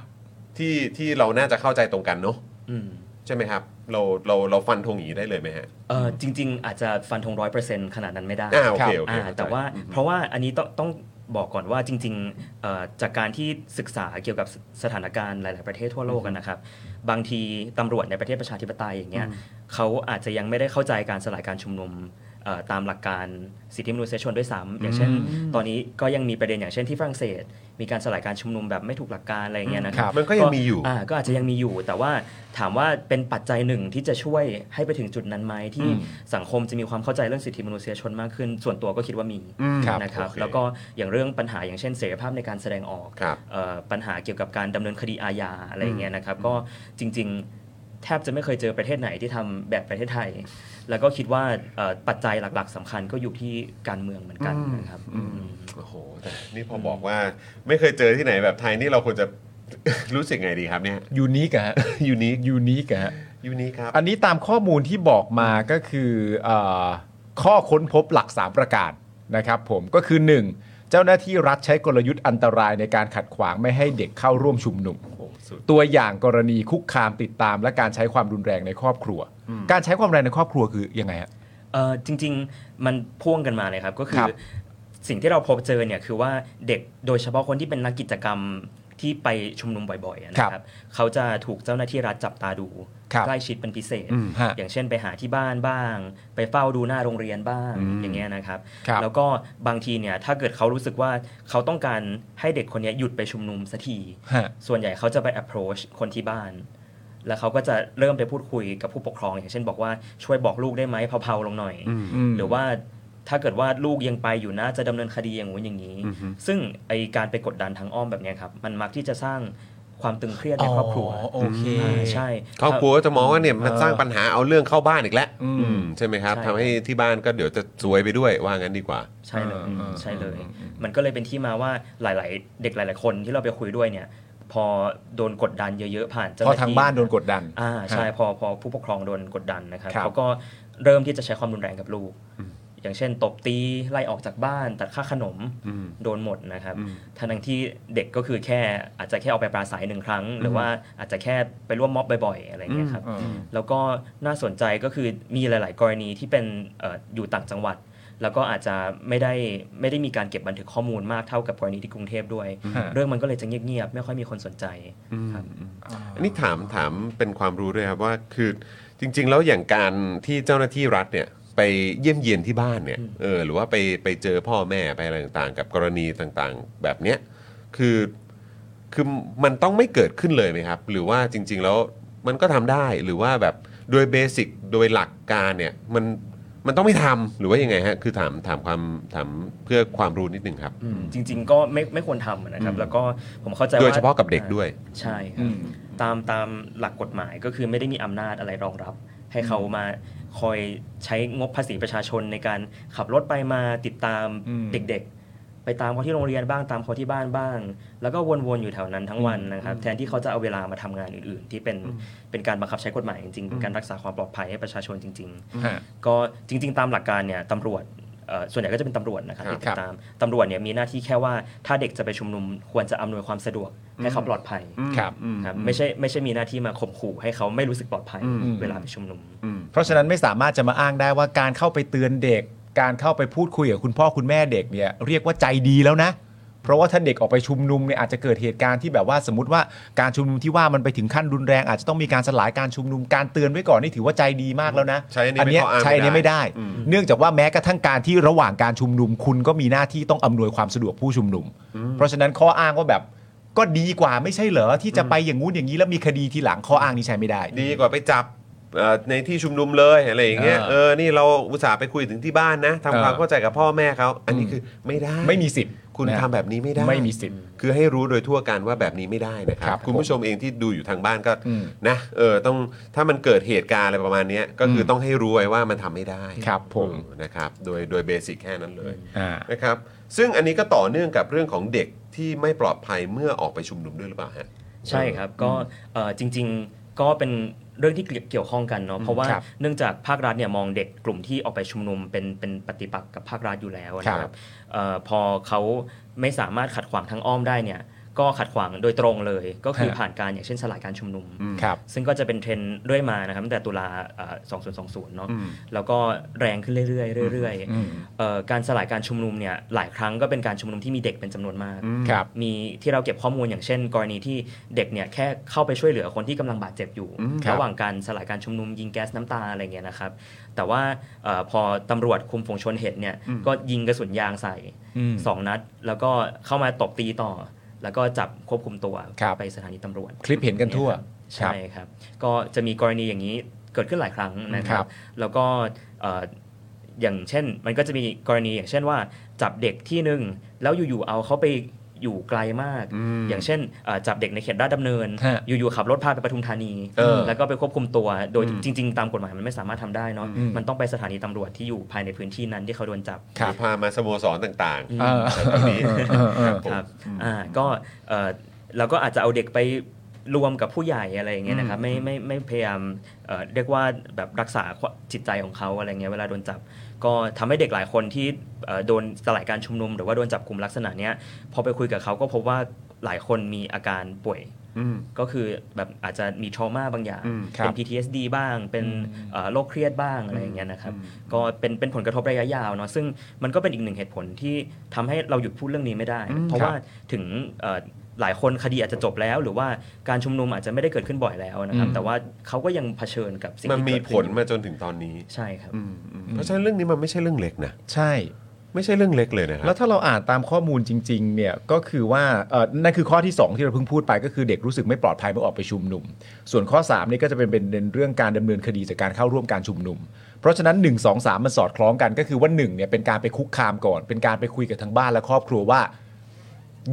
[SPEAKER 1] ที่ที่เราน่าจะเข้าใจตรงกันเนาะ
[SPEAKER 3] อืม
[SPEAKER 1] ใช่ไหมครับ เราเราเราฟันธงอย่างนี้ได้เลยไหมฮะ
[SPEAKER 3] เออจริง ๆ อาจจะฟันธงร้อยเปอร์เซ็นต์ขนาดนั้นไม่ได้
[SPEAKER 1] อ่าโอเค
[SPEAKER 3] ครับ
[SPEAKER 1] โอเคเข้าใจ
[SPEAKER 3] แต่ว่า
[SPEAKER 1] อืม
[SPEAKER 3] เพราะว่าอันนี้ต้องต้องบอกก่อนว่าจริงๆเอ่อจากการที่ศึกษาเกี่ยวกับสสถานการณ์หลาย ๆ ประเทศทั่วโลกกันนะครับ บางทีตำรวจในประเทศประชาธิปไตยอย่างเงี้ยเขาอาจจะยังไม่ได้เข้าใจการสลายการชุมนุมเอ่อตามหลักการสิทธิมนุษยชนด้วยซ้ำอย่างเช่น ตอนนี้ก็ยังมีประเด็นอย่างเช่นที่ฝรั่งเศส มีการสลายการชุมนุมแบบไม่ถูกหลักการอะไรอย่างเงี้ยนะค
[SPEAKER 2] ครั
[SPEAKER 3] รับ
[SPEAKER 2] บ
[SPEAKER 1] มันก็ยังมีอยู่
[SPEAKER 3] อ่าก็อาจจะยังมีอยู่แต่ว่าถามว่าเป็นปัจจัยหนึ่งที่จะช่วยให้ไปถึงจุดนั้นไหมที่
[SPEAKER 2] อืม
[SPEAKER 3] สังคมจะมีความเข้าใจเรื่องสิทธิมนุษยชนมากขึ้น ส่วนตัวก็คิดว่ามี
[SPEAKER 2] อืมครับ
[SPEAKER 3] นะครับ
[SPEAKER 1] โอเค
[SPEAKER 3] แล้วก็อย่างเรื่องปัญหาอย่างเช่นเสรีภาพในการแสดงออก
[SPEAKER 1] ครับ
[SPEAKER 3] เอ่อปัญหาเกี่ยวกับการดำเนินคดีอาญาอะไรอย่างเงี้ยนะครับก็จริง ๆ แทบจะไม่เคยเจอประเทศไหนที่ทำแบบประเทศไทย แล้วก็คิดว่าเอ่อปัจจัยหลัก ๆสำคัญก็อยู่ที่การเมืองเหมือนกันนะครับ
[SPEAKER 2] อืม
[SPEAKER 3] อืม
[SPEAKER 1] โอ้โหแต่นี่พอบอกว่าไม่เคยเจอที่ไหนแบบไทยนี่เราควรจะ รู้สึกไงดีครับเนี่ย
[SPEAKER 2] ยูนิคอะฮะ ยูนิคยูนิคอะฮะ
[SPEAKER 1] ยูนี้ครับ
[SPEAKER 2] อันนี้ตามข้อมูลที่บอกมาก็คือเออข้อค้นพบหลัก 3 ประการนะครับผมก็คือ 1 เจ้าหน้าที่รัฐใช้กลยุทธ์อันตรายในการขัดขวางไม่ให้เด็กเข้าร่วมชุมนุม
[SPEAKER 1] โอ้โหสุด
[SPEAKER 2] ตัวอย่างกรณีคุกคามติดตาม และการใช้ความรุนแรงในครอบครัว การใช้ความรุนแรงในครอบครัวคือยังไงฮะ
[SPEAKER 3] เออจริงๆมันพ่วงกันมาเลยครับก็คื
[SPEAKER 2] ค
[SPEAKER 3] อ
[SPEAKER 2] รับ
[SPEAKER 3] สิ่งที่เราพบเจอเนี่ยคือว่าเด็กโดยเฉพาะคนที่เป็นนักกิจกรรมที่ไปชุมนุมบ่อยๆนะ
[SPEAKER 2] ค
[SPEAKER 3] ค
[SPEAKER 2] รั
[SPEAKER 3] รั
[SPEAKER 2] บบ
[SPEAKER 3] เขาจะถูกเจ้าหน้าที่รัฐจับตาดู
[SPEAKER 2] ครับ
[SPEAKER 3] ใกล้ชิดเป็นพิเศษ
[SPEAKER 2] อืมฮะ
[SPEAKER 3] อย่างเช่นไปหาที่บ้านบ้าง ไปเฝ้าดูหน้าโรงเรียนบ้างอย่างเงี้ยนะครับ
[SPEAKER 2] ครับ
[SPEAKER 3] แล้วก็บางทีเนี่ยถ้าเกิดเขารู้สึกว่าเขาต้องการให้เด็กคนเนี้ยหยุดไปชุมนุมสักที
[SPEAKER 2] ฮะ
[SPEAKER 3] ส่วนใหญ่เขาจะไป approach คนที่บ้าน แล้วเขาก็จะเริ่มไปพูดคุยกับผู้ปกครอง อย่างเช่นบอกว่าช่วยบอกลูกได้ไหมเผาๆลงหน่อย หรือว่าถ้าเกิดว่าลูกยังไปอยู่นะจะดำเนินคดีอย่างงู้นอย่างนี้ ซึ่งไอการไปกดดันทางอ้อมแบบเนี้ยครับ มันมักที่จะสร้างความตึงเครียดในครอบครัว
[SPEAKER 2] โอเค
[SPEAKER 3] อ่าใช่
[SPEAKER 1] ครอบครัวก็จะมองว่าเนี่ยมันสร้างปัญหาเอาเรื่องเข้าบ้านอีกแล้ว
[SPEAKER 2] อืม
[SPEAKER 1] อืมใช่ไหมครับ
[SPEAKER 3] ใช่
[SPEAKER 1] ทำให้ที่บ้านก็เดี๋ยวจะซวยไปด้วยว่างั้นดีกว่า
[SPEAKER 3] ใช่เลย
[SPEAKER 2] อ่าอ่า
[SPEAKER 3] ใช่เลย
[SPEAKER 2] อ่าอ่า
[SPEAKER 3] มันก็เลยเป็นที่มาว่าหลาย ๆ เด็กหลาย ๆ คนที่เราไปคุยด้วยเนี่ย พอโดนกดดันเยอะๆผ่านเจ้าห
[SPEAKER 2] พอ
[SPEAKER 3] น้าที่
[SPEAKER 2] ทางบ้านโดนกดดัน
[SPEAKER 3] อ่าใช่พอพอผู้ปกครองโดนกดดันนะครับ
[SPEAKER 2] ครับ
[SPEAKER 3] เขาก็เริ่มที่จะใช้ความรุนแรงกับลูก อย่างเช่น ตบตีไล่ออกจากบ้านตัดค่าขนม
[SPEAKER 1] อืม
[SPEAKER 3] โดนหมดนะครับ
[SPEAKER 1] อืม
[SPEAKER 3] ทั้งๆที่เด็กก็คือแค่อาจจะแค่เอาไปปราศัยหนึ่งครั้ง หรือว่าอาจจะแค่ไปร่วมม็อบบ่อยๆอะไรอย่างเงี้ยครับ แล้วก็น่าสนใจก็คือมีหลาย ๆ กรณีที่เป็นเอ่ออยู่ต่างจังหวัด แล้วก็อาจจะไม่ได้ไม่ได้มีการเก็บบันทึกข้อมูลมากเท่ากับกรณีที่กรุงเทพด้วย
[SPEAKER 2] ฮะ
[SPEAKER 3] เรื่องมันก็เลยจะเงียบ ๆ ไม่ค่อยมีคนสนใจครับ
[SPEAKER 1] อันนี้ถามถามเป็นความรู้ด้วยครับว่าคือจริง ๆ แล้วอย่างการที่เจ้าหน้าที่รัฐเนี่ยไปเยี่ยมเยียนที่บ้านเนี่ยเออหรือว่าไปไปเจอพ่อแม่ไปอะไรต่างๆ กับกรณีต่างๆ แบบเนี้ยคือคือมันต้องไม่เกิดขึ้นเลยไหมครับ หรือว่าจริง ๆ แล้วมันก็ทำได้หรือว่าแบบโดยเบสิกโดยหลักการเนี่ยมันมันต้องไม่ทำหรือว่ายังไงฮะคือถามถามความถามเพื่อความรู้นิดนึงครับ
[SPEAKER 3] จริง ๆ ก็ไม่ไม่ควรทำนะครับ แล้วก็ผมเข้าใจว่า
[SPEAKER 1] โดยเฉพาะกับเด็กด้วย
[SPEAKER 3] ใช่ครับตามตามหลักกฎหมายก็คือไม่ได้มีอำนาจอะไรรองรับ ให้เขามาคอยใช้งบภาษีประชาชนในการขับรถไปมาติดตาม
[SPEAKER 2] อืม
[SPEAKER 3] เด็กๆ ไปตามเขาที่โรงเรียนบ้างตามเขาที่บ้านบ้าง แล้วก็วนๆอยู่แถวนั้นทั้งวันนะครับ แทนที่เขาจะเอาเวลามาทำงานอื่นๆ ที่เป็นเป็นการบังคับใช้กฎหมายจริงๆเป็นการรักษาความปลอดภัยให้ประชาชนจริง ๆ ก็จริง ๆ ตามหลักการเนี่ยตำรวจเอ่อส่วนใหญ่ก็จะเป็นตำรวจนะครับ
[SPEAKER 1] ครับ
[SPEAKER 3] ที่ติดตามตำรวจเนี่ยมีหน้าที่แค่ว่าถ้าเด็กจะไปชุมนุมควรจะอำนวยความสะดวกให้เขาปลอดภัย
[SPEAKER 2] ครับ
[SPEAKER 3] ครับไม่ใช่ไม่ใช่มีหน้าที่มาข่มขู่ให้เขาไม่รู้สึกปลอดภัยเวลาไปชุมนุม
[SPEAKER 2] เพราะฉะนั้นไม่สามารถจะมาอ้างได้ว่าการเข้าไปเตือนเด็ก การเข้าไปพูดคุยกับคุณพ่อคุณแม่เด็กเนี่ยเรียกว่าใจดีแล้วนะ เพราะว่าถ้าเด็กออกไปชุมนุมเนี่ยอาจจะเกิดเหตุการณ์ที่แบบว่าสมมติว่าการชุมนุมที่ว่ามันไปถึงขั้นรุนแรง อาจจะต้องมีการสลายการชุมนุมการเตือนไว้ก่อนนี่ถือว่าใจดีมากแล้วนะ
[SPEAKER 1] ใช้อันนี้เป็น
[SPEAKER 2] เนี้ย
[SPEAKER 1] ข้ออ้าง
[SPEAKER 2] ใช้อันนี้
[SPEAKER 1] ไม่
[SPEAKER 2] ไม่
[SPEAKER 1] ได้
[SPEAKER 2] ได้ เนื่องจากว่าแม้กระทั่งการที่ระหว่างการชุมนุมคุณก็มีหน้าที่ต้องอำนวยความสะดวกผู้ชุมนุม เพราะฉะนั้นข้ออ้างว่าแบบก็ดีกว่าไม่ใช่เหรอที่จะไปอย่างงู้นอย่างนี้แล้วมีคดีทีหลังข้ออ้างนี้ใช้ไม่ได้
[SPEAKER 1] ดีกว่าไปจับเอ่อในที่ชุมนุมเลยอะไรอย่างเงี้ย
[SPEAKER 2] เออ
[SPEAKER 1] เออนี่เราอุตส่าห์ไปคุยถึงที่บ้านนะ
[SPEAKER 2] เอ
[SPEAKER 1] ทำ
[SPEAKER 2] อ
[SPEAKER 1] ความเข้าใจกับพ่อแม่เขาอันนี้
[SPEAKER 2] อืม
[SPEAKER 1] คือไม่ได้
[SPEAKER 2] ไม่มีสิทธิ์
[SPEAKER 1] คุณ
[SPEAKER 2] นะ
[SPEAKER 1] ทำแบบนี้ไม่ได้
[SPEAKER 2] ไม่มีสิทธิ์
[SPEAKER 1] คือให้รู้โดยทั่วกันว่าแบบนี้ไม่ได้นะค
[SPEAKER 2] ครั
[SPEAKER 1] รับบ คุณผู้ชมเองที่ดูอยู่ทางบ้านก็
[SPEAKER 2] อืม
[SPEAKER 1] นะเออต้องถ้ามันเกิดเหตุการณ์อะไรประมาณเนี้ยก็คืออ
[SPEAKER 2] ม
[SPEAKER 1] ต้องให้รู้ไว้ว่ามันทำไม่ได้
[SPEAKER 2] ครับผม
[SPEAKER 1] เออนะครับโดยโดยเบสิกแค่นั้นเลย
[SPEAKER 2] อ่า
[SPEAKER 1] นะครับซึ่งอันนี้ก็ต่อเนื่องกับเรื่องของเด็กที่ไม่ปลอดภัยเมื่อออกไปชุมนุมด้วยหรือเปล่าฮะ
[SPEAKER 3] ใช่ครับก็เอ่อจริง ๆก็เป็นเรื่องที่เกี่ยวข้องกันเนาะเพราะว่า
[SPEAKER 2] ครับ
[SPEAKER 3] เนื่องจากภาครัฐเนี่ยมองเด็กกลุ่มที่ออกไปชุมนุมเป็นเป็นปฏิปักษ์กับภาครัฐอยู่แล้วนะ
[SPEAKER 2] ค
[SPEAKER 3] ค
[SPEAKER 2] รั
[SPEAKER 3] รั
[SPEAKER 2] บบ
[SPEAKER 3] เอ่อพอเขาไม่สามารถขัดขวางทางอ้อมได้เนี่ยก็ขัดขวางโดยตรงเลย ก็คือ
[SPEAKER 2] ฮะ
[SPEAKER 3] ผ่านการอย่างเช่นสลายการชุมนุม
[SPEAKER 2] ครับ
[SPEAKER 3] ซึ่งก็จะเป็นเทรนด์เรื่อยมานะครับตั้งแต่ตุลาเอ่อ2020 เนาะ
[SPEAKER 1] อืม
[SPEAKER 3] แล้วก็แรงขึ้นเรื่อยๆเรื่อย
[SPEAKER 2] อืม
[SPEAKER 3] ๆเอ่อการสลายการชุมนุมเนี่ยหลายครั้งก็เป็นการชุมนุมที่มีเด็กเป็นจำนวนมาก
[SPEAKER 2] ครับ
[SPEAKER 3] มีที่เราเก็บข้อมูลอย่างเช่น กรณีที่เด็กเนี่ยแค่เข้าไปช่วยเหลือคนที่กำลังบาดเจ็บอยู่
[SPEAKER 2] ครับ
[SPEAKER 3] ระหว่างการสลายการชุมนุมยิงแก๊สน้ำตาอะไรเงี้ยนะครับ แต่ว่าเออพอตำรวจคุมฝูงชนเห็นเนี่ยก็ยิงกระสุนยางใส่
[SPEAKER 2] อืม
[SPEAKER 3] สองนัด แล้วก็เข้ามาตบตีต่อ แล้วก็จับควบคุมตัว
[SPEAKER 2] ครับ
[SPEAKER 3] ไปสถานีตำรวจ
[SPEAKER 2] คลิปเห็นกันทั่ว
[SPEAKER 3] ใช่ครับ ก็จะมีกรณีอย่างนี้เกิดขึ้นหลายครั้งนะค
[SPEAKER 2] ครั
[SPEAKER 3] รับ บ แล้วก็เอ่ออย่างเช่น มันก็จะมีกรณีอย่างเช่นว่าจับเด็กที่หนึ่งแล้วอยู่ๆเอาเขาไปอยู่ไกลมาก อย่างเช่นเอ่อจับเด็กในเขตราชดำเนิน
[SPEAKER 2] ฮะ
[SPEAKER 3] อยู่ๆขับรถพาไปปทุมธานี
[SPEAKER 1] เออ
[SPEAKER 3] แล้วก็ไปควบคุมตัว โดยจริง ๆ ตามกฎหมายมันไม่สามารถทำได้เนาะ
[SPEAKER 2] อืม
[SPEAKER 3] มันต้องไปสถานีตำรวจที่อยู่ภายในพื้นที่นั้นที่เขาโดนจับ
[SPEAKER 2] ครับ
[SPEAKER 1] พามาสโมสรต่าง
[SPEAKER 2] เออ
[SPEAKER 1] ๆแบบนี้ครับผม
[SPEAKER 3] ครับอ่าก็เอ่อเราก็อาจจะเอาเด็กไปรวมกับผู้ใหญ่อะไรอย่างเงี้ยนะครับไม่ไม่ไม่พยายามเอ่อเรียกว่าแบบรักษาจิตใจของเขาอะไรเงี้ยเวลาโดนจับ ก็ทำให้เด็กหลายคนที่เอ่อโดนสลายการชุมนุม หรือว่าโดนจับกลุ่มลักษณะเนี้ยพอไปคุยกับเขาก็พบว่าหลายคนมีอาการป่วย ก็คือแบบอาจจะมี trauma บางอย่าง
[SPEAKER 1] อืม
[SPEAKER 2] ครับ
[SPEAKER 3] เป็น PTSD บ้าง เป็นเอ่อโรคเครียดบ้างอะไรอย่างเงี้ยนะครับ ก็เป็นเป็นผลกระทบระยะยาวเนาะ ซึ่งมันก็เป็นอีกหนึ่งเหตุผลที่ทำให้เราหยุดพูดเรื่องนี้ไม่ได้
[SPEAKER 1] อืม
[SPEAKER 3] เพราะว่าถึงเอ่อหลายคนคดีอาจจะจบแล้ว หรือว่าการชุมนุมอาจจะไม่ได้เกิดขึ้นบ่อยแล้วนะครับ
[SPEAKER 2] อืม
[SPEAKER 3] แต่ว่าเขาก็ยังเผชิญกับสิ่ง
[SPEAKER 1] มัน
[SPEAKER 3] ที่
[SPEAKER 1] มี
[SPEAKER 3] เกิด
[SPEAKER 1] ผ
[SPEAKER 3] ขึ้
[SPEAKER 1] ล
[SPEAKER 3] น
[SPEAKER 1] มาจนถึงตอนนี้
[SPEAKER 3] ใช่ครับ
[SPEAKER 1] อืมอืมเพราะฉะนั้นเรื่องนี้มันไม่ใช่เรื่องเล็กนะ
[SPEAKER 2] ใช่
[SPEAKER 1] ไม่ใช่เรื่องเล็กเลยนะครั
[SPEAKER 2] แล้ว
[SPEAKER 1] บ
[SPEAKER 2] ถ้าเราอ่านตามข้อมูลจริงๆเนี่ยก็คือว่าเอ่อนั่นคือข้อที่ 2 ที่เราเพิ่งพูดไปก็คือเด็กรู้สึกไม่ปลอดภัยเมื่อออกไปชุมนุม ส่วนข้อ3นี่ก็จะเป็นประเด็นเรื่องการดำเนินคดีจากการเข้าร่วมการชุมนุม เพราะฉะนั้น 1 2 3 มันสอดคล้องกันก็คือว่า1เนี่ยเป็นการไปคุกคามก่อน เป็นการไปคุยกับทางบ้านและครอบครัวว่า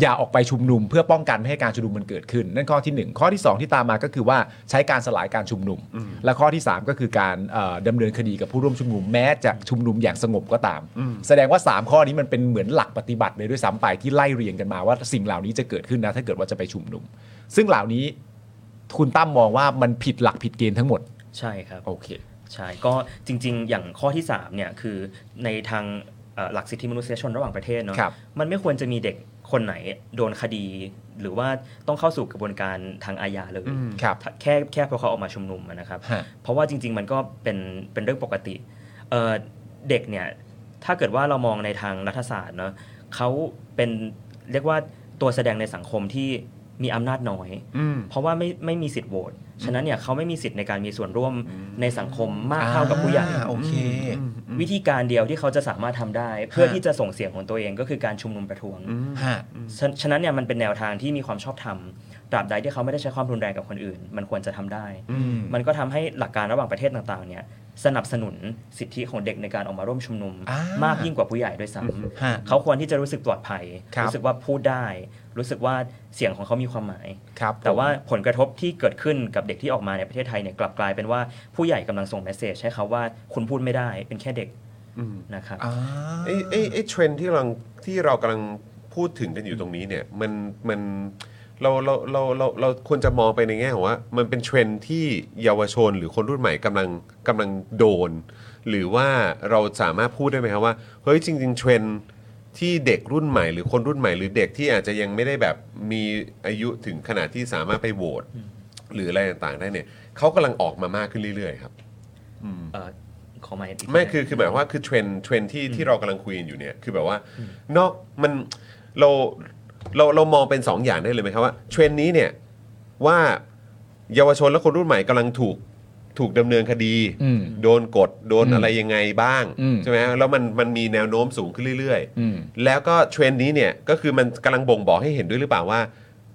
[SPEAKER 2] อย่าออกไปชุมนุมเพื่อป้องกันไม่ให้การชุมนุมมันเกิดขึ้น นั่นข้อทีหนึ่งข้อที่สองที่ตามมาก็คือว่าใช้การสลายการชุมนุม และข้อที่สามก็คือการเอ่อดำเนินคดีกับผู้ร่วมชุมนุมแม้จะชุมนุมอย่างสงบก็ตาม แสดงว่าสามข้อนี้มันเป็นเหมือนหลักปฏิบัติเลยด้วยซ้ำไปที่ไล่เรียงกันมาว่าสิ่งเหล่านี้จะเกิดขึ้นนะถ้าเกิดว่าจะไปชุมนุม ซึ่งเหล่านี้คุณตั้มมองว่ามันผิดหลักผิดเกณฑ์ทั้งหมด
[SPEAKER 3] ใช่ครับ
[SPEAKER 2] โอเค
[SPEAKER 3] ใช่ก็จริง ๆ อย่างข้อที่3เนี่ยคือในทางเอ่อหลักสิทธิมนุษยชนระหว่างประเทศเนาะ
[SPEAKER 2] ครับ
[SPEAKER 3] มันไม่ควรจะมีเด็กคนไหนโดนคดี หรือว่าต้องเข้าสู่กระบวนการทางอาญาเลย
[SPEAKER 2] อืมครับ
[SPEAKER 3] แค่แค่เพราะเขาออกมาชุมนุมอะนะครับ
[SPEAKER 2] ฮะ
[SPEAKER 3] เพราะว่าจริง ๆ มันก็เป็นเป็นเรื่องปกติเอ่อเด็กเนี่ยถ้าเกิดว่าเรามองในทางรัฐศาสตร์เนาะเขาเป็นเรียกว่าตัวแสดงในสังคมที่มีอำนาจน้อย
[SPEAKER 2] อืม
[SPEAKER 3] เพราะว่าไม่ไม่มีสิทธิ์โหวต ฉะนั้นเนี่ยเขาไม่มีสิทธิ์ในการมีส่วนร่วมในสังคมมากเท่ากับผู้ใหญ่
[SPEAKER 2] อ่าโอเค
[SPEAKER 3] วิธีการเดียวที่เขาจะสามารถทำได้ เพื่อที่จะส่งเสียงของตัวเองก็คือการชุมนุมประท้วง
[SPEAKER 2] ฮะ
[SPEAKER 3] ฉะฉะนั้นเนี่ยมันเป็นแนวทางที่มีความชอบธรรม ตราบใดที่เขาไม่ได้ใช้ความรุนแรงกับคนอื่น มันควรจะทำได้
[SPEAKER 2] อืม
[SPEAKER 3] มันก็ทำให้หลักการระหว่างประเทศต่างๆเนี่ยสนับสนุนสิทธิของเด็กในการออกมาร่วมชุมนุม
[SPEAKER 2] อ่าม
[SPEAKER 3] มากยิ่งกว่าผู้ใหญ่ด้วยซ้ำ
[SPEAKER 2] ฮะ
[SPEAKER 3] เขาควรที่จะรู้สึกปลอดภัย
[SPEAKER 2] ครับ
[SPEAKER 3] รู้สึกว่าพูดได้ รู้สึกว่าเสียงของเขามีความหมาย
[SPEAKER 2] ครับ
[SPEAKER 3] แต่ว่าผลกระทบที่เกิดขึ้นกับเด็กที่ออกมาในประเทศไทยเนี่ยกลับกลายเป็นว่าผู้ใหญ่กำลังส่งเมสเซจให้เขาว่าคุณพูดไม่ได้เป็นแค่เด็กนะครับ
[SPEAKER 2] อ่า
[SPEAKER 1] ไอ้ไอ้ไอ้เทรนด์ที่กำลังที่เรากำลังพูดถึงกันอยู่ตรงนี้เนี่ยมันมันเราเราเราเราเราควรจะมองไปในแง่ของว่า มันเป็นเทรนด์ที่เยาวชนหรือคนรุ่นใหม่กำลังกำลังโดน หรือว่าเราสามารถพูดได้ไหมครับว่าเฮ้ยจริง ๆ เทรนด์ที่เด็กรุ่นใหม่ หรือคนรุ่นใหม่ หรือเด็กที่อาจจะยังไม่ได้แบบมีอายุถึงขนาดที่สามารถไปโหวตหรืออะไรต่างๆได้เนี่ยเขากำลังออกมามากขึ้นเรื่อยๆครับ
[SPEAKER 3] เอ่อขอหมายอีกที
[SPEAKER 1] ไม่คือ
[SPEAKER 3] นะ
[SPEAKER 1] คือหมายความว่าคือเทรนด์เทรนด์ที่ที่เรากำลังคุยกันอยู่เนี่ยคือแบบว่านอกมันเราเราเรามองเป็น 2 อย่างได้เลยไหมครับว่าเทรนด์นี้เนี่ยว่าเยาวชนและคนรุ่นใหม่กำลังถูกถูกดำเนินคดี
[SPEAKER 2] อืม
[SPEAKER 1] โดนกดโดน
[SPEAKER 2] อืม
[SPEAKER 1] อะไรยังไงบ้าง
[SPEAKER 2] อืม
[SPEAKER 1] ใช่ไหมแล้วมันมันมีแนวโน้มสูงขึ้นเรื่อย
[SPEAKER 2] อืม
[SPEAKER 1] ๆ แล้วก็เทรนด์นี้เนี่ยก็คือมันกำลังบ่งบอกให้เห็นด้วยหรือเปล่าว่า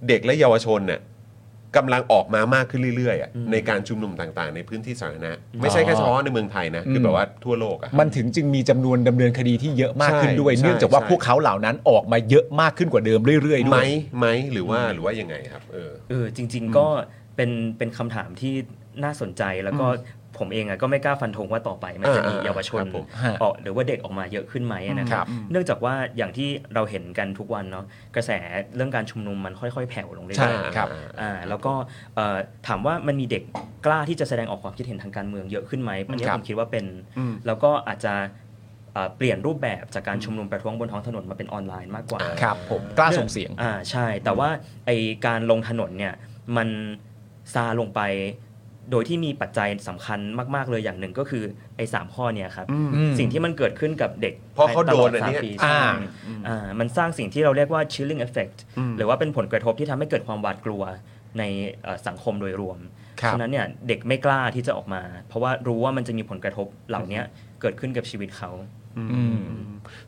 [SPEAKER 1] เด็กและเยาวชนเนี่ยกำลังออกมามากขึ้นเรื่อยๆอะ
[SPEAKER 3] อืม
[SPEAKER 1] ในการชุมนุมต่างๆ ในพื้นที่สาธารณะไม่ใช่แค่เฉพาะในเมืองไทยนะคือแบบว่าทั่วโลกอะ
[SPEAKER 2] มันถึงจึงมีจำนวนดำเนินคดีที่เยอะมากขึ้นด้วย
[SPEAKER 1] ใช่
[SPEAKER 2] เนื่องจากว่า
[SPEAKER 1] ใช่
[SPEAKER 2] พวกเขาเหล่านั้นออกมาเยอะมากขึ้นกว่าเดิมเรื่อยๆ
[SPEAKER 1] ไห
[SPEAKER 2] ด้
[SPEAKER 1] ม
[SPEAKER 2] วย
[SPEAKER 1] ไหมหรือว่าหรือว่ายังไงครับ เออ
[SPEAKER 3] เออจริง ๆ ก็เป็นเป็นคำถามที่น่าสนใจแล้วก็ผมเองอะก็ไม่กล้าฟันธงว่าต่อไปมันจะมี
[SPEAKER 1] อ่าๆ
[SPEAKER 3] เยาวชน
[SPEAKER 1] ครับผม
[SPEAKER 2] ฮะ
[SPEAKER 3] ออกหรือว่าเด็กออกมาเยอะขึ้นไหมนะค
[SPEAKER 2] ครั
[SPEAKER 3] รั
[SPEAKER 2] บบ
[SPEAKER 3] เนื่องจากว่าอย่างที่เราเห็นกันทุกวันเนาะกระแสเรื่องการชุมนุมมันค่อยๆ แผ่วลงเรื่
[SPEAKER 2] ใช่
[SPEAKER 3] อย
[SPEAKER 2] ครับ
[SPEAKER 3] ๆอ่าแล้วก็เอ่อถามว่ามันมีเด็กกล้าที่จะแสดงออกความคิดเห็นทางการเมืองเยอะขึ้นไหมอันนี้
[SPEAKER 2] ครับ
[SPEAKER 3] ผมคิดว่าเป็น
[SPEAKER 1] อืม
[SPEAKER 3] แล้วก็อาจจะเอ่อเปลี่ยนรูปแบบจากการชุมนุมประท้วงบนท้องถนนมาเป็นออนไลน์มากกว่า
[SPEAKER 2] ครับผมกล้าส่งเสียง
[SPEAKER 3] อ่าใช่ แต่ว่าไอการลงถนนเนี่ยมันซาลงไป โดยที่มีปัจจัยสำคัญมากๆเลยอย่างหนึ่งก็คือไอสามข้อเนี่ยครับสิ่งที่มันเกิดขึ้นกับเด็ก
[SPEAKER 1] เพราะเขาโดน
[SPEAKER 3] ตลอ
[SPEAKER 1] อัน
[SPEAKER 3] สาม
[SPEAKER 1] เนี้ย
[SPEAKER 3] ปี
[SPEAKER 2] อ่า
[SPEAKER 3] ใช่อ่ามันสร้างสิ่งที่เราเรียกว่า chilling effect หรือว่าเป็นผลกระทบที่ทำให้เกิดความหวาดกลัวในเอ่อสังคมโดยรวม
[SPEAKER 2] ครับ
[SPEAKER 3] ฉะนั้นเนี่ยเด็กไม่กล้าที่จะออกมา เพราะว่ารู้ว่ามันจะมีผลกระทบเหล่าเนี้ยเกิดขึ้นกับชีวิตเขา
[SPEAKER 2] อืม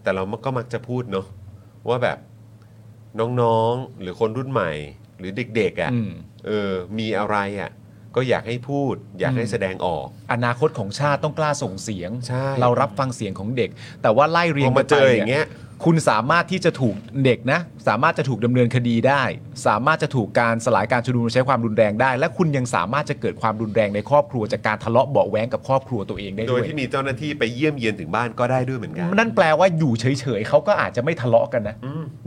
[SPEAKER 1] แต่เราก็มักจะพูดเนาะว่าแบบน้องๆหรือคนรุ่นใหม่ หรือเด็กๆอ่ะ
[SPEAKER 2] อืม
[SPEAKER 1] เออมีอะไรอ่ะก็อยากให้พูด อยากให้แสดงออก
[SPEAKER 2] อนาคตของชาติต้องกล้าส่งเสียง
[SPEAKER 1] ใช่
[SPEAKER 2] เรารับฟังเสียงของเด็ก แต่ว่าไล่เรี
[SPEAKER 1] พ
[SPEAKER 2] ยง
[SPEAKER 1] อมาเจออย่างเงี้ย
[SPEAKER 2] คุณสามารถที่จะถูกเด็กนะ สามารถจะถูกดำเนินคดีได้ สามารถจะถูกการสลายการชุมนุมใช้ความรุนแรงได้ และคุณยังสามารถจะเกิดความรุนแรงในครอบครัวจากการทะเลาะเบาะแว้งกับครอบครัวตัวเองได้
[SPEAKER 1] โด
[SPEAKER 2] ด้วย ย
[SPEAKER 1] ที่มีเจ้าหน้าที่ไปเยี่ยมเยียนถึงบ้านก็ได้ด้วยเหมือนกัน
[SPEAKER 2] นั่นแปลว่าอยู่เฉยๆเขาก็อาจจะไม่ทะเลาะกันนะ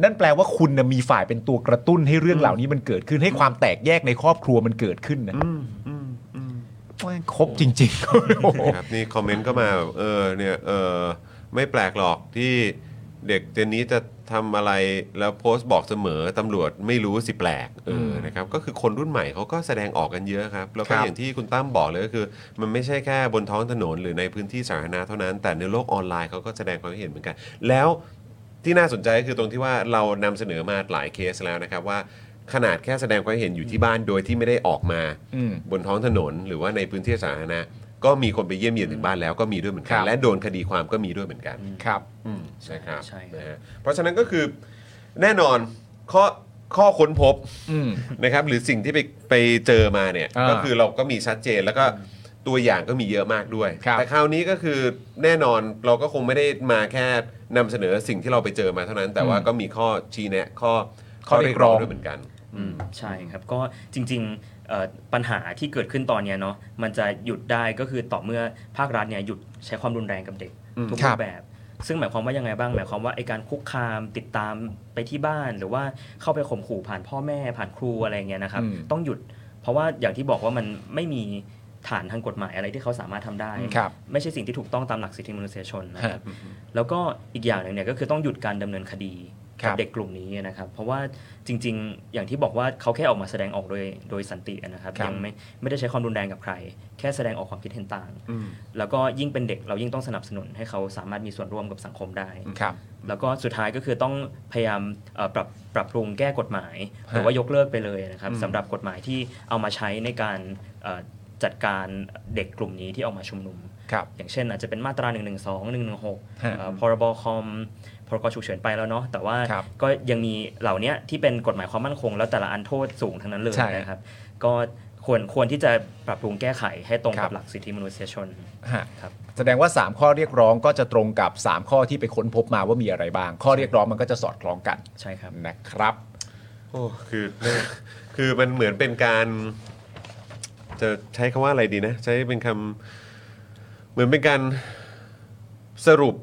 [SPEAKER 2] นั่นแปลว่าคุณนะมีฝ่ายเป็นตัวกระตุ้นให้เรื่องเหล่านี้มันเกิดขึ้นให้ความแตกแยกในครอบครัวมันเกิดขึ้นนะแม่งครบจริงๆ โอ้โห
[SPEAKER 1] ครับนี่คอมเมนต์ก็มาแบบเออเนี่ยเออไม่แปลกหรอกที่เด็กเจนนี้จะทำอะไรแล้วโพสต์บอกเสมอตำรวจไม่รู้สิแปลกเอออ
[SPEAKER 2] ม
[SPEAKER 1] นะครับก็คือคนรุ่นใหม่เขาก็แสดงออกกันเยอะครับ แล้ว
[SPEAKER 2] ค
[SPEAKER 1] ก็
[SPEAKER 2] รับ
[SPEAKER 1] อย่างที่คุณตั้มบอกเลยก็คือ มันไม่ใช่แค่บนท้องถนนหรือในพื้นที่สาธารณะเท่านั้น แต่ในโลกออนไลน์เขาก็แสดงความเห็นเหมือนกัน แล้วที่น่าสนใจก็คือตรงที่ว่าเรานำเสนอมาหลายเคสแล้วนะครับว่าขนาดแค่แสดงความเห็นอยู่ที่บ้านโดยที่ไม่ได้ออกมา
[SPEAKER 2] อืม
[SPEAKER 1] บนท้องถนนหรือว่าในพื้นที่สาธารณะก็มีคนไปเยี่ยมเยียนถึงบ้านแล้วก็มีด้วยเหมือนกั
[SPEAKER 2] คน รับ
[SPEAKER 1] และโดนคดีความก็มีด้วยเหมือนกัน
[SPEAKER 2] ครับ
[SPEAKER 1] ใช่ครับ
[SPEAKER 3] ใช่
[SPEAKER 1] นะฮะเพราะฉะนั้นก็คือแน่นอนข้อข้อค้นพบ
[SPEAKER 2] อืม
[SPEAKER 1] นะครับหรือสิ่งที่ไปไปเจอมาเนี่ย
[SPEAKER 2] อ่า
[SPEAKER 1] ก็คือเราก็มีชัดเจนแล้วก็ตัวอย่างก็มีเยอะมากด้วย
[SPEAKER 2] ครับ
[SPEAKER 1] แต่คราวนี้ก็คือแน่นอนเราก็คงไม่ได้มาแค่นำเสนอสิ่งที่เราไปเจอมาเท่านั้น แต่ว่า
[SPEAKER 2] อืม
[SPEAKER 1] ก็มีข้อชี้แนะข้อ
[SPEAKER 2] ข้อเรียกร้อง
[SPEAKER 1] ด้วยเหมือนกัน
[SPEAKER 3] อืมใช่ครับก็จริงๆเอ่อปัญหาที่เกิดขึ้นตอนเนี้ยเนาะมันจะหยุดได้ก็คือต่อเมื่อภาครัฐเนี่ยหยุดใช้ความรุนแรงกับเด็กทุก
[SPEAKER 2] ครั
[SPEAKER 3] รู
[SPEAKER 2] บ
[SPEAKER 3] ปแบบ ซึ่งหมายความว่ายังไงบ้างหมายความว่าไอการคุกคามติดตามไปที่บ้าน หรือว่าเข้าไปข่มขู่ผ่านพ่อแม่ผ่านครูอะไรเงี้ยนะครับ
[SPEAKER 2] อืม
[SPEAKER 3] ต้องหยุด เพราะว่าอย่างที่บอกว่ามันไม่มี ฐานทางกฎหมายอะไรที่เขาสามารถทำได้
[SPEAKER 2] ครับ
[SPEAKER 3] ไม่ใช่สิ่งที่ถูกต้องตามหลักสิทธิมนุษยชนนะ
[SPEAKER 2] ฮะ
[SPEAKER 3] ครับ แล้วก็อีกอย่างหนึ่งเนี่ยก็คือต้องหยุดการดำเนินคดี
[SPEAKER 2] ครั
[SPEAKER 3] กับ เด็กกลุ่มนี้นะครับ เพราะว่าจริงๆ อย่างที่บอกว่าเขาแค่ออกมาแสดงออกโดยโดยสันตินะครับยังไม่ไม่ได้ใช้ความรุนแรงกับใคร แค่แสดงออกความคิดเห็นต่าง
[SPEAKER 2] อืม
[SPEAKER 3] แล้วก็ยิ่งเป็นเด็กเรายิ่งต้องสนับสนุนให้เขาสามารถมีส่วนร่วมกับสังคมได้
[SPEAKER 2] ครับ
[SPEAKER 3] แล้วก็สุดท้ายก็คือต้องพยายามเอ่อปรับปรับปรุงแก้กฎหมาย หรือว่ายกเลิกไปเลยนะครับ
[SPEAKER 2] อืม
[SPEAKER 3] สำหรับกฎหมายที่เอามาใช้ในการเอ่อจัดการเด็กกลุ่มนี้ที่ออกมาชุมนุม
[SPEAKER 2] ครับ
[SPEAKER 3] อย่างเช่นอาจจะเป็นมาตรา 1 1 2 1 1 6
[SPEAKER 2] ฮะ
[SPEAKER 3] เอ่อพรบคอม พรกฉุกเฉินไปแล้วเนาะ แต่ว่า
[SPEAKER 2] ครับ
[SPEAKER 3] ก็ยังมีเหล่าเนี้ยที่เป็นกฎหมายความมั่นคง แล้วแต่ละอันโทษสูงทั้งนั้นเลย
[SPEAKER 2] ใช่
[SPEAKER 3] นะครับ ก็ควรควรที่จะปรับปรุงแก้ไขให้ตรง
[SPEAKER 2] ครั
[SPEAKER 3] กับบ หลักสิทธิมนุษยชน
[SPEAKER 2] ฮะ
[SPEAKER 3] ครับ
[SPEAKER 2] แสดงว่า 3 ข้อเรียกร้องก็จะตรงกับ 3 ข้อที่ไปค้นพบมาว่ามีอะไรบ้าง ข้อเรียกร้องมันก็จะสอดคล้องกัน
[SPEAKER 3] ใช่ครับ
[SPEAKER 2] นะครับ
[SPEAKER 1] โอ้คือ คือมันเหมือนเป็นการ จะใช้คำว่าอะไรดีนะ ใช้เป็นคำเหมือนเป็นการสรุป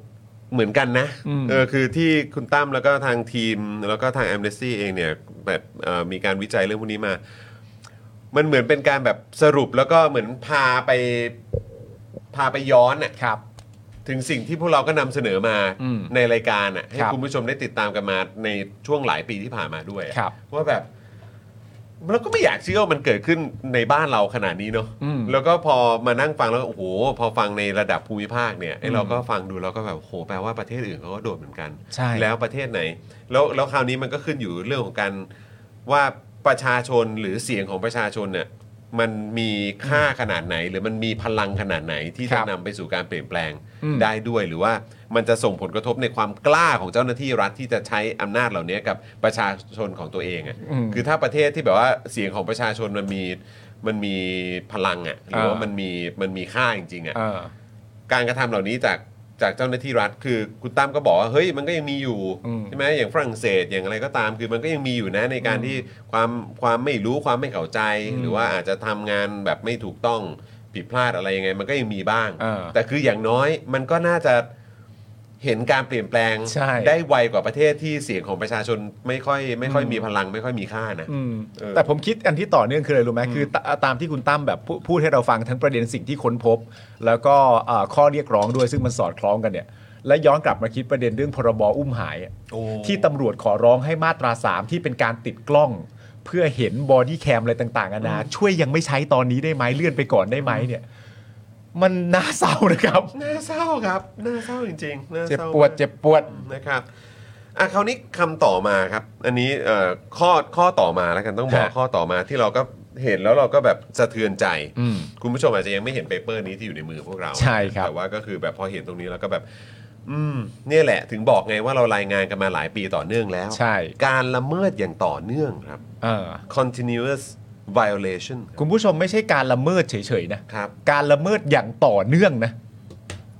[SPEAKER 1] เหมือนกันนะ
[SPEAKER 2] อืม
[SPEAKER 1] เออคือที่คุณตั้มแล้วก็ทางทีม แล้วก็ทาง a อมเนสซี่เองเนี่ยแบบเอ่อมีการวิจัยเรื่องพวกนี้มา มันเหมือนเป็นการแบบสรุปแล้วก็เหมือนพาไปพาไปย้อนอ่ะ
[SPEAKER 2] ครับ
[SPEAKER 1] ถึงสิ่งที่พวกเราก็นำเสนอมา
[SPEAKER 2] อืม
[SPEAKER 1] ในรายการอ่ะให้
[SPEAKER 2] ครับ
[SPEAKER 1] คุณผู้ชมได้ติดตามกันมาในช่วงหลายปีที่ผ่านมาด้วยอะ
[SPEAKER 2] ครับ
[SPEAKER 1] ว่าแบบเราก็ไม่อยากเชื่อว่ามันเกิดขึ้นในบ้านเราขนาดนี้เนาะ
[SPEAKER 2] อืม
[SPEAKER 1] แล้วก็พอมานั่งฟังแล้วโอ้โหพอฟังในระดับภูมิภาคเนี่ยไอ้เราก็ฟังดูเราก็แบบโอ้โหแปลว่าประเทศอื่นเขาก็โดนเหมือนกัน
[SPEAKER 2] ใช่
[SPEAKER 1] แล้วประเทศไหน แล้วแล้วคราวนี้มันก็ขึ้นอยู่เรื่องของการว่าประชาชนหรือเสียงของประชาชนเนี่ยมันมีค่าขนาดไหน หรือมันมีพลังขนาดไหนที่
[SPEAKER 2] ครั
[SPEAKER 1] จะ
[SPEAKER 2] บ
[SPEAKER 1] นำ ไปสู่การเปลี่ยนแปลง
[SPEAKER 2] อืม
[SPEAKER 1] ได้ด้วยหรือว่ามันจะส่งผลกระทบในความกล้าของเจ้าหน้าที่รัฐที่จะใช้อำนาจเหล่านี้กับประชาชนของตัวเองอะ
[SPEAKER 2] อืม
[SPEAKER 1] คือถ้าประเทศที่แบบว่าเสียงของประชาชนมันมีมันมีพลังอ่ะหรือว่า
[SPEAKER 2] เออ
[SPEAKER 1] มันมีมันมีค่าจริงๆอ่ะ
[SPEAKER 2] เออ
[SPEAKER 1] การกระทำเหล่านี้จากจากเจ้าหน้าที่รัฐ คือคุณตั้มก็บอกว่าเฮ้ยมันก็ยังมีอยู่
[SPEAKER 2] อืม
[SPEAKER 1] ใช่ไหมอย่างฝรั่งเศสอย่างอะไรก็ตาม คือมันก็ยังมีอยู่นะในการที่ความความไม่รู้ความไม่เข้าใจ
[SPEAKER 2] อืม
[SPEAKER 1] หรือว่าอาจจะทำงานแบบไม่ถูกต้องผิดพลาดอะไรยังไง มันก็ยังมีบ้าง
[SPEAKER 2] เออ
[SPEAKER 1] แต่คืออย่างน้อยมันก็น่าจะเห็นการเปลี่ยนแปลง
[SPEAKER 2] ใช่
[SPEAKER 1] ได้ไวกว่าประเทศที่เสียงของประชาชนไม่ค่อยไม่ค่อย
[SPEAKER 2] อืม
[SPEAKER 1] มีพลังไม่ค่อยมีค่านะ
[SPEAKER 2] อืม
[SPEAKER 1] เออ
[SPEAKER 2] แต่ผมคิดอันที่ต่อเนื่องคืออะไรรู้ไหมคือตตามที่คุณตั้มแบบพูพูดให้เราฟังทั้งประเด็นสิ่งที่ค้นพบ แล้วก็เอ่อข้อเรียกร้องด้วยซึ่งมันสอดคล้องกันเนี่ย และย้อนกลับมาคิดประเด็นเรื่องพรบอุ้มหายอะ
[SPEAKER 1] โอ้
[SPEAKER 2] ที่ตำรวจขอร้องให้มาตราสามที่เป็นการติดกล้อง เพื่อเห็นบอดี้แคมอะไรต่างๆนานาช่วยยังไม่ใช้ตอนนี้ได้ไหมเลื่อนไปก่อนได้ไหมเนี่ย มันน่าเศร้านะครับ
[SPEAKER 1] น่าเศร้าครับน่าเศร้าจริงๆน่า
[SPEAKER 2] เจ็บ
[SPEAKER 1] ศร้า
[SPEAKER 2] ปวด
[SPEAKER 1] มาก
[SPEAKER 2] เจ็บปวด
[SPEAKER 1] นะครับ อ่ะคราวนี้คำต่อมาครับ อันนี้เอ่อข้อข้อต่อมาแล้วกันต้องบอก
[SPEAKER 2] ฮะ
[SPEAKER 1] ข้อต่อมาที่เราก็เห็นแล้วเราก็แบบสะเทือนใจ
[SPEAKER 2] อืม
[SPEAKER 1] คุณผู้ชมอาจจะยังไม่เห็นเปเปอร์นี้ที่อยู่ในมือพวกเรา
[SPEAKER 2] ใช่ครับ
[SPEAKER 1] แต่ว่าก็คือแบบพอเห็นตรงนี้แล้วก็แบบ อืมเนี่ยแหละถึงบอกไงว่าเรารายงานกันมาหลายปีต่อเนื่องแล้ว
[SPEAKER 2] ใช่
[SPEAKER 1] การละเมิดอย่างต่อเนื่องครับ
[SPEAKER 2] เออ
[SPEAKER 1] continuous violation
[SPEAKER 2] คุณผู้ชมไม่ใช่การละเมิดเฉยๆนะ
[SPEAKER 1] ครับ
[SPEAKER 2] การละเมิดอย่างต่อเนื่องนะ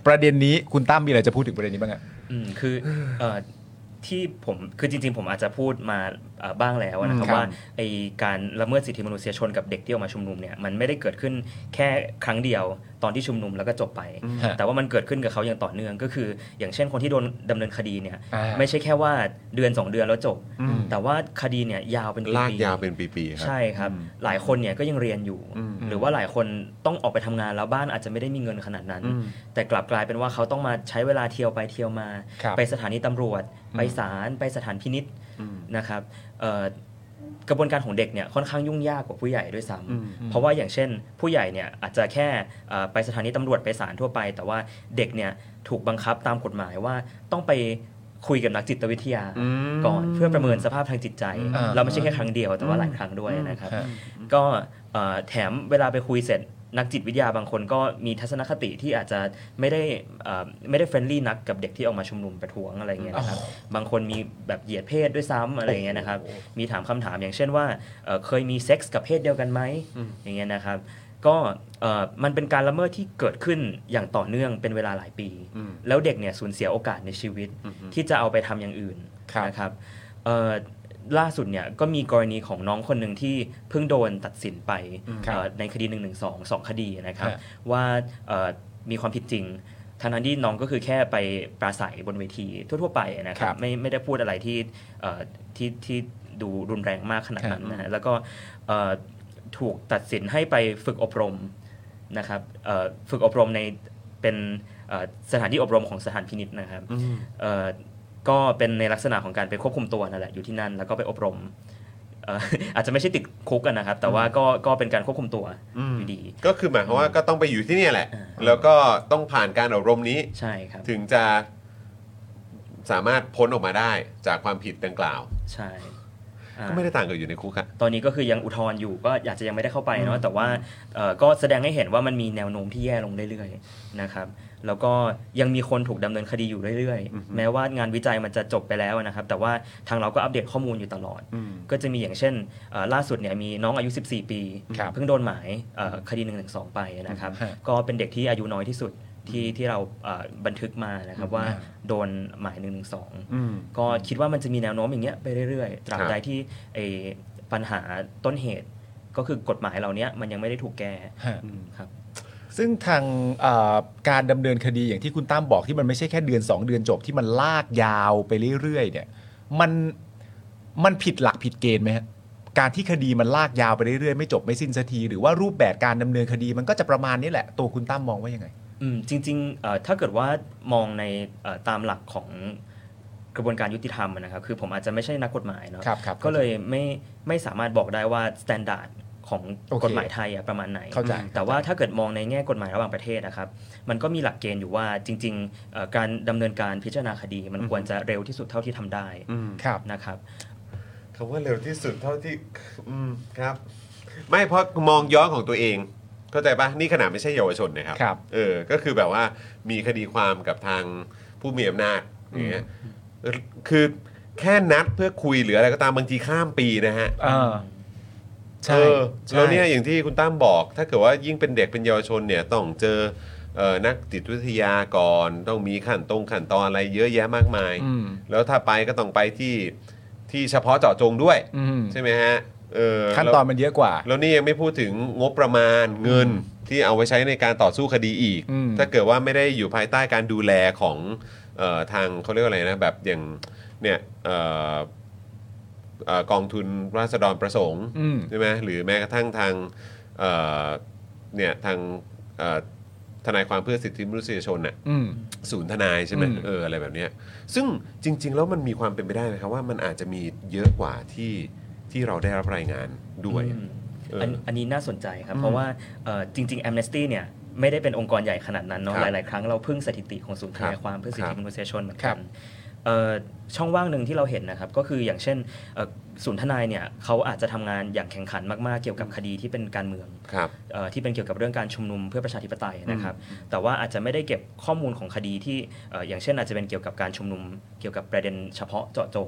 [SPEAKER 2] ประเด็นนี้คุณตั้มมีอะไรจะพูดถึงประเด็นนี้บ้างอะ
[SPEAKER 3] อืมคือเอ่อที่ผมคือจริง ๆ ผมอาจจะพูดมาเอ่อบ้างแล้วนะครั
[SPEAKER 2] อืม
[SPEAKER 3] บ
[SPEAKER 2] ครับ
[SPEAKER 3] ว่าไอการละเมิดสิทธิมนุษยชนกับเด็กที่ออกมาชุมนุมเนี่ยมันไม่ได้เกิดขึ้นแค่ครั้งเดียวตอนที่ชุมนุมแล้วก็จบไป
[SPEAKER 2] ฮะ
[SPEAKER 3] แต่ว่ามันเกิดขึ้นกับเขาอย่างต่อเนื่องก็คือ อย่างเช่นคนที่โดนดำเนินคดีเนี่ย
[SPEAKER 2] อ่า
[SPEAKER 3] ไม่ใช่แค่ว่าเดือน 2 เดือนแล้วจบ แต่ว่าคดีเนี่ยยาวเป็นปีๆ
[SPEAKER 1] ลากยาวเป็นปีๆครับ
[SPEAKER 3] ใช่ครับ หลายคนเนี่ยก็ยังเรียนอยู่
[SPEAKER 1] อืม
[SPEAKER 3] หรือว่าหลายคนต้องออกไปทำงานแล้วบ้านอาจจะไม่ได้มีเงินขนาดนั้น
[SPEAKER 1] อืม
[SPEAKER 3] แต่กลับกลายเป็นว่าเขาต้องมาใช้เวลาเที่ยวไปเที่ยวมา
[SPEAKER 2] ครับ
[SPEAKER 3] ไปสถานีตำรวจ ไปศาลไปสถานพินิษนะครับเอ่อกระบวนการของเด็กเนี่ยค่อนข้างยุ่งยากกว่าผู้ใหญ่ด้วยซ้ำเพราะว่าอย่างเช่น ผู้ใหญ่เนี่ยอาจจะแค่เอ่อไปสถานีตำรวจไปศาลทั่วไป แต่ว่าเด็กเนี่ยถูกบังคับตามกฎหมายว่าต้องไปคุยกับนักจิตวิทยา ก่อนเพื่อประเมินสภาพทางจิตใจ
[SPEAKER 2] อ่า
[SPEAKER 3] เราไม่ใช่แค่ครั้งเดียวแต่ว่าหลายครั้งด้วยนะครับ
[SPEAKER 2] ฮะ
[SPEAKER 3] ก็เอ่อแถมเวลาไปคุยเสร็จนักจิตวิทยาบางคนก็มีทัศนคติที่อาจจะไม่ได้เอ่อไม่ได้เฟรนลี่นักกับเด็กที่ออกมาชุมนุมประท้วงอะไรอย่างเงี้ยนะครับบางคนมีแบบเหยียดเพศด้วยซ้ำอะไรอย่างเงี้ยนะครับมีถามคำถามอย่างเช่นว่าเอ่อเคยมีเซ็กส์กับเพศเดียวกันไหมอย่างเงี้ยนะครับก็เอ่อมันเป็นการละเมิดที่เกิดขึ้นอย่างต่อเนื่องเป็นเวลาหลายปี แล้วเด็กเนี่ยสูญเสียโอกาสในชีวิตที่จะเอาไปทำอย่างอื่น
[SPEAKER 2] ครับ
[SPEAKER 3] นะครับเอ่อ ล่าสุดเนี่ยก็มีกรณีของน้องคนหนึ่งที่เพิ่งโดนตัดสินไป
[SPEAKER 2] ครับ
[SPEAKER 3] เอ่อในคดี1นึสองสองคดีนะครับ
[SPEAKER 2] ฮะ
[SPEAKER 3] ว่าเอ่อมีความผิดจริงทางนั้นที่น้องก็คือแค่ไปปราศัยบนเวทีทั่วๆไปนะค
[SPEAKER 2] ครั
[SPEAKER 3] รับบ ไม่ไม่ได้พูดอะไรที่เอ่อที่ที่ดูรุนแรงมากขนาดนั้นนะฮะแล้วก็เอ่อถูกตัดสินให้ไปฝึกอบรม นะครับเอ่อฝึกอบรมในเป็นเอ่อสถานที่อบรมของสถานพินิษนะครับเอ่อก็เป็นในลักษณะของการไปควบคุมตัวนั่นแหละอยู่ที่นั่นแล้วก็ไปอบรมเอ่ อ อาจจะไม่ใช่ติดคุกกันนะครับ แต่ว่าก็ก็เป็นการควบคุมตัวอยู่ดี
[SPEAKER 1] ก็คือหมายความว่าก็ต้องไปอยู่ที่เนี่ยแหละ
[SPEAKER 3] อ่า
[SPEAKER 1] แล้วก็ต้องผ่านการอบรมนี้
[SPEAKER 3] ใช่ครับ
[SPEAKER 1] ถึงจะสามารถพ้นออกมาได้จากความผิดดังกล่าว
[SPEAKER 3] ใช่อ่า
[SPEAKER 1] ก็ไม่ได้ต่างกับอยู่ในคุกอะ
[SPEAKER 3] ตอนนี้ก็คือยังอุทธรณ์อยู่ก็อยากจะยังไม่ได้เข้าไปเนาะแต่ว่าเอ่อก็แสดงให้เห็นว่ามันมีแนวโน้มที่แย่ลงเรื่อยๆนะครับแล้วก็ยังมีคนถูกดำเนินคดีอยู่เรื่อยๆ แม้ว่างานวิจัยมันจะจบไปแล้วนะครับ แต่ว่าทางเราก็อัปเดตข้อมูลอยู่ตลอด ก็จะมีอย่างเช่นเอ่อล่าสุดเนี่ยมีน้องอายุ 14 ปี
[SPEAKER 2] ครับ
[SPEAKER 3] เพิ่งโดนหมายเอ่อคดี1นึไปนะครับ
[SPEAKER 2] ฮะ
[SPEAKER 3] ก็เป็นเด็กที่อายุน้อยที่สุดที่ที่เราเอ่อบันทึกมานะครับว่า
[SPEAKER 2] ฮะ
[SPEAKER 3] โดนหมาย1นึก็คิดว่ามันจะมีแนวโน้มอย่างเงี้ยไปเรื่อยๆ ตราบใดที่ไอ้ปัญหาต้นเหตุก็คือกฎหมายเหล่าเนี้ยมันยังไม่ได้ถูกแก้
[SPEAKER 2] ฮะ
[SPEAKER 3] ครับ
[SPEAKER 2] ซึ่งทางเอ่อการดำเนินคดีอย่างที่คุณตั้มบอกที่มันไม่ใช่แค่เดือน 2 เดือนจบที่มันลากยาวไปเรื่อยๆเนี่ยมันมันผิดหลักผิดเกณฑ์ไหมฮะการที่คดีมันลากยาวไปเรื่อยๆไม่จบไม่สิ้นสักทีหรือว่ารูปแบบการดำเนินคดีมันก็จะประมาณนี้แหละ ตัวคุณตั้มมองว่ายังไง
[SPEAKER 3] อืมจริงๆเอ่อถ้าเกิดว่ามองในเอ่อตามหลักของกระบวนการยุติธรรมอะนะครับคือผมอาจจะไม่ใช่นักกฎหมายเนาะ
[SPEAKER 2] ครับครับ
[SPEAKER 3] ก็เลยไม่ไม่สามารถบอกได้ว่ามาตรฐานของ
[SPEAKER 2] โอเค
[SPEAKER 3] กฎหมายไทยอะประมาณไหน
[SPEAKER 2] เข้าใจ
[SPEAKER 3] แต่ว่าถ้าเกิดมองในแง่กฎหมายระหว่างประเทศนะครับมันก็มีหลักเกณฑ์อยู่ว่าจริงๆเอ่อการดำเนินการพิจารณาคดี มันควรจะเร็วที่สุดเท่าที่ทำได้
[SPEAKER 2] ครับ
[SPEAKER 3] นะครับ
[SPEAKER 1] คำว่าเร็วที่สุดเท่าที่อืมครับ ไม่เพราะมองย้อนของตัวเอง เข้าใจปะนี่ขนาดไม่ใช่เยาวชนนะครับ
[SPEAKER 2] ครับ
[SPEAKER 1] เออ ก็คือแบบว่ามีคดีความกับทางผู้มีอำนาจอย่างเงี้ยเออคือแค่นัดเพื่อคุยหรืออะไรก็ตามบางทีข้ามปีนะฮะ
[SPEAKER 2] เออ
[SPEAKER 1] เอ
[SPEAKER 2] ใช่
[SPEAKER 1] อ
[SPEAKER 2] ใช่
[SPEAKER 1] แล้วเนี่ยอย่างที่คุณตั้มบอก ถ้าเกิดว่ายิ่งเป็นเด็กเป็นเยาวชนเนี่ยต้องเจอเอ่อนักจิตวิทยาก่อน ต้องมีขั้นตรงขั้นตอนอะไรเยอะแยะมากมาย
[SPEAKER 2] อืม
[SPEAKER 1] แล้วถ้าไปก็ต้องไปที่ที่เฉพาะเจาะจงด้วย
[SPEAKER 2] อืม
[SPEAKER 1] ใช่ไหมฮะเออ
[SPEAKER 2] ขั้นตอนมันเยอะกว่า
[SPEAKER 1] แล้วนี่ยังไม่พูดถึงงบประมาณเงินที่เอาไว้ใช้ในการต่อสู้คดีอีก
[SPEAKER 2] อืม
[SPEAKER 1] ถ้าเกิดว่าไม่ได้อยู่ภายใต้การดูแลของเอ่อทางเขาเรียกว่าอะไรนะแบบอย่างเนี่ยเอ่อเอ่อกองทุนราษฎรประสงค์
[SPEAKER 2] อืม
[SPEAKER 1] ใช่ไหมหรือแม้กระทั่งทางเอ่อเนี่ยทางเอ่อทนายความเพื่อสิทธิมนุษยชนน่ะ
[SPEAKER 2] อืม
[SPEAKER 1] ศูนย์ทนายใช่ไหม
[SPEAKER 2] อืม
[SPEAKER 1] เอออะไรแบบเนี้ยซึ่งจริง ๆ แล้วมันมีความเป็นไปได้นะครับว่ามันอาจจะมีเยอะกว่าที่ที่เราได้รับรายงานด้วย
[SPEAKER 3] อืม
[SPEAKER 1] เอออั
[SPEAKER 3] นอันนี้น่าสนใจครับ
[SPEAKER 2] อืม
[SPEAKER 3] เพราะว่าเอ่อจริง ๆ Amnesty เนี่ยไม่ได้เป็นองค์กรใหญ่ขนาดนั้นเนาะ
[SPEAKER 1] ครั
[SPEAKER 3] ห
[SPEAKER 1] บ
[SPEAKER 3] ลาย ๆ ครั้งเราพึ่งสถิติของศูนย์ทนายความเพื่อสิท
[SPEAKER 1] ครั
[SPEAKER 3] ธิ
[SPEAKER 1] บ
[SPEAKER 3] มนุษยชนเหมือน
[SPEAKER 2] ครั
[SPEAKER 3] กับ นเอ่อช่องว่างหนึ่งที่เราเห็นนะครับ ก็คืออย่างเช่นเอ่อศูนย์ทนายเนี่ยเขาอาจจะทำงานอย่างแข่งขันมาก ๆ เกี่ยวกับคดีที่เป็นการเมือง
[SPEAKER 1] ครับ
[SPEAKER 3] เอ่อที่เป็นเกี่ยวกับเรื่องการชุมนุมเพื่อประชาธิปไตยนะครับ แต่ว่าอาจจะไม่ได้เก็บข้อมูลของคดีที่เอ่ออย่างเช่นอาจจะเป็นเกี่ยวกับการชุมนุม เกี่ยวกับประเด็นเฉพาะเจาะจง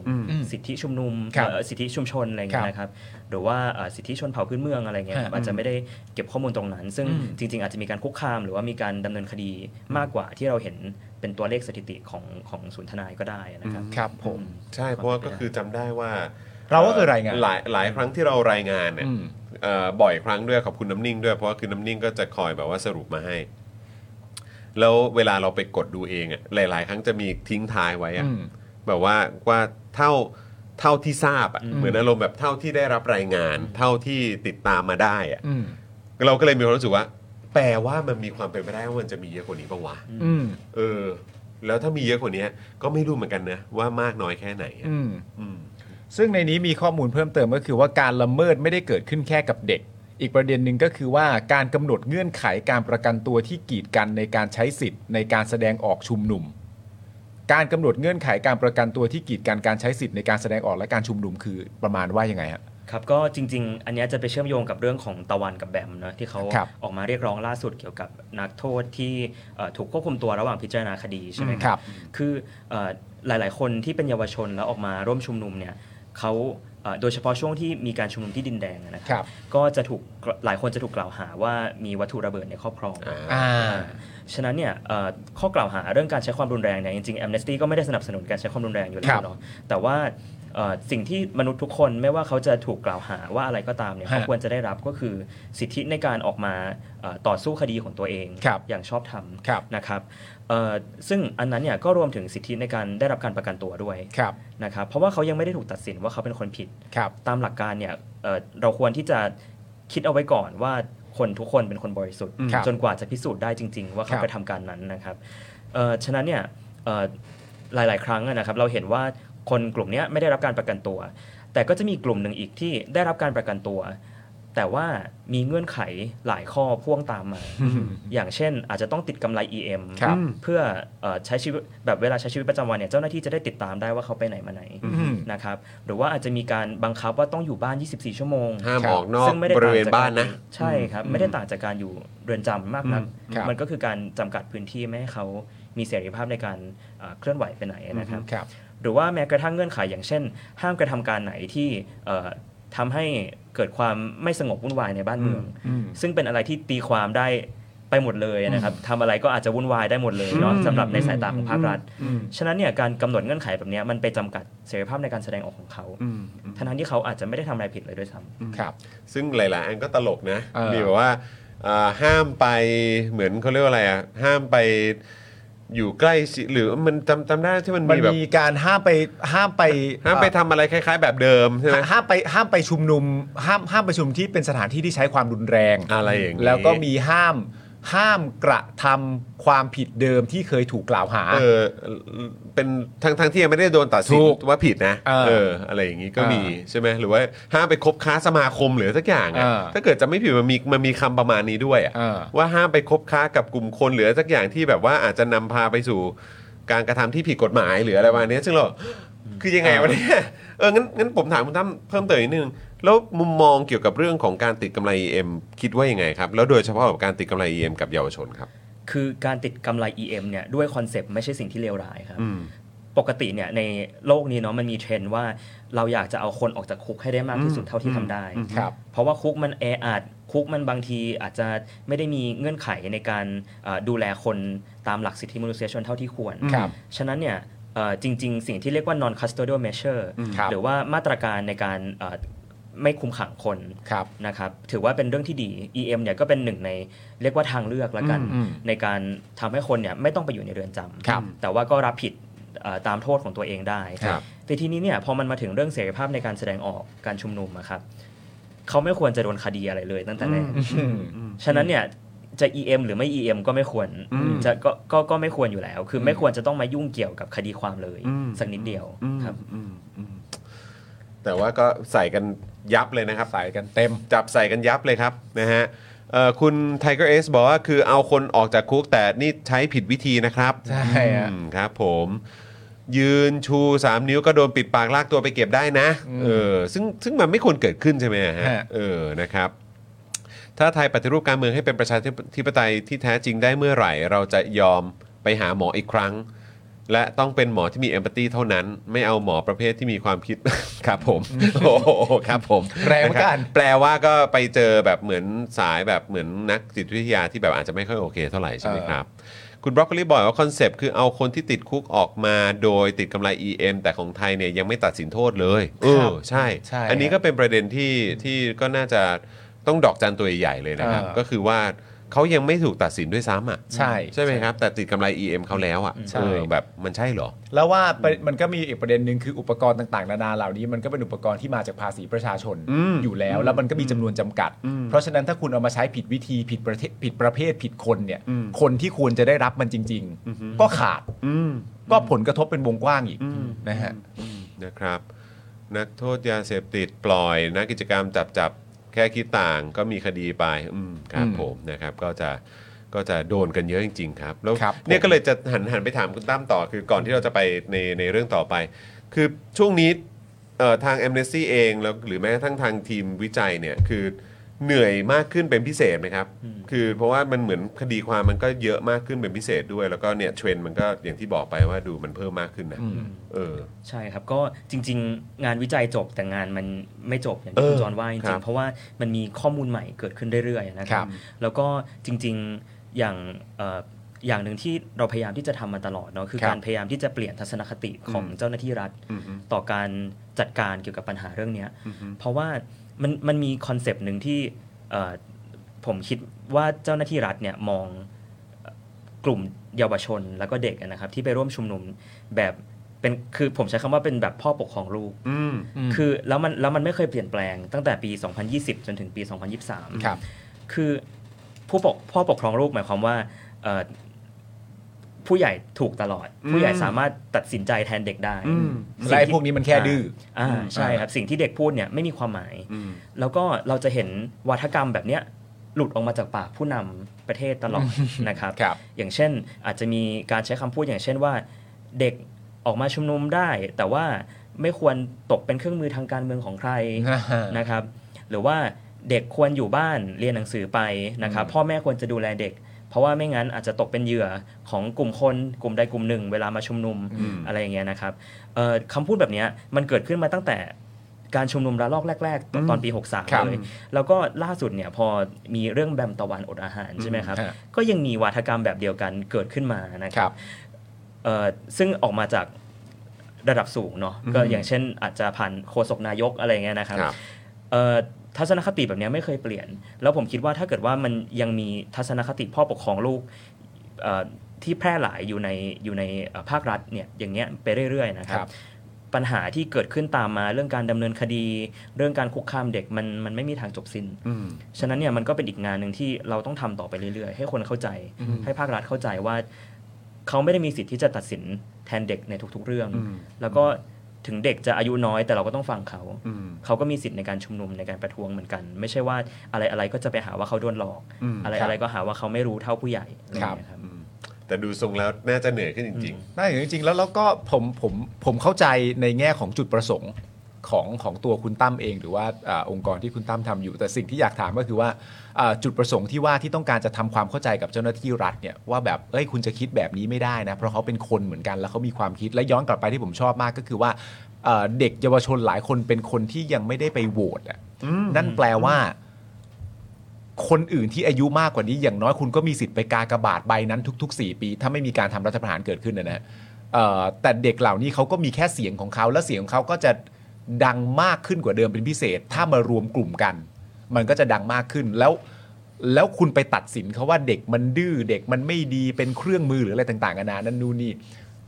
[SPEAKER 3] สิทธิชุมนุม
[SPEAKER 2] ครับ
[SPEAKER 3] เอ่อสิทธิชุมชนอะไรอย่างเงี้ยนะครับหรือว่าเอ่อสิทธิชนเผ่าพื้นเมืองอะไรเงี้ยครับ
[SPEAKER 2] ฮะ
[SPEAKER 3] อาจจะไม่ได้เก็บข้อมูลตรงนั้น ซึ่ง
[SPEAKER 2] อืม
[SPEAKER 3] จริง ๆ อาจจะมีการคุกคาม หรือว่ามีการดำเนินคดีมากกว่าที่เราเห็นเป็นตัวเลขสถิติของของศูนย์ทนายก็ได้นะครับ
[SPEAKER 2] ครับผม
[SPEAKER 1] ใช่เพราะว่าก็คือจำได้ว่า
[SPEAKER 2] เราก็เคยรายงาน
[SPEAKER 1] หลายหลายครั้งที่เรารายงานเนี่ย
[SPEAKER 2] อืม
[SPEAKER 1] เอ่อบ่อยครั้งด้วยขอบคุณน้ำนิ่งด้วยเพราะว่าคือน้ำนิ่งก็จะคอยแบบว่าสรุปมาให้ แล้วเวลาเราไปกดดูเองอะหลาย ๆ ครั้งจะมีทิ้งท้ายไว้อะ
[SPEAKER 2] อืม
[SPEAKER 1] แบบว่าว่าเท่าเท่าที่ทราบอะ
[SPEAKER 3] อืม
[SPEAKER 1] เหมือนอารมณ์แบบเท่าที่ได้รับรายงาน เท่าที่ติดตามมาได้อะ
[SPEAKER 2] อืม
[SPEAKER 1] เราก็เลยมีความรู้สึกว่า แปลว่ามันมีความเป็นไปได้ว่ามันจะมีเยอะกว่านี้ปะวะ
[SPEAKER 2] อืม
[SPEAKER 1] เออ แล้วถ้ามีเยอะกว่านี้ก็ไม่รู้เหมือนกันนะว่ามากน้อยแค่ไหนอะ
[SPEAKER 2] อืม
[SPEAKER 1] อืม
[SPEAKER 2] ซึ่งในนี้มีข้อมูลเพิ่มเติมก็คือว่าการละเมิดไม่ได้เกิดขึ้นแค่กับเด็ก อีกประเด็นหนึ่งก็คือว่าการกำหนดเงื่อนไขการประกันตัวที่กีดกันในการใช้สิทธิ์ในการแสดงออกชุมนุม การกำหนดเงื่อนไขการประกันตัวที่กีดกันการใช้สิทธิ์ในการแสดงออกและการชุมนุมคือประมาณว่ายังไงฮะ
[SPEAKER 3] ครับก็จริง ๆ อันเนี้ยจะไปเชื่อมโยงกับเรื่องของตะวันกับแบมเนอะที่เขา
[SPEAKER 2] ครับ
[SPEAKER 3] ออกมาเรียกร้องล่าสุดเกี่ยวกับนักโทษที่เอ่อถูกควบคุมตัวระหว่างพิจารณาคดีใช่ไหมค
[SPEAKER 2] ครั
[SPEAKER 3] รับ คือเอ่อหลาย ๆ คนที่เป็นเยาวชนแล้วออกมาร่วมชุมนุมเนี่ยเขาเอ่อโดยเฉพาะช่วงที่มีการชุมนุมที่ดินแดงอะนะค
[SPEAKER 2] ครั
[SPEAKER 3] รับ บก็จะถูกหลายคนจะถูกกล่าวหาว่ามีวัตถุระเบิดในครอบครอง
[SPEAKER 1] อ่า
[SPEAKER 2] อ่า
[SPEAKER 3] ฉะนั้นเนี่ยเอ่อข้อกล่าวหาเรื่องการใช้ความรุนแรงเนี่ยจริงๆ Amnesty ก็ไม่ได้สนับสนุนการใช้ความรุนแรงอยู่แล้
[SPEAKER 2] ครั
[SPEAKER 3] ว
[SPEAKER 2] บ
[SPEAKER 3] เนาะแต่ว่าเอ่อสิ่งที่มนุษย์ทุกคนไม่ว่าเขาจะถูกกล่าวหาว่าอะไรก็ตามเนี่ย
[SPEAKER 2] ฮะ
[SPEAKER 3] เขาควรจะได้รับก็คือสิทธิในการออกมาเอ่อต่อสู้คดีของตัวเอง
[SPEAKER 2] ครับ
[SPEAKER 3] อย่างชอบธรรม
[SPEAKER 2] ครับ
[SPEAKER 3] นะครับเอ่อซึ่งอันนั้นเนี่ยก็รวมถึงสิทธิในการได้รับการประกันตัวด้วย
[SPEAKER 2] ครับ
[SPEAKER 3] นะครับเพราะว่าเขายังไม่ได้ถูกตัดสินว่าเขาเป็นคนผิด
[SPEAKER 2] ครับ
[SPEAKER 3] ตามหลักการเนี่ยเอ่อเราควรที่จะคิดเอาไว้ก่อนว่า คนทุกคนเป็นคนบริสุทธิ์
[SPEAKER 2] ครับ
[SPEAKER 3] จนกว่าจะพิสูจน์ได้จริง ๆ ว่า
[SPEAKER 2] ครั
[SPEAKER 3] เขา
[SPEAKER 2] บ
[SPEAKER 3] ไปทำการนั้นนะครับเอ่อฉะนั้นเนี่ยเอ่อหลาย ๆ ครั้งอะนะครับเราเห็นว่าคนกลุ่มเนี้ยไม่ได้รับการประกันตัว แต่ก็จะมีกลุ่มหนึ่งอีกที่ได้รับการประกันตัว แต่ว่ามีเงื่อนไขหลายข้อพ่วงตามมา อย่างเช่นอาจจะต้องติดกำไร EM
[SPEAKER 2] ครับ
[SPEAKER 3] เพื่อเอ่อใช้ชีวิตแบบเวลาใช้ชีวิตประจำวันเนี่ยเจ้าหน้าที่จะได้ติดตามได้ว่าเขาไปไหนมาไหน
[SPEAKER 2] อืม
[SPEAKER 3] นะครับหรือว่าอาจจะมีการบังคับว่าต้องอยู่บ้าน 24 ชั่วโมง
[SPEAKER 1] ห้าม
[SPEAKER 2] ครับ
[SPEAKER 1] ออกนอก
[SPEAKER 3] ซึ่งไม่ได้
[SPEAKER 1] บริ
[SPEAKER 3] ต่าง
[SPEAKER 1] เวณ
[SPEAKER 3] จาก
[SPEAKER 1] บ้าน
[SPEAKER 3] กร
[SPEAKER 1] นะ
[SPEAKER 3] ใช่ครับ ไม่ได้ต่างจากการอยู่เรือนจำมากนัก
[SPEAKER 2] อืมครับ
[SPEAKER 3] มันก็คือการจำกัดพื้นที่ไม่ให้เขามีเสรีภาพในการเอ่อเคลื่อนไหวไปไหนนะครับ
[SPEAKER 2] ครับ
[SPEAKER 3] หรือว่าแม้กระทั่งเงื่อนไขอย่างเช่น ห้ามกระทำการไหนที่เอ่อทำให้เกิดความไม่สงบวุ่นวายในบ้านเมือง
[SPEAKER 2] อืม
[SPEAKER 3] ซึ่งเป็นอะไรที่ตีความได้ไปหมดเลยนะครับทำอะไรก็อาจจะวุ่นวายได้หมดเลยเนาะ
[SPEAKER 2] อืม
[SPEAKER 3] สำหรับในสายตาของภาครัฐ
[SPEAKER 2] อืม
[SPEAKER 3] ฉะนั้นเนี่ยการกำหนดเงื่อนไขแบบเนี้ยมันไปจำกัดเสรีภาพในการแสดงออกของเขา
[SPEAKER 2] อืม
[SPEAKER 3] ทั้งๆที่เขาอาจจะไม่ได้ทำอะไรผิดเลยด้วยซ้
[SPEAKER 2] ครับ
[SPEAKER 1] ซึ่งหลาย ๆ อันก็ตลกนะ
[SPEAKER 2] เออ
[SPEAKER 1] มีแบบว่าเอ่อห้ามไปเหมือนเขาเรียกว่าอะไรอ่ะ ห้ามไปอยู่ใกล้ชิดหรือมันจำจำได้ที่มัน
[SPEAKER 2] มัน
[SPEAKER 1] มีแบบ
[SPEAKER 2] มีการห้ามไปห้ามไป
[SPEAKER 1] ห้ามไปทำอะไรคล้าย ๆ แบบเดิมใช่ไหม
[SPEAKER 2] ห้ามไปห้ามไปชุมนุมห้ามห้ามไปชุมนุมที่เป็นสถานที่ที่ใช้ความรุนแรง
[SPEAKER 1] อะไรอย่างนี้
[SPEAKER 2] แล้วก็มีห้ามห้ามกระทำความผิดเดิมที่เคยถูกกล่าวหา
[SPEAKER 1] เออเป็นทั้งทั้งที่ยังไม่ได้โดนตัดสิน
[SPEAKER 2] ถูก
[SPEAKER 1] ว่าผิดนะ
[SPEAKER 2] เออ
[SPEAKER 1] อะไรอย่างนี้ก็
[SPEAKER 2] เออ
[SPEAKER 1] มีใช่ไหมหรือว่าห้ามไปคบค้าสมาคมหรือสักอย่างอะ
[SPEAKER 2] เออ
[SPEAKER 1] ถ้าเกิดจะไม่ผิดมันมีมันมีคำประมาณนี้ด้วยอะ
[SPEAKER 2] เออ
[SPEAKER 1] ว่าห้ามไปคบค้ากับกลุ่มคนหรือสักอย่างที่แบบว่าอาจจะนำพาไปสู่การกระทำที่ผิดกฎหมายหรืออะไรประมาณนี้ซึ่งเรา คือยังไงวะเนี่ยเอองั้นงั้นผมถามคุณตั้มเพิ่มเติมอีกนิดนึง แล้วมุมมองเกี่ยวกับเรื่องของการติดกำไร EM คิดว่ายังไงครับ แล้วโดยเฉพาะกับการติดกำไร EM กับเยาวชนครับ
[SPEAKER 3] ำคือการติดกำไร EM เนี่ยด้วยคอนเซปต์ไม่ใช่สิ่งที่เลวร้ายครับ
[SPEAKER 1] อืม
[SPEAKER 3] ปกติเนี่ยในโลกนี้เนาะมันมีเทรนด์ว่าเราอยากจะเอาคนออกจากคุกให้ได้มากที่สุดเท่าที่ทำได้
[SPEAKER 2] อืมครับ
[SPEAKER 3] เพราะว่าคุกมันแออัดคุกมันบางทีอาจจะไม่ได้มีเงื่อนไขในการเอ่อดูแลคนตามหลักสิทธิมนุษยชนเท่าที่ควร
[SPEAKER 2] ครับ
[SPEAKER 3] ฉะนั้นเนี่ยเอ่อจริง ๆ สิ่งที่เรียกว่า non custodial measure
[SPEAKER 2] ครับ
[SPEAKER 3] หรือว่ามาตรการในการเอ่อไม่คุมขังคน
[SPEAKER 2] ครับ
[SPEAKER 3] นะครับถือว่าเป็นเรื่องที่ดี EM เนี่ยก็เป็นหนึ่งในเรียกว่าทางเลือกละกัน
[SPEAKER 2] อืมอืม
[SPEAKER 3] ในการทำให้คนเนี่ยไม่ต้องไปอยู่ในเรือนจำ
[SPEAKER 2] ครับ
[SPEAKER 3] แต่ว่าก็รับผิดเอ่อตามโทษของตัวเองได้
[SPEAKER 2] ครับ
[SPEAKER 3] แต่ทีนี้เนี่ยพอมันมาถึงเรื่องเสรีภาพในการแสดงออกการชุมนุมอะครับเขาไม่ควรจะโดนคดีอะไรเลยตั้งแต่แรก
[SPEAKER 2] อืม
[SPEAKER 3] ฉะนั้นเนี่ยจะ EM หรือไม่ EM ก็ไม่ควรจะก็ก็ก็ไม่ควรอยู่แล้ว คือไม่ควรจะต้องมายุ่งเกี่ยวกับคดีความเลย สักนิดเดียวครับ
[SPEAKER 1] แต่ว่าก็ใส่กันยับเลยนะครับ ใส่กันเต็ม จับใส่กันยับเลยครับนะฮะเอ่อคุณ Tiger S บอกว่าคือเอาคนออกจากคุกแต่นี่ใช้ผิดวิธีนะครับ
[SPEAKER 2] ใช่ฮะ
[SPEAKER 1] อืมครับผม ยืนชู 3 นิ้วก็โดนปิดปากลากตัวไปเก็บได้นะเออซึ่งซึ่งมันไม่ควรเกิดขึ้นใช่ไหมฮะ
[SPEAKER 2] ฮะ
[SPEAKER 1] เออนะครับ ถ้าไทยปฏิรูปการเมืองให้เป็นประชาธิปไตยที่แท้จริงได้เมื่อไหร่ เราจะยอมไปหาหมออีกครั้ง และต้องเป็นหมอที่มีเอมพัตตีเท่านั้น ไม่เอาหมอประเภทที่มีความคิด ครับผมโอ้โหครับผม
[SPEAKER 2] แรงเหมือนกัน
[SPEAKER 1] ะครับแปลว่าก็ไปเจอแบบเหมือนสายแบบเหมือนนักจิตวิทยาที่แบบอาจจะไม่ค่อยโอเคเท่าไหร่ใช่ไหมครับ คุณบรอกโคลีบอกว่าคอนเซปต์คือเอาคนที่ติดคุกออกมาโดยติดกำไร EM แต่ของไทยเนี่ยยังไม่ตัดสินโทษเลยเออใช่
[SPEAKER 2] ใช่
[SPEAKER 1] อันนี้ก็เป็นประเด็นที่ที่ก็น่าจะต้องดอกจันตัวใหญ่ๆเลยนะครับ
[SPEAKER 2] เออ
[SPEAKER 1] ก็คือว่าเขายังไม่ถูกตัดสินด้วยซ้ำอ่ะ
[SPEAKER 2] ใช่
[SPEAKER 1] ใช่ไหมครับ แต่ติดกำไร EM เขาแล้วอ่ะ
[SPEAKER 2] ใช่
[SPEAKER 1] เออแบบมันใช่เหรอ
[SPEAKER 2] แล้วว่าไปมันก็มีอีกประเด็นหนึ่งคืออุปกรณ์ต่างๆ นานาเหล่านี้มันก็เป็นอุปกรณ์ที่มาจากภาษีประชาชนอยู่แล้ว แล้วมันก็มีจำนวนจำกัด เพราะฉะนั้นถ้าคุณเอามาใช้ผิดวิธีผิดประเทศผิดประเภทผิดคนเนี่ย คนที่ควรจะได้รับมันจริง ๆ ก็ขาดก็ผลกระทบเป็นวงกว้างอีกนะฮะ
[SPEAKER 1] นะครับ นักโทษยาเสพติดปล่อย นักกิจกรรมจับจับแค่คิดต่างก็มีคดีไปอืมครับ
[SPEAKER 2] อืม
[SPEAKER 1] ผมนะครับก็จะก็จะโดนกันเยอะจริง ๆ ครับ แล้ว
[SPEAKER 2] ครับผม
[SPEAKER 1] เนี่ยก็เลยจะหันหันไปถามคุณตั้มต่อคือก่อนที่เราจะไปในในเรื่องต่อไป คือช่วงนี้เอ่อทาง a อมเนสซี่เองแล้วหรือแม้กระทั่งทางทีมวิจัยเนี่ยคือเหนื่อยมากขึ้นเป็นพิเศษไหมครับ คือเพราะว่ามันเหมือนคดีความมันก็เยอะมากขึ้นเป็นพิเศษด้วย แล้วก็เนี่ยเทรนด์มันก็อย่างที่บอกไปว่าดูมันเพิ่มมากขึ้นนะเออ
[SPEAKER 3] ใช่ครับ ก็จริง ๆ งานวิจัยจบแต่งานมันไม่จบอย่าง
[SPEAKER 1] เอ
[SPEAKER 3] ที่
[SPEAKER 1] อ
[SPEAKER 3] คุณจอห์นว่าจ
[SPEAKER 1] ครั
[SPEAKER 3] ริ
[SPEAKER 1] บ
[SPEAKER 3] งๆ เพราะว่ามันมีข้อมูลใหม่เกิดขึ้นเรื่อยๆนะค
[SPEAKER 2] ครั
[SPEAKER 3] รับ บ แล้วก็จริงๆอย่างเอ่ออย่างหนึ่งที่เราพยายามที่จะทำมาตลอดเนาะคือ
[SPEAKER 1] ครับ
[SPEAKER 3] การพยายามที่จะเปลี่ยนทัศนคติของเจ้าหน้าที่รัฐ ต่อการจัดการเกี่ยวกับปัญหาเรื่องเนี้ยเพราะว่ามันมันมีคอนเซปต์หนึ่งที่เอ่อผมคิดว่าเจ้าหน้าที่รัฐเนี่ยมอง กลุ่มเยาวชนแล้วก็เด็กนะครับที่ไปร่วมชุมนุมแบบเป็นคือผมใช้คำว่าเป็นแบบพ่อปกครองลูกคือแล้วมันแล้วมันไม่เคยเปลี่ยนแปลงตั้งแต่ปี 2020 จนถึงปี
[SPEAKER 2] ครับ
[SPEAKER 3] 2023 คือผู้ปกพ่อปกครองลูกหมายความว่าเอ่อผู้ใหญ่ถูกตลอด ผู้ใหญ่สามารถตัดสินใจแทนเด็กได้
[SPEAKER 2] และไอ้พวกนี้มันแค่ดื้อ
[SPEAKER 3] อ่าใช่ครับ สิ่งที่เด็กพูดเนี่ยไม่มีความหมาย
[SPEAKER 1] อืม
[SPEAKER 3] แล้วก็เราจะเห็นวัฒกรรมแบบเนี้ยหลุดออกมาจากปากผู้นำประเทศตลอด นะครับ
[SPEAKER 2] ครับ
[SPEAKER 3] อย่างเช่นอาจจะมีการใช้คำพูดอย่างเช่นว่า เด็กออกมาชุมนุมได้ แต่ว่าไม่ควรตกเป็นเครื่องมือทางการเมืองของใคร นะครับ หรือว่าเด็กควรอยู่บ้านเรียนหนังสือไปนะครับ พ่อแม่ควรจะดูแลเด็ก เพราะว่าไม่งั้นอาจจะตกเป็นเหยื่อของกลุ่มคนกลุ่มใดกลุ่มหนึ่ง เวลามาชุมนุม
[SPEAKER 1] อืม
[SPEAKER 3] อะไรอย่างเงี้ยนะครับเอ่อคำพูดแบบเนี้ยมันเกิดขึ้นมาตั้งแต่การชุมนุมระลอกแรก ๆ ตอนตอนปี
[SPEAKER 2] ครับ
[SPEAKER 3] 63 เลย แล้วก็ล่าสุดเนี่ยพอมีเรื่องแบมตะวันอดอาหารใช่ไหมครับ
[SPEAKER 2] ฮะ
[SPEAKER 3] ก็ยังมีวาทกรรมแบบเดียวกันเกิดขึ้นมานะค
[SPEAKER 2] ค
[SPEAKER 3] รั
[SPEAKER 2] รั
[SPEAKER 3] บบ เอ่อซึ่งออกมาจากระดับสูงเนาะก็อย่างเช่นอาจจะผ่านโฆษกนายกอะไรอย่างเงี้ยนะครับ
[SPEAKER 1] ครับ
[SPEAKER 3] เอ่อทัศนคติแบบเนี้ยไม่เคยเปลี่ยน แล้วผมคิดว่าถ้าเกิดว่ามันยังมีทัศนคติพ่อปกครองลูกเอ่อที่แพร่หลายอยู่ในอยู่ในเอ่อภาครัฐเนี่ยอย่างเงี้ยไปเรื่อยๆนะครั
[SPEAKER 2] ครับ บ
[SPEAKER 3] ปัญหาที่เกิดขึ้นตามมาเรื่องการดำเนินคดี เรื่องการคุกคามเด็กมันมันไม่มีทางจบสิ้น
[SPEAKER 1] อืม
[SPEAKER 3] ฉะนั้นเนี่ยมันก็เป็นอีกงานหนึ่งที่เราต้องทำต่อไปเรื่อยๆ ให้คนเข้าใจ ให้ภาครัฐเข้าใจว่า เขาไม่ได้มีสิทธิ์ที่จะตัดสินแทนเด็กในทุก ๆ เรื่อง
[SPEAKER 1] อืม
[SPEAKER 3] แล้วก็ถึงเด็กจะอายุน้อยแต่เราก็ต้องฟังเขา
[SPEAKER 1] อืม
[SPEAKER 3] เขาก็มีสิทธิ์ในการชุมนุมในการประท้วงเหมือนกัน ไม่ใช่ว่าอะไรอะไรๆก็จะไปหาว่าเขาโดนหลอก
[SPEAKER 1] อืม
[SPEAKER 3] อะไรอะไรๆก็หาว่าเขาไม่รู้เท่าผู้ใหญ่อะไรอย่างเงี้ยครับ
[SPEAKER 1] อืมแต่ดูทรงแล้วน่าจะเหนื่อยขึ้นจริง
[SPEAKER 2] น่าเห็นจริงๆ แล้วแล้วก็ผมผมผมเข้าใจในแง่ของจุดประสงค์ของของตัวคุณตั้มเอง หรือว่าอาองค์กรที่คุณตั้มทำอยู่ แต่สิ่งที่อยากถามก็คือว่าอ่าจุดประสงค์ที่ว่าที่ต้องการจะทำความเข้าใจกับเจ้าหน้าที่รัฐเนี่ยว่าแบบเอ้ยคุณจะคิดแบบนี้ไม่ได้นะ เพราะเขาเป็นคนเหมือนกันแล้วเขามีความคิดและย้อนกลับไปที่ผมชอบมากก็คือว่าเอ่อเด็กเยาวชนหลายคนเป็นคนที่ยังไม่ได้ไปโหวตอะนั่นแปลว่า คนอื่นที่อายุมากกว่านี้อย่างน้อยคุณก็มีสิทธิ์ไปกากบาทใบนั้นทุก ๆ 4 ปี ถ้าไม่มีการทำรัฐประหารเกิดขึ้นนะนะเอ่อแต่เด็กเหล่านี้เขาก็มีแค่เสียงของเขา และเสียงของเขาก็จะดังมากขึ้นกว่าเดิมเป็นพิเศษ ถ้ามารวมกลุ่มกัน มันก็จะดังมากขึ้นแล้ว แล้วคุณไปตัดสินเขาว่าเด็กมันดื้อเด็กมันไม่ดีเป็นเครื่องมือหรืออะไรต่างๆนานานั่นนู่นนี่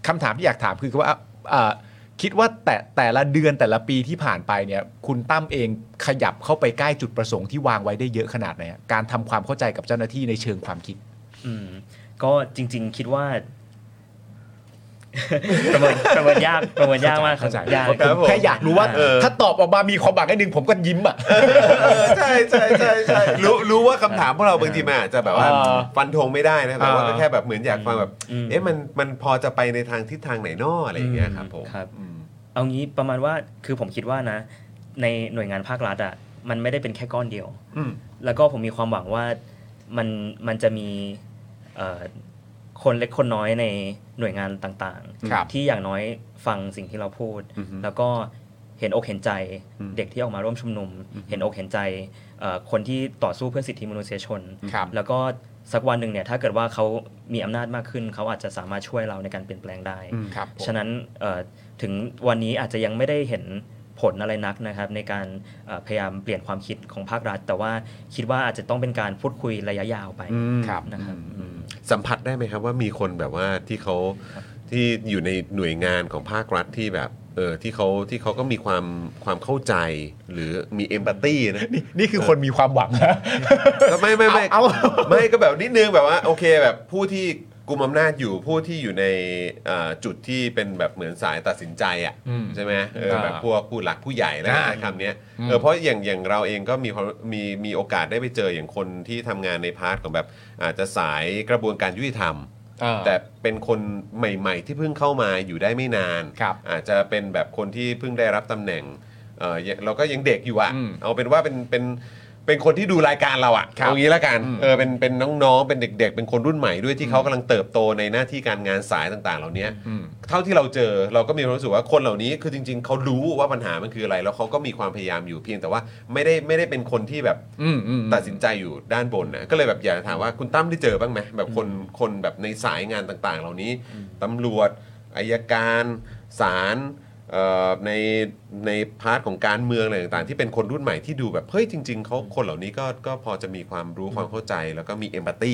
[SPEAKER 2] คำถามที่อยากถามคือว่าเอ่อคิดว่าแต่แต่ละเดือนแต่ละปีที่ผ่านไปเนี่ย คุณตั้มเองขยับเข้าไปใกล้จุดประสงค์ที่วางไว้ได้เยอะขนาดไหนอะการทำความเข้าใจกับเจ้าหน้าที่ในเชิงความคิด
[SPEAKER 3] อืมก็จริง ๆ คิดว่า ประเมิน ประเมินยากประเมินยากมากครับ
[SPEAKER 2] เข้าใจ
[SPEAKER 3] ยาก
[SPEAKER 1] เข้าใจรับผม
[SPEAKER 2] แค่อยากรู้ว่า
[SPEAKER 1] เออ
[SPEAKER 2] ถ้าตอบออกมามีความหวังนิดนึงผมก็ยิ้มอ่ะ
[SPEAKER 1] ๆ ใช่ใช่ใช่ใช่รู้รู้ว่าคำถามพวกเราบางทีมันอาจจะแบบว่า
[SPEAKER 2] เออ
[SPEAKER 1] ฟันธงไม่ได้นะแต่ว่า
[SPEAKER 2] เออ
[SPEAKER 1] ก็แค่แบบเหมือนอยากฟังแบบ
[SPEAKER 3] อืม
[SPEAKER 1] เอ๊ะมันมันพอจะไปในทางทิศทางไหนนออะไรอย่างเงี้ยครับผม
[SPEAKER 3] ครับ
[SPEAKER 1] อืม
[SPEAKER 3] เอางี้ประมาณว่าคือผมคิดว่านะ ในหน่วยงานภาครัฐอ่ะมันไม่ได้เป็นแค่ก้อนเดียว
[SPEAKER 1] อืม
[SPEAKER 3] แล้วก็ผมมีความหวังว่ามันมันจะมีเอ่อคนเล็กคนน้อยในหน่วยงานต่าง
[SPEAKER 2] ครับ
[SPEAKER 3] ๆ ที่อย่างน้อยฟังสิ่งที่เราพูด
[SPEAKER 1] อือฮึ
[SPEAKER 3] แล้วก็เห็นอกเห็นใจ
[SPEAKER 1] อืม
[SPEAKER 3] เด็กที่ออกมาร่วมชุมนุม เห็นอกเห็นใจเอ่อคนที่ต่อสู้เพื่อสิทธิมนุษยชน
[SPEAKER 2] ครับ
[SPEAKER 3] แล้วก็สักวันหนึ่งเนี่ยถ้าเกิดว่าเขามีอำนาจมากขึ้น เขาอาจจะสามารถช่วยเราในการเปลี่ยนแปลงได้
[SPEAKER 2] ครับผม
[SPEAKER 3] ฉะนั้นเอ่อถึงวันนี้อาจจะยังไม่ได้เห็นผลอะไรนักนะครับ ในการเอ่อพยายามเปลี่ยนความคิดของภาครัฐ แต่ว่าคิดว่าอาจจะต้องเป็นการพูดคุยระยะยาวไป
[SPEAKER 2] ครับ
[SPEAKER 3] นะครับอืม
[SPEAKER 1] สัมผัสได้ไหมครับว่ามีคนแบบว่าที่เขาที่อยู่ในหน่วยงานของภาครัฐที่แบบเออที่เขาที่เขาก็มีความความเข้าใจหรือมีเอมพัตตีนะ
[SPEAKER 2] นี่นี่คือคนมีความหวังนะ
[SPEAKER 1] ก็ไม่ไม่ไม่
[SPEAKER 2] เอา
[SPEAKER 1] ไม่ก็แบบนิดนึงแบบว่าโอเคแบบผู้ที่กุมอำนาจอยู่ผู้ที่อยู่ในเอ่อจุดที่เป็นแบบเหมือนสายตัดสินใจอ่ะ
[SPEAKER 2] อืม
[SPEAKER 1] ใช่ไหมเออ
[SPEAKER 2] อ่า
[SPEAKER 1] แบบพวกผู้หลักผู้ใหญ่แล้วกัน
[SPEAKER 2] อ่า
[SPEAKER 1] ใช้คำเนี้ย
[SPEAKER 2] อืม
[SPEAKER 1] เออเพราะอย่างอย่างเราเองก็มีความมีมีโอกาสได้ไปเจออย่างคนที่ทำงานในพาร์ทของแบบอาจจะสายกระบวนการยุติธรรม
[SPEAKER 2] อ่า
[SPEAKER 1] แต่เป็นคนใหม่ ๆ ที่เพิ่งเข้ามาอยู่ได้ไม่นาน
[SPEAKER 2] ครับ
[SPEAKER 1] อาจจะเป็นแบบคนที่เพิ่งได้รับตำแหน่งเออยังเราก็ยังเด็กอยู่อ่ะ
[SPEAKER 2] อืม
[SPEAKER 1] เอาเป็นว่าเป็นเป็น เป็นคนที่ดูรายการเราอะ
[SPEAKER 2] ครับ
[SPEAKER 1] เอางี้ละกัน
[SPEAKER 2] อืม
[SPEAKER 1] เออเป็นเป็นน้องๆ เป็นเด็ก ๆ เป็นคนรุ่นใหม่ด้วยที่เขากำลังเติบโตในหน้าที่การงานสายต่างๆ เหล่านี้
[SPEAKER 2] อืม
[SPEAKER 1] เท่าที่เราเจอเราก็มีความรู้สึกว่าคนเหล่านี้คือจริง ๆเขารู้ว่าปัญหามันคืออะไร แล้วเขาก็มีความพยายามอยู่เพียงแต่ว่าไม่ได้ไม่ได้เป็นคนที่แบบ
[SPEAKER 2] อืมอืมอืม
[SPEAKER 1] ตัดสินใจอยู่ด้านบนนะก็เลยแบบอยากจะถามว่าคุณตั้มได้เจอบ้างไหมแบบคนคนแบบในสายงานต่างๆ เหล่านี้ตำรวจอายการศาลเอ่อในในพาร์ทของการเมืองอะไรต่างๆ ที่เป็นคนรุ่นใหม่ที่ดูแบบเฮ้ยจริง ๆเขาคนเหล่านี้ก็ก็พอจะมีความรู้ความเข้าใจ แล้วก็มีเอมพัตตี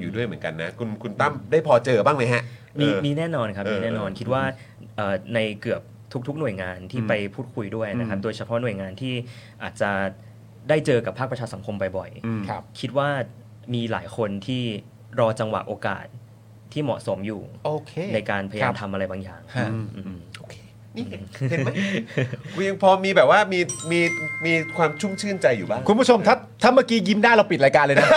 [SPEAKER 1] อยู่ด้วยเหมือนกันนะ คุณคุณตั้มได้พอเจอบ้างไหมฮะ
[SPEAKER 3] มี
[SPEAKER 1] เออ
[SPEAKER 3] มีแน่นอนครับ
[SPEAKER 1] เออ
[SPEAKER 3] มีแน่นอน
[SPEAKER 1] เออ
[SPEAKER 3] คิดว่าเอ่อในเกือบทุก ๆ หน่วยงานที่ไปพูดคุยด้วยนะครับ โดยเฉพาะหน่วยงานที่อาจจะ ได้เจอกับภาคประชาสังคมบ่อย
[SPEAKER 1] อืม
[SPEAKER 2] ครับ
[SPEAKER 3] ๆ คิดว่ามีหลายคนที่รอจังหวะโอกาสที่เหมาะสมอยู่
[SPEAKER 2] โอเค
[SPEAKER 3] ในการพยายา
[SPEAKER 2] ครั
[SPEAKER 3] ม
[SPEAKER 2] บ
[SPEAKER 3] ทำอะไรบางอย่าง
[SPEAKER 2] ฮะ
[SPEAKER 3] อืม
[SPEAKER 2] โอเค
[SPEAKER 1] นี่เห็นไหมกูยังพอมีแบบว่ามีมีมีความชุ่มชื่นใจอยู่บ้าง
[SPEAKER 2] คุณผู้ชมถ้าถ้าเมื่อกี้ยิ้มได้เราปิดรายการเลยนะ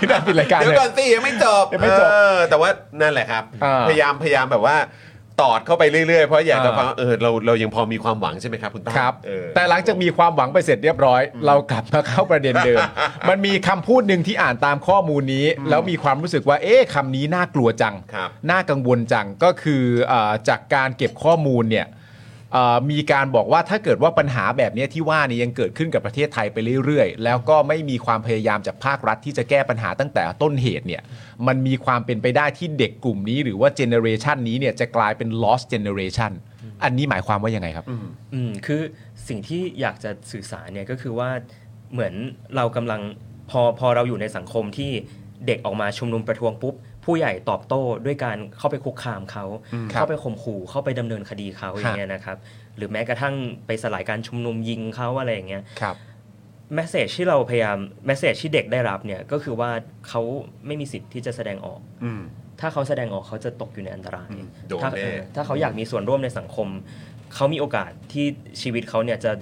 [SPEAKER 2] ยิ้มได้ปิดรายการ
[SPEAKER 1] เดี๋ย
[SPEAKER 2] เล
[SPEAKER 1] วย ก่อนสิยังไม่จบ
[SPEAKER 2] ยังไม่จบ
[SPEAKER 1] เออแต่ว่านั่นแหละครับ
[SPEAKER 2] อ่า
[SPEAKER 1] พยายามพยายามแบบว่าตอดเข้าไปเรื่อยๆ เพราะอยากจะ
[SPEAKER 2] อ่า
[SPEAKER 1] ฟังเออเราเรายังพอมีความหวังใช่ไหมครับคุณตั้ม
[SPEAKER 2] ครับ
[SPEAKER 1] เออ
[SPEAKER 2] แต่หลังจากมีความหวังไปเสร็จเรียบร้อย เรากลับมาเข้าประเด็นเดิม มันมีคำพูดหนึ่งที่อ่านตามข้อมูลนี้ แล้วมีความรู้สึกว่า เอ๊ะคำนี้น่ากลัวจัง
[SPEAKER 1] ครับ
[SPEAKER 2] น่ากังวลจังก็คือเอ่อจากการเก็บข้อมูลเนี่ยเอ่อมีการบอกว่าถ้าเกิดว่าปัญหาแบบเนี้ยที่ว่านี่ยังเกิดขึ้นกับประเทศไทยไปเรื่อยๆ แล้วก็ไม่มีความพยายามจากภาครัฐที่จะแก้ปัญหาตั้งแต่ต้นเหตุเนี่ยมันมีความเป็นไปได้ที่เด็กกลุ่มนี้ หรือว่าเจเนอเรชันนี้เนี่ยจะกลายเป็น lost generation อันนี้หมายความว่ายังไงครับ
[SPEAKER 3] อืมคือสิ่งที่อยากจะสื่อสารเนี่ยก็คือว่าเหมือนเรากำลังพอพอเราอยู่ในสังคมที่เด็กออกมาชุมนุมประท้วงปุ๊บ ผู้ใหญ่ตอบโต้ด้วยการเข้าไปคุกคามเขา
[SPEAKER 2] ครับ
[SPEAKER 3] เข้าไปข่มขู่เข้าไปดำเนินคดีเขาอย่างเงี้ยนะครับ หรือแม้กระทั่งไปสลายการชุมนุมยิงเขาอะไรอย่างเงี้ย
[SPEAKER 2] ครับ
[SPEAKER 3] แมสเซจที่เราพยายามแมสเซจที่เด็กได้รับเนี่ยก็คือว่าเขาไม่มีสิทธิ์ที่จะแสดงออก
[SPEAKER 1] อืม
[SPEAKER 3] ถ้าเขาแสดงออกเขาจะตกอยู่ในอันตราย
[SPEAKER 1] อืมโดน
[SPEAKER 3] ถ้า
[SPEAKER 1] แน่
[SPEAKER 3] เออถ้าเขาอยากมีส่วนร่วมในสังคม เขามีโอกาสที่ชีวิตเขาเนี่ยจะ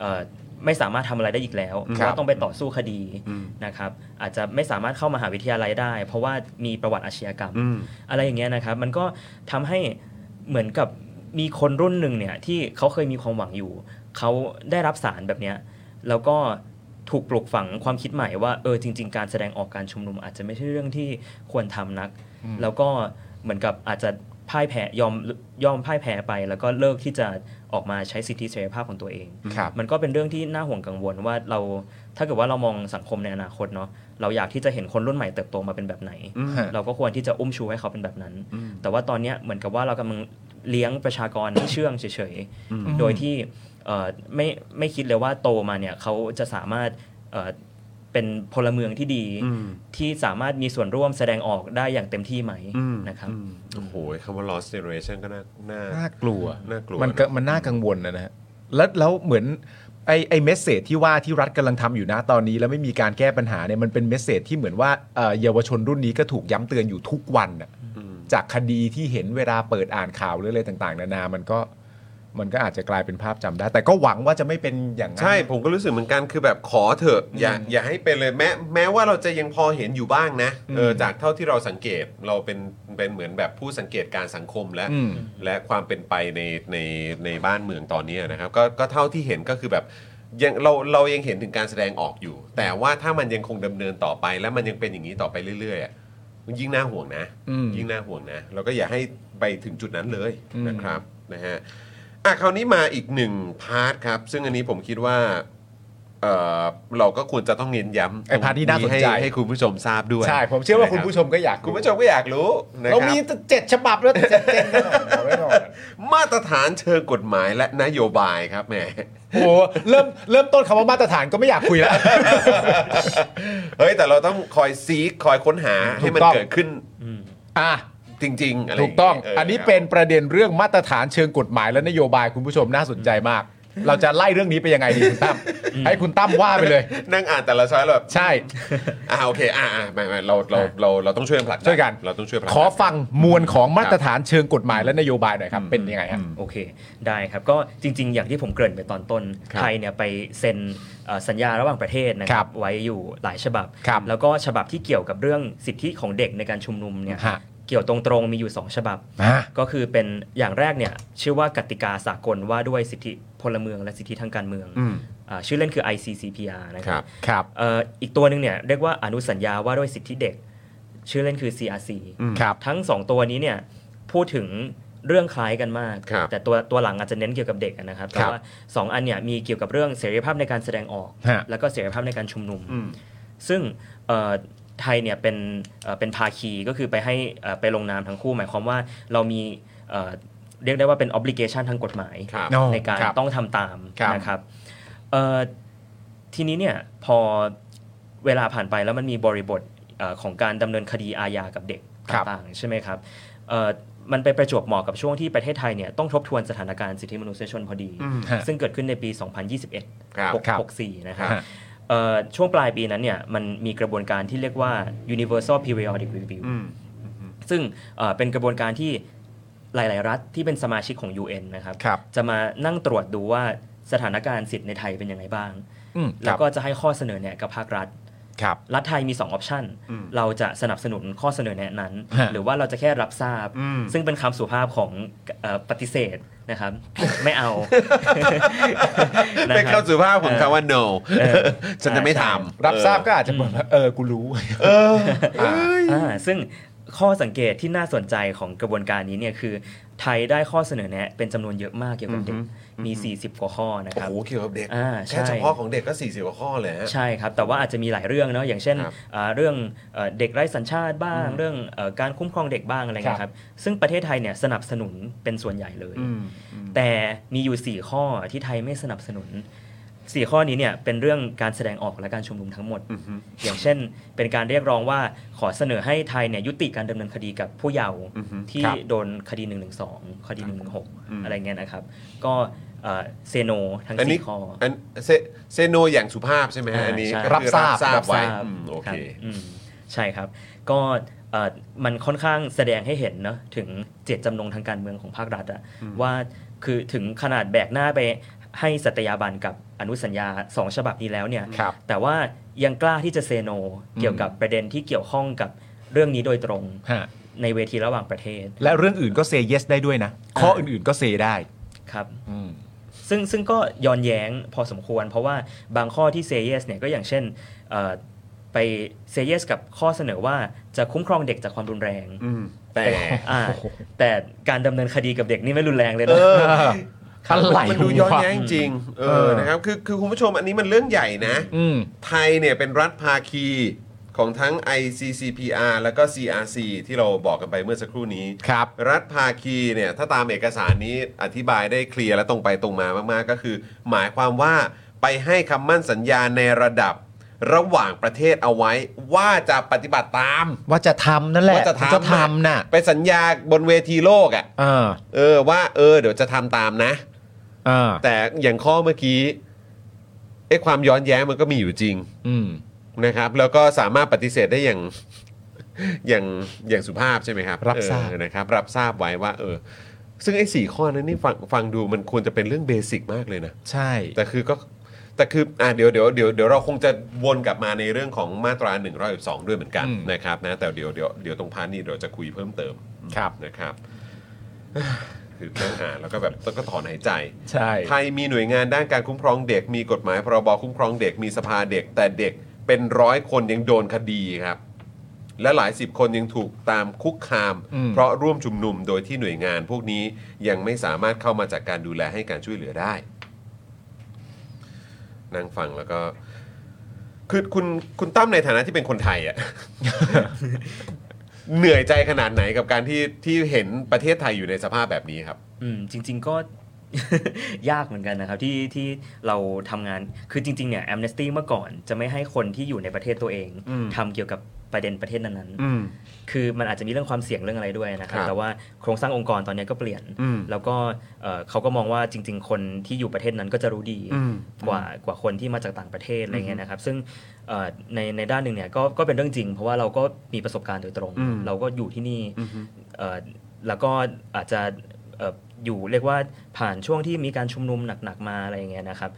[SPEAKER 3] เอ่อไม่สามารถทำอะไรได้อีกแล้วเพ
[SPEAKER 2] ครับ
[SPEAKER 3] ราะว่าต้องไปต่อสู้คดีนะครับ อาจจะไม่สามารถเข้ามหาวิทยาลัยได้ เพราะว่ามีประวัติอาชญากรรม
[SPEAKER 1] อืม
[SPEAKER 3] อะไรอย่างเงี้ยนะครับ มันก็ทำให้เหมือนกับมีคนรุ่นหนึ่งเนี่ยที่เขาเคยมีความหวังอยู่ เขาได้รับสารแบบเนี้ยแล้วก็ถูกปลูกฝังความคิดใหม่ว่าเออจริง ๆ การแสดงออกการชุมนุมอาจจะไม่ใช่เรื่องที่ควรทำนัก แล้วก็เหมือนกับอาจจะพ่ายแพ้ยอมยอมพ่ายแพ้ไป แล้วก็เลิกที่จะออกมาใช้สิทธิเสรีภาพของตัวเอง
[SPEAKER 2] ครับ
[SPEAKER 3] มันก็เป็นเรื่องที่น่าห่วงกังวลว่าเราถ้าเกิดว่าเรามองสังคมในอนาคตเนาะเราอยากที่จะเห็นคนรุ่นใหม่เติบโตมาเป็นแบบไหน เราก็ควรที่จะอุ้มชูให้เขาเป็นแบบนั้น แต่ว่าตอนเนี้ยเหมือนกับว่าเรากำลังเลี้ยงประชากรที่เชื่องเฉยๆ โดยที่เอ่อไม่ไม่คิดเลยว่าโตมาเนี่ยเขาจะสามารถเอ่อเป็นพลเมืองที่ดีที่สามารถมีส่วนร่วมแสดงออกได้อย่างเต็มที่ไหมนะครับ
[SPEAKER 1] โอ้โหคำว่า lost generation ก็น่าน่า
[SPEAKER 2] น่ากลัว
[SPEAKER 1] น่ากลัว
[SPEAKER 2] มันก็มันน่ากังวลนะนะฮะแล้วแล้วเหมือนไอไอเมสเซจที่ว่าที่รัฐกำลังทำอยู่นะตอนนี้ แล้วไม่มีการแก้ปัญหาเนี่ยมันเป็นเมสเซจที่เหมือนว่าเอ่อเยาวชนรุ่นนี้ก็ถูกย้ำเตือนอยู่ทุกวันน่ะจากคดีที่เห็นเวลาเปิดอ่านข่าวหรืออะไรต่างๆ นานา มันก็มันก็อาจจะกลายเป็นภาพจำได้ แต่ก็หวังว่าจะไม่เป็นอย่างนั้น
[SPEAKER 1] ใช่ผมก็รู้สึกเหมือนกันคือแบบขอเถอะอย่าอย่าให้เป็นเลยแม้แม้ว่าเราจะยังพอเห็นอยู่บ้างนะเออจากเท่าที่เราสังเกตเราเป็นเป็นเหมือนแบบผู้สังเกตการสังคมและ
[SPEAKER 2] อืม
[SPEAKER 1] และความเป็นไปในในในบ้านเมืองตอนนี้นะครับก็ก็เท่าที่เห็นก็คือแบบยังเราเรายังเห็นถึงการแสดงออกอยู่ แต่ว่าถ้ามันยังคงดำเนินต่อไป และมันยังเป็นอย่างนี้ต่อไปเรื่อยๆอะมันยิ่งน่าห่วงนะ
[SPEAKER 2] อืม
[SPEAKER 1] ยิ่งน่าห่วงนะเราก็อย่าให้ไปถึงจุดนั้นเลยนะครับนะฮะ อ่ะคราวนี้มาอีกหนึ่งพาร์ทครับ ซึ่งอันนี้ผมคิดว่าเอ่อเราก็ควรจะต้องเน้นย้ำ
[SPEAKER 2] ไอ้พาร์ทที่น่าสนใจ
[SPEAKER 1] ห้ให้คุณผู้ชมทราบด้วย
[SPEAKER 2] ใช่ ผมเชื่อว่าคุณผู้ช
[SPEAKER 1] นะ
[SPEAKER 2] มก็อยาก
[SPEAKER 1] รับคุณผู้ชมก็อยากรู้นะค
[SPEAKER 2] เรา
[SPEAKER 1] รับ
[SPEAKER 2] มีเจ็ดฉบับแล้วเจ็ดเจ็ดเอาไว้ก่อน
[SPEAKER 1] มาตรฐานเชิงกฎหมายและนโยบายครับแหม
[SPEAKER 2] โอ้โหเริ่มเริ่มต้นคำว่ามาตรฐานก็ไม่อยากคุย แล้ว
[SPEAKER 1] เฮ้ยแต่เราต้องคอยซีคคอยค้นหาให้มัน
[SPEAKER 2] ถูกต้อง
[SPEAKER 1] เกิดขึ้น
[SPEAKER 2] อ่ะ
[SPEAKER 1] จริง ๆ อะไร
[SPEAKER 2] ถูกต้อง
[SPEAKER 1] เ
[SPEAKER 2] อันนี้เป็นประเด็นเรื่องมาตรฐานเชิงกฎหมายและนโยบายคุณผู้ชมน่าสนใจมาก เราจะไล่เรื่องนี้ไปยังไงดีคุณตั้ม ให้คุณตั้มว่าไปเลย
[SPEAKER 1] นั่งอ่านแต่ละช้อยแล้วแบบ
[SPEAKER 2] ใช่
[SPEAKER 1] อ่าโอเคอ่าอ่าไม่ไม่เราเราเราเราต้องช่วยกันผลักดั
[SPEAKER 2] ช่วยกัน
[SPEAKER 1] เราต้องช่วยผลักดั
[SPEAKER 2] ข
[SPEAKER 1] น
[SPEAKER 2] อฟังมวลของมาตรฐานเชิงกฎหมายและนโยบายหน่อยครับ เป็นยังไงฮะ
[SPEAKER 3] โอเค ได้ครับก็จริง ๆ อย่างที่ผมเกริ่นไปตอนต้น
[SPEAKER 1] ครับ
[SPEAKER 3] ไทยเนี่ยไปเซ็นเอ่อสัญญาระหว่างประเทศนะค
[SPEAKER 2] ครั
[SPEAKER 3] รั
[SPEAKER 2] บบ
[SPEAKER 3] ไว้อยู่หลายฉบับ
[SPEAKER 2] ครับ
[SPEAKER 3] แล้วก็ฉบับที่เกี่ยวกับเรื่องสิทธิของเด็กในการชุมนุมเนี่ย
[SPEAKER 2] ฮะ
[SPEAKER 3] เกี่ยวตรงๆมีอยู่ 2 ฉบับ
[SPEAKER 2] อ่ะ
[SPEAKER 3] ก็คือเป็นอย่างแรกเนี่ยชื่อว่ากติกาสากลว่าด้วยสิทธิพลเมืองและสิทธิทางการเมืองอาชื่อเล่นคือ ICCPR นะค
[SPEAKER 1] ครั
[SPEAKER 3] รับ บ
[SPEAKER 2] ครับ
[SPEAKER 3] เอ่ออีกตัวหนึ่งเนี่ยเรียกว่าอนุสัญญาว่าด้วยสิทธิเด็ก ชื่อเล่นคือ CRC
[SPEAKER 2] ครับ
[SPEAKER 3] ทั้งสองตัวนี้เนี่ยพูดถึงเรื่องคล้ายกันมาก
[SPEAKER 1] ครับ
[SPEAKER 3] แต่ตัวตัวหลังอาจจะเน้นเกี่ยวกับเด็กนะครับแต่ว่าสองอันเนี่ยมีเกี่ยวกับเรื่องเสรีภาพในการแสดงออก
[SPEAKER 2] ฮะ
[SPEAKER 3] แล้วก็เสรีภาพในการชุมนุม ซึ่งเอ่อไทยเนี่ยเป็นเอ่อเป็นภาคีก็คือไปให้เอ่อไปลงนามทั้งคู่ หมายความว่าเรามีเอ่อเรียกได้ว่าเป็น obligation ทางกฎหมาย
[SPEAKER 1] ครับ
[SPEAKER 2] อ๋อ
[SPEAKER 3] ในการ
[SPEAKER 2] ครับ
[SPEAKER 3] ต้องทำตาม
[SPEAKER 2] ครับ
[SPEAKER 3] นะครับเอ่อทีนี้เนี่ยพอเวลาผ่านไปแล้วมันมีบริบทเออของการดำเนินคดีอาญากับเด็ก
[SPEAKER 2] ครับ
[SPEAKER 3] ต่างๆใช่ไหมครับเอ่อ มันไปประจวบเหมาะกับช่วงที่ประเทศไทยเนี่ยต้องทบทวนสถานการณ์สิทธิมนุษยชนพอดี
[SPEAKER 1] อืม
[SPEAKER 2] ฮะ
[SPEAKER 3] ซึ่งเกิดขึ้นในปี 2021
[SPEAKER 1] ครับ
[SPEAKER 2] ครับ
[SPEAKER 3] 664 นะครับ
[SPEAKER 2] ฮะ
[SPEAKER 3] เอ่อช่วงปลายปีนั้นเนี่ยมันมีกระบวนการที่เรียกว่า universal periodic review
[SPEAKER 1] อืม
[SPEAKER 3] ซึ่งเอ่อเป็นกระบวนการที่หลาย ๆ รัฐที่เป็นสมาชิกของ UN นะครับ
[SPEAKER 2] ครับ
[SPEAKER 3] จะมานั่งตรวจดูว่าสถานการณ์สิทธิ์ในไทยเป็นยังไงบ้าง
[SPEAKER 2] อืมค
[SPEAKER 3] แล้
[SPEAKER 2] รั
[SPEAKER 3] ว
[SPEAKER 2] บ
[SPEAKER 3] ก็จะให้ข้อเสนอแนะกับภาครัฐ
[SPEAKER 2] ครับ
[SPEAKER 3] รัฐไทยมี 2 ออปชัน
[SPEAKER 1] อืม
[SPEAKER 3] เราจะสนับสนุนข้อเสนอแนะนั้น
[SPEAKER 2] ฮะ
[SPEAKER 3] หรือว่าเราจะแค่รับทราบ
[SPEAKER 1] อืม
[SPEAKER 3] ซึ่งเป็นคำสุภาพของเอ่อปฏิเสธนะครับ ไม่ เอา
[SPEAKER 1] เป็น
[SPEAKER 3] นะรับ
[SPEAKER 1] คำสุภาพของคำว่า no
[SPEAKER 3] เออ
[SPEAKER 1] ฉันจะไม่ทำ
[SPEAKER 2] รับทราบก็อาจจะบอกว่าเออกูรู้
[SPEAKER 1] เอออ่ะ
[SPEAKER 3] อ่าซึ่งข้อสังเกตที่น่าสนใจของกระบวนการนี้เนี่ยคือ ไทยได้ข้อเสนอแนะเป็นจำนวนเยอะมากเกี่ยวกับเด็กมี 40 กว่าข้อนะ
[SPEAKER 1] โอ้
[SPEAKER 3] ครับ
[SPEAKER 1] โหเกี่ยวกับเด็ก
[SPEAKER 3] อ่าใช่
[SPEAKER 1] แค่เฉพาะของเด็กก็ 40กว่าข้อเลยฮะ
[SPEAKER 3] ใช่ครับ แต่ว่าอาจจะมีหลายเรื่องเนาะอย่างเช่น
[SPEAKER 1] ครับ
[SPEAKER 3] อ่าเรื่องเอ่อเด็กไร้สัญชาติบ้าง เรื่องเอ่อการคุ้มครองเด็กบ้างอะไรเงี้ยครับซึ่งประเทศไทยเนี่ยสนับสนุนเป็นส่วนใหญ่เลย แต่มีอยู่ 4 ข้อที่ไทยไม่สนับสนุน 4 ข้อนี้เนี่ยเป็นเรื่องการแสดงออกและการชุมนุมทั้งหมด
[SPEAKER 1] อือฮึ
[SPEAKER 3] อย่างเช่น เป็นการเรียกร้องว่าขอเสนอให้ไทยเนี่ยยุติการดำเนินคดีกับผู้เยาว์ที่
[SPEAKER 2] ครับ
[SPEAKER 3] โดนคดี1นึคดี1นึอะไรเงี้ยนะครับ ก็เซโนทั้ง
[SPEAKER 1] อันนี้
[SPEAKER 3] สี่ข้อ
[SPEAKER 1] อันเซเซโนอย่างสุภาพใช่ไหมฮะ
[SPEAKER 3] อ่า
[SPEAKER 1] อันนี้
[SPEAKER 3] ใช่
[SPEAKER 1] ก็คือ
[SPEAKER 2] รับทราบ
[SPEAKER 1] ทราบไว้
[SPEAKER 3] ทราบ
[SPEAKER 1] อืมโอเค
[SPEAKER 3] รับมใช่ครับ ก็เอ่อมันค่อนข้างแสดงให้เห็นเนอะถึงเจตจำนงทางการเมืองของภาครัฐอะว่าคือถึงขนาดแบกหน้าไปให้สัตยาบันกับอนุสัญญาสองฉบับนี้แล้วเนี่ย
[SPEAKER 2] ครับ
[SPEAKER 3] แต่ว่ายังกล้าที่จะเซโนเกี่ยวกับประเด็นที่เกี่ยวข้องกับเรื่องนี้โดยตรง
[SPEAKER 2] ฮะ
[SPEAKER 3] ในเวทีระหว่างประเทศ
[SPEAKER 2] และเรื่องอื่นก็เซเยสได้ด้วยนะ ข้ออื่นๆก็เซได้
[SPEAKER 3] ครับ ซึ่งซึ่งก็ย้อนแย้งพอสมควร เพราะว่าบางข้อที่เซเยสเนี่ยก็อย่างเช่นเอ่อไปเซเยสกับข้อเสนอว่าจะคุ้มครองเด็กจากความรุนแรง
[SPEAKER 1] แต่
[SPEAKER 3] อ่าแต่การดำเนินคดีกับเด็กนี่ไม่รุนแรงเลย
[SPEAKER 1] เอ
[SPEAKER 3] นะ
[SPEAKER 1] อ
[SPEAKER 2] อะไร
[SPEAKER 1] มันดูย้อน
[SPEAKER 2] วะ
[SPEAKER 1] แย้งจริงๆเอ
[SPEAKER 2] เอ
[SPEAKER 1] อ
[SPEAKER 2] อ
[SPEAKER 1] นะครับคือคือคุณผู้ชมอันนี้มันเรื่องใหญ่นะ
[SPEAKER 2] อืม
[SPEAKER 1] ไทยเนี่ยเป็นรัฐภาคีของทั้ง ICCPR แล้วก็ CRC ที่เราบอกกันไปเมื่อสักครู่นี้
[SPEAKER 2] ครับ
[SPEAKER 1] รัฐภาคีเนี่ยถ้าตามเอกสารนี้อธิบายได้เคลียร์และตรงไปตรงมามากๆ ก็คือ หมายความว่าไปให้คำมั่นสัญญาในระดับระหว่างประเทศเอาไว้ ว่าจะปฏิบัติตาม
[SPEAKER 2] ว่าจะทำนั่นแหละ
[SPEAKER 1] ว่าจะทำ
[SPEAKER 2] จะทำน่ะ
[SPEAKER 1] ไปสัญญาบนเวทีโลกอ่ะ
[SPEAKER 2] เออ
[SPEAKER 1] เออว่าเออเดี๋ยวจะทำตามนะ
[SPEAKER 2] เออ
[SPEAKER 1] แต่อย่างข้อเมื่อกี้ไอ้ความย้อนแย้งมันก็มีอยู่จริง
[SPEAKER 2] อืม
[SPEAKER 1] นะครับแล้วก็สามารถปฏิเสธได้อย่าง อย่างอย่างสุภาพใช่ไหมครับ
[SPEAKER 2] รับทราบ
[SPEAKER 1] เออนะครับ รับทราบไว้ว่าเออ ซึ่งไอ้สี่ข้อนั้นนี่ฟังฟังดูมันควรจะเป็นเรื่องเบสิกมากเลยนะ
[SPEAKER 2] ใช่
[SPEAKER 1] แต่คือก็แต่คืออ่ะเดี๋ยวเดี๋ยวเดี๋ยวเดี๋ยวเราคงจะวนกลับมาในเรื่องของมาตรา1นึด้วยเหมือนกัน
[SPEAKER 2] อืม
[SPEAKER 1] นะครับนะแต่เดี๋ยวเดี๋ยวเดี๋ยวตรงพาร์ทนี้เดี๋ยวจะคุยเพิ่มเติม
[SPEAKER 2] ครับ
[SPEAKER 1] นะครับ คือเรื่องอ่านแล้วก็แบบต้องก็ถอนหายใจ
[SPEAKER 2] ใช่
[SPEAKER 1] ไทยมีหน่วยงานด้านการคุ้มครองเด็ก มีกฎหมายพรบคุ้มครองเด็ก มีสภาเด็ก แต่เด็กเป็นร้อยคนยังโดนคดีครับ และหลายสิบคนยังถูกตามคุกคาม เพราะร่วมชุมนุมโดยที่หน่วยงานพวกนี้ยังไม่สามารถเข้ามาจากการดูแลให้การช่วยเหลือได้ นั่งฟังแล้วก็ คือคุณคุณตั้มในฐานะที่เป็นคนไทยอะ เหนื่อยใจขนาดไหนกับการที่ที่เห็นประเทศไทยอยู่ในสภาพแบบนี้ครับ
[SPEAKER 3] อืมจริง ๆก็ ยากเหมือนกันนะครับที่ที่เราทำงานคือจริงๆเนี่ยแอมเนสตี้เมื่อก่อนจะไม่ให้คนที่อยู่ในประเทศตัวเองทำเกี่ยวกับประเด็นประเทศนั้นๆ คือมันอาจจะมีเรื่องความเสี่ยงเรื่องอะไรด้วยนะครั
[SPEAKER 1] ครั
[SPEAKER 3] บ
[SPEAKER 1] บ
[SPEAKER 3] แต่ว่าโครงสร้างองค์กรตอนนี้ก็เปลี่ยน
[SPEAKER 1] อืม
[SPEAKER 3] แล้วก็เอ่อเขาก็มองว่าจริง ๆ คนที่อยู่ประเทศนั้นก็จะรู้ดี
[SPEAKER 1] อืม
[SPEAKER 3] กว่ากว่าคนที่มาจากต่างประเทศอะไรเงี้ยนะครับ ซึ่งเอ่อในในด้านหนึ่งเนี่ยก็ก็เป็นเรื่องจริง เพราะว่าเราก็มีประสบการณ์โดยตรง เราก็อยู่ที่นี่เอ่อแล้วก็อาจจะเอ่ออยู่เรียกว่าผ่านช่วงที่มีการชุมนุมหนักๆมาอะไรเงี้ยนะครับ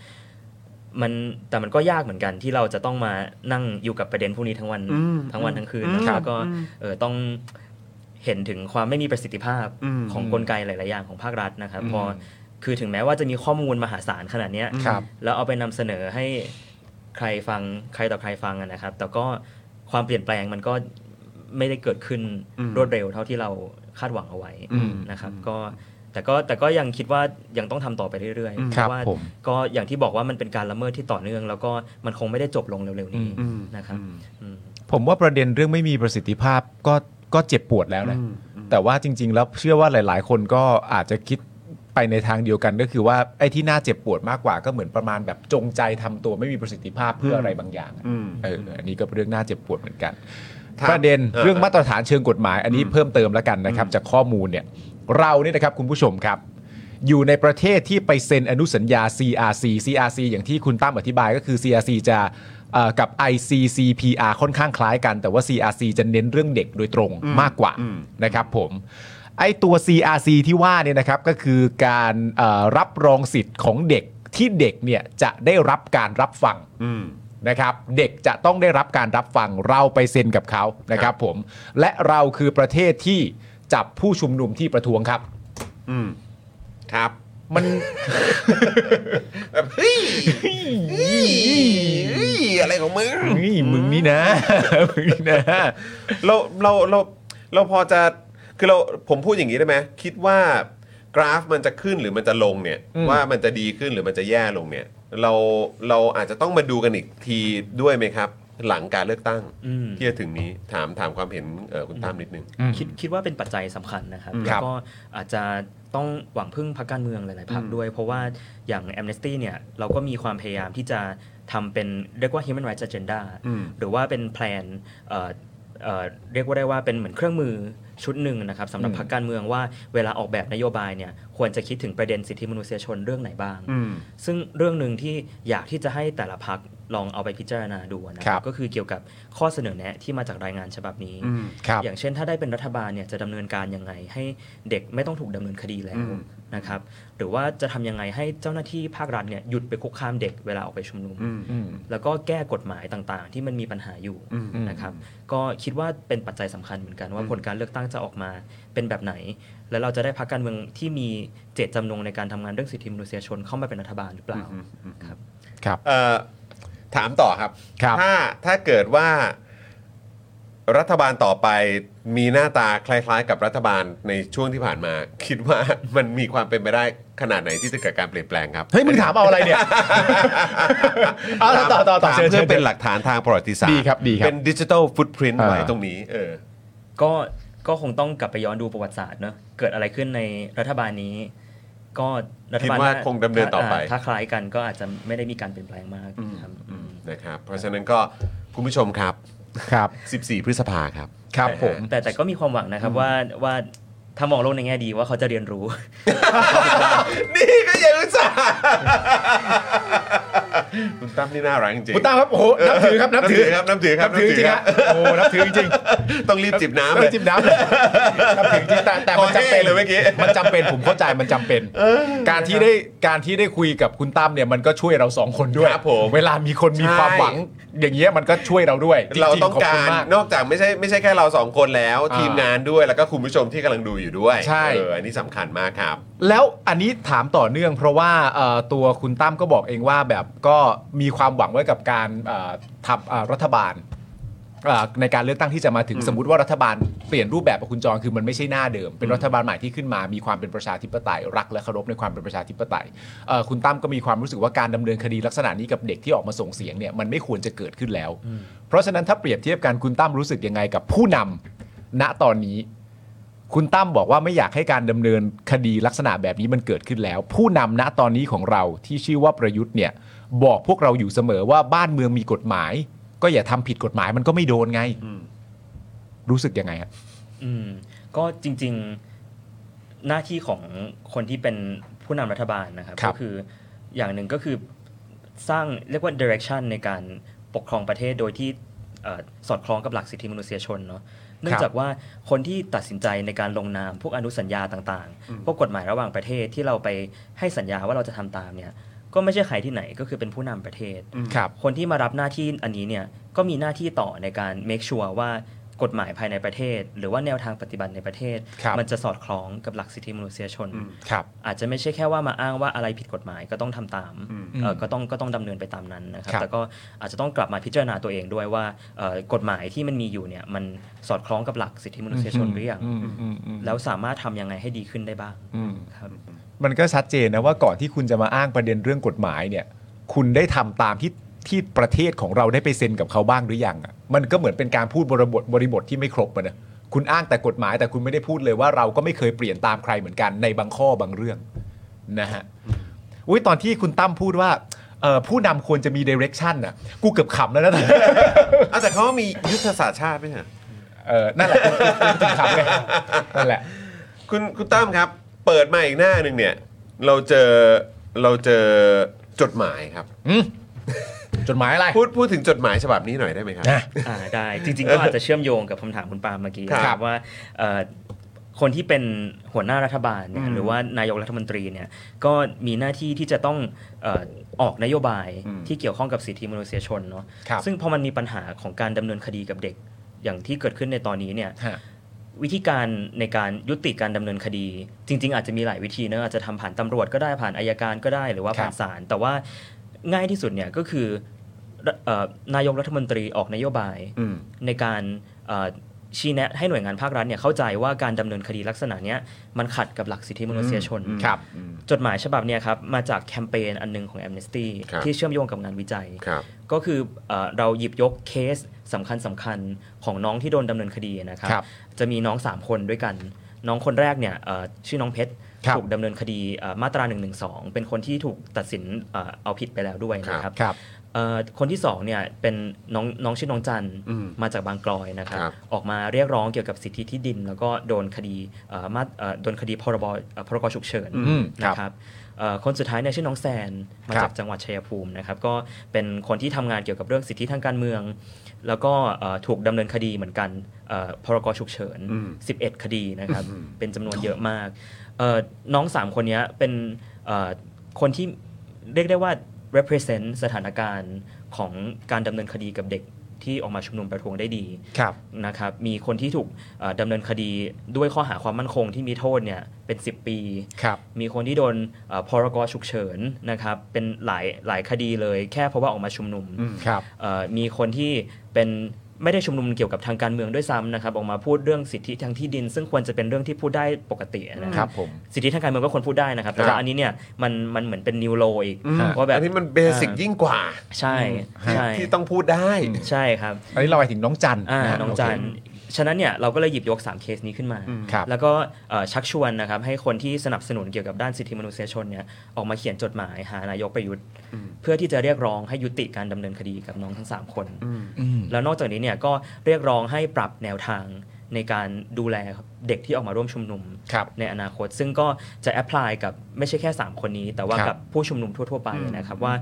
[SPEAKER 3] มันแต่มันก็ยากเหมือนกันที่เราจะต้องมานั่งอยู่กับประเด็นพวกนี้ทั้งวันทั้งวันทั้งคืนนะครับแล้วก็เออต้องเห็นถึงความไม่มีประสิทธิภาพของกลไกหลาย ๆ อย่างของภาครัฐนะครับพอคือถึงแม้ว่าจะมีข้อมูลมหาศาลขนาดเนี้ย
[SPEAKER 2] ครับ
[SPEAKER 3] แล้วเอาไปนำเสนอให้ใครฟังใครต่อใครฟังอะนะครับ แต่ก็ความเปลี่ยนแปลงมันก็ไม่ได้เกิดขึ้นรวดเร็วเท่าที่เราคาดหวังเอาไว้นะครับ ก็แต่ก็แต่ก็ยังคิดว่ายังต้องทำต่อไปเรื่อยๆเพ
[SPEAKER 2] ครับ
[SPEAKER 3] ราะว่า
[SPEAKER 2] ผม
[SPEAKER 3] ก็อย่างที่บอกว่ามันเป็นการละเมิดที่ต่อเนื่อง แล้วก็มันคงไม่ได้จบลงเร็วๆนี้นะครับอืม
[SPEAKER 2] ผมว่าประเด็นเรื่องไม่มีประสิทธิภาพก็ก็เจ็บปวดแล้วนะแต่ว่าจริง ๆ แล้วเชื่อว่าหลาย ๆ คนก็อาจจะคิดไปในทางเดียวกันก็คือว่าไอ้ที่น่าเจ็บปวดมากกว่าก็เหมือนประมาณแบบจงใจทำตัวไม่มีประสิทธิภาพเพื่ออะไรบางอย่างอะเอออันนี้ก็เป็นเรื่องน่าเจ็บปวดเหมือนกัน
[SPEAKER 1] ถาม
[SPEAKER 2] ประเด็น
[SPEAKER 1] เออ
[SPEAKER 2] เรื่องมาตรฐานเชิงกฎหมาย อันนี้เพิ่มเติมแล้วกันนะครับจากข้อมูลเนี่ย เราเนี่ยนะครับคุณผู้ชมครับ อยู่ในประเทศที่ไปเซ็นอนุสัญญา CRC CRC อย่างที่คุณตั้มอธิบายก็คือ CRC จะเอ่อกับ ICCPR ค่อนข้างคล้ายกัน แต่ว่า CRC จะเน้นเรื่องเด็กโดยตรงมากกว่านะครับผมไอตัว CRC ที่ว่าเนี่ยนะครับก็คือการเอ่อรับรองสิทธิ์ของเด็กที่เด็กเนี่ยจะได้รับการรับฟัง
[SPEAKER 1] อืม
[SPEAKER 2] นะครับเด็กจะต้องได้รับการรับฟังเราไปเซ็นกับเขานะครับผม และเราคือประเทศที่จับผู้ชุมนุมที่ประท้วงครับ
[SPEAKER 1] อืม ครับ
[SPEAKER 2] มัน
[SPEAKER 1] แบบเฮ้ยเฮ้ยเฮ้ยอะไรของมึง
[SPEAKER 2] นี่มึงนี่นะ มึงนี่นะ
[SPEAKER 1] เราเราเราเราพอจะคือเราผมพูดอย่างนี้ได้ไหมคิดว่ากราฟมันจะขึ้นหรือมันจะลงเนี่ย
[SPEAKER 2] อืม
[SPEAKER 1] ว่ามันจะดีขึ้นหรือมันจะแย่ลงเนี่ย เราเราอาจจะต้องมาดูกันอีกทีด้วยไหมครับ หลังการเลือกตั้ง
[SPEAKER 3] อืม
[SPEAKER 1] ที่จะถึงนี้ถามถามความเห็นเอ่อคุณตามนิดนึง
[SPEAKER 3] คิดคิดว่าเป็นปัจจัยสำคัญนะครับ
[SPEAKER 1] อืม
[SPEAKER 3] แล้
[SPEAKER 2] ครั
[SPEAKER 3] ว
[SPEAKER 2] บ
[SPEAKER 3] ก็อาจจะต้องหวังพึ่งพรรคการเมืองหลายๆพรรค
[SPEAKER 1] อืม
[SPEAKER 3] ด้วย เพราะว่าอย่าง Amnesty เนี่ยเราก็มีความพยายามที่จะทำเป็นเรียกว่า Human Rights Agenda
[SPEAKER 1] อืม
[SPEAKER 3] หรือว่าเป็นแพลนเอ่อเอ่อเรียกว่าได้ว่าเป็นเหมือนเครื่องมือชุดหนึ่งนะครับสำหรับ
[SPEAKER 2] อืม
[SPEAKER 3] พรรคการเมืองว่าเวลาออกแบบนโยบายเนี่ยควรจะคิดถึงประเด็นสิทธิมนุษยชนเรื่องไหนบ้าง
[SPEAKER 1] อืม
[SPEAKER 3] ซึ่งเรื่องหนึ่งที่อยากที่จะให้แต่ละพักลองเอาไปพิจารณาดูนะค
[SPEAKER 2] ครั
[SPEAKER 3] รับบ ก็คือเกี่ยวกับข้อเสนอแนะที่มาจากรายงานฉบับนี้
[SPEAKER 1] อืม
[SPEAKER 2] ครับ
[SPEAKER 3] อย่างเช่นถ้าได้เป็นรัฐบาลเนี่ยจะดำเนินการยังไง ให้เด็กไม่ต้องถูกดำเนินคดีแล้
[SPEAKER 1] อื
[SPEAKER 3] ว
[SPEAKER 1] ม
[SPEAKER 3] นะครับ หรือว่าจะทำยังไงให้เจ้าหน้าที่ภาครัฐเนี่ยหยุดไปคุกคามเด็กเวลาออกไปชุมนุม
[SPEAKER 1] อืม
[SPEAKER 2] อืม
[SPEAKER 3] แล้วก็แก้กฎหมายต่างๆ ที่มันมีปัญหาอยู่
[SPEAKER 1] อืม
[SPEAKER 3] นะครับก็คิดว่าเป็นปัจจัยสำคัญเหมือนกันว่าผลการเลือกตั้งจะออกมาเป็นแบบไหน แล้วเราจะได้พรรคการเมืองที่มีเจตจำนงในการทำงานเรื่องสิทธิมนุษยชนเข้ามาเป็นรัฐบาลหรือเปล่า
[SPEAKER 1] เอ่อถามต่อครับ
[SPEAKER 2] ครับ
[SPEAKER 1] ถ้าถ้าเกิดว่ารัฐบาลต่อไปมีหน้าตาคล้าย ๆ กับรัฐบาลในช่วงที่ผ่านมา คิดว่ามันมีความเป็นไปได้ขนาดไหนที่จะเกิดการเปลี่ยนแปลงครับ
[SPEAKER 2] เฮ้ย มึงถามเอาอะไรเนี่ย เอาต่อต่อต่อต่อ
[SPEAKER 1] ถาม
[SPEAKER 2] เชิญเชิ
[SPEAKER 1] เพื่
[SPEAKER 2] ญ
[SPEAKER 1] อเป็นหลักฐานทางประวัติศาสตร์
[SPEAKER 2] ดีครับดีครับ
[SPEAKER 1] เป็นดิจิทัลฟุตพิ i น t
[SPEAKER 2] อ่า
[SPEAKER 1] ไว้ตรงนี้ เออ
[SPEAKER 3] ก็ก็คงต้องกลับไปย้อนดูประวัติศาสตร์เนอะเกิดอะไรขึ้นในรัฐบาลนี้ ก็รัฐบาล
[SPEAKER 1] คิดว่าคงดำเนินต่อไป
[SPEAKER 3] ถ้าคล้ายกันก็อาจจะไม่ได้มีการเปลี่ยนแปลงมากครับ
[SPEAKER 1] อืมนะครับ เพราะฉะนั้นก็คุณผู้ชมครับ
[SPEAKER 2] ครับ
[SPEAKER 1] 14 พฤษภา ครับ
[SPEAKER 2] ครับผม
[SPEAKER 3] แต่แต่ก็มีความหวังนะครับว่าว่าถ้ามองโลกในแง่ดีว่าเขาจะเรียนรู้
[SPEAKER 1] นี่ก็ยังรู้จักคุณตั้มนี่น่ารักจริง
[SPEAKER 2] คุณตั้มครับ โอ้โห นับถือครับ นับถือ
[SPEAKER 1] นับถือครับ
[SPEAKER 2] นับถือจริง
[SPEAKER 1] นั
[SPEAKER 2] ฮะ
[SPEAKER 1] บถือครับ
[SPEAKER 2] โอ้โหนับถือจริง
[SPEAKER 1] ต้องรีบจิบน้ำเลย
[SPEAKER 2] จิ้มน้ำเลยน้ำถึงจริงแต่แต่มันจำเป็น
[SPEAKER 1] ขอให้เลยเมื่อกี้
[SPEAKER 2] มันจำเป็นผมเข้าใจมันจำเป็น การที่ได้การที่ได้คุยกับคุณตั้มเนี่ยมันก็ช่วยเราสองคนด้วย
[SPEAKER 1] ครับผม
[SPEAKER 2] เวลามีคนมีความหวัง อย่างเงี้ยมันก็ช่วยเราด้วยจ
[SPEAKER 1] เรา
[SPEAKER 2] ริง
[SPEAKER 1] ต้อง
[SPEAKER 2] ๆขอบ
[SPEAKER 1] กา
[SPEAKER 2] คุณ
[SPEAKER 1] ร
[SPEAKER 2] มาก
[SPEAKER 1] นอกจากไม่ใช่ไม่ใช่แค่เราสองคนแล้ว
[SPEAKER 2] อ่า
[SPEAKER 1] ทีมงานด้วยแล้วก็คุณผู้ชมที่กำลังดูอยู่ด้วย
[SPEAKER 2] ใช่
[SPEAKER 1] เอออันนี้สำคัญมากครับ
[SPEAKER 2] แล้วอันนี้ถามต่อเนื่อง เพราะว่าเอ่อตัวคุณตั้มก็บอกเองว่าแบบก็มีความหวังไว้กับการเอ่อทำเอ่อรัฐบาลเอ่อในการเลือกตั้งที่จะมาถึง
[SPEAKER 1] อืม
[SPEAKER 2] สมมติว่ารัฐบาลเปลี่ยนรูปแบบของคุณจรคือมันไม่ใช่หน้าเดิม เป็นรัฐบาลใหม่ที่ขึ้นมามีความเป็นประชาธิปไตยรักและเคารพในความเป็นประชาธิปไตยเอ่อคุณตั้มก็มีความรู้สึกว่าการดำเนินคดีลักษณะนี้กับเด็กที่ออกมาส่งเสียงเนี่ยมันไม่ควรจะเกิดขึ้นแล้ว เพราะฉะนั้นถ้าเปรียบเทียบกันคุณตั้มรู้สึกยังไงกับผู้นำณตอนนี้ คุณตั้มบอกว่าไม่อยากให้การดำเนินคดีลักษณะแบบนี้มันเกิดขึ้นแล้ว ผู้นำณตอนนี้ของเราที่ชื่อว่าประยุทธ์เนี่ย บอกพวกเราอยู่เสมอว่าบ้านเมืองมีกฎหมาย ก็อย่าทำผิดกฎหมายมันก็ไม่โดนไง รู้สึกยังไงฮะ
[SPEAKER 3] อืมก็จริงๆหน้าที่ของคนที่เป็นผู้นำรัฐบาลนะครับ
[SPEAKER 2] ครับ
[SPEAKER 3] ก็คืออย่างหนึ่งก็คือสร้างเรียกว่า direction ในการปกครองประเทศโดยที่เอ่อสอดคล้องกับหลักสิทธิมนุษยชนเนาะเนื่องจากว่าคนที่ตัดสินใจในการลงนาม พวกอนุสัญญาต่างๆ พวกกฎหมายระหว่างประเทศที่เราไปให้สัญญาว่าเราจะทำตามเนี่ยก็ไม่ใช่ใครที่ไหนก็คือเป็นผู้นำประเทศ
[SPEAKER 2] ครับ
[SPEAKER 3] คนที่มารับหน้าที่อันนี้เนี่ยก็มีหน้าที่ต่อในการ make sure ว่ากฎหมายภายในประเทศ หรือว่าแนวทางปฏิบัติในประเทศ
[SPEAKER 2] ครับ
[SPEAKER 3] มันจะสอดคล้องกับหลักสิทธิมนุษยชน
[SPEAKER 2] ครับ
[SPEAKER 3] อาจจะไม่ใช่แค่ว่ามาอ้างว่าอะไรผิดกฎหมายก็ต้องทำตามเอ่อก็ต้องก็ต้องดำเนินไปตามนั้นนะครับ
[SPEAKER 2] ครับ
[SPEAKER 3] แต่ก็อาจจะต้องกลับมาพิจารณาตัวเองด้วยว่าเอ่อกฎหมายที่มันมีอยู่เนี่ยมันสอดคล้องกับหลักสิทธิมนุษยชนหรือยัง
[SPEAKER 2] มอืมอืม
[SPEAKER 3] แล้วสามารถทำยังไงให้ดีขึ้นได้บ้าง
[SPEAKER 2] อืม
[SPEAKER 3] ครับ
[SPEAKER 2] มันก็ชัดเจนนะว่าก่อนที่คุณจะมาอ้างประเด็นเรื่องกฎหมายเนี่ย คุณได้ทำตามที่ที่ประเทศของเราได้ไปเซ็นกับเขาบ้างหรือยังอ่ะมันก็เหมือนเป็นการพูดบริบทบริบทที่ไม่ครบอะนะคุณอ้างแต่กฎหมายแต่คุณไม่ได้พูดเลยว่าเราก็ไม่เคยเปลี่ยนตามใครเหมือนกันในบางข้อบางเรื่องนะฮะอุ้ยตอนที่คุณตั้มพูดว่าเอ่อผู้นำควรจะมีเดเร c ชันน่ะกูเกือบขำแล้วนะ
[SPEAKER 1] เอาแต่เขามียุทธศาสตร์ชาติไหมฮะ
[SPEAKER 2] เออนั่นแหละกูกูกูขำไงนั่นแหละ
[SPEAKER 1] คุณคุณตั้มครับ เปิดมาอีกหน้าหนึ่งเนี่ย เราเจอเราเจอจดหมายครับ
[SPEAKER 2] อืมจดหมายอะไร
[SPEAKER 1] พูดพูดถึงจดหมายฉบับนี้หน่อยได้ไหมครับ
[SPEAKER 2] นะ
[SPEAKER 3] อ่า ได้จริง ๆ ก็อาจจะเชื่อมโยงกับคำถามคุณปาล์มเมื่อกี้
[SPEAKER 1] ครับ
[SPEAKER 3] นะครับว่าเอ่อคนที่เป็นหัวหน้ารัฐบาลเนี่
[SPEAKER 1] อื
[SPEAKER 3] ย
[SPEAKER 1] ม
[SPEAKER 3] หรือว่านายกรัฐมนตรีเนี่ยก็มีหน้าที่ที่จะต้องเอ่อออกนโยบาย
[SPEAKER 1] อืม
[SPEAKER 3] ที่เกี่ยวข้องกับสิทธิมนุษยชนเนาะ
[SPEAKER 2] ครับ
[SPEAKER 3] ซึ่งพอมันมีปัญหาของการดำเนินคดีกับเด็กอย่างที่เกิดขึ้นในตอนนี้เนี่ย
[SPEAKER 2] ฮะ
[SPEAKER 3] วิธีการในการยุติการดำเนินคดี จริง ๆ อาจจะมีหลายวิธีนะอาจจะทำผ่านตำรวจก็ได้ผ่านอายการก็ได้หรือว่า
[SPEAKER 2] ครับ
[SPEAKER 3] ผ่านศาลแต่ว่าง่ายที่สุดเนี่ยก็คือเอ่อนายกรัฐมนตรีออกนโยบาย
[SPEAKER 1] อืม
[SPEAKER 3] ในการเอ่อชี้แนะให้หน่วยงานภาครัฐเนี่ยเข้าใจว่าการดำเนินคดีลักษณะเนี้ยมันขัดกับหลักสิทธิมนุษยชน
[SPEAKER 1] อืม
[SPEAKER 2] ครับ
[SPEAKER 3] จดหมายฉบับเนี่ยครับมาจากแคมเปญอันหนึงของ Amnesty
[SPEAKER 1] ครับ
[SPEAKER 3] ที่เชื่อมโยงกับงานวิจัย
[SPEAKER 1] ครับ
[SPEAKER 3] ก็คือเออเราหยิบยกเคสสำคัญสำคัญของน้องที่โดนดำเนินคดีนะครับ
[SPEAKER 2] ครับ
[SPEAKER 3] จะมีน้อง 3 คนด้วยกัน น้องคนแรกเนี่ยเอ่อชื่อน้องเพชร
[SPEAKER 2] ครับ
[SPEAKER 3] ถูกดำเนินคดีเอ่อมาตรา1นึเป็นคนที่ถูกตัดสินเอ่อเอาผิดไปแล้วด้วยนะครับ
[SPEAKER 2] ครับ
[SPEAKER 3] เอ่อคนที่สองเนี่ยเป็นน้องน้องชื่อน้องจันทร์
[SPEAKER 1] อืม
[SPEAKER 3] มาจากบางกลอยนะครับ
[SPEAKER 1] ครับ
[SPEAKER 3] ออกมาเรียกร้องเกี่ยวกับสิทธิที่ดิน แล้วก็โดนคดีเอ่อมาเอ่อโดนคดีพรบเอ่อพรกฉุกเฉิน
[SPEAKER 2] อืมครับ
[SPEAKER 3] นะครับเอ่อคนสุดท้ายเนี่ยชื่อน้องแซนมา
[SPEAKER 2] ครั
[SPEAKER 3] จาก
[SPEAKER 2] บ
[SPEAKER 3] จังหวัดชัยภูมินะครับ ก็เป็นคนที่ทำงานเกี่ยวกับเรื่องสิทธิทางการเมือง แล้วก็เอ่อถูกดำเนินคดีเหมือนกันเอ่อพรกฉุกเฉิน
[SPEAKER 1] อืม
[SPEAKER 3] 11 คดีนะครับ เป็นจำนวนเยอะมากเอ่อน้อง 3 คนเนี้ยเป็นเอ่อคนที่เรียกได้ว่า represent สถานการณ์ของการดำเนินคดีกับเด็กที่ออกมาชุมนุมประท้วงได้ดี
[SPEAKER 2] ครับ
[SPEAKER 3] นะครับ มีคนที่ถูกเอ่อดำเนินคดีด้วยข้อหาความมั่นคงที่มีโทษเนี่ยเป็น 10 ปี
[SPEAKER 2] ครับ
[SPEAKER 3] มีคนที่โดนเอ่อพรกฉุกเฉินนะครับ เป็นหลายหลายคดีเลยแค่เพราะว่าออกมาชุมนุม
[SPEAKER 2] ครับ
[SPEAKER 3] เอ่อมีคนที่เป็นไม่ได้ชุมนุมเกี่ยวกับทางการเมืองด้วยซ้ำนะครับ ออกมาพูดเรื่องสิทธิทางที่ดิน ซึ่งควรจะเป็นเรื่องที่พูดได้ปกตินะ
[SPEAKER 2] ค
[SPEAKER 3] ค
[SPEAKER 2] รั
[SPEAKER 3] รั
[SPEAKER 2] บบ ผม
[SPEAKER 3] สิทธิทางการเมืองก็ควรพูดได้นะครับ แต่
[SPEAKER 1] ครั
[SPEAKER 3] ว่า
[SPEAKER 1] บ
[SPEAKER 3] อันนี้เนี่ยมันมันเหมือนเป็นนิวโลอีก
[SPEAKER 1] อืม
[SPEAKER 3] ว่าแบบ
[SPEAKER 1] อันนี้มันเบสิกยิ่งกว่า
[SPEAKER 3] ใช่ใช่
[SPEAKER 1] ที่ต้องพูดได้
[SPEAKER 3] ใช่ครับ
[SPEAKER 2] อันนี้เราไปถึงน้องจันทร์
[SPEAKER 3] อ่า
[SPEAKER 2] ะฮะ
[SPEAKER 3] น้อง
[SPEAKER 2] โเค
[SPEAKER 3] จันฉะนั้นเนี่ยเราก็เลยหยิบยก 3 เคสนี้ขึ้นมา
[SPEAKER 2] ครับ
[SPEAKER 3] แล้วก็เอ่อชักชวนนะครับให้คนที่สนับสนุนเกี่ยวกับด้านสิทธิมนุษยชนเนี่ยออกมาเขียนจดหมายหานายกประยุทธ์เพื่อที่จะเรียกร้องให้ยุติการดำเนินคดีกับน้องทั้งสามคน แล้วนอกจากนี้เนี่ยก็เรียกร้องให้ปรับแนวทางในการดูแลเด็กที่ออกมาร่วมชุมนุม
[SPEAKER 2] ครับ
[SPEAKER 3] ในอนาคต ซึ่งก็จะแอพพลายกับไม่ใช่แค่ 3 คนนี้ แต่ว่า
[SPEAKER 2] ครับ
[SPEAKER 3] กับผู้ชุมนุมทั่ว ๆ ไปนะครับ ว่า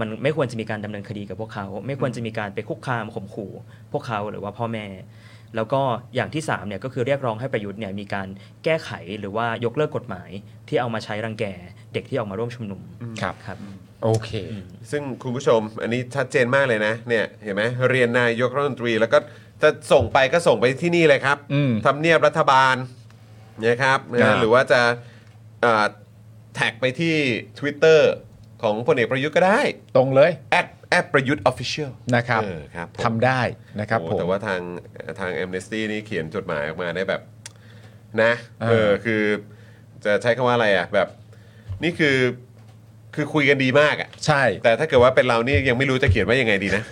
[SPEAKER 3] มันไม่ควรจะมีการดำเนินคดีกับพวกเขา ไม่ควรจะมีการไปคุกคามข่มขู่ พวกเขาหรือว่าพ่อแม่ แล้วก็อย่างที่3เนี่ยก็คือเรียกร้องให้ประยุทธ์เนี่ยมีการแก้ไขหรือว่ายกเลิกกฎหมาย ที่เอามาใช้รังแกเด็กที่ออกมาร่วมชุมนุม
[SPEAKER 2] ครับ
[SPEAKER 3] ครับ
[SPEAKER 2] โอเค
[SPEAKER 1] ซึ่งคุณผู้ชมอันนี้ชัดเจนมากเลยนะเนี่ยเห็นไหมเรียนนายกรัฐมนตรี แล้วก็จะส่งไปก็ส่งไปที่นี่เลยครับ
[SPEAKER 2] อืม
[SPEAKER 1] ทำเนียบรัฐบาลนะครับนะ
[SPEAKER 2] ครั
[SPEAKER 1] ฮะ
[SPEAKER 2] บ
[SPEAKER 1] หรือว่าจะอ่าแท็กไปที่ Twitter ของพลเอกประยุทธ์ก็ได้
[SPEAKER 2] ตรงเลย
[SPEAKER 1] แอดแอดประยุทธ์ออฟฟิเชียล
[SPEAKER 2] นะครับ
[SPEAKER 1] เออครับผม
[SPEAKER 2] ทำได้นะครับผม
[SPEAKER 1] แต่ว่าทางทางแอมเนสตี้นี่เขียนจดหมายออกมาได้แบบนะ
[SPEAKER 2] เออ
[SPEAKER 1] เออคือจะใช้คำว่าอะไรอ่ะแบบนี่คือคือคุยกันดีมากอ่ะ
[SPEAKER 2] ใช่
[SPEAKER 1] แต่ถ้าเกิดว่าเป็นเรานี่ยังไม่รู้จะเขียนว่ายังไงดีนะ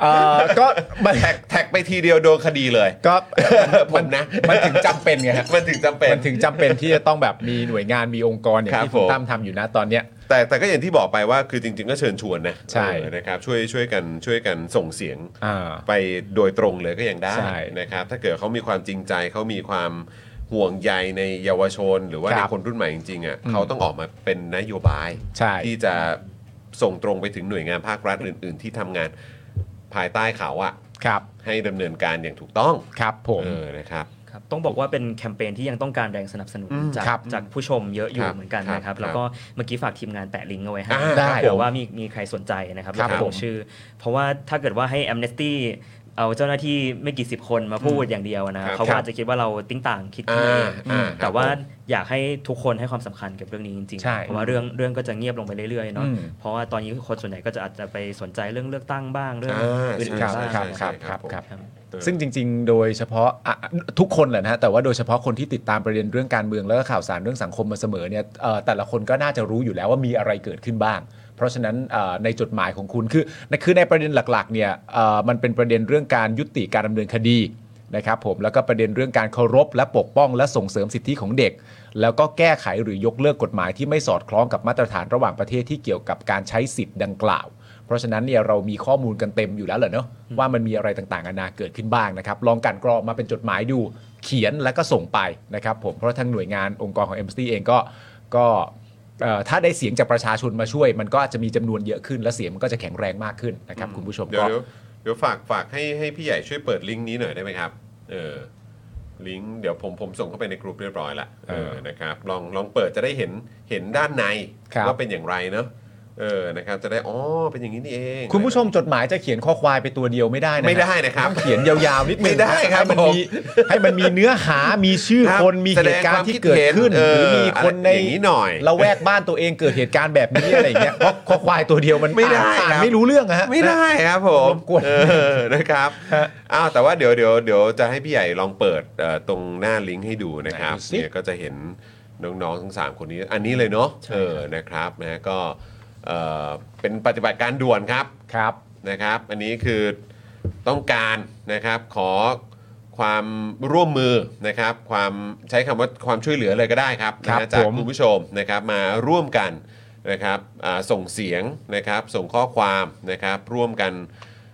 [SPEAKER 2] เอ่อก็ มัน
[SPEAKER 1] แท็กแท็กไปทีเดียวโดนคดีเลย
[SPEAKER 2] ก็
[SPEAKER 1] ผมนะ
[SPEAKER 2] มันถึงจำเป็นไงฮะ
[SPEAKER 1] มันถึงจำเป็น
[SPEAKER 2] มันถึงจำเป็นที่จะต้องแบบมีหน่วยงานมีองค์กรอย่าง
[SPEAKER 1] ครับ
[SPEAKER 2] ที่คุณ
[SPEAKER 1] ผม
[SPEAKER 2] ตั้มทำอยู่นะตอนเนี้ย
[SPEAKER 1] แต่แต่ก็อย่างที่บอกไปว่าคือจริง ๆ ก็เชิญชวนนะ
[SPEAKER 2] ใช่
[SPEAKER 1] เออนะครับช่วยช่วยกันช่วยกันส่งเสียง
[SPEAKER 2] อ่า
[SPEAKER 1] ไปโดยตรงเลยก็ยังได้
[SPEAKER 2] ใช่
[SPEAKER 1] นะครับ ถ้าเกิดเขามีความจริงใจเขามีความห่วงใยในเยาวชน หรือว่า
[SPEAKER 2] ครั
[SPEAKER 1] ใน
[SPEAKER 2] บ
[SPEAKER 1] คนรุ่นใหม่จริงๆอ่ะ
[SPEAKER 2] อืม
[SPEAKER 1] เขาต้องออกมาเป็นนโยบาย
[SPEAKER 2] ใช่
[SPEAKER 1] ที่จะส่งตรงไปถึงหน่วยงานภาครัฐอื่น ๆ ที่ทำงานภายใต้เขาอ่ะ
[SPEAKER 2] ครับ
[SPEAKER 1] ให้ดำเนินการอย่างถูกต้อง
[SPEAKER 2] ครับผม
[SPEAKER 1] เออนะครับ
[SPEAKER 3] ครับต้องบอกว่าเป็นแคมเปญที่ยังต้องการแรงสนับสนุน
[SPEAKER 1] อืม
[SPEAKER 3] จาก
[SPEAKER 2] ครับ
[SPEAKER 3] จากผู้ชมเยอะอ
[SPEAKER 1] ค
[SPEAKER 3] ยู่
[SPEAKER 1] รับ
[SPEAKER 3] เหมือนกัน
[SPEAKER 1] ครับ
[SPEAKER 3] นะครับ
[SPEAKER 1] ครับ
[SPEAKER 3] แล้วก็เมื่อกี้ฝากทีมงานแปะลิงก์เอาไว้ให้
[SPEAKER 1] อ่า
[SPEAKER 2] ได้
[SPEAKER 3] เผื่อว่ามีมีใครสนใจนะครับ
[SPEAKER 2] ครับ
[SPEAKER 3] แล้วก็ล
[SPEAKER 2] ผม
[SPEAKER 3] งชื่อ เพราะว่าถ้าเกิดว่าให้ Amnesty เอาเจ้าหน้าที่ไม่กี่สิบคนมาพูดอย่างเดียวนะครับ เขา
[SPEAKER 1] ครั
[SPEAKER 3] ก็
[SPEAKER 1] บ
[SPEAKER 3] อาจจะคิดว่าเราติ้งต่างคิด
[SPEAKER 1] อ่า
[SPEAKER 3] เอง
[SPEAKER 1] อ่าครับ
[SPEAKER 3] แต่ว่าอยากให้ทุกคนให้ความสำคัญกับเรื่องนี้จริง
[SPEAKER 2] ใช่
[SPEAKER 3] ๆเพราะว่าเรื่องเรื่องก็จะเงียบลงไปเรื่อยๆเนาะ
[SPEAKER 2] อืม
[SPEAKER 3] เพราะว่าตอนนี้คนส่วนใหญ่ก็จะอาจจะไปสนใจเรื่องเลือกตั้งบ้างเรื่อง
[SPEAKER 1] อ่า
[SPEAKER 3] อื่น
[SPEAKER 1] ใช่
[SPEAKER 3] ๆบ้าง
[SPEAKER 1] ใช่
[SPEAKER 3] นะครับ
[SPEAKER 1] ใช่ ครับผม
[SPEAKER 3] ครับ
[SPEAKER 2] ซึ่งจริง ๆ โดยเฉพาะอ่ะทุกคนแหละนะฮะแต่ว่าโดยเฉพาะคนที่ติดตามประเด็นเรื่องการเมืองแล้วก็ข่าวสารเรื่องสังคมมาเสมอเนี่ยเอ่อแต่ละคนก็น่าจะรู้อยู่แล้วว่ามีอะไรเกิดขึ้นบ้าง เพราะฉะนั้นเอ่อในจดหมายของคุณคือคือในประเด็นหลักๆเนี่ยเอ่อมันเป็นประเด็นเรื่องการยุติการดำเนินคดีนะครับผมแล้วก็ประเด็นเรื่องการเคารพ และปกป้อง และส่งเสริมสิทธิของเด็ก แล้วก็แก้ไขหรือยกเลิกกฎหมายที่ไม่สอดคล้องกับมาตรฐานระหว่างประเทศที่เกี่ยวกับการใช้สิทธิ์ดังกล่าว เพราะฉะนั้นเนี่ยเรามีข้อมูลกันเต็มอยู่แล้วเหรอเนาะว่ามันมีอะไรต่างๆนานาเกิดขึ้นบ้างนะครับ ลองกลันกรองมาเป็นจดหมายดูเขียนแล้วก็ส่งไปนะครับผมเพราะทางหน่วยงานองค์กรของ m อ็มเองก็ก็เอ่อถ้าได้เสียงจากประชาชนมาช่วย มันก็จะมีจำนวนเยอะขึ้น และเสียงมันก็จะแข็งแรงมากขึ้นนะครับคุณผู้ชม
[SPEAKER 1] เดี๋ยว
[SPEAKER 2] ก็
[SPEAKER 1] เดี๋ยวเดี๋ยวฝากฝากให้ให้พี่ใหญ่ช่วยเปิดลิงก์นี้หน่อยได้ไหมครับ เออลิงก์เดี๋ยวผมผมส่งเข้าไปในกลุ่มเรียบร้อยละเออ
[SPEAKER 2] เออ
[SPEAKER 1] นะครับลองลองเปิดจะได้เห็นเห็นด้านใน
[SPEAKER 2] ครับ
[SPEAKER 1] ว่าเป็นอย่างไรเนอะเออนะครับจะได้อ๋อเป็นอย่างนี้นี่เอง
[SPEAKER 2] คุณผู้ชมจดหมายจะเขียนข้อควายไปตัวเดียวไม่ได้นะ
[SPEAKER 1] ไม่ได้
[SPEAKER 2] ฮะ
[SPEAKER 1] นะครับ
[SPEAKER 2] เขียนยาวๆนิดนึง
[SPEAKER 1] ไม่ได้ครับ
[SPEAKER 2] ให้มันมี
[SPEAKER 1] ผม
[SPEAKER 2] ให้มันมีเนื้อหามีชื่อ
[SPEAKER 1] รับ
[SPEAKER 2] คนมี
[SPEAKER 1] แส
[SPEAKER 2] เห
[SPEAKER 1] ดง
[SPEAKER 2] ตุกา
[SPEAKER 1] คว
[SPEAKER 2] ร
[SPEAKER 1] ม
[SPEAKER 2] ณ์ที่
[SPEAKER 1] คิ
[SPEAKER 2] เกิดขึ้น
[SPEAKER 1] เอ
[SPEAKER 2] หรือ
[SPEAKER 1] อ
[SPEAKER 2] มีคน
[SPEAKER 1] อะ
[SPEAKER 2] ใน
[SPEAKER 1] ไรอย่างนี้หน่อย
[SPEAKER 2] เราแวกบ้านตัวเองเกิดเหตุการณ์แบบนี้อะไรอย่างเงี้ย เพราะข้อควายตัวเดียวมัน
[SPEAKER 1] ไม่ได้
[SPEAKER 2] อ่าน
[SPEAKER 1] ครับ
[SPEAKER 2] ไม่รู้เรื่องอะฮะ
[SPEAKER 1] ไม่ได้ครับผม
[SPEAKER 2] รบกวน
[SPEAKER 1] เออนะครับ
[SPEAKER 2] ฮะ
[SPEAKER 1] อ้าวแต่ว่าเดี๋ยวเดี๋ยวเดี๋ยวจะให้พี่ใหญ่ลองเปิดเอ่อตรงหน้าลิงก์ให้ดูนะครับ
[SPEAKER 2] ไหนดูสิ
[SPEAKER 1] เนี่ยก็จะเห็นน้องๆทั้งสามคนนี้อันนี้เลยเนาะเออนะครับนะก็เอ่อเป็นปฏิบัติการด่วนครับ
[SPEAKER 2] ครับ
[SPEAKER 1] นะครับ อันนี้คือต้องการนะครับขอความร่วมมือนะครับ ความใช้คำว่าความช่วยเหลือเลยก็ได้ครับ
[SPEAKER 2] ครับ
[SPEAKER 1] นะฮะจาก
[SPEAKER 2] ผม
[SPEAKER 1] คุณผู้ชมนะครับมาร่วมกันนะครับอ่าส่งเสียงนะครับส่งข้อความนะครับร่วมกัน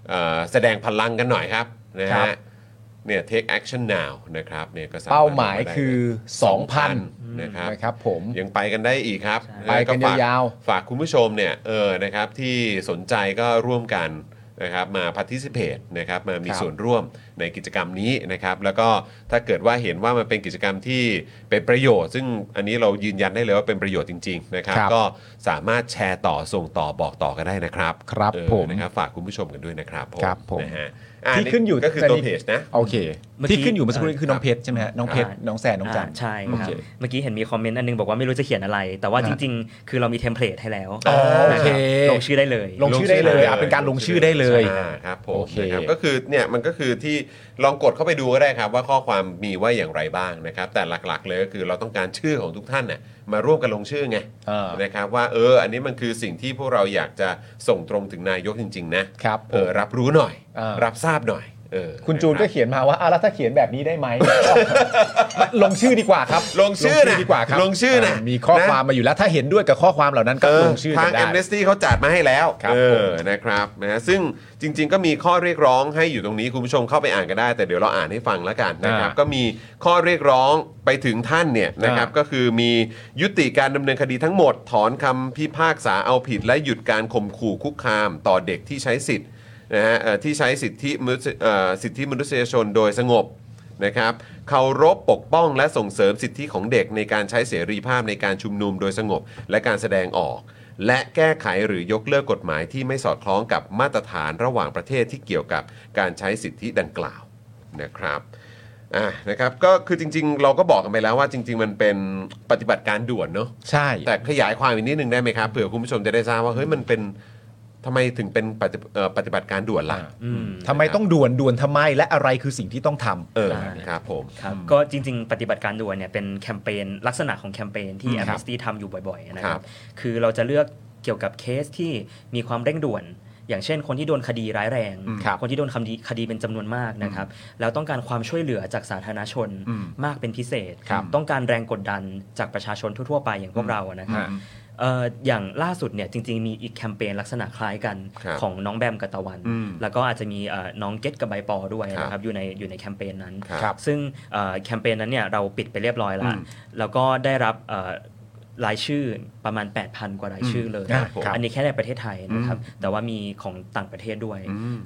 [SPEAKER 1] เอ่อแสดงพลังกันหน่อยครับนะ
[SPEAKER 2] ครั
[SPEAKER 1] ฮะ
[SPEAKER 2] บ
[SPEAKER 1] เนี่ย take action now นะครับเนี่ยก็สรถ
[SPEAKER 2] เป้าหมายคือ
[SPEAKER 1] 2,000 นะครั
[SPEAKER 2] 2,000
[SPEAKER 1] บ
[SPEAKER 2] นะครับผม
[SPEAKER 1] ยังไปกันได้อีกครับ
[SPEAKER 2] ไปกัน
[SPEAKER 1] แล้วฝ
[SPEAKER 2] ยาว
[SPEAKER 1] ฝากคุณผู้ชมเนี่ยเออนะครับที่สนใจก็ร่วมกันนะครับมา participate นะครับมามี
[SPEAKER 2] ครับ
[SPEAKER 1] ส่วนร่วมในกิจกรรมนี้นะครับแล้วก็ถ้าเกิดว่าเห็นว่ามันเป็นกิจกรรมที่เป็นประโยชน์ ซึ่งอันนี้เรายืนยันได้เลยว่าเป็นประโยชน์จริงๆนะครับ
[SPEAKER 2] ครับ
[SPEAKER 1] ก็สามารถแชร์ต่อส่งต่อบอกต่อกันได้นะครับ
[SPEAKER 2] ครับ
[SPEAKER 1] เออ
[SPEAKER 2] ผม
[SPEAKER 1] นะครับฝากคุณผู้ชมกันด้วยนะครับผม
[SPEAKER 2] ครับผม
[SPEAKER 1] นะฮะอ่ะ
[SPEAKER 2] ที่ขึ้นอยู่
[SPEAKER 1] ก็คือตัวเพจนะ
[SPEAKER 2] โอเค
[SPEAKER 3] เมื่อกี้
[SPEAKER 2] ที่ขึ้นอยู่เมื่อสักครู่นี้คือน้องเพชรใช่ไหมฮะน้องเพชร
[SPEAKER 3] อ่า
[SPEAKER 2] น้องแสนน้องจัน
[SPEAKER 3] าใช่
[SPEAKER 2] โอ
[SPEAKER 3] ครับ
[SPEAKER 2] เค
[SPEAKER 3] เมื่อกี้เห็นมีคอมเมนต์อันนึงบอกว่าไม่รู้จะเขียนอะไร แต่ว่า
[SPEAKER 2] อ่า
[SPEAKER 3] จริง ๆ คือเรามีเทมเพลตให้แล้ว
[SPEAKER 2] อ๋อโอ
[SPEAKER 3] นะ
[SPEAKER 2] เค
[SPEAKER 3] ครับลงชื่อได้เลย
[SPEAKER 2] ลงชื่อได้เลยอ่ะเป็นการลงชื่อได้เลย
[SPEAKER 1] อ่าครับผม
[SPEAKER 2] โอเค
[SPEAKER 1] นะครับก็คือเนี่ยมันก็คือที่ลองกดเข้าไปดูก็ได้ครับ ว่าข้อความมีว่าอย่างไรบ้างนะครับ แต่หลักๆ เลยก็คือเราต้องการชื่อของทุกท่านน่ะมาร่วมกันลงชื่อไง
[SPEAKER 2] อ่าน
[SPEAKER 1] นะครับว่าเอออันนี้มันคือสิ่งที่พวกเราอยากจะส่งตรงถึงนายกจริง ๆ นะครับ
[SPEAKER 2] ผ
[SPEAKER 1] เออ
[SPEAKER 2] ม
[SPEAKER 1] รับรู้หน่อย
[SPEAKER 2] อ่ารั
[SPEAKER 1] รับทราบหน่อยเออ
[SPEAKER 2] คุณจูนก็
[SPEAKER 1] ะรับ
[SPEAKER 2] เขียนมาว่าอ่ะแล้วถ้าเขียนแบบนี้ได้ ไหม มาลงชื่อดีกว่าครับ
[SPEAKER 1] ลงชื่อนะ
[SPEAKER 2] ดีกว่าครับ
[SPEAKER 1] ลงชื่อนะ
[SPEAKER 2] ามีข้อความมาอยู่แล้วถ้าเห็นด้วยกับข้อความเหล่านั้นก็
[SPEAKER 1] เออ
[SPEAKER 2] ลงชื่อ
[SPEAKER 1] ทาง
[SPEAKER 2] กันได้
[SPEAKER 1] a m n e s t y เขาจัดมาให้แล้ว
[SPEAKER 2] ครับ
[SPEAKER 1] เอ
[SPEAKER 2] ผ
[SPEAKER 1] อ
[SPEAKER 2] ม
[SPEAKER 1] นะครับนะซึ่งจริง ๆ ก็มีข้อเรียกร้องให้อยู่ตรงนี้คุณผู้ชมเข้าไปอ่านกันได้ แต่เดี๋ยวเราอ่านให้ฟังแล้วกัน นะครับ
[SPEAKER 2] อ่า
[SPEAKER 1] ก็มีข้อเรียกร้องไปถึงท่านเนี่ยนะครับ
[SPEAKER 2] อ่า
[SPEAKER 1] ก็คือมียุติการดำเนินคดีทั้งหมด ถอนคำพิพากษาเอาผิด และหยุดการข่มขู่คุกคามต่อเด็กที่ใช้สิทธิ์นะฮะเอ่อที่ใช้สิทธิมนุษยเอ่อสิทธิมนุษยชนโดยสงบนะครับเคารพปกป้องและส่งเสริมสิทธิของเด็กในการใช้เสรีภาพในการชุมนุมโดยสงบ และการแสดงออก และแก้ไขหรือยกเลิกกฎหมายที่ไม่สอดคล้องกับมาตรฐานระหว่างประเทศที่เกี่ยวกับการใช้สิทธิดังกล่าวนะครับ อ่ะนะครับก็คือจริง ๆ เราก็บอกกันไปแล้วว่าจริง ๆ มันเป็นปฏิบัติการด่วนเนาะ
[SPEAKER 2] ใช่
[SPEAKER 1] แต่ขยายความอีกนิดนึงได้ไหมครับเผื่อคุณผู้ชมจะได้ทราบว่าเฮ้ยมันเป็นทำไมถึงเป็นปฏิเอ่อปฏิบัติการด่วนล่ะ
[SPEAKER 3] อืม
[SPEAKER 2] ทำไมต้องด่วนด่วนทำไมและอะไรคือสิ่งที่ต้องทำ
[SPEAKER 1] เออครับผม
[SPEAKER 3] ครับก็จริงๆ ปฏิบัติการด่วนเนี่ยเป็นแคมเปญลักษณะของแคมเปญที่
[SPEAKER 2] อืมครับ
[SPEAKER 3] Amnesty ทำอยู่บ่อยๆนะ
[SPEAKER 1] ค
[SPEAKER 3] ค
[SPEAKER 1] รั
[SPEAKER 3] รั
[SPEAKER 1] บบ
[SPEAKER 3] คือเราจะเลือกเกี่ยวกับเคสที่มีความเร่งด่วน อย่างเช่น คนที่โดนคดีร้ายแรง
[SPEAKER 2] อืมครับ
[SPEAKER 3] คนที่โดนคดีคดีเป็นจำนวนมากนะครับแล้วต้องการความช่วยเหลือจากสาธารณชน
[SPEAKER 2] อืม
[SPEAKER 3] มากเป็นพิเศษ
[SPEAKER 2] ครับ
[SPEAKER 3] ต้องการแรงกดดันจากประชาชนทั่วๆไปอย่างพวกเราอะนะครับ
[SPEAKER 2] ฮะ
[SPEAKER 3] เอ่ออย่างล่าสุดเนี่ยจริงๆมีอีกแคมเปญลักษณะคล้ายกัน
[SPEAKER 1] ครับ
[SPEAKER 3] ของน้องแบมกับตะวัน
[SPEAKER 2] อืม
[SPEAKER 3] แล้วก็อาจจะมีเอ่อน้องเกตกับใบปอด้วยนะ
[SPEAKER 1] ครั
[SPEAKER 3] ครั
[SPEAKER 1] บบ
[SPEAKER 3] อยู่ในอยู่ในแคมเปญนั้น
[SPEAKER 1] ครับ
[SPEAKER 3] ซึ่งเอ่อแคมเปญนั้นเนี่ยเราปิดไปเรียบร้อยแล้ว
[SPEAKER 2] อืม
[SPEAKER 3] แล้วก็ได้รับเอ่อรายชื่อประมาณ 8,000 กว่ารายชื่อเลย
[SPEAKER 2] อืมครับผม
[SPEAKER 3] อันนี้แค่ในประเทศไทยนะครับแต่ว่ามีของต่างประเทศด้วย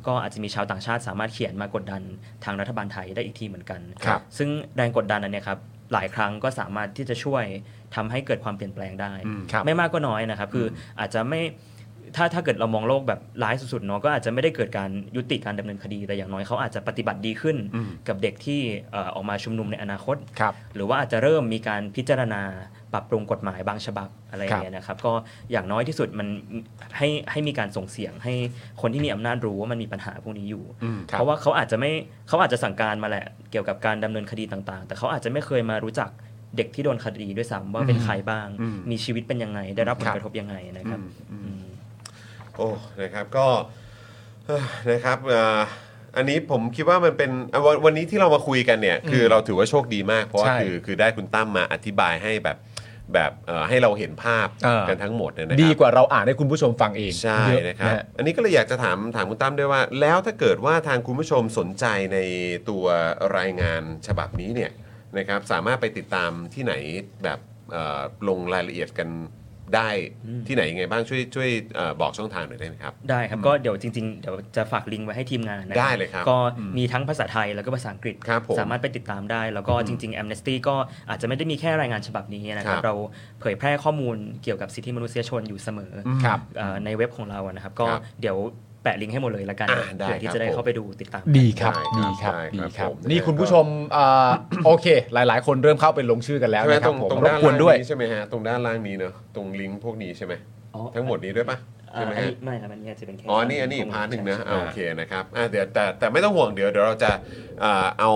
[SPEAKER 3] ก็อาจจะมีชาวต่างชาติสามารถเขียนมากดดันทางรัฐบาลไทยได้อีกทีเหมือนกัน
[SPEAKER 2] ครับ
[SPEAKER 3] ซึ่งแรงกดดันนั้นเนี่ยครับหลายครั้งก็สามารถที่จะช่วยทำให้เกิดความเปลี่ยนแปลงได้
[SPEAKER 2] ครับ
[SPEAKER 3] ไม่มากก็น้อยนะครับ คืออาจจะไม่ถ้าถ้าเกิดเรามองโลกแบบร้ายสุดๆเนาะก็อาจจะไม่ได้เกิดการยุติการดำเนินคดีแต่อย่างน้อยเขาอาจจะปฏิบัติดีขึ้นกับเด็กที่เอ่อออกมาชุมนุมในอนาคต
[SPEAKER 2] ครับ
[SPEAKER 3] หรือว่าอาจจะเริ่มมีการพิจารณาปรับปรุงกฎหมายบางฉบับอะไรอย่างเงี้ยนะครับ ก็อย่างน้อยที่สุดมันให้ให้มีการส่งเสียงให้คนที่มีอำนาจรู้ว่ามันมีปัญหาพวกนี้อยู่
[SPEAKER 2] ครับ
[SPEAKER 3] เพราะว่าเขาอาจจะไม่เขาอาจจะสั่งการมาแหละเกี่ยวกับการดำเนินคดีต่างๆ แต่เขาอาจจะไม่เคยมารู้จักเด็กที่โดนคดีด้วยซ้ำว่าเป็นใครบ้าง มีชีวิตเป็นยังไง ได้รับผลกระทบยังไงนะครับอืม
[SPEAKER 1] โอ้นะครับก็เอ้อนะครับเอ่ออันนี้ผมคิดว่ามันเป็นอ่ะวันวันนี้ที่เรามาคุยกันเนี่ยคือเราถือว่าโชคดีมาก เพราะว่า
[SPEAKER 2] ใช่
[SPEAKER 1] คือคือได้คุณตั้มมาอธิบายให้แบบ แบบเอ่อให้เราเห็นภาพ
[SPEAKER 2] เออ
[SPEAKER 1] กันทั้งหมดเนี่ยนะครับ
[SPEAKER 2] ดีกว่าเราอ่านให้คุณผู้ชมฟังเอง
[SPEAKER 1] ใช่
[SPEAKER 2] เยอ
[SPEAKER 1] นะครับ
[SPEAKER 2] ฮ
[SPEAKER 1] อันนี้ก็เลยอยากจะถามถามคุณตั้มด้วยว่า แล้วถ้าเกิดว่าทางคุณผู้ชมสนใจในตัวรายงานฉบับนี้เนี่ยนะครับสามารถไปติดตามที่ไหนแบบเอ่อลงรายละเอียดกันได้ที่ไหนยังไงบ้างช่วยช่วยเอ่อบอกช่องทางหน่อยได้ไหมครับ
[SPEAKER 3] ได้ครับ ก็เดี๋ยวจริงๆ เดี๋ยวจะฝากลิงก์ไว้ให้ทีมงานนะ
[SPEAKER 1] ได้เลยครับ
[SPEAKER 3] ก็มีทั้งภาษาไทยแล้วก็ภาษาอังกฤษ
[SPEAKER 1] ครับผม
[SPEAKER 3] สามารถไปติดตามได้ แล้วก็จริงๆ Amnesty ก็อาจจะไม่ได้มีแค่รายงานฉบับนี้นะครั
[SPEAKER 1] ครับ บ
[SPEAKER 3] เราเผยแพร่ข้อมูลเกี่ยวกับสิทธิมนุษยชนอยู่เสมออ
[SPEAKER 2] ครับ
[SPEAKER 3] เอ่อในเว็บของเราอะนะครับ ก็
[SPEAKER 1] ครับ
[SPEAKER 3] เดี๋ยวแปะลิงก์ให้หมดเลยละกัน
[SPEAKER 1] อ่าได้
[SPEAKER 3] เพื่อ
[SPEAKER 1] ค
[SPEAKER 3] ที่
[SPEAKER 1] รับ
[SPEAKER 3] จะได้
[SPEAKER 1] ผม
[SPEAKER 3] เข้าไปดูติดตาม
[SPEAKER 2] ดีครับ
[SPEAKER 1] ได้
[SPEAKER 2] ดี
[SPEAKER 1] ค
[SPEAKER 2] ค
[SPEAKER 1] รับ
[SPEAKER 2] รั
[SPEAKER 1] บ ได้
[SPEAKER 2] ดี
[SPEAKER 1] ค
[SPEAKER 2] ค
[SPEAKER 1] รั
[SPEAKER 2] รั
[SPEAKER 1] บบ ผม
[SPEAKER 2] นี่
[SPEAKER 1] นะครับ
[SPEAKER 2] คุณผู้ชมเอ่อโอเค หลายๆ คนเริ่มเข้าไปลงชื่อกันแล้ว
[SPEAKER 1] ใช่ไหม
[SPEAKER 2] นะค
[SPEAKER 1] ต
[SPEAKER 2] รั
[SPEAKER 1] ร
[SPEAKER 2] บ
[SPEAKER 1] ง
[SPEAKER 2] ผม
[SPEAKER 1] ตรง
[SPEAKER 2] รบ
[SPEAKER 1] ด้าน
[SPEAKER 2] กวน
[SPEAKER 1] ล่าง
[SPEAKER 2] ด้วย
[SPEAKER 1] นี้ใช่ไหมฮะตรงด้านล่างนี้เนอะตรงลิงก์พวกนี้ใช่ไหม
[SPEAKER 3] อ๋อ
[SPEAKER 1] ทั้งหมดนี้ด้วยปะ
[SPEAKER 3] เอ่
[SPEAKER 1] ใช่
[SPEAKER 3] อ
[SPEAKER 1] ไหม
[SPEAKER 3] อัน
[SPEAKER 1] ฮะ
[SPEAKER 3] นี้ไม่ครับอันนี้อาจจะเป็นแค่
[SPEAKER 1] อ๋อ นี่อันนี้อีก
[SPEAKER 3] ข้มูล
[SPEAKER 1] พาร์ทหนึ่งนะ
[SPEAKER 3] ใช่
[SPEAKER 1] อ่าโอเคนะครับอ่าเดี๋ยวแต่แต่ไม่ต้องห่วงเดี๋ยวเดี๋ยวเราจะอ่าเอา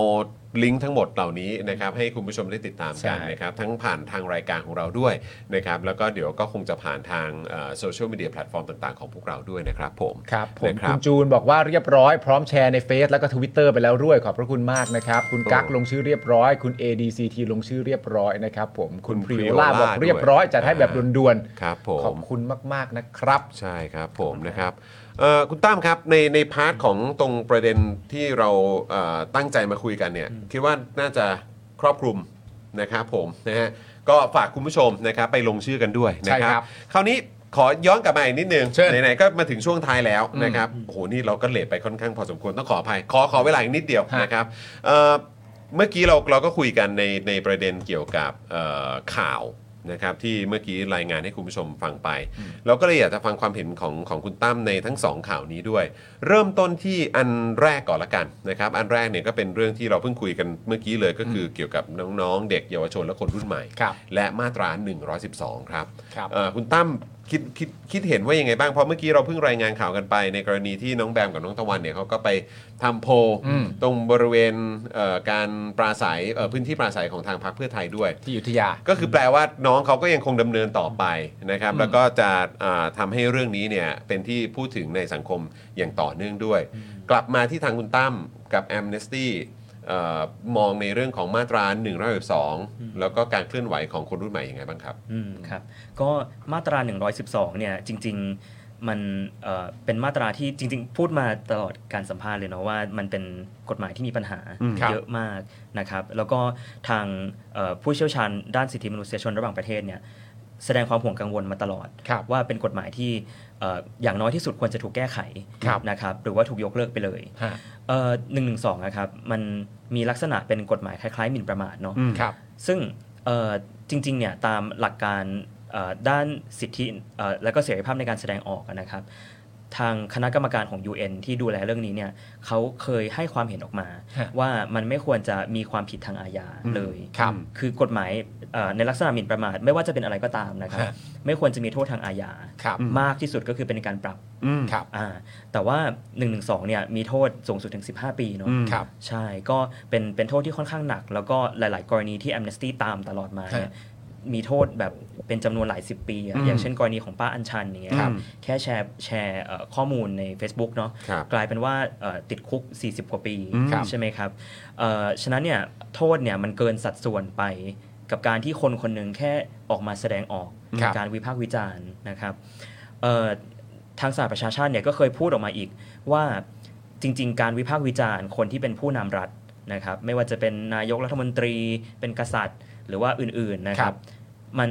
[SPEAKER 1] ลิงก์ทั้งหมดเหล่านี้นะครับให้คุณผู้ชมได้ติดตามกัน
[SPEAKER 2] ใช่
[SPEAKER 1] นะครับทั้งผ่านทางรายการของเราด้วยนะครับแล้วก็เดี๋ยวก็คงจะผ่านทางโซเชียลมีเดียแพลตฟอร์มต่างๆของพวกเราด้วยนะครับผม
[SPEAKER 2] ครับผม
[SPEAKER 1] นะค
[SPEAKER 2] คุ
[SPEAKER 1] รับ
[SPEAKER 2] ณจูนบอกว่าเรียบร้อยพร้อมแชร์ในเฟซแล้วก็ทวิตเตอร์ไปแล้วด้วยขอบพระคุณมากนะครับ คุณกั๊ก
[SPEAKER 1] โอ้
[SPEAKER 2] ลงชื่อเรียบร้อย คุณ ADCT ลงชื่อเรียบร้อยนะครับผมคุณ
[SPEAKER 1] คุ
[SPEAKER 2] พ
[SPEAKER 1] ณ
[SPEAKER 2] ริ
[SPEAKER 1] Priola
[SPEAKER 2] โอล่าบอกเรียบร้อย
[SPEAKER 1] ด้วย
[SPEAKER 2] จัดให้แบบ
[SPEAKER 1] อ่า
[SPEAKER 2] ด่วน
[SPEAKER 1] ครับผ
[SPEAKER 2] ๆขอ
[SPEAKER 1] ม
[SPEAKER 2] บคุณมากๆนะครับ
[SPEAKER 1] ใช่ครับผมนะครับเอ่อคุณตั้มครับในในพาร์ทของตรงประเด็นที่เราเอ่อตั้งใจมาคุยกันเนี่ยคิดว่าน่าจะครอบคลุมนะครับผมนะฮะก็ฝากคุณผู้ชมนะครับไปลงชื่อกันด้วยนะค
[SPEAKER 2] ใช่ค
[SPEAKER 1] รั
[SPEAKER 2] รั
[SPEAKER 1] บบ คราวนี้ขอย้อนกลับมาอีกนิดนึง
[SPEAKER 2] เชิญ
[SPEAKER 1] ไหนๆก็มาถึงช่วงท้ายแล้ว
[SPEAKER 2] อืม
[SPEAKER 1] นะครับโอ้โหนี่เราก็เลทไปค่อนข้างพอสมควรต้องขออภัยขอขอเวลาอีกนิดเดียว
[SPEAKER 2] ฮะ
[SPEAKER 1] นะครับเอ่อ เมื่อกี้เราเราก็คุยกันในในประเด็นเกี่ยวกับเอ่อข่าวนะครับที่เมื่อกี้รายงานให้คุณผู้ชมฟังไป เราก็เลยอยากจะฟังความเห็นของของคุณตั้มในทั้งสองข่าวนี้ด้วย เริ่มต้นที่อันแรกก่อนละกันนะครับอันแรกเนี่ยก็เป็นเรื่องที่เราเพิ่งคุยกันเมื่อกี้เลยก็คือเกี่ยวกับน้องๆ เด็กเยาวชนและคนรุ่นใหม่
[SPEAKER 2] ครับ
[SPEAKER 1] และมาตรา 112 ครับ
[SPEAKER 2] ครับ
[SPEAKER 1] เอ่อคุณตั้มคิดคิดคิดเห็นว่ายังไงบ้างเพราะเมื่อกี้เราเพิ่งรายงานข่าวกันไป ในกรณีที่น้องแบมกับน้องตะวันเนี่ยเขาก็ไปทำโพล
[SPEAKER 2] อืม
[SPEAKER 1] ตรงบริเวณเอ่อการปราศัยเอ่อพื้นที่ปราศัยของทางพรรคเพื่อไทยด้วย
[SPEAKER 2] ที่อยุธยา
[SPEAKER 1] ก็คือแปลว่าน้องเขาก็ยังคงดำเนินต่อไปนะครับ แล้วก็จะอ่าทำาให้เรื่องนี้เนี่ยเป็นที่พูดถึงในสังคมอย่างต่อเนื่องด้วย กลับมาที่ทางคุณตั้มกับแอมเนสตี้มองในเรื่องของมาตรา1นึแล้วก็การเคลื่อนไหวของคนรุ่นใหม่ยังไงบ้างครับ
[SPEAKER 3] อืมครับก็มาตรา 112 เนี่ยจริง ๆ มันเอ่อเป็นมาตราที่จริง ๆ พูดมาตลอดการสัมภาษณ์เลยเนาะว่ามันเป็นกฎหมายที่มีปัญหา
[SPEAKER 1] อืมครับ
[SPEAKER 3] เยอะมากนะครับแล้วก็ทางเอ่อผู้เชี่ยวชาญด้านสิทธิมนุษยชนระหว่างประเทศเนี่ยแสดงความห่วงกังวลมาตลอด
[SPEAKER 2] ครับ
[SPEAKER 3] ว่าเป็นกฎหมายที่เอ่ออย่างน้อยที่สุดควรจะถูกแก้ไข
[SPEAKER 2] ครับ
[SPEAKER 3] นะครับหรือว่าถูกยกเลิกไปเลย
[SPEAKER 2] ฮะ
[SPEAKER 3] เอ่อหนึ่งหนึ่งสองนะครับ มันมีลักษณะเป็นกฎหมายคล้ายๆหมิ่นประมาทเนาะ
[SPEAKER 2] ครับ
[SPEAKER 3] ซึ่งเอ่อจริงๆเนี่ยตามหลักการเอ่อด้านสิทธิเอ่อและก็เสรีภาพในการแสดงออกอะนะครับ ทางคณะกรรมการของ UN ที่ดูแลเรื่องนี้เนี่ยเขาเคยให้ความเห็นออกมา
[SPEAKER 2] ฮะ
[SPEAKER 3] ว่ามันไม่ควรจะมีความผิดทางอาญาเลย
[SPEAKER 2] ครับ
[SPEAKER 3] คือกฎหมายเอ่อในลักษณะหมิ่นประมาท ไม่ว่าจะเป็นอะไรก็ตามนะครับ
[SPEAKER 2] ฮะ
[SPEAKER 3] ไม่ควรจะมีโทษทางอาญา
[SPEAKER 2] ครับ
[SPEAKER 3] มากที่สุดก็คือเป็นการปรับ
[SPEAKER 2] ครับ
[SPEAKER 3] อ่าแต่ว่า 1 1 2เนี่ยมีโทษสูงสุดถึง 15 ปีเนาะ
[SPEAKER 2] ครับ
[SPEAKER 3] ใช่ก็เป็นเป็นโทษที่ค่อนข้างหนัก แล้วก็หลาย ๆ กรณีที่ Amnesty ตามตลอดมาเนี่ยมีโทษแบบเป็นจำนวนหลาย 10 ปีอะอย่างเช่นกรณีของป้าอัญชันอย่างเงี้ย
[SPEAKER 2] ครับ
[SPEAKER 3] แค่แชร์แชร์เอ่อข้อมูลใน Facebook เนาะ
[SPEAKER 1] ครับ
[SPEAKER 3] กลายเป็นว่าเอ่อติดคุก 40 กว่าปีใช่ไหมครับเอ่อฉะนั้นเนี่ยโทษเนี่ยมันเกินสัดส่วนไปกับการที่คนคนหนึ่งแค่ออกมาแสดงออก
[SPEAKER 2] ครับ
[SPEAKER 3] การวิพากษ์วิจารณ์นะครับเอ่อ ทางสหประชาชาติเนี่ยก็เคยพูดออกมาอีกว่าจริง ๆ การวิพากษ์วิจารณ์คนที่เป็นผู้นำรัฐนะครับไม่ว่าจะเป็นนายกรัฐมนตรี เป็นกษัตริย์ หรือว่าอื่นๆนะค
[SPEAKER 2] ครั
[SPEAKER 3] รับ
[SPEAKER 2] บ
[SPEAKER 3] มัน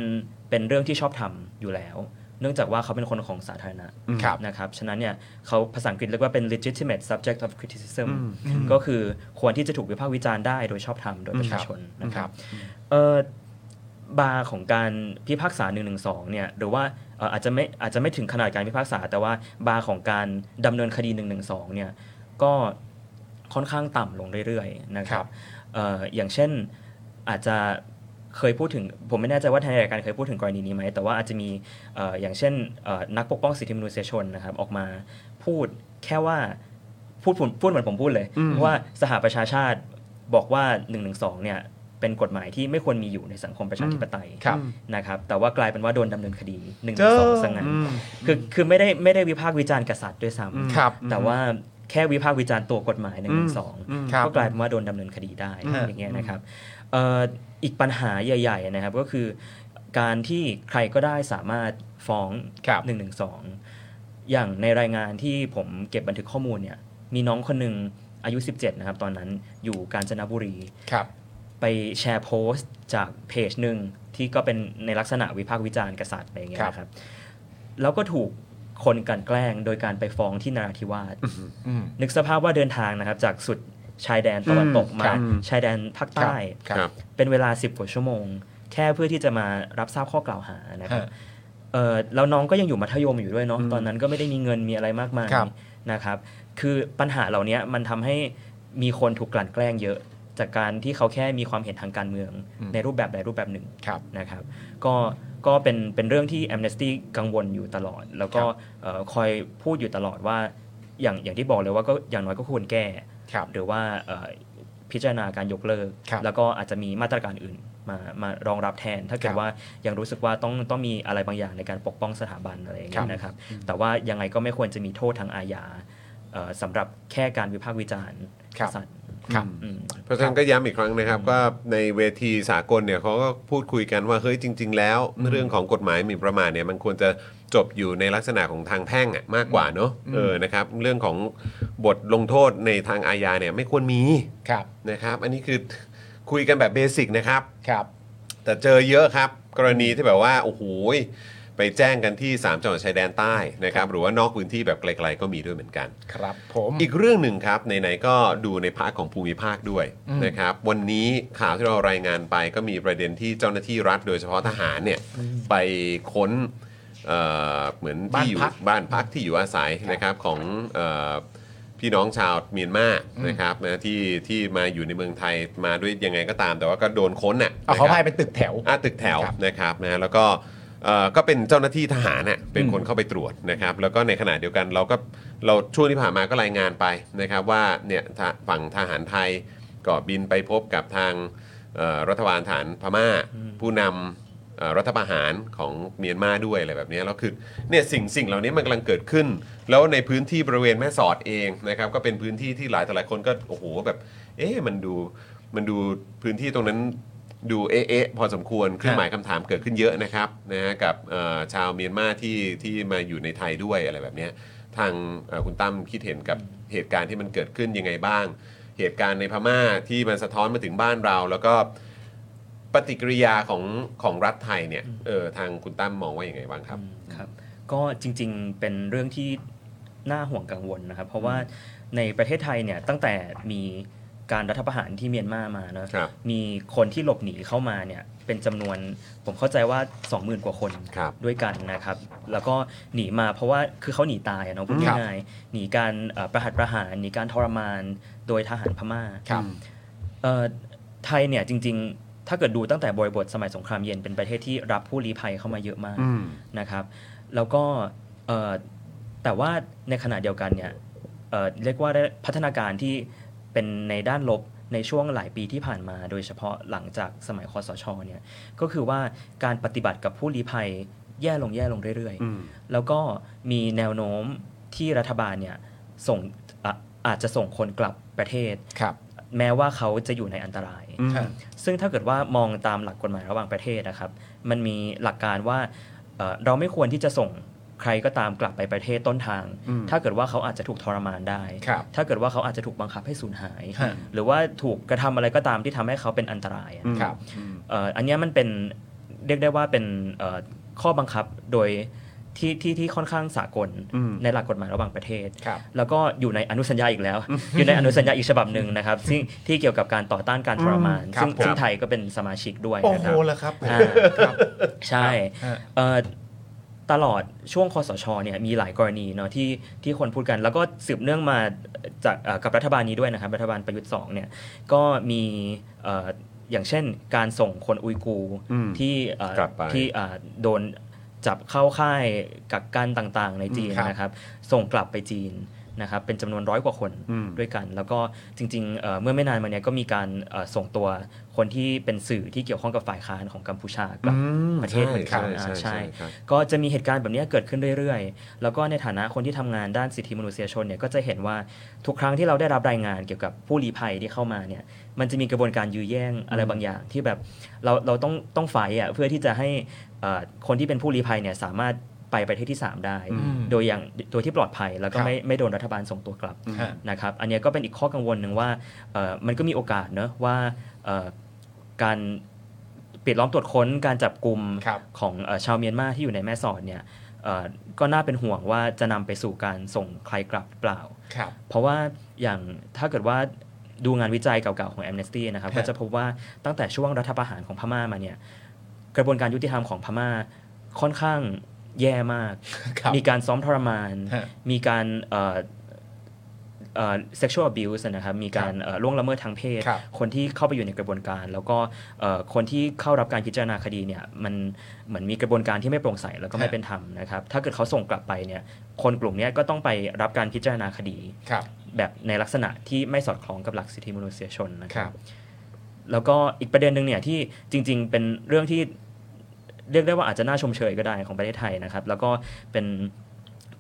[SPEAKER 3] เป็นเรื่องที่ชอบทำอยู่แล้ว เนื่องจากว่าเขาเป็นคนของสาธารณะ
[SPEAKER 2] ครับ
[SPEAKER 3] นะครับฉะนั้นเนี่ยเขาภาษาอังกฤษเรียกว่าเป็น legitimate subject of criticism ก็คือควรที่จะถูกวิพากษ์วิจารณ์ได้โดยชอบธรรมโดยประชาชนนะค
[SPEAKER 2] ครั
[SPEAKER 3] รับ
[SPEAKER 2] บ
[SPEAKER 3] เออบาร์ของการพิพากษา1นึเนี่ย หรือว่าเอ่ออาจจะไม่อาจจะไม่ถึงขนาดการพิพากษา แต่ว่าบาร์ของการดำเนินคดี1นึเนี่ยก็ค่อนข้างต่ำลงเรื่อยๆนะค
[SPEAKER 2] ครั
[SPEAKER 3] รับบ เอ่ออย่างเช่นอาจจะเคยพูดถึง ผมไม่แน่ใจว่าทางรายการเคยพูดถึงกรณีนี้ไหม แต่ว่าอาจจะมีเอ่ออย่างเช่นเอ่อนักปกป้องสิทธิมนุษยชนนะครับออกมาพูดแค่ว่า พูดผมพูดเหมือนผมพูดเลย ว่าสหประชาชาติบอกว่า1นึเนี่ยเป็นกฎหมายที่ไม่ควรมีอยู่ในสังคมประชาธิปไตย
[SPEAKER 2] ครับ
[SPEAKER 3] นะครับแต่ว่ากลายเป็นว่าโดนดำเนินคดี1นึ
[SPEAKER 2] เจ้า
[SPEAKER 3] ซะงั้นคือคือไม่ได้ไม่ได้วิพากษ์วิจารณ์กษัตริย์ด้วยซ้
[SPEAKER 2] ครับ
[SPEAKER 3] ำแต่ว่าแค่วิพากษ์วิจารณ์ตัวกฎหมาย1นึ
[SPEAKER 2] ครับ
[SPEAKER 3] ก็กลายเป็นว่าโดนดำเนินคดีได้
[SPEAKER 2] ฮะ
[SPEAKER 3] อย่างเงี้ยนะครับเอ่ออีกปัญหาใหญ่ ๆ นะครับก็คือ การที่ใครก็ได้สามารถฟ้อง
[SPEAKER 2] ครับ
[SPEAKER 3] 1นึอย่างในรายงานที่ผมเก็บบันทึกข้อมูลเนี่ยมีน้องคนหนึ่งอายุ 17 นะครับ ตอนนั้นอยู่กาญจนบุรี
[SPEAKER 2] ครับ
[SPEAKER 3] ไปแชร์โพสต์จากเพจหนึ่งที่ก็เป็นในลักษณะวิพากษ์วิจารณ์กษัตริย์อะไรอย่างเงี้ยนะครับ แล้วก็ถูกคนกลันแกล้งโดยการไปฟ้องที่นราธิวาส
[SPEAKER 2] อืม
[SPEAKER 3] นึกสภาพว่าเดินทางนะครับ จากสุดชายแดนตะวันตก
[SPEAKER 2] ครั
[SPEAKER 3] มา
[SPEAKER 2] บ
[SPEAKER 3] ชายแดนภาคใต้
[SPEAKER 2] ครับ
[SPEAKER 1] ครับ
[SPEAKER 3] เป็นเวลา 10 กว่าชั่วโมง แค่เพื่อที่จะมารับทราบข้อกล่าวหานะครับ
[SPEAKER 2] ฮะ
[SPEAKER 3] เออแล้วน้องก็ยังอยู่มัธยมอยู่ด้วยเนาะ
[SPEAKER 2] อืม
[SPEAKER 3] ตอนนั้นก็ไม่ได้มีเงินมีอะไรมากมาย
[SPEAKER 2] ครับ
[SPEAKER 3] นะครับ คือปัญหาเหล่านี้มันทำให้มีคนถูกกลั่นแกล้งเยอะ จากการที่เขาแค่มีความเห็นทางการเมือง ในรูปแบบใดรูปแบบหนึ่ง
[SPEAKER 2] ครับ
[SPEAKER 3] นะครับก็ก็เป็นเป็นเรื่องที่ Amnesty กังวลอยู่ตลอด แล้วก็
[SPEAKER 2] ครับ
[SPEAKER 3] เอ่อคอยพูดอยู่ตลอดว่าอย่างอย่างที่บอกเลยว่าก็อย่างน้อยก็ควรแก้
[SPEAKER 2] ครับ
[SPEAKER 3] หรือว่าเอ่อพิจารณาการยกเลิก
[SPEAKER 2] ครับ
[SPEAKER 3] แล้วก็อาจจะมีมาตรการอื่นมามารองรับแทน ถ้าเกิ
[SPEAKER 2] ครั
[SPEAKER 3] ด
[SPEAKER 2] บ
[SPEAKER 3] ว่ายังรู้สึกว่าต้องต้องมีอะไรบางอย่างในการปกป้องสถาบันอะไรอย่าง
[SPEAKER 2] ครั
[SPEAKER 3] เงี้
[SPEAKER 2] บ
[SPEAKER 3] ยนะครับ แต่ว่ายังไงก็ไม่ควรจะมีโทษทางอาญาเอ่อสำหรับแค่การวิพากษ์วิจารณ์
[SPEAKER 2] ครับ
[SPEAKER 3] สัตว์
[SPEAKER 2] ครับ
[SPEAKER 3] อืม
[SPEAKER 1] เพราะฉะนั้นก็ย้ำอีกครั้งนะครับว่าในเวทีสากลเนี่ยเขาก็พูดคุยกันว่าเฮ้ยจริง ๆ แล้ว เรื่องของกฎหมายหมิ่นประมาทเนี่ยมันควรจะจบอยู่ในลักษณะของทางแพ่งอะมากกว่าเนอะเออนะครับเรื่องของบทลงโทษในทางอาญาเนี่ยไม่ควรมี
[SPEAKER 2] ครับ
[SPEAKER 1] นะครับ อันนี้คือคุยกันแบบเบสิกนะครับ
[SPEAKER 2] ครับ
[SPEAKER 1] แต่เจอเยอะครับ กรณีที่แบบว่าโอ้โหยไปแจ้งกันที่ 3 จังหวัดชายแดนใต้นะครับหรือว่านอกพื้นที่แบบไกล ๆ ก็มีด้วยเหมือนกัน
[SPEAKER 2] ครับผม
[SPEAKER 1] อีกเรื่องหนึ่งครับไหนๆก็ดูในพาร์ทของภูมิภาคด้วย
[SPEAKER 2] อืม
[SPEAKER 1] นะครับวันนี้ข่าวที่เรารายงานไปก็มีประเด็นที่เจ้าหน้าที่รัฐ โดยเฉพาะทหารเนี่ยไปค้นเอ่อเหมือนที่อยู่บ้านพักที่อยู่อาศัยนะครับของเอ่อพี่น้องชาวเมียนมานะครับนะที่ที่มาอยู่ในเมืองไทยมาด้วยยังไงก็ตาม แต่ว่าก็โดนค้นน่ะ
[SPEAKER 2] เอาขอ
[SPEAKER 1] นะ
[SPEAKER 2] พา
[SPEAKER 1] ค
[SPEAKER 2] ย
[SPEAKER 1] รับ
[SPEAKER 2] เป็นตึกแถว
[SPEAKER 1] อ่าตึกแถว
[SPEAKER 2] ครับ
[SPEAKER 1] นะครับนะแล้วก็เอ่อก็เป็นเจ้าหน้าที่ทหารน่ะเป็นคนเข้าไปตรวจนะครับแล้วก็ในขณะเดียวกันเราก็เราช่วงที่ผ่านมาก็รายงานไปนะครับว่าเนี่ยทะฝั่งทหารไทยก็บินไปพบกับทางเอ่อรัฐบาลฐานพม่า ผู้นำเอ่อรัฐประหารของเมียนมาด้วยอะไรแบบเนี้ยแล้วคือเนี่ยสิ่งสิ่งเหล่านี้มันกำลังเกิดขึ้น แล้วในพื้นที่บริเวณแม่สอดเองนะครับก็เป็นพื้นที่ที่หลายต่อหลายคนก็โอ้โหแบบเอ๊ะมันดูมันดูพื้นที่ตรงนั้น ดูเอ๊ะๆพอสมควรเครื่องหมายคำถามเกิดขึ้นเยอะนะครับนะฮะกับเอ่อชาวเมียนมาที่ที่มาอยู่ในไทยด้วยอะไรแบบเนี้ยทางเอ่อคุณตั้มคิดเห็นกับเหตุการณ์ที่มันเกิดขึ้นยังไงบ้าง เหตุการณ์ในพม่าที่มันสะท้อนมาถึงบ้านเรา แล้วก็ปฏิกิริยาของของรัฐไทยเนี่ยเออทางคุณตั้มมองว่าอย่างไงบ้างครับ
[SPEAKER 3] อืมครับก็จริงๆเป็นเรื่องที่น่าห่วงกังวลนะครับ เพราะว่าในประเทศไทยเนี่ยตั้งแต่มีการรัฐประหารที่เมียนมามานะครับ มีคนที่หลบหนีเข้ามาเนี่ยเป็นจำนวนผมเข้าใจว่า 20,000 กว่าคน
[SPEAKER 1] ครับ
[SPEAKER 3] ด้วยกันนะครับ แล้วก็หนีมาเพราะว่าคือเขาหนีตายอะเนาะพูด
[SPEAKER 2] ครับ
[SPEAKER 3] ง่ายๆหนีการเอ่อประหัตประหารหนีการทรมานโดยทหารพม่า
[SPEAKER 2] ครับ
[SPEAKER 3] เอ่อไทยเนี่ยจริง ๆ ถ้าเกิดดูตั้งแต่บริบทสมัยสงครามเย็นเป็นประเทศที่รับผู้ลี้ภัยเข้ามาเยอะมากนะครับ แล้วก็เอ่อแต่ว่าในขณะเดียวกันเนี่ยเอ่อเรียกว่าได้พัฒนาการที่เป็นในด้านลบในช่วงหลายปีที่ผ่านมา โดยเฉพาะหลังจากสมัยคอสชเนี่ย ก็คือว่าการปฏิบัติกับผู้ลี้ภัยแย่ลงแย่ลงเรื่อยๆ แล้วก็มีแนวโน้มที่รัฐบาลเนี่ยส่งอะอาจจะส่งคนกลับประเทศ
[SPEAKER 2] ครับ
[SPEAKER 3] แม้ว่าเขาจะอยู่ในอันตราย
[SPEAKER 2] ฮะ
[SPEAKER 3] ซึ่งถ้าเกิดว่ามองตามหลักกฎหมายระหว่างประเทศนะครับ มันมีหลักการว่าเอ่อเราไม่ควรที่จะส่งใครก็ตามกลับไปประเทศต้นทาง ถ้าเกิดว่าเขาอาจจะถูกทรมานได้
[SPEAKER 2] ครับ
[SPEAKER 3] ถ้าเกิดว่าเขาอาจจะถูกบังคับให้สูญหาย
[SPEAKER 2] ฮะ
[SPEAKER 3] หรือว่าถูกกระทำอะไรก็ตามที่ทำให้เขาเป็นอันตรายอะ
[SPEAKER 2] ครับ
[SPEAKER 3] เอ่ออันเนี้ยมันเป็นเรียกได้ว่าเป็นเอ่อข้อบังคับโดยที่ที่ที่ค่อนข้างสากลในหลักกฎหมายระหว่างประเทศ
[SPEAKER 2] ครับ
[SPEAKER 3] แล้วก็อยู่ในอนุสัญญาอีกแล้ว อยู่ในอนุสัญญาอีกฉบับหนึ่งนะครับซึ่งที่เกี่ยวกับการต่อต้านการทรมาน
[SPEAKER 2] ครับ
[SPEAKER 3] ซึ่ง
[SPEAKER 2] ผม
[SPEAKER 3] ซึ่งไทยก็เป็นสมาชิกด้วย
[SPEAKER 2] โอ้
[SPEAKER 3] นะ
[SPEAKER 2] โห
[SPEAKER 3] ครับ
[SPEAKER 2] แล้วครับผม
[SPEAKER 3] อ่า
[SPEAKER 2] ครับ
[SPEAKER 3] ใช่
[SPEAKER 2] ฮะ
[SPEAKER 3] เอ่อตลอดช่วงคอสชเนี่ยมีหลายกรณีเนาะที่ที่คนพูดกัน แล้วก็สืบเนื่องมาจากเอ่อกับรัฐบาลนี้ด้วยนะครับรัฐบาลประยุทธ์สองเนี่ย ก็มีเอ่ออย่างเช่นการส่งคนอุยกูร์ที่เอ่อก
[SPEAKER 1] ลับไป
[SPEAKER 3] ที่เอ่อโดนจับเข้าค่ายกักกันต่างๆ ในจีน
[SPEAKER 2] ครับ
[SPEAKER 3] นะครับ ส่งกลับไปจีน นะครับเป็นจำนวนร้อยกว่าคนด้วยกัน แล้วก็จริงๆเอ่อเมื่อไม่นานมาเนี้ยก็มีการเอ่อส่งตัวคนที่เป็นสื่อที่เกี่ยวข้องกับฝ่ายค้านของกัมพูชากลับประเทศเหมือนกันอ่า
[SPEAKER 1] ใช่ใช่
[SPEAKER 3] ใช่
[SPEAKER 1] ใช่ครับ
[SPEAKER 3] ก็จะมีเหตุการณ์แบบนี้เกิดขึ้นเรื่อยๆ แล้วก็ในฐานะคนที่ทำงานด้านสิทธิมนุษยชนเนี่ยก็จะเห็นว่าทุกครั้งที่เราได้รับรายงานเกี่ยวกับผู้ลี้ภัยที่เข้ามาเนี่ยมันจะมีกระบวนการยื้อแย่งอะไรบางอย่าง ที่แบบเราเราต้องต้องไฟท์อ่ะเพื่อที่จะให้เอ่อคนที่เป็นผู้ลี้ภัยเนี่ยสามารถไปประเทศที่ 3 ได้ โดยอย่างโดยที่ปลอดภัยแล้วก็ไม่ไม่โดนรัฐบาลส่งตัวกลับ
[SPEAKER 2] ฮะ
[SPEAKER 3] นะครับอันเนี้ยก็เป็นอีกข้อกังวลหนึ่งว่าเอ่อมันก็มีโอกาสเนอะว่าเอ่อการปิดล้อมตรวจค้นการจับกลุ่ม
[SPEAKER 2] ครับ
[SPEAKER 3] ของเออชาวเมียนมาที่อยู่ในแม่สอดเนี่ยเอ่อก็น่าเป็นห่วงว่าจะนำไปสู่การส่งใครกลับหรือเปล่า
[SPEAKER 2] ครับ
[SPEAKER 3] เพราะว่าอย่างถ้าเกิดว่าดูงานวิจัยเก่าๆของ Amnesty นะครับ
[SPEAKER 2] ฮะ
[SPEAKER 3] ก็จะพบว่าตั้งแต่ช่วงรัฐประหารของพม่ามาเนี่ยกระบวนการยุติธรรมของพม่าค่อนข้างแย่มาก
[SPEAKER 2] ครับ
[SPEAKER 3] มีการซ้อมทรมาน
[SPEAKER 2] ฮะ
[SPEAKER 3] มีการเอ่อเอ่อ sexual abuse นะครับ มีการเอ่อล่วงละเมิดทางเพศ
[SPEAKER 2] ครับ
[SPEAKER 3] คนที่เข้าไปอยู่ในกระบวนการ แล้วก็เอ่อคนที่เข้ารับการพิจารณาคดีเนี่ย มันเหมือนมีกระบวนการที่ไม่โปร่งใส แล้วก็ไม่
[SPEAKER 2] ฮะ
[SPEAKER 3] เป็นธรรมนะครับ ถ้าเกิดเขาส่งกลับไปเนี่ย คนกลุ่มเนี้ยก็ต้องไปรับการพิจารณาคดี
[SPEAKER 2] ครับ
[SPEAKER 3] แบบในลักษณะที่ไม่สอดคล้องกับหลักสิทธิมนุษยชนนะค
[SPEAKER 2] ครั
[SPEAKER 3] รับ บ แล้วก็อีกประเด็นหนึ่งเนี่ยที่จริง ๆ เป็นเรื่องที่เรียกได้ว่าอาจจะน่าชมเชยก็ได้ของประเทศไทยนะครับ แล้วก็เป็น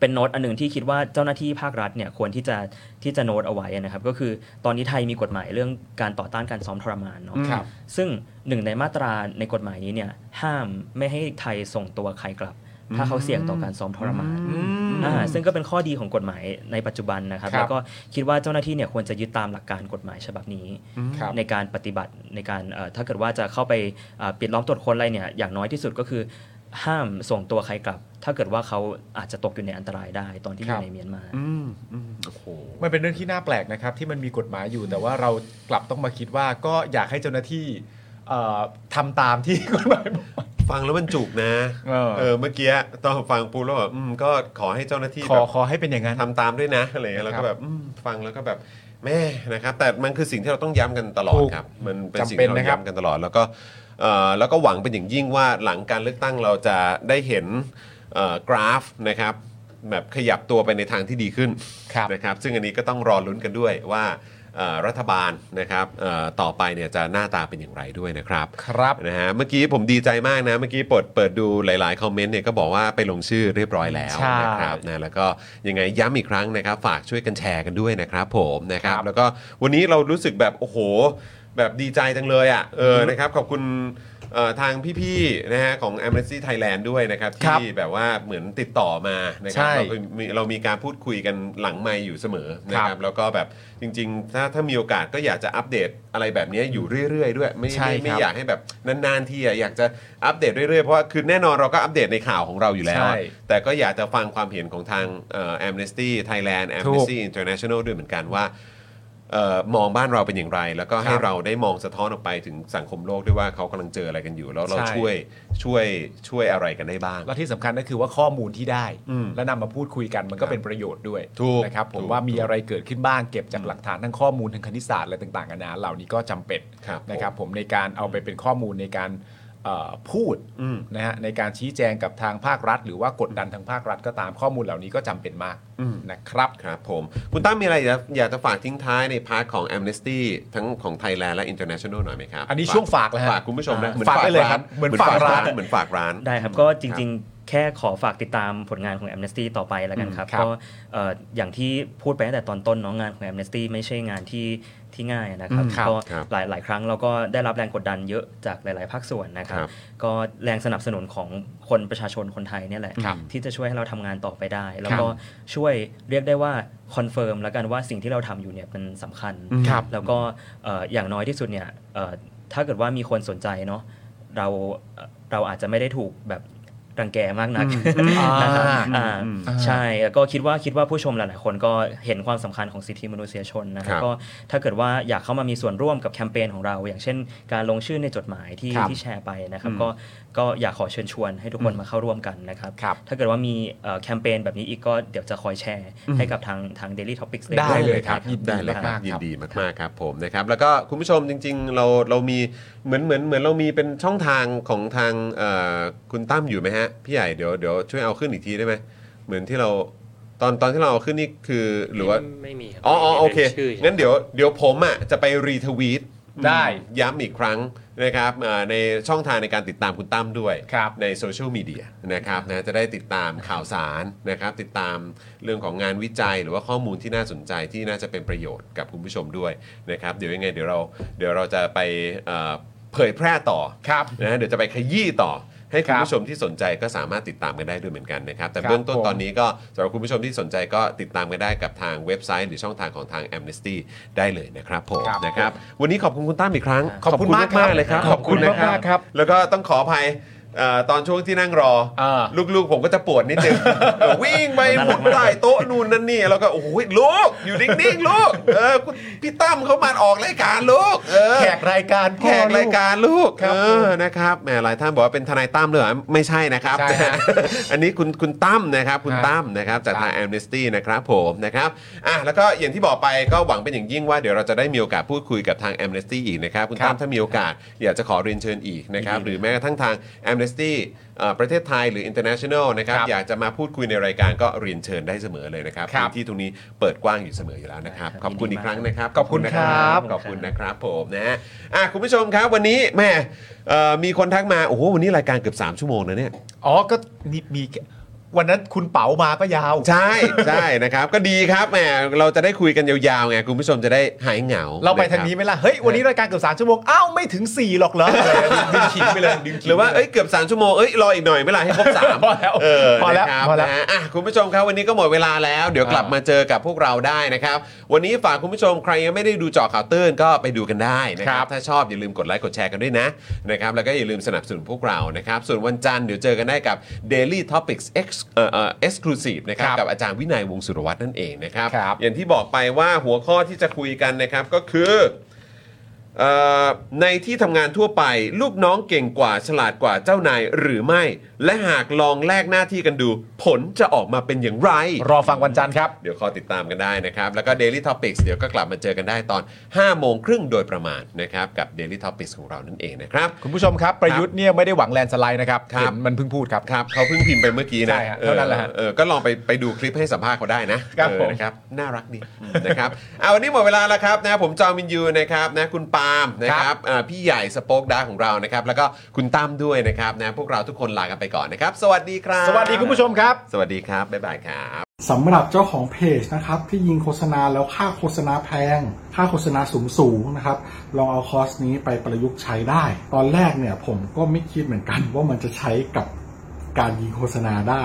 [SPEAKER 3] เป็นโน้ตอันหนึ่งที่คิดว่าเจ้าหน้าที่ภาครัฐเนี่ยควรที่จะที่จะโน้ตเอาไว้นะครับ ก็คือตอนนี้ไทยมีกฎหมายเรื่องการต่อต้านการซ้อมทรมานเนาะ
[SPEAKER 2] ครับ
[SPEAKER 3] ซึ่งหนึ่งในมาตราในกฎหมายนี้เนี่ยห้ามไม่ให้ไทยส่งตัวใครกลับ ถ้าเขาเสี่ยงต่อการซ้อมทรมาน อ่าซึ่งก็เป็นข้อดีของกฎหมายในปัจจุบันนะครับ
[SPEAKER 2] ครับ
[SPEAKER 3] แล้วก็คิดว่าเจ้าหน้าที่เนี่ยควรจะยึดตามหลักการกฎหมายฉบับนี้
[SPEAKER 2] ครับ
[SPEAKER 3] ในการปฏิบัติในการเอ่อถ้าเกิดว่าจะเข้าไปเอ่อปิดล้อมตรวจคนอะไรเนี่ยอย่างน้อยที่สุดก็คือ ห้ามส่งตัวใครกลับ ถ้าเกิดว่าเขาอาจจะตกอยู่ในอันตรายได้ตอนที่อ
[SPEAKER 2] ครั
[SPEAKER 3] ยู่
[SPEAKER 2] บ
[SPEAKER 3] ในเมียนมา
[SPEAKER 1] อืมอืมโอ้โห
[SPEAKER 2] มันเป็นเรื่องที่น่าแปลกนะครับ ที่มันมีกฎหมายอยู่แต่ว่าเรากลับต้องมาคิดว่าก็อยากให้เจ้าหน้าที่เอ่อทำตามที่กฎหมายบอก
[SPEAKER 1] ฟังแล้วมันจุกนะ
[SPEAKER 2] เออ
[SPEAKER 1] เออเมื่อกี้ตอนฟังปูแล้วแบบอืมก็ขอให้เจ้าหน้าที่
[SPEAKER 2] ขอ
[SPEAKER 1] แบบ
[SPEAKER 2] ขอให้เป็นอย่างนั้น
[SPEAKER 1] ทำตามด้วยนะอะไรเงี้ยแล้วก็แบบอืมฟังแล้วก็แบบแม่นะครับ แต่มันคือสิ่งที่เราต้องย้ำกันตลอด
[SPEAKER 2] ถูก
[SPEAKER 1] ครับ มันเป็นสิ่ง
[SPEAKER 2] จำเป็น
[SPEAKER 1] ที่เรา
[SPEAKER 2] นะครับ
[SPEAKER 1] ย้ำกันตลอด แล้วก็เอ่อแล้วก็หวังเป็นอย่างยิ่งว่าหลังการเลือกตั้งเราจะได้เห็นเอ่อกราฟนะครับแบบขยับตัวไปในทางที่ดีขึ้น
[SPEAKER 2] ครับ
[SPEAKER 1] นะครับซึ่งอันนี้ก็ต้องรอลุ้นกันด้วยว่าเอ่อรัฐบาลนะครับเอ่อต่อไปเนี่ยจะหน้าตาเป็นอย่างไรด้วยนะครับ
[SPEAKER 2] ครับ
[SPEAKER 1] นะฮะเมื่อกี้ผมดีใจมากนะเมื่อกี้เปิดเปิดดูหลายๆคอมเมนต์เนี่ยก็บอกว่าไปลงชื่อเรียบร้อยแล้ว
[SPEAKER 2] ใช่
[SPEAKER 1] นะครับนะแล้วก็ยังไงย้ำอีกครั้งนะครับ ฝากช่วยกันแชร์กันด้วยนะครับผมนะครับ
[SPEAKER 2] ครับ
[SPEAKER 1] แล้วก็วันนี้เรารู้สึกแบบโอ้โห แบบดีใจจังเลยอ่ะเออนะครับขอบคุณเอ่อทางพี่ๆนะฮะของ Amnesty Thailand ด้วยนะครับ
[SPEAKER 2] ครับ
[SPEAKER 1] ที่แบบว่าเหมือนติดต่อมานะครับ
[SPEAKER 2] ใช่
[SPEAKER 1] เราก็ มีเรามีการพูดคุยกันหลังไม่อยู่เสมอนะค
[SPEAKER 2] ครั
[SPEAKER 1] รับบ แล้วก็แบบจริงๆ ถ้าถ้ามีโอกาสก็อยากจะอัปเดตอะไรแบบนี้อยู่เรื่อยๆ ด้วยไม่
[SPEAKER 2] ใช่
[SPEAKER 1] ไม่
[SPEAKER 2] ครับ
[SPEAKER 1] ไม่อยากให้แบบนานๆทีอะอยากจะอัปเดตเรื่อยๆ เพราะว่าคือแน่นอนเราก็อัปเดตในข่าวของเราอยู่แล้วอะ
[SPEAKER 2] ใช่
[SPEAKER 1] แต่ก็อยากจะฟังความเห็นของทางแอมเนสตี้ไทยแลนด์แอมเนสตี้อินเตอร์เนชั่นแนลด้วยเหมือนกันว่าเอ่อมองบ้านเราเป็นอย่างไร แล้วก็ให้
[SPEAKER 2] ครับ
[SPEAKER 1] เราได้มองสะท้อนออกไปถึงสังคมโลกด้วยว่าเขากำลังเจออะไรกันอยู่ แล้วเรา
[SPEAKER 2] ใช่
[SPEAKER 1] ช่วยช่วยช่วยอะไรกันได้บ้าง
[SPEAKER 2] แล้วที่สำคัญก็คือว่าข้อมูลที่ได้
[SPEAKER 1] อืม
[SPEAKER 2] และนำมาพูดคุยกันมันก็เป็นประโยชน์ด้วย
[SPEAKER 1] ถูก
[SPEAKER 2] นะครับผ
[SPEAKER 1] ถู
[SPEAKER 2] ม
[SPEAKER 1] ก
[SPEAKER 2] ว่ามี
[SPEAKER 1] ถูก
[SPEAKER 2] อะไรเกิดขึ้นบ้างเก็บจากหลักฐานทั้งข้อมูลทางคณิตศาสตร์อะไรต่างๆกันานาเหล่านี้ก็จำเป็น
[SPEAKER 1] ครับ
[SPEAKER 2] นะครับ ผมในการเอาไปเป็นข้อมูลในการเอ่อพูด
[SPEAKER 1] อืม
[SPEAKER 2] นะฮะในการชี้แจงกับทางภาครัฐ หรือว่ากดดันทางภาครัฐก็ตามข้อมูลเหล่านี้ก็จำเป็นมากนะครับ
[SPEAKER 1] ครับผมคุณตั้มมีอะไรอยากอยากจะฝากทิ้งท้ายในพาร์ทของ Amnesty ทั้งของไทยแลนด์และ International หน่อยไหมครับ
[SPEAKER 2] อันนี้ช่วงฝากแล้วฮะ
[SPEAKER 1] ฝากคุณผู้ชมนะ
[SPEAKER 2] อ่า
[SPEAKER 1] หมือน
[SPEAKER 2] ฝากได้เลยครับ
[SPEAKER 1] เหมือน
[SPEAKER 2] เหมื
[SPEAKER 1] ฝา
[SPEAKER 2] อกนฝาก
[SPEAKER 1] ร้า
[SPEAKER 2] ร้าน น
[SPEAKER 1] เหมือนฝากร้าน
[SPEAKER 3] ได้ครับ ก็จริงๆ แค่ขอฝากติดตามผลงานของ Amnesty ต่อไปแล้วกันครับ
[SPEAKER 2] อืมครับ
[SPEAKER 3] ก็เอ่ออย่างที่พูดไปตั้งแต่ตอนต้นเน้องงานของ Amnesty ไม่ใช่งานที่ที่ง่ายนะครับ
[SPEAKER 2] อืมครับ
[SPEAKER 3] ก็
[SPEAKER 1] ครับ
[SPEAKER 3] หลายหลายครั้งเราก็ได้รับแรงกดดันเยอะจากหลาย ๆ ภาคส่วนนะครับ
[SPEAKER 1] ครับ
[SPEAKER 3] ก็แรงสนับสนุนของคนประชาชนคนไทยเนี่ยแหละ
[SPEAKER 2] ครับ
[SPEAKER 3] ที่จะช่วยให้เราทำงานต่อไปได้ แล้วก็ช่วยเรียกได้ว่าคอนเฟิร์มแล้วกันว่าสิ่งที่เราทำอยู่เนี่ยมันสำคัญ
[SPEAKER 2] ครับ
[SPEAKER 3] แล้วก็เอ่ออย่างน้อยที่สุดเนี่ยเอ่อถ้าเกิดว่ามีคนสนใจเนาะเราเอ่อเราอาจจะไม่ได้ถูกแบบรังแกมากนักนะครับอ่าใช่แล้วก็คิดว่าคิดว่าผู้ชมหลาย ๆ คนก็เห็นความสำคัญของสิทธิมนุษยชนนะค
[SPEAKER 1] ค
[SPEAKER 3] รั
[SPEAKER 1] รั
[SPEAKER 3] บบ ก็ถ้าเกิดว่าอยากเข้ามามีส่วนร่วมกับแคมเปญของเรา อย่างเช่น การลงชื่อในจดหมายที่
[SPEAKER 2] ครับ
[SPEAKER 3] ที่แชร์ไปนะครับก็ก็อยากขอเชิญชวนให้ทุกคนมาเข้าร่วมกันนะครับ
[SPEAKER 2] ครับ
[SPEAKER 3] ถ้าเกิดว่ามีเอ่อแคมเปญแบบนี้อีกก็เดี๋ยวจะคอยแชร์ให้กับทางทาง Daily Topics
[SPEAKER 2] ได้
[SPEAKER 3] ด้ว
[SPEAKER 2] เลยครับยินดี
[SPEAKER 1] ได้เลยค
[SPEAKER 2] มา
[SPEAKER 1] รับ
[SPEAKER 2] กๆครับ
[SPEAKER 1] ยินดีมากๆครับผมนะครับแล้วก็คุณผู้ชมจริง ๆ เราเรามีเหมือนเหมือนเหมือนเรามีเป็นช่องทางของทางเอ่อคุณตั้มอยู่ไหมฮะ พี่ใหญ่เดี๋ยวเดี๋ยวช่วยเอาขึ้นอีกทีได้ไหมเหมือนที่เรา ตอนตอนที่เราเอาขึ้นนี่คือหรือว่า
[SPEAKER 4] ไม่มีครับ
[SPEAKER 1] อ๋ออ๋อโอเค
[SPEAKER 4] ป็นชื่
[SPEAKER 1] งั้นเดี๋ยวเดี๋ยวผมอ่ะจะไปรีทวีต
[SPEAKER 2] ได้
[SPEAKER 1] ย้ำอีกครั้งนะครับอ่าในช่องทางในการติดตามคุณตั้มด้วย
[SPEAKER 2] ครับ
[SPEAKER 1] ในโซเชียลมีเดียนะครับนะจะได้ติดตามข่าวสารนะครับ ติดตามเรื่องของงานวิจัย หรือว่าข้อมูลที่น่าสนใจที่น่าจะเป็นประโยชน์กับคุณผู้ชมด้วยนะครับเดี๋ยวยังไงเดี๋ยวเราเดี๋ยวเราจะไปเอ่อเผยแพร่ต่อ
[SPEAKER 2] ครับ
[SPEAKER 1] นะเดี๋ยวจะไปขยี้ต่อ ให้คุ
[SPEAKER 2] ค
[SPEAKER 1] ณ
[SPEAKER 2] รับ
[SPEAKER 1] ผู้ชมที่สนใจก็สามารถติดตามกันได้ด้วยเหมือนกันนะครับ แต่
[SPEAKER 2] ครับ
[SPEAKER 1] เบื้องต้น
[SPEAKER 2] ผม
[SPEAKER 1] ตอนนี้ นี้ก็สำหรับคุณผู้ชมที่สนใจก็ติดตามกันได้กับทางเว็บไซต์หรือช่องทางของทาง Amnesty ได้เลยนะครับผม
[SPEAKER 2] ครับ
[SPEAKER 1] นะครับวันนี้ขอบคุณคุณตั้มอีกครั้ง
[SPEAKER 2] ขอบคุณมากครับ
[SPEAKER 1] เลยครับ
[SPEAKER 2] ขอบคุณ
[SPEAKER 1] นะ
[SPEAKER 2] มากครับ
[SPEAKER 1] แล้วก็ต้องขออภัยเอ่อตอนช่วงที่นั่งรอ
[SPEAKER 2] อ่า
[SPEAKER 1] ลูกๆผมก็จะปวดนิด นึงเออวิ่งไปหมุนใต้โต๊ะนู่นนั่นนี่ แล้วก็โอ้ยลูก อยู่นิ่งๆลูกเออคุณพี่ตั้มเขามาออกรายการลูกเออ
[SPEAKER 2] แขกรายการพ่
[SPEAKER 1] แข
[SPEAKER 2] อ
[SPEAKER 1] กรายการลูก
[SPEAKER 2] ครับ
[SPEAKER 1] เออนะครับแหมหลายท่านบอกว่าเป็นทนายตั้มเลยเหรอไม่ใช่นะครับ
[SPEAKER 2] ไม่ใช่ฮะ
[SPEAKER 1] อันนี้คุณคุณตั้มนะครับ คุณตั้มนะครับจากทางแอมเนสตี้นะครับผมนะครับอ่ะแล้วก็อย่างที่บอกไปก็หวังเป็นอย่างยิ่งว่าเดี๋ยวเราจะได้มีโอกาสพูดคุยกับทางแอมเนสตี้อีกนะครับคุณตั้มถ้ามีโอกาสอยากจะขอเรียนเชิญอีกนะครับหรือแม้กระทั่งทางแอมเนสตี้ประเทศไทยหรือ international นะครับ
[SPEAKER 2] ครับ
[SPEAKER 1] อยากจะมาพูดคุยในรายการก็เรียนเชิญได้เสมอเลยนะครับ
[SPEAKER 2] ครับ
[SPEAKER 1] พื้นที่ตรงนี้เปิดกว้างอยู่เสมออยู่แล้วนะครับขอบคุณอีกครั้งนะครับ
[SPEAKER 2] ขอบคุณครับ
[SPEAKER 1] ขอบคุณนะครับผมนะฮะอ่ะคุณผู้ชมครับวันนี้แหม่เอ่อมีคนทักมา โอ้โห วันนี้รายการเกือบ 3 ชั่วโมงนะเนี่ย
[SPEAKER 2] อ๋อก็มีมีวันนั้นคุณเป๋ามาก็ยาว
[SPEAKER 1] ใช่ ใช่นะครับ ก็ดีครับแหมเราจะได้คุยกันยาวๆไงคุณผู้ชมจะได้หายเหงา
[SPEAKER 2] เราไปทางนี้ไหมล่ะ เฮ้ย วันนี้รายการเกือบสามชั่วโมง อ้าว ไม่ถึง 4 หรอกเหรออะไรอย่างเงี้ยดึงขิงไปเลยดึงขิง
[SPEAKER 1] หรือว่า
[SPEAKER 2] ไปล
[SPEAKER 1] เอ้ยเกือบ 3 ชั่วโมง เอ้ยรออีกหน่อยไหม่ล่ะให้ครบสาม
[SPEAKER 2] พอแล้ว
[SPEAKER 1] เออ
[SPEAKER 2] พอแล้ว
[SPEAKER 1] นะครับ
[SPEAKER 2] พอแล้ว
[SPEAKER 1] นะฮะอ่ะคุณผู้ชมครับวันนี้ก็หมดเวลาแล้ว เดี๋ยวกลับมาเจอกับพวกเราได้นะครับ วันนี้ฝากคุณผู้ชมใครยังไม่ได้ดูเจอข่าวตื้นก็ไปดูกันได้นะค
[SPEAKER 2] ครั
[SPEAKER 1] รับบ ถ้าชอบอย่าลืมกดไลค์กดแชร์กันด้วยนะนะครับแล้วก็อย่าลืมสนับสนุนพวกเรานะครับ ส่วนวันจันทร์เดี๋ยวเจอกันได้กับ Daily Topics Ex เอ่อเอ่อ Exclusive นะครับ
[SPEAKER 2] ครับ
[SPEAKER 1] กับอาจารย์วินัยวงศ์สุรวัตรนั่นเองนะครับ
[SPEAKER 2] ครับ
[SPEAKER 1] อย่างที่บอกไปว่าหัวข้อที่จะคุยกันนะครับก็คือ เอ่อในที่ทำงานทั่วไปลูกน้องเก่งกว่าฉลาดกว่าเจ้านายหรือไม่ และหากลองแลกหน้าที่กันดู ผลจะออกมาเป็นอย่างไร
[SPEAKER 2] รอฟังวันจันทร์ครับ
[SPEAKER 1] เดี๋ยวคอยติดตามกันได้นะครับ แล้วก็ Daily Topics เดี๋ยวก็กลับมาเจอกันได้ตอน 5 โมงครึ่งโดยประมาณนะครับ กับ Daily Topics ของเรานั่นเองนะครับ
[SPEAKER 2] คุณผู้ชมครับ ประยุทธ์เนี่ยไม่ได้หวังแลนด์สไลด์นะครับ
[SPEAKER 1] ครับ
[SPEAKER 2] เห็นมันเพิ่งพูดครับ
[SPEAKER 1] ครับเขาเพิ่งพิมพ์ไปเมื่อกี้นะ
[SPEAKER 2] ใช่ฮะเท่านั้นแหละฮะ
[SPEAKER 1] ออออก็ลองไปไปดูคลิปให้สัมภาษณ์เขาได้นะครับ เออ
[SPEAKER 2] ผม
[SPEAKER 1] นะครับน่ารักดีนะครับเอาวันนี้หมดเวลาแล้วครับนะผมจอมินยูนะครับนะคุณปาล์มนะค
[SPEAKER 2] ครั
[SPEAKER 1] รับบ อ่าพี่ใหญ่สป็อกดาร์กของเรานะครับ แล้วก็คุณตั้มด้วยนะครับนะพวกเราทุกคนลากันไปก่อนนะครับ สวัสดีครับ
[SPEAKER 2] สวัสดีคุณผู้ชมครับ
[SPEAKER 1] สวัสดีครับบ๊ายบายครับ
[SPEAKER 5] สำหรับเจ้าของเพจนะครับที่ยิงโฆษณาแล้วค่าโฆษณาแพง ค่าโฆษณาสูงสูงๆนะครับลองเอาคอร์สนี้ไปประยุกต์ใช้ได้ ตอนแรกเนี่ยผมก็ไม่คิดเหมือนกัน ว่ามันจะใช้กับการยิงโฆษณาได้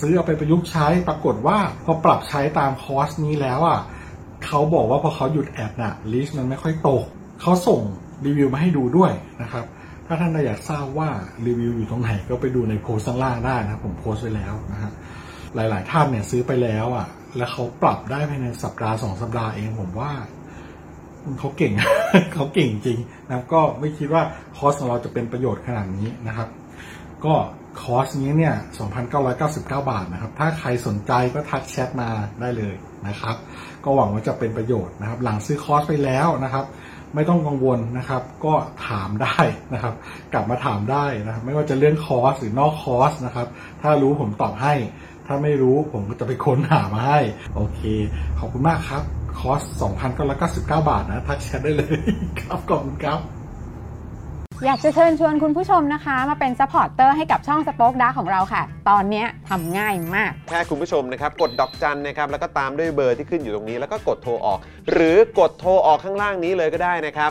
[SPEAKER 5] ซื้อเอาไปประยุกต์ใช้ปรากฏว่าพอปรับใช้ตามคอร์สนี้แล้วอ่ะเขาบอกว่าพอเขาหยุดแอดน่ะลิสต์มันไม่ค่อยตกเขาส่งรีวิวมาให้ดูด้วยนะครับ ถ้าท่านอยากทราบว่ารีวิวอยู่ตรงไหนก็ไปดูในโพสต์ข้างล่างได้นะครับผมโพสต์ไว้แล้วนะฮะ หลาย ๆ ท่านเนี่ยซื้อไปแล้วอ่ะ แล้วเขาปรับได้ภายในสัปดาห์สองสัปดาห์เองผมว่าเขาเก่ง เขาเก่งจริงนะครับก็ไม่คิดว่าคอร์สของเราจะเป็นประโยชน์ขนาดนี้นะครับ ก็คอร์สนี้เนี่ย 2,999 บาทนะครับ ถ้าใครสนใจก็ทักแชทมาได้เลยนะครับ ก็หวังว่าจะเป็นประโยชน์นะครับ หลังซื้อคอร์สไปแล้วนะครับ ไม่ต้องกังวลนะครับ ก็ถามได้นะครับ กลับมาถามได้นะครับ ไม่ว่าจะเรื่องคอร์สหรือนอกคอร์สนะครับ ถ้ารู้ผมตอบให้ ถ้าไม่รู้ผมก็จะไปค้นหามาให้ โอเค ขอบคุณมากครับ คอร์ส 2,999 บาทนะ ทักแชทได้เลยครับขอบคุณครับ
[SPEAKER 6] อยากจะเชิญชวนคุณผู้ชมนะคะ มาเป็นซัพพอร์ตเตอร์ให้กับช่องสป็อคดาของเราค่ะ ตอนเนี้ยทำง่ายมาก
[SPEAKER 1] แค่คุณผู้ชมนะครับ กดดอกจันนะครับ แล้วก็ตามด้วยเบอร์ที่ขึ้นอยู่ตรงนี้ แล้วก็กดโทรออก หรือกดโทรออกข้างล่างนี้เลยก็ได้นะครับ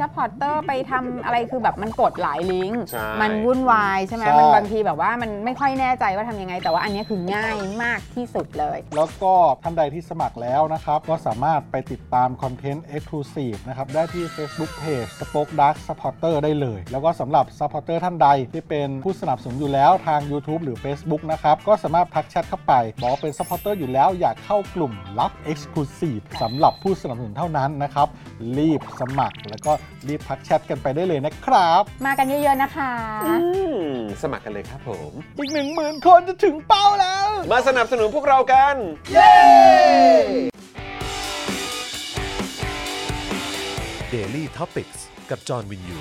[SPEAKER 6] ซัพพอร์ตเตอร์ไปทำอะไรคือแบบมันกดหลายลิงก์
[SPEAKER 1] ใช่
[SPEAKER 6] มันวุ่นวายใช่ไหม
[SPEAKER 5] ใช่
[SPEAKER 6] มันบางทีแบบว่ามันไม่ค่อยแน่ใจว่าทำยังไง แต่ว่าอันเนี้ยคือง่ายมากที่สุดเลย
[SPEAKER 5] แล้วก็ท่านใดที่สมัครแล้วนะครับ ก็สามารถไปติดตามคอนเทนต์ Exclusive นะครับ ได้ที่ Facebook Page Spoke Dark Supporter ได้เลย แล้วก็สำหรับ Supporter ท่านใดที่เป็นผู้สนับสนุนอยู่แล้วทาง YouTube หรือ Facebook นะครับ ก็สามารถทักแชทเข้าไป บอกเป็น Supporter อยู่แล้วอยากเข้ากลุ่มลับ Exclusive สำหรับผู้สนับสนุนเท่านั้นนะครับ รีบสมัครแล้วก็รีบทักแชทกันไปได้เลยนะครับ
[SPEAKER 6] มากันเยอะๆนะคะ
[SPEAKER 1] อืมสมัครกันเลยครับผม
[SPEAKER 5] อีก 1 0,000 คนจะถึงเป้าแล้ว
[SPEAKER 1] มาสนับสนุนพวกเรากัน เย้
[SPEAKER 4] Daily t o p i c กกับจอห์นวินยู